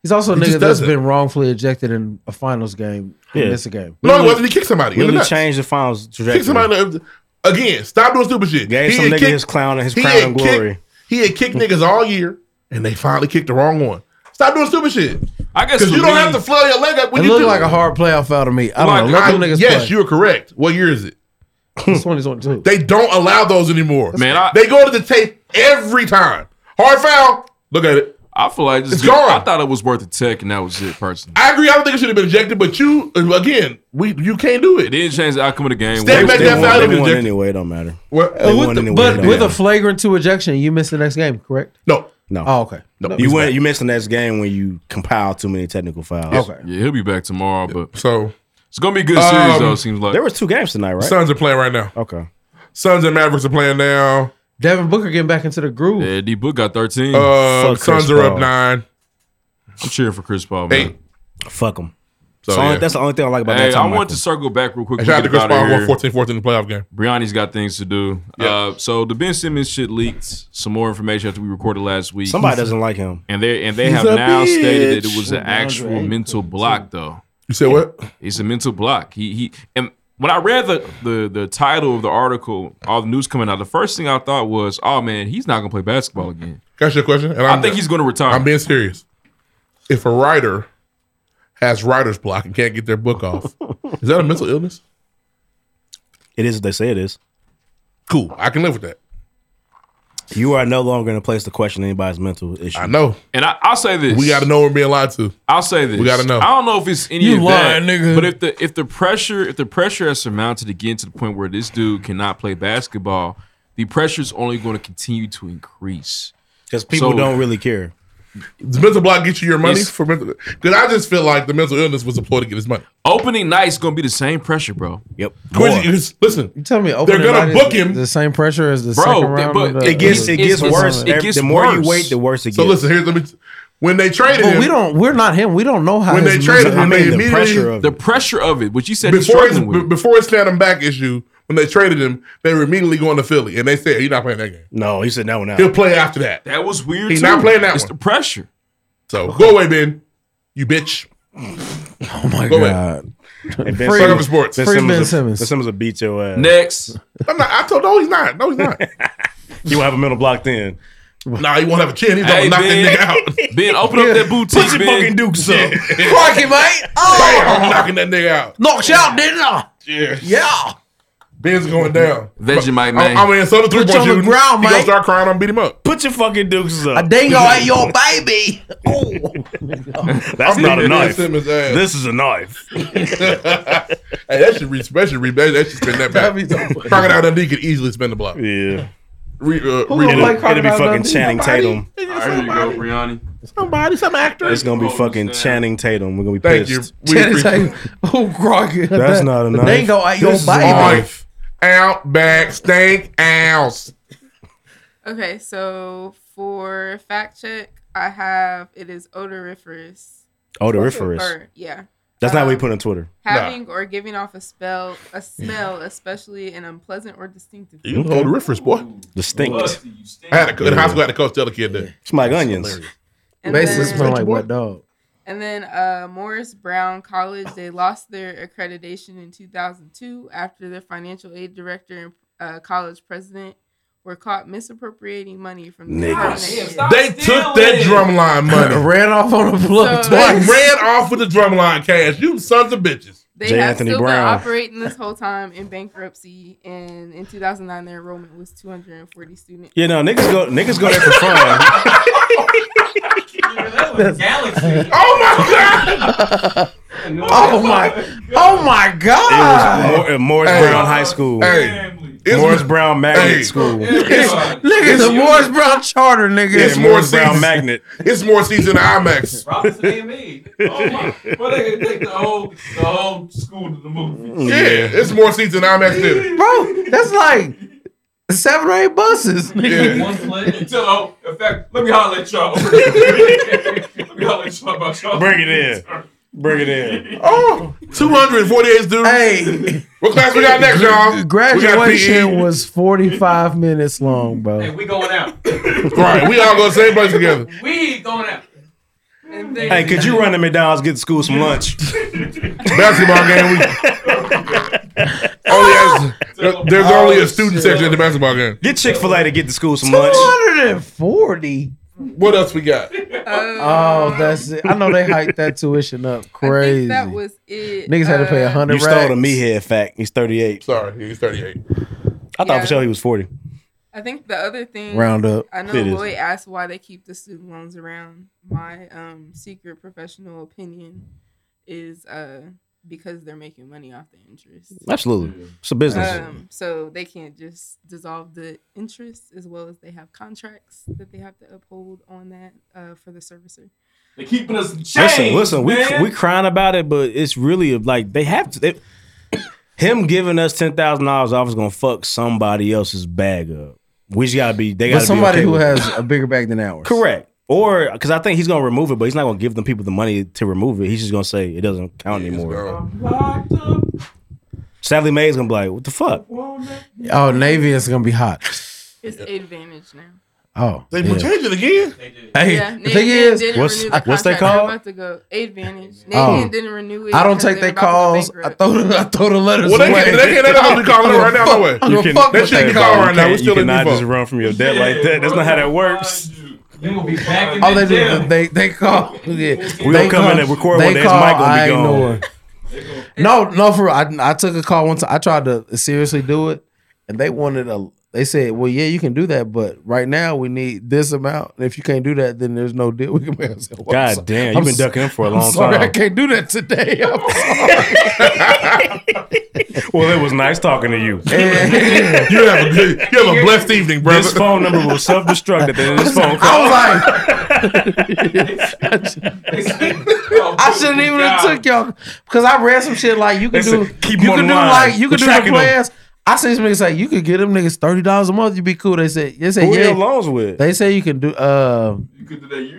He's also a
He
nigga
just
that's
doesn't.
been wrongfully ejected in a finals game.
Yeah.
Yeah. Miss a game.
No, it wasn't. He kicked somebody. in the
Literally
nuts.
changed the finals trajectory.
Kick somebody in the- again. Stop doing stupid shit.
Gave
He
some
had
nigga
kicked-
his clown and his
he
crown
had
and
kicked-
glory.
he had kicked niggas all year, and they finally kicked the wrong one. Stop doing stupid shit.
I guess
because
for
you don't
me-
have to flail your leg up when
it
you
looked
do
like a hard playoff foul to me. I don't know. Let them
I-
niggas
yes,
play.
you are correct. What year is it?
It's 2022.
They don't allow those anymore.
Man, I-
they go to the tape every time. Hard foul. Look at it.
I feel like this
It's
dude-
gone.
I thought it was worth a tech, and that was it, personally.
I agree. I don't think it should have been ejected, but you again, we you can't do
It didn't change the outcome of the game.
Stay back that foul,
They won
Jack.
anyway. It don't matter.
Well,
They won anyway, it
but
don't
with a
matter.
flagrant two ejection, you miss the next game, correct?
No.
No.
Oh, okay.
you went. You missed the next game when you compiled too many technical fouls.
Okay.
Yeah, he'll be back tomorrow, but
so
it's gonna be a good series
Um,
though. It seems like
There was two games tonight, right?
Suns are playing right now.
Okay.
Suns and Mavericks are playing now.
Devin Booker getting back into the groove.
Yeah, D Book got thirteen.
Uh, Suns are up nine.
I'm cheering for Chris Paul, man.
Fuck him.
So,
So, only-
yeah.
that's the only thing I like about
Hey,
that.
I want to circle back real quick.
And shout out to Chris
Get outta
Paul won
here.
14 14 in the playoff game.
Brianni's got things to do. Uh, so the Ben Simmons shit leaked some more information after we recorded last week.
Somebody doesn't like him.
and they and they
He's
have
a
now stated that
bitch.
it was an
With DeAndre
actual
Ayton,
mental block, though.
You said what?
It's a mental block. He he and when I read the, the the title of the article, all the news coming out, the first thing I thought was, "Oh man, he's not gonna play basketball again."
Can I ask you a question? And
I think he's gonna retire.
I'm being serious. If a writer has writer's block and can't get their book off, is that a mental illness?
It is what they say it is.
Cool. I can live with that.
You are no longer in a place to question anybody's mental issue.
I know.
And I, I'll say this:
We got to know we're being lied to.
I'll say this.
We gotta know.
I don't know if it's any
You
of
lying,
that,
nigga.
But if the if the pressure if the pressure has surmounted again to the point where this dude cannot play basketball, the pressure is only going to continue to increase
because people don't really care.
Does mental block get you your money
It's-
for mental? Because I just feel like the mental illness was a ploy to get his money.
Opening night's going to be the same pressure, bro.
Yep.
Quincy, is- listen,
You tell me,
they're
opening
gonna
night is
book him.
The same pressure as the
Bro,
second round.
but
of the,
it gets it
of the-
gets
of the-
worse.
It
the
gets
more
worse.
you wait, the worse it gets.
So listen, here's let me. When they traded
But
him,
we don't. We're not him. We don't know how.
When
his
they traded
mental-
him, they immediately-
of the pressure of it, which you said he's
before his,
struggling with.
b- before his stand him back issue, when they traded him, they were immediately going to Philly, and they said he's not playing that game.
No, he said no, no.
He'll play after that.
That was weird.
He's
too.
not playing that
It's
one.
the pressure.
So go away, Ben. You bitch.
Oh my
Go away.
god.
And
Fuck up the sports.
Ben
Free
Simmons,
Ben
will-
Simmons.
Ben Simmons will beat your ass.
Next,
I'm not. I told no, he's not. No, he's not.
You will have a mental block then.
nah, he won't have a chin. He's
Hey,
gonna knock
Ben.
that nigga out.
Ben, open up that boutique.
Put your
Ben.
fucking dukes up.
Crikey, mate. Oh,
Bam, I'm knocking that nigga out.
knocked you out, didn't I?
Yeah,
Yeah.
Ben's going down.
Vegemite man.
I'm in Southern three
Put
point
you on the
shooting.
ground,
he gonna
mate.
start crying. I'm beat him up.
Put your fucking dukes
A
up.
dingo ate your baby. Oh.
That's
I'm beating
not a
Ben
knife.
Simmons' ass.
This is a knife.
Hey, that should re- that should re- that that should spin that back.
That'd be so funny.
Crocodile Dundee could easily spin the block.
Yeah.
Re,
Who
uh, re-
gonna play
It'll be
Crocodile
fucking
Dundee?
Channing
Nobody.
Tatum.
All right, here you go, Brianni.
Somebody, some actor.
It's gonna be fucking Channing Tatum. We're gonna be
Thank
pissed.
you.
Channing Tatum. Oh, Crikey.
That's not a knife.
Dingo ate your
This is a
baby.
knife.
Out back stank ass.
Okay, so for fact check, I have it is odoriferous.
Odoriferous.
Or, yeah.
Oh, That's not what we
Um,
Uh,
put on Twitter.
Having or giving off a spell, a smell, especially an unpleasant or distinctive.
You hold the riffers, boy.
Distinct.
I had a, in high school, I had to coach the other kid that.
It's like onions.
And
Basically,
then-
smell like wet dog.
And then uh, Morris Brown College, they lost their accreditation in 2002 after their financial aid director and uh, college president were caught misappropriating money from the
Niggas.
department.
They took that drumline money.
Ran off on the floor
So-
they
twice.
ran off with the drumline cash. You sons of bitches.
They
J.
have
Anthony
still
Brown.
been operating this whole time in bankruptcy, and in 2009 their enrollment was 240 students.
You know, niggas go niggas go there for fun.
Oh my god!
Oh my! Oh my God!
It was Mor- uh, Morris
Hey.
Brown High School.
Hey, it's,
Morris Brown Magnet
Hey.
School.
Nigga, it's the Morris Brown Charter, nigga.
It's
Yeah,
more
Morris Brown
seasons.
Magnet.
it's more season than IMAX.
Robinson and me. Oh my. Well, they can take the whole, the whole school to the movie.
Yeah, it's more seats than IMAX theater.
bro. That's like seven or eight buses, nigga.
Yeah.
One play. Tell
oh,
all. In fact, let me holler at y'all. let me holler at y'all about y'all.
Bring it in. Bring it in.
Oh, 248 dude.
Hey,
What class we got next, y'all? We got E.
graduation
PE.
was forty five minutes long,
Hey,
bro.
we going out.
Right, we all go to the same place together.
We going out.
And then,
Hey, could you run to McDonald's, get to school some lunch?
Basketball game. We, only has,
Oh,
there- there's only a student section at the basketball game.
Get Chick fil A to get to school some
Two
lunch.
hundred and forty.
What else we got?
Uh,
Oh, that's it. I know they hiked that tuition up
I think
crazy.
that was it.
Niggas had to pay a
Uh,
hundred.
You stole the
racks.
meathead fact. He's 38.
Sorry, he's 38.
I thought
Yeah.
for sure he was 40.
I think the other thing
Round up.
I know
It is.
Lloyd asked why they keep the student loans around. My um secret professional opinion is uh because they're making money off the interest.
Absolutely. It's a business.
Um, so they can't just dissolve the interest as well as they have contracts that they have to uphold on that uh for the servicer.
They're keeping us in chains.
Listen, listen, we
man.
we crying about it, but it's really like they have to. They, him giving us ten thousand dollars off is gonna fuck somebody else's bag up. We just gotta be. They
But
gotta
somebody
be okay
who
with it.
has a bigger bag than ours.
correct. Or because I think he's gonna remove it, but he's not gonna give them people the money to remove it. He's just gonna say it doesn't count anymore. Sadly, May's gonna be like, "What the fuck?"
Oh, Navy is gonna be hot.
It's advantage now.
Oh,
They
yeah.
changed it again. They did.
Hey,
Yeah,
the
Navy
thing
didn't-
is,
didn't
what's
renew the
what's
contract.
they
They're
called?
About to go advantage. Navy
Oh.
didn't renew it.
I don't
because
take
they
their
were about to go
calls. I
bankrupt.
throw the, I throw the letters
Well, they
away.
can- they can- they don't have to call it right now, no way.
I'm gonna
can-
fuck
that
with
shit
that.
can call
You
right now.
can't-
We still
you
in
cannot just
default.
run from your debt like that. That's not how that works.
You will be back in
All
the
Oh, they do,
jail.
they they call. Yeah,
We
they
gonna come in and record
they
one day, it's
call,
Mike gonna be
I
gone.
ignore. No, no, for real. I, I took a call one time. I tried to seriously do it, and they wanted a. They said, "Well, yeah, you can do that, but right now we need this amount. If you can't do that, then there's no deal we can make." I said, well, I'm
God
so-
damn,
I'm
you've been
so-
ducking him for a
I'm
long
sorry, I
time.
can't do that today. I'm
Well, it was nice talking to you.
you have a good, you have a blessed evening, brother.
This phone number will self-destruct at the end of this phone call.
I was like, I shouldn't even have took y'all because I read some shit like you
They
can do,
said, "Keep
you
them
can
on
do
the line.
like you
We're
can do the
tracking them."
plans. I seen some niggas like you could get them niggas thirty dollars a month. You'd be cool. They said they said
Who
yeah.
your loans with?
They say you can do uh.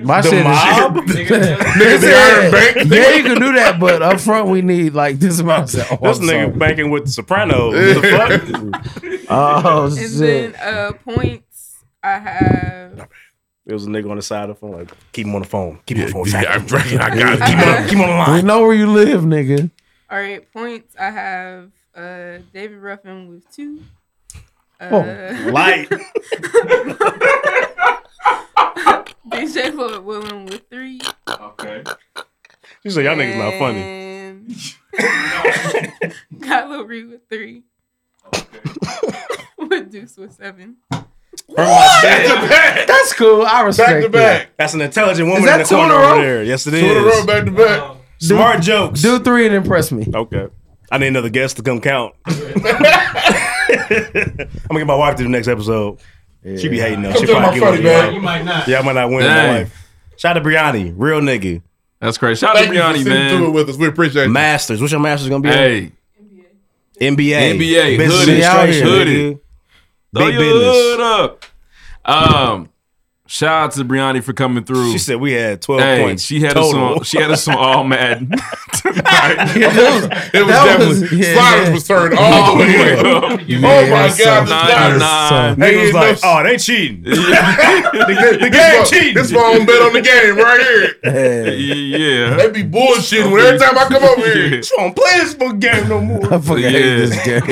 My
The
shit
mob?
is
Nigga, just-
They
Nigga, the Iron
said,
Bank.
Yeah, you can do that, but up front we need like this amount. I said, oh,
This
I'm
nigga
sorry.
banking with the Sopranos. What the fuck?
Oh
And then uh, points I have.
There was a nigga on the side of the phone, like, keep him on the phone. Keep him on the phone.
Yeah, I'm drinking. I got it.
keep, him on, keep him on the line.
We know where you live, nigga.
All right, points I have. Uh, David Ruffin with two. Uh,
Oh,
light.
DJ Floyd Willen with three.
Okay.
She said, y'all niggas not funny.
And Kylo Reed with three. with Deuce with seven.
That's cool. I respect
Back to
that.
back.
That's an intelligent woman
Is that
in the
two in
corner
a row? Uh,
over there. Yes, it
Two
is.
in a row, back to back.
Smart jokes.
Do three and impress me.
Okay. I need another guest to come count. I'm gonna get my wife to the next episode. She be hating though.
Come
She
take my funny
probably give me
bag.
a-
You might not.
Yeah, I might not win. My
Dang.
wife. Shout out to Brianni, real nigga.
That's crazy. Shout out to
Thank you for
Brianni,
sitting through it
man.
with us. We appreciate it.
Masters. What's your masters gonna be? at?
Hey,
NBA.
NBA,
Business
hoodie,
administration,
hoodie.
nigga.
throw
Big
your
business.
hood up. Um, shout out to Brianni for coming through.
She said we had 12
hey,
points.
she had us
total.
on. She had us on all Madden.
It was
That was-
definitely
yeah,
sliders
yeah.
was turned all the way up.
oh
Oh my god, the sliders.
Nine,
Hey,
Nigga was
no-
like, oh, they cheating.
the, the game cheating. This phone bet on the game right here.
yeah.
They be bullshitting when every time I come over here.
You don't play this fucking game no more.
I fucking hate
Yeah.
this game.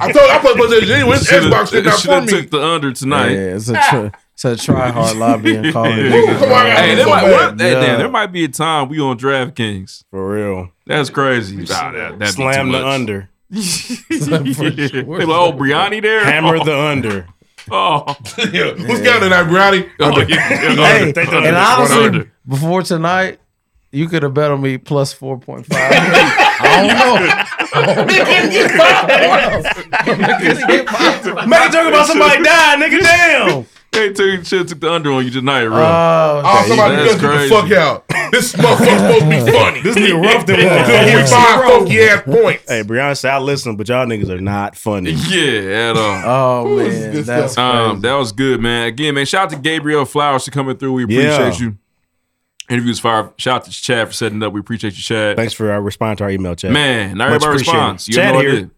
I told I play PlayStation anyway. It's
Shoulda-
Xbox shit not for
shoulda
me.
took the under tonight.
Yeah, it's a try, it's a try hard lobby and calling. niggas.
Come on, I
Hey,
was
there
so
might,
mad.
what- hey,
Yeah.
damn, there might be a time we on DraftKings.
For real.
That's crazy. Nah, that, that'd be too
Slam the
much.
under.
Yeah. They like, oh, Brianni there.
Hammer
Oh,
the under.
Oh,
Yeah, Who's counting that, Brownie?
oh, yeah.
Hey,
They done
and
it.
honestly, before tonight, you could have bet on me plus four point five. I don't know. I couldn't get five.
Make a joke about somebody dying, nigga. Damn.
They took should took the under on you tonight, bro.
Oh,
Oh,
okay.
somebody
That's
cussed me the
crazy.
fuck out. This motherfucker supposed to be funny.
This nigga rough than
Good with
one.
five funky ass points.
Hey, Brianna said, I listen, but y'all niggas are not funny.
yeah, at all.
Oh
Who is
man,
this
that's
Um, that was good, man. Again, man, shout out to Gabriel Flowers for coming through. We
Yeah.
appreciate you. Interviews fire. Shout out to Chad for setting up. We appreciate you, Chad.
Thanks for uh, responding to our email chat.
Man, not
Much
everybody
appreciated.
responds. You
Chad
have no
here.
idea.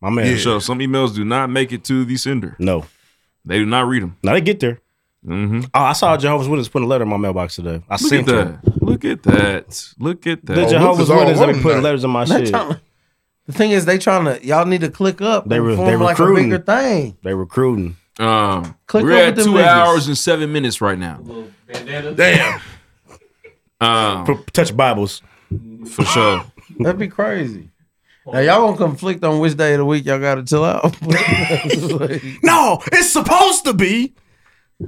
My man.
Yeah.
So some emails do not make it to the sender.
No.
They do not read them.
Now they get there.
Mm-hmm.
Oh, I saw Jehovah's Witness putting a letter in my mailbox today. I
Look
seen
at
them.
that. Look at that. Look at
The
that.
Jehovah's
all
Witness
over
are putting
tonight.
letters in my
they
shit.
tryna- the thing is, they trying to y'all need to click up.
They
They
re-
were
they
form like a
recruiting.
bigger thing.
They recruiting.
Um,
Click
we're
over
at
them
two
niggas.
hours and seven minutes right now.
Damn.
Um,
P- touch Bibles.
for sure.
That'd be crazy. Now y'all gonna conflict on which day of the week y'all gotta chill out.
no, it's supposed to be.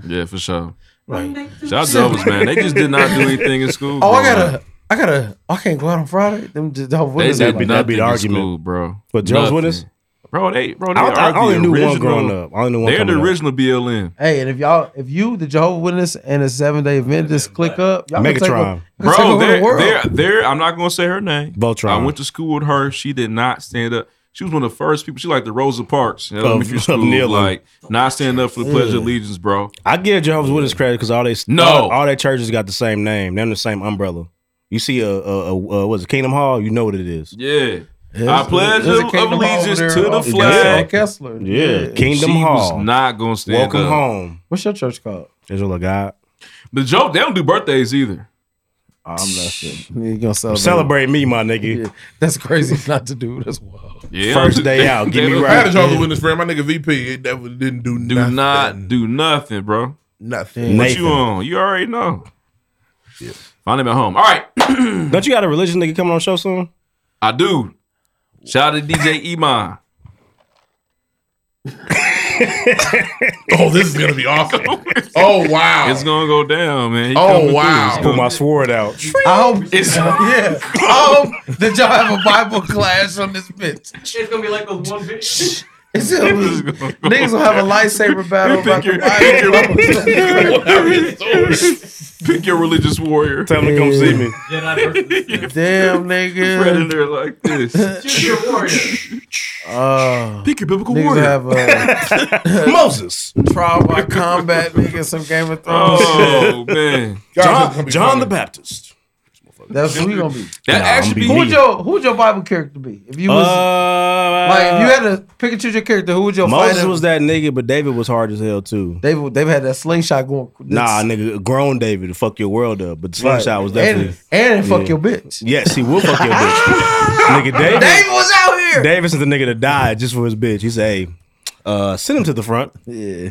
Yeah, for sure. Y'all jokers, man. They just did not do anything in school.
Oh, I
growing up.
gotta, I gotta, I can't go out on Friday. Them just don't
They
win.
did nothing in school, bro.
But Jones
Nothing.
Winners?
bro. They, bro, they
I- I
are the
only knew one
original-
growing up. I only knew one
They're the
coming up.
original BLM.
Hey, and if y'all, if you, the Jehovah Witness, and a seven day Adventist, click up. Y'all can take
Megatron.
over- can take
Bro,
over the
they're,
world.
they're, they're, I'm not going to say her name.
Voltron.
I went to school with her. She did not stand up. She was one of the first people. She like the Rosa Parks. You know,
Of-
elementary
of
school,
kneeling.
like not standing up for the Pledge of
Yeah.
Allegiance, bro.
I give Jehovah's Witness credit because all they
No.
all, all their churches got the same name. They're in the same umbrella. You see a, a, a, a what's it, Kingdom Hall? You know what it is.
Yeah.
There's-
I pledge
there's a
of
Kingdom Hall
allegiance
over
to
there
the
off-
flag.
Yeah, Kessler. Yeah. Kingdom
she
Hall.
Was not going to stand
Welcome
up.
home.
What's your church called?
Israel of God.
The joke, they don't do birthdays either.
I'm not sure.
You gonna celebrate.
Celebrate me, my nigga.
That's crazy not to do. That's wild.
Yeah.
First day out. Get me
I had a
right.
Jehovah's Witness friend. My nigga VP, it never didn't do
Do
nothing.
not do nothing, bro.
Nothing.
What
Nathan.
you on? You already know. Find him at home. All right.
Don't you got a religious nigga coming on show soon?
I do. Shout out to DJ Iman.
Oh, this is gonna be awesome. oh wow.
It's gonna go down, man. He
Oh,
coming through.
wow.
It's
Pull
gonna-
my sword out.
I hope
It's-
yeah. I hope that y'all have a Bible class on this bitch.
It's gonna be like those one bitch.
It's niggas will have a lightsaber battle about the
Pick your religious warrior.
Tell him to come see me.
Bible. Damn nigga.
Predator like this.
Choose your warrior.
Uh,
Pick your biblical
niggas
warrior.
have a
Moses.
trial by combat, nigga. Some Game of Thrones.
Oh man,
John, John the Baptist.
That's who you gonna be.
that
Nah,
actually
I'm
be
be
Who
me.
would your Who would your Bible character be? If you was
Uh,
like, if you had to pick and choose your character, who would your
Moses
fighter?
was that nigga, but David was hard as hell too.
They've they've had that slingshot going.
Nah, nigga, grown David to fuck your world up, but
Right.
slingshot was definitely.
and, and fuck
Yeah.
your bitch.
Yes, he will fuck your bitch, nigga. David,
David was out here.
Davis is the nigga that died just for his bitch. He say, hey, uh, send him to the front.
Yeah.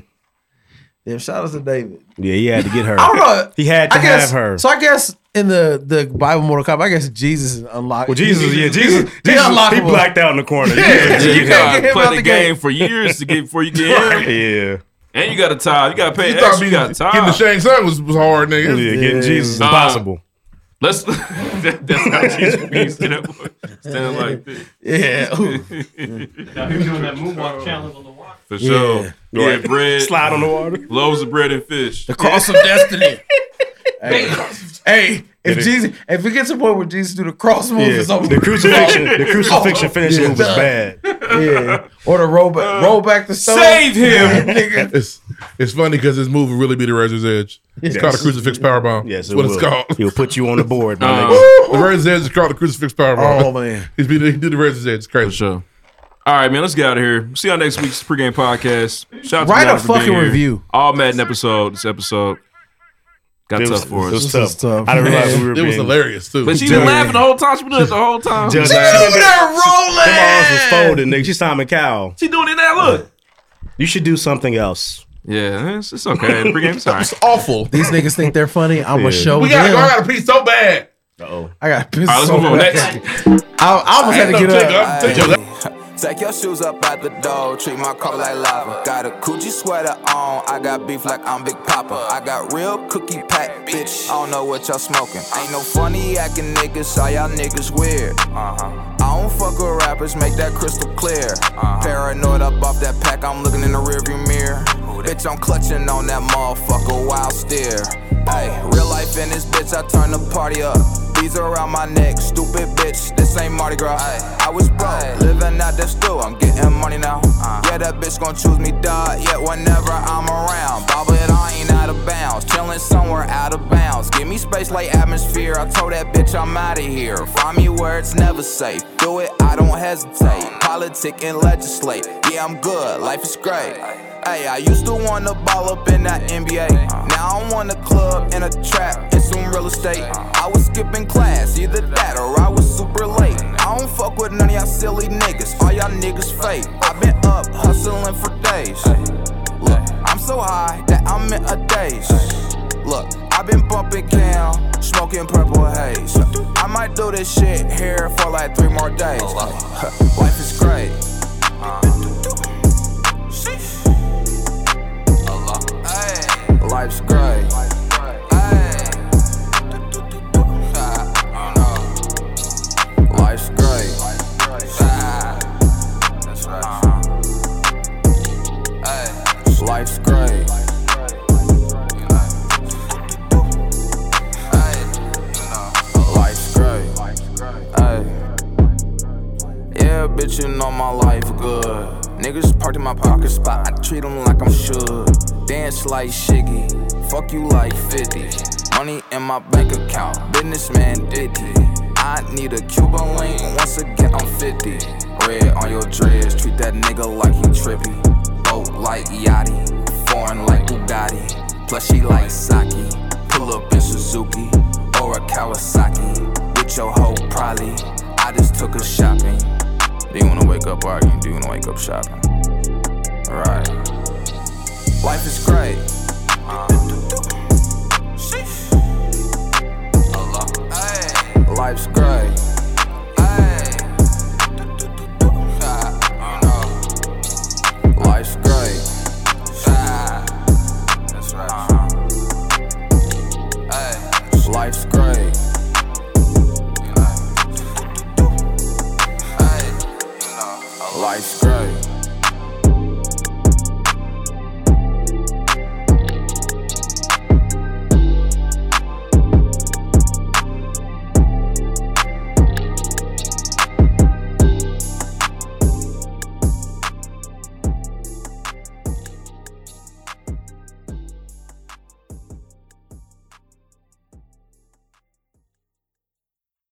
Yeah, shout out to David.
Yeah, he had to get her.
I don't know.
He had to
I guess,
have her.
So I guess in the the Bible Mortal Kombat, I guess Jesus is unlocked.
well, Jesus, yeah, Jesus,
He
Jesus he
unlockable.
blacked out in the corner.
Yeah,
Yeah, you
you can't
gotta
get him
play
out
the
the
game
game.
for years to get before you get him,
yeah.
and you got to tie. You got to pay
You
extra.
thought
You
being,
got to
getting
tie.
the Shang Tsung was, was hard,
Yeah,
nigga.
getting Jesus is
Nah.
impossible.
Let's. that, that's how Jesus beats to that boy. Stand like this
Yeah. Ooh.
Now he's doing that moonwalk challenge on the walk.
for sure. Yeah,
Right.
bread,
Slide on the water.
loaves of bread and fish.
the cross of destiny. hey, hey, if Jesus, if it gets to a point where Jesus do the cross move,
Yeah.
it's over.
The crucifixion, the crucifixion finishing
Yeah.
move was bad.
yeah, or the roll back, roll back the stone.
Uh, Save him.
nigga.
It's it's funny because this move would really be the Razor's Edge. It's called a crucifix powerbomb.
Yes,
That's
it
what
will.
it's called.
He'll put you on the board, my
Uh,
nigga.
The Razor's Edge is called the crucifix powerbomb.
Oh man,
He's been he did the Razor's Edge. It's
For
crazy.
sure. All right, man. Let's get out of here. See y'all next week's pregame podcast. Shout out to
Write a
Madden for being
fucking
here.
review.
All Madden episode. This episode got
It was-
tough for
It was
us.
tough.
was tough.
I didn't realize we were
It was
being
hilarious too.
But she been
Yeah.
laughing the whole time. She been doing it the whole time.
Just
she
like-
over there
Them arms
rolling.
was folded, nigga. She's Simon Cowell.
She doing it now. Look.
You should do something else.
Yeah, it's, it's okay. Pregame, it's all right.
It's awful.
These niggas think they're funny. I'm
Yeah.
gonna show
We
them.
gotta go. I gotta pee so bad.
I got pissed.
All right, let's
so
move on.
bad.
Next.
I, I almost had to
Ain't
get
no
up.
take up. Take your
Take your shoes up out the door, treat my car like lava. Got a coochie sweater on, I got beef like I'm Big Papa. I got real cookie pack, bitch. I don't know what y'all smoking. Ain't no funny acting niggas, all y'all niggas weird. Uh-huh. I don't fuck with rappers, make that crystal clear.
Uh-huh.
Paranoid up off that pack, I'm looking in the rearview mirror. Bitch, I'm clutching on that motherfucker while steer. Hey, real life in this bitch, I turn the party up. These around my neck, stupid bitch. This ain't Mardi Gras. I was broke, living out the stew. I'm getting money now. Yeah, that bitch gon' choose me, dog. Yeah, whenever I'm around, bobble it, I ain't out of bounds. Chillin' somewhere out of bounds. Give me space like atmosphere. I told that bitch I'm out of here. Find me where it's never safe. Do it, I don't hesitate. Politic and legislate. Yeah, I'm good. Life is great. Hey, I used to wanna ball up in that NBA. Now I want a club and a trap and some real estate. I was skipping class, either that or I was super late. I don't fuck with none of y'all silly niggas, all y'all niggas fake. i been up hustling for days. Look, I'm so high that I'm in a daze. Look, I've been bumping down, smoking purple haze. I might do this shit here for like three more days. Life is great. Uh, Ay, Life's great. Ay. Life's great. Ah. Uh-huh. Ay. Life's great. Life's great. Ay. Yeah, bitch, you know my life good. Niggas parked in my pocket spot, I treat them like I'm should. Dance like Shiggy, fuck you like 50. Money in my bank account, businessman ditty. I need a Cuban link, once again I'm 50. Red on your dress, treat that nigga like he trippy. Boat like Yachty, foreign like Bugatti. Plus she like Saki, pull up in Suzuki or a Kawasaki. With your hoe, probably. I just took her shopping. Do you wanna wake up arguing? Do you wanna wake up shopping? Right. Life is great. Uh. Life's great. Ay. Life's great. Ah. Life's great.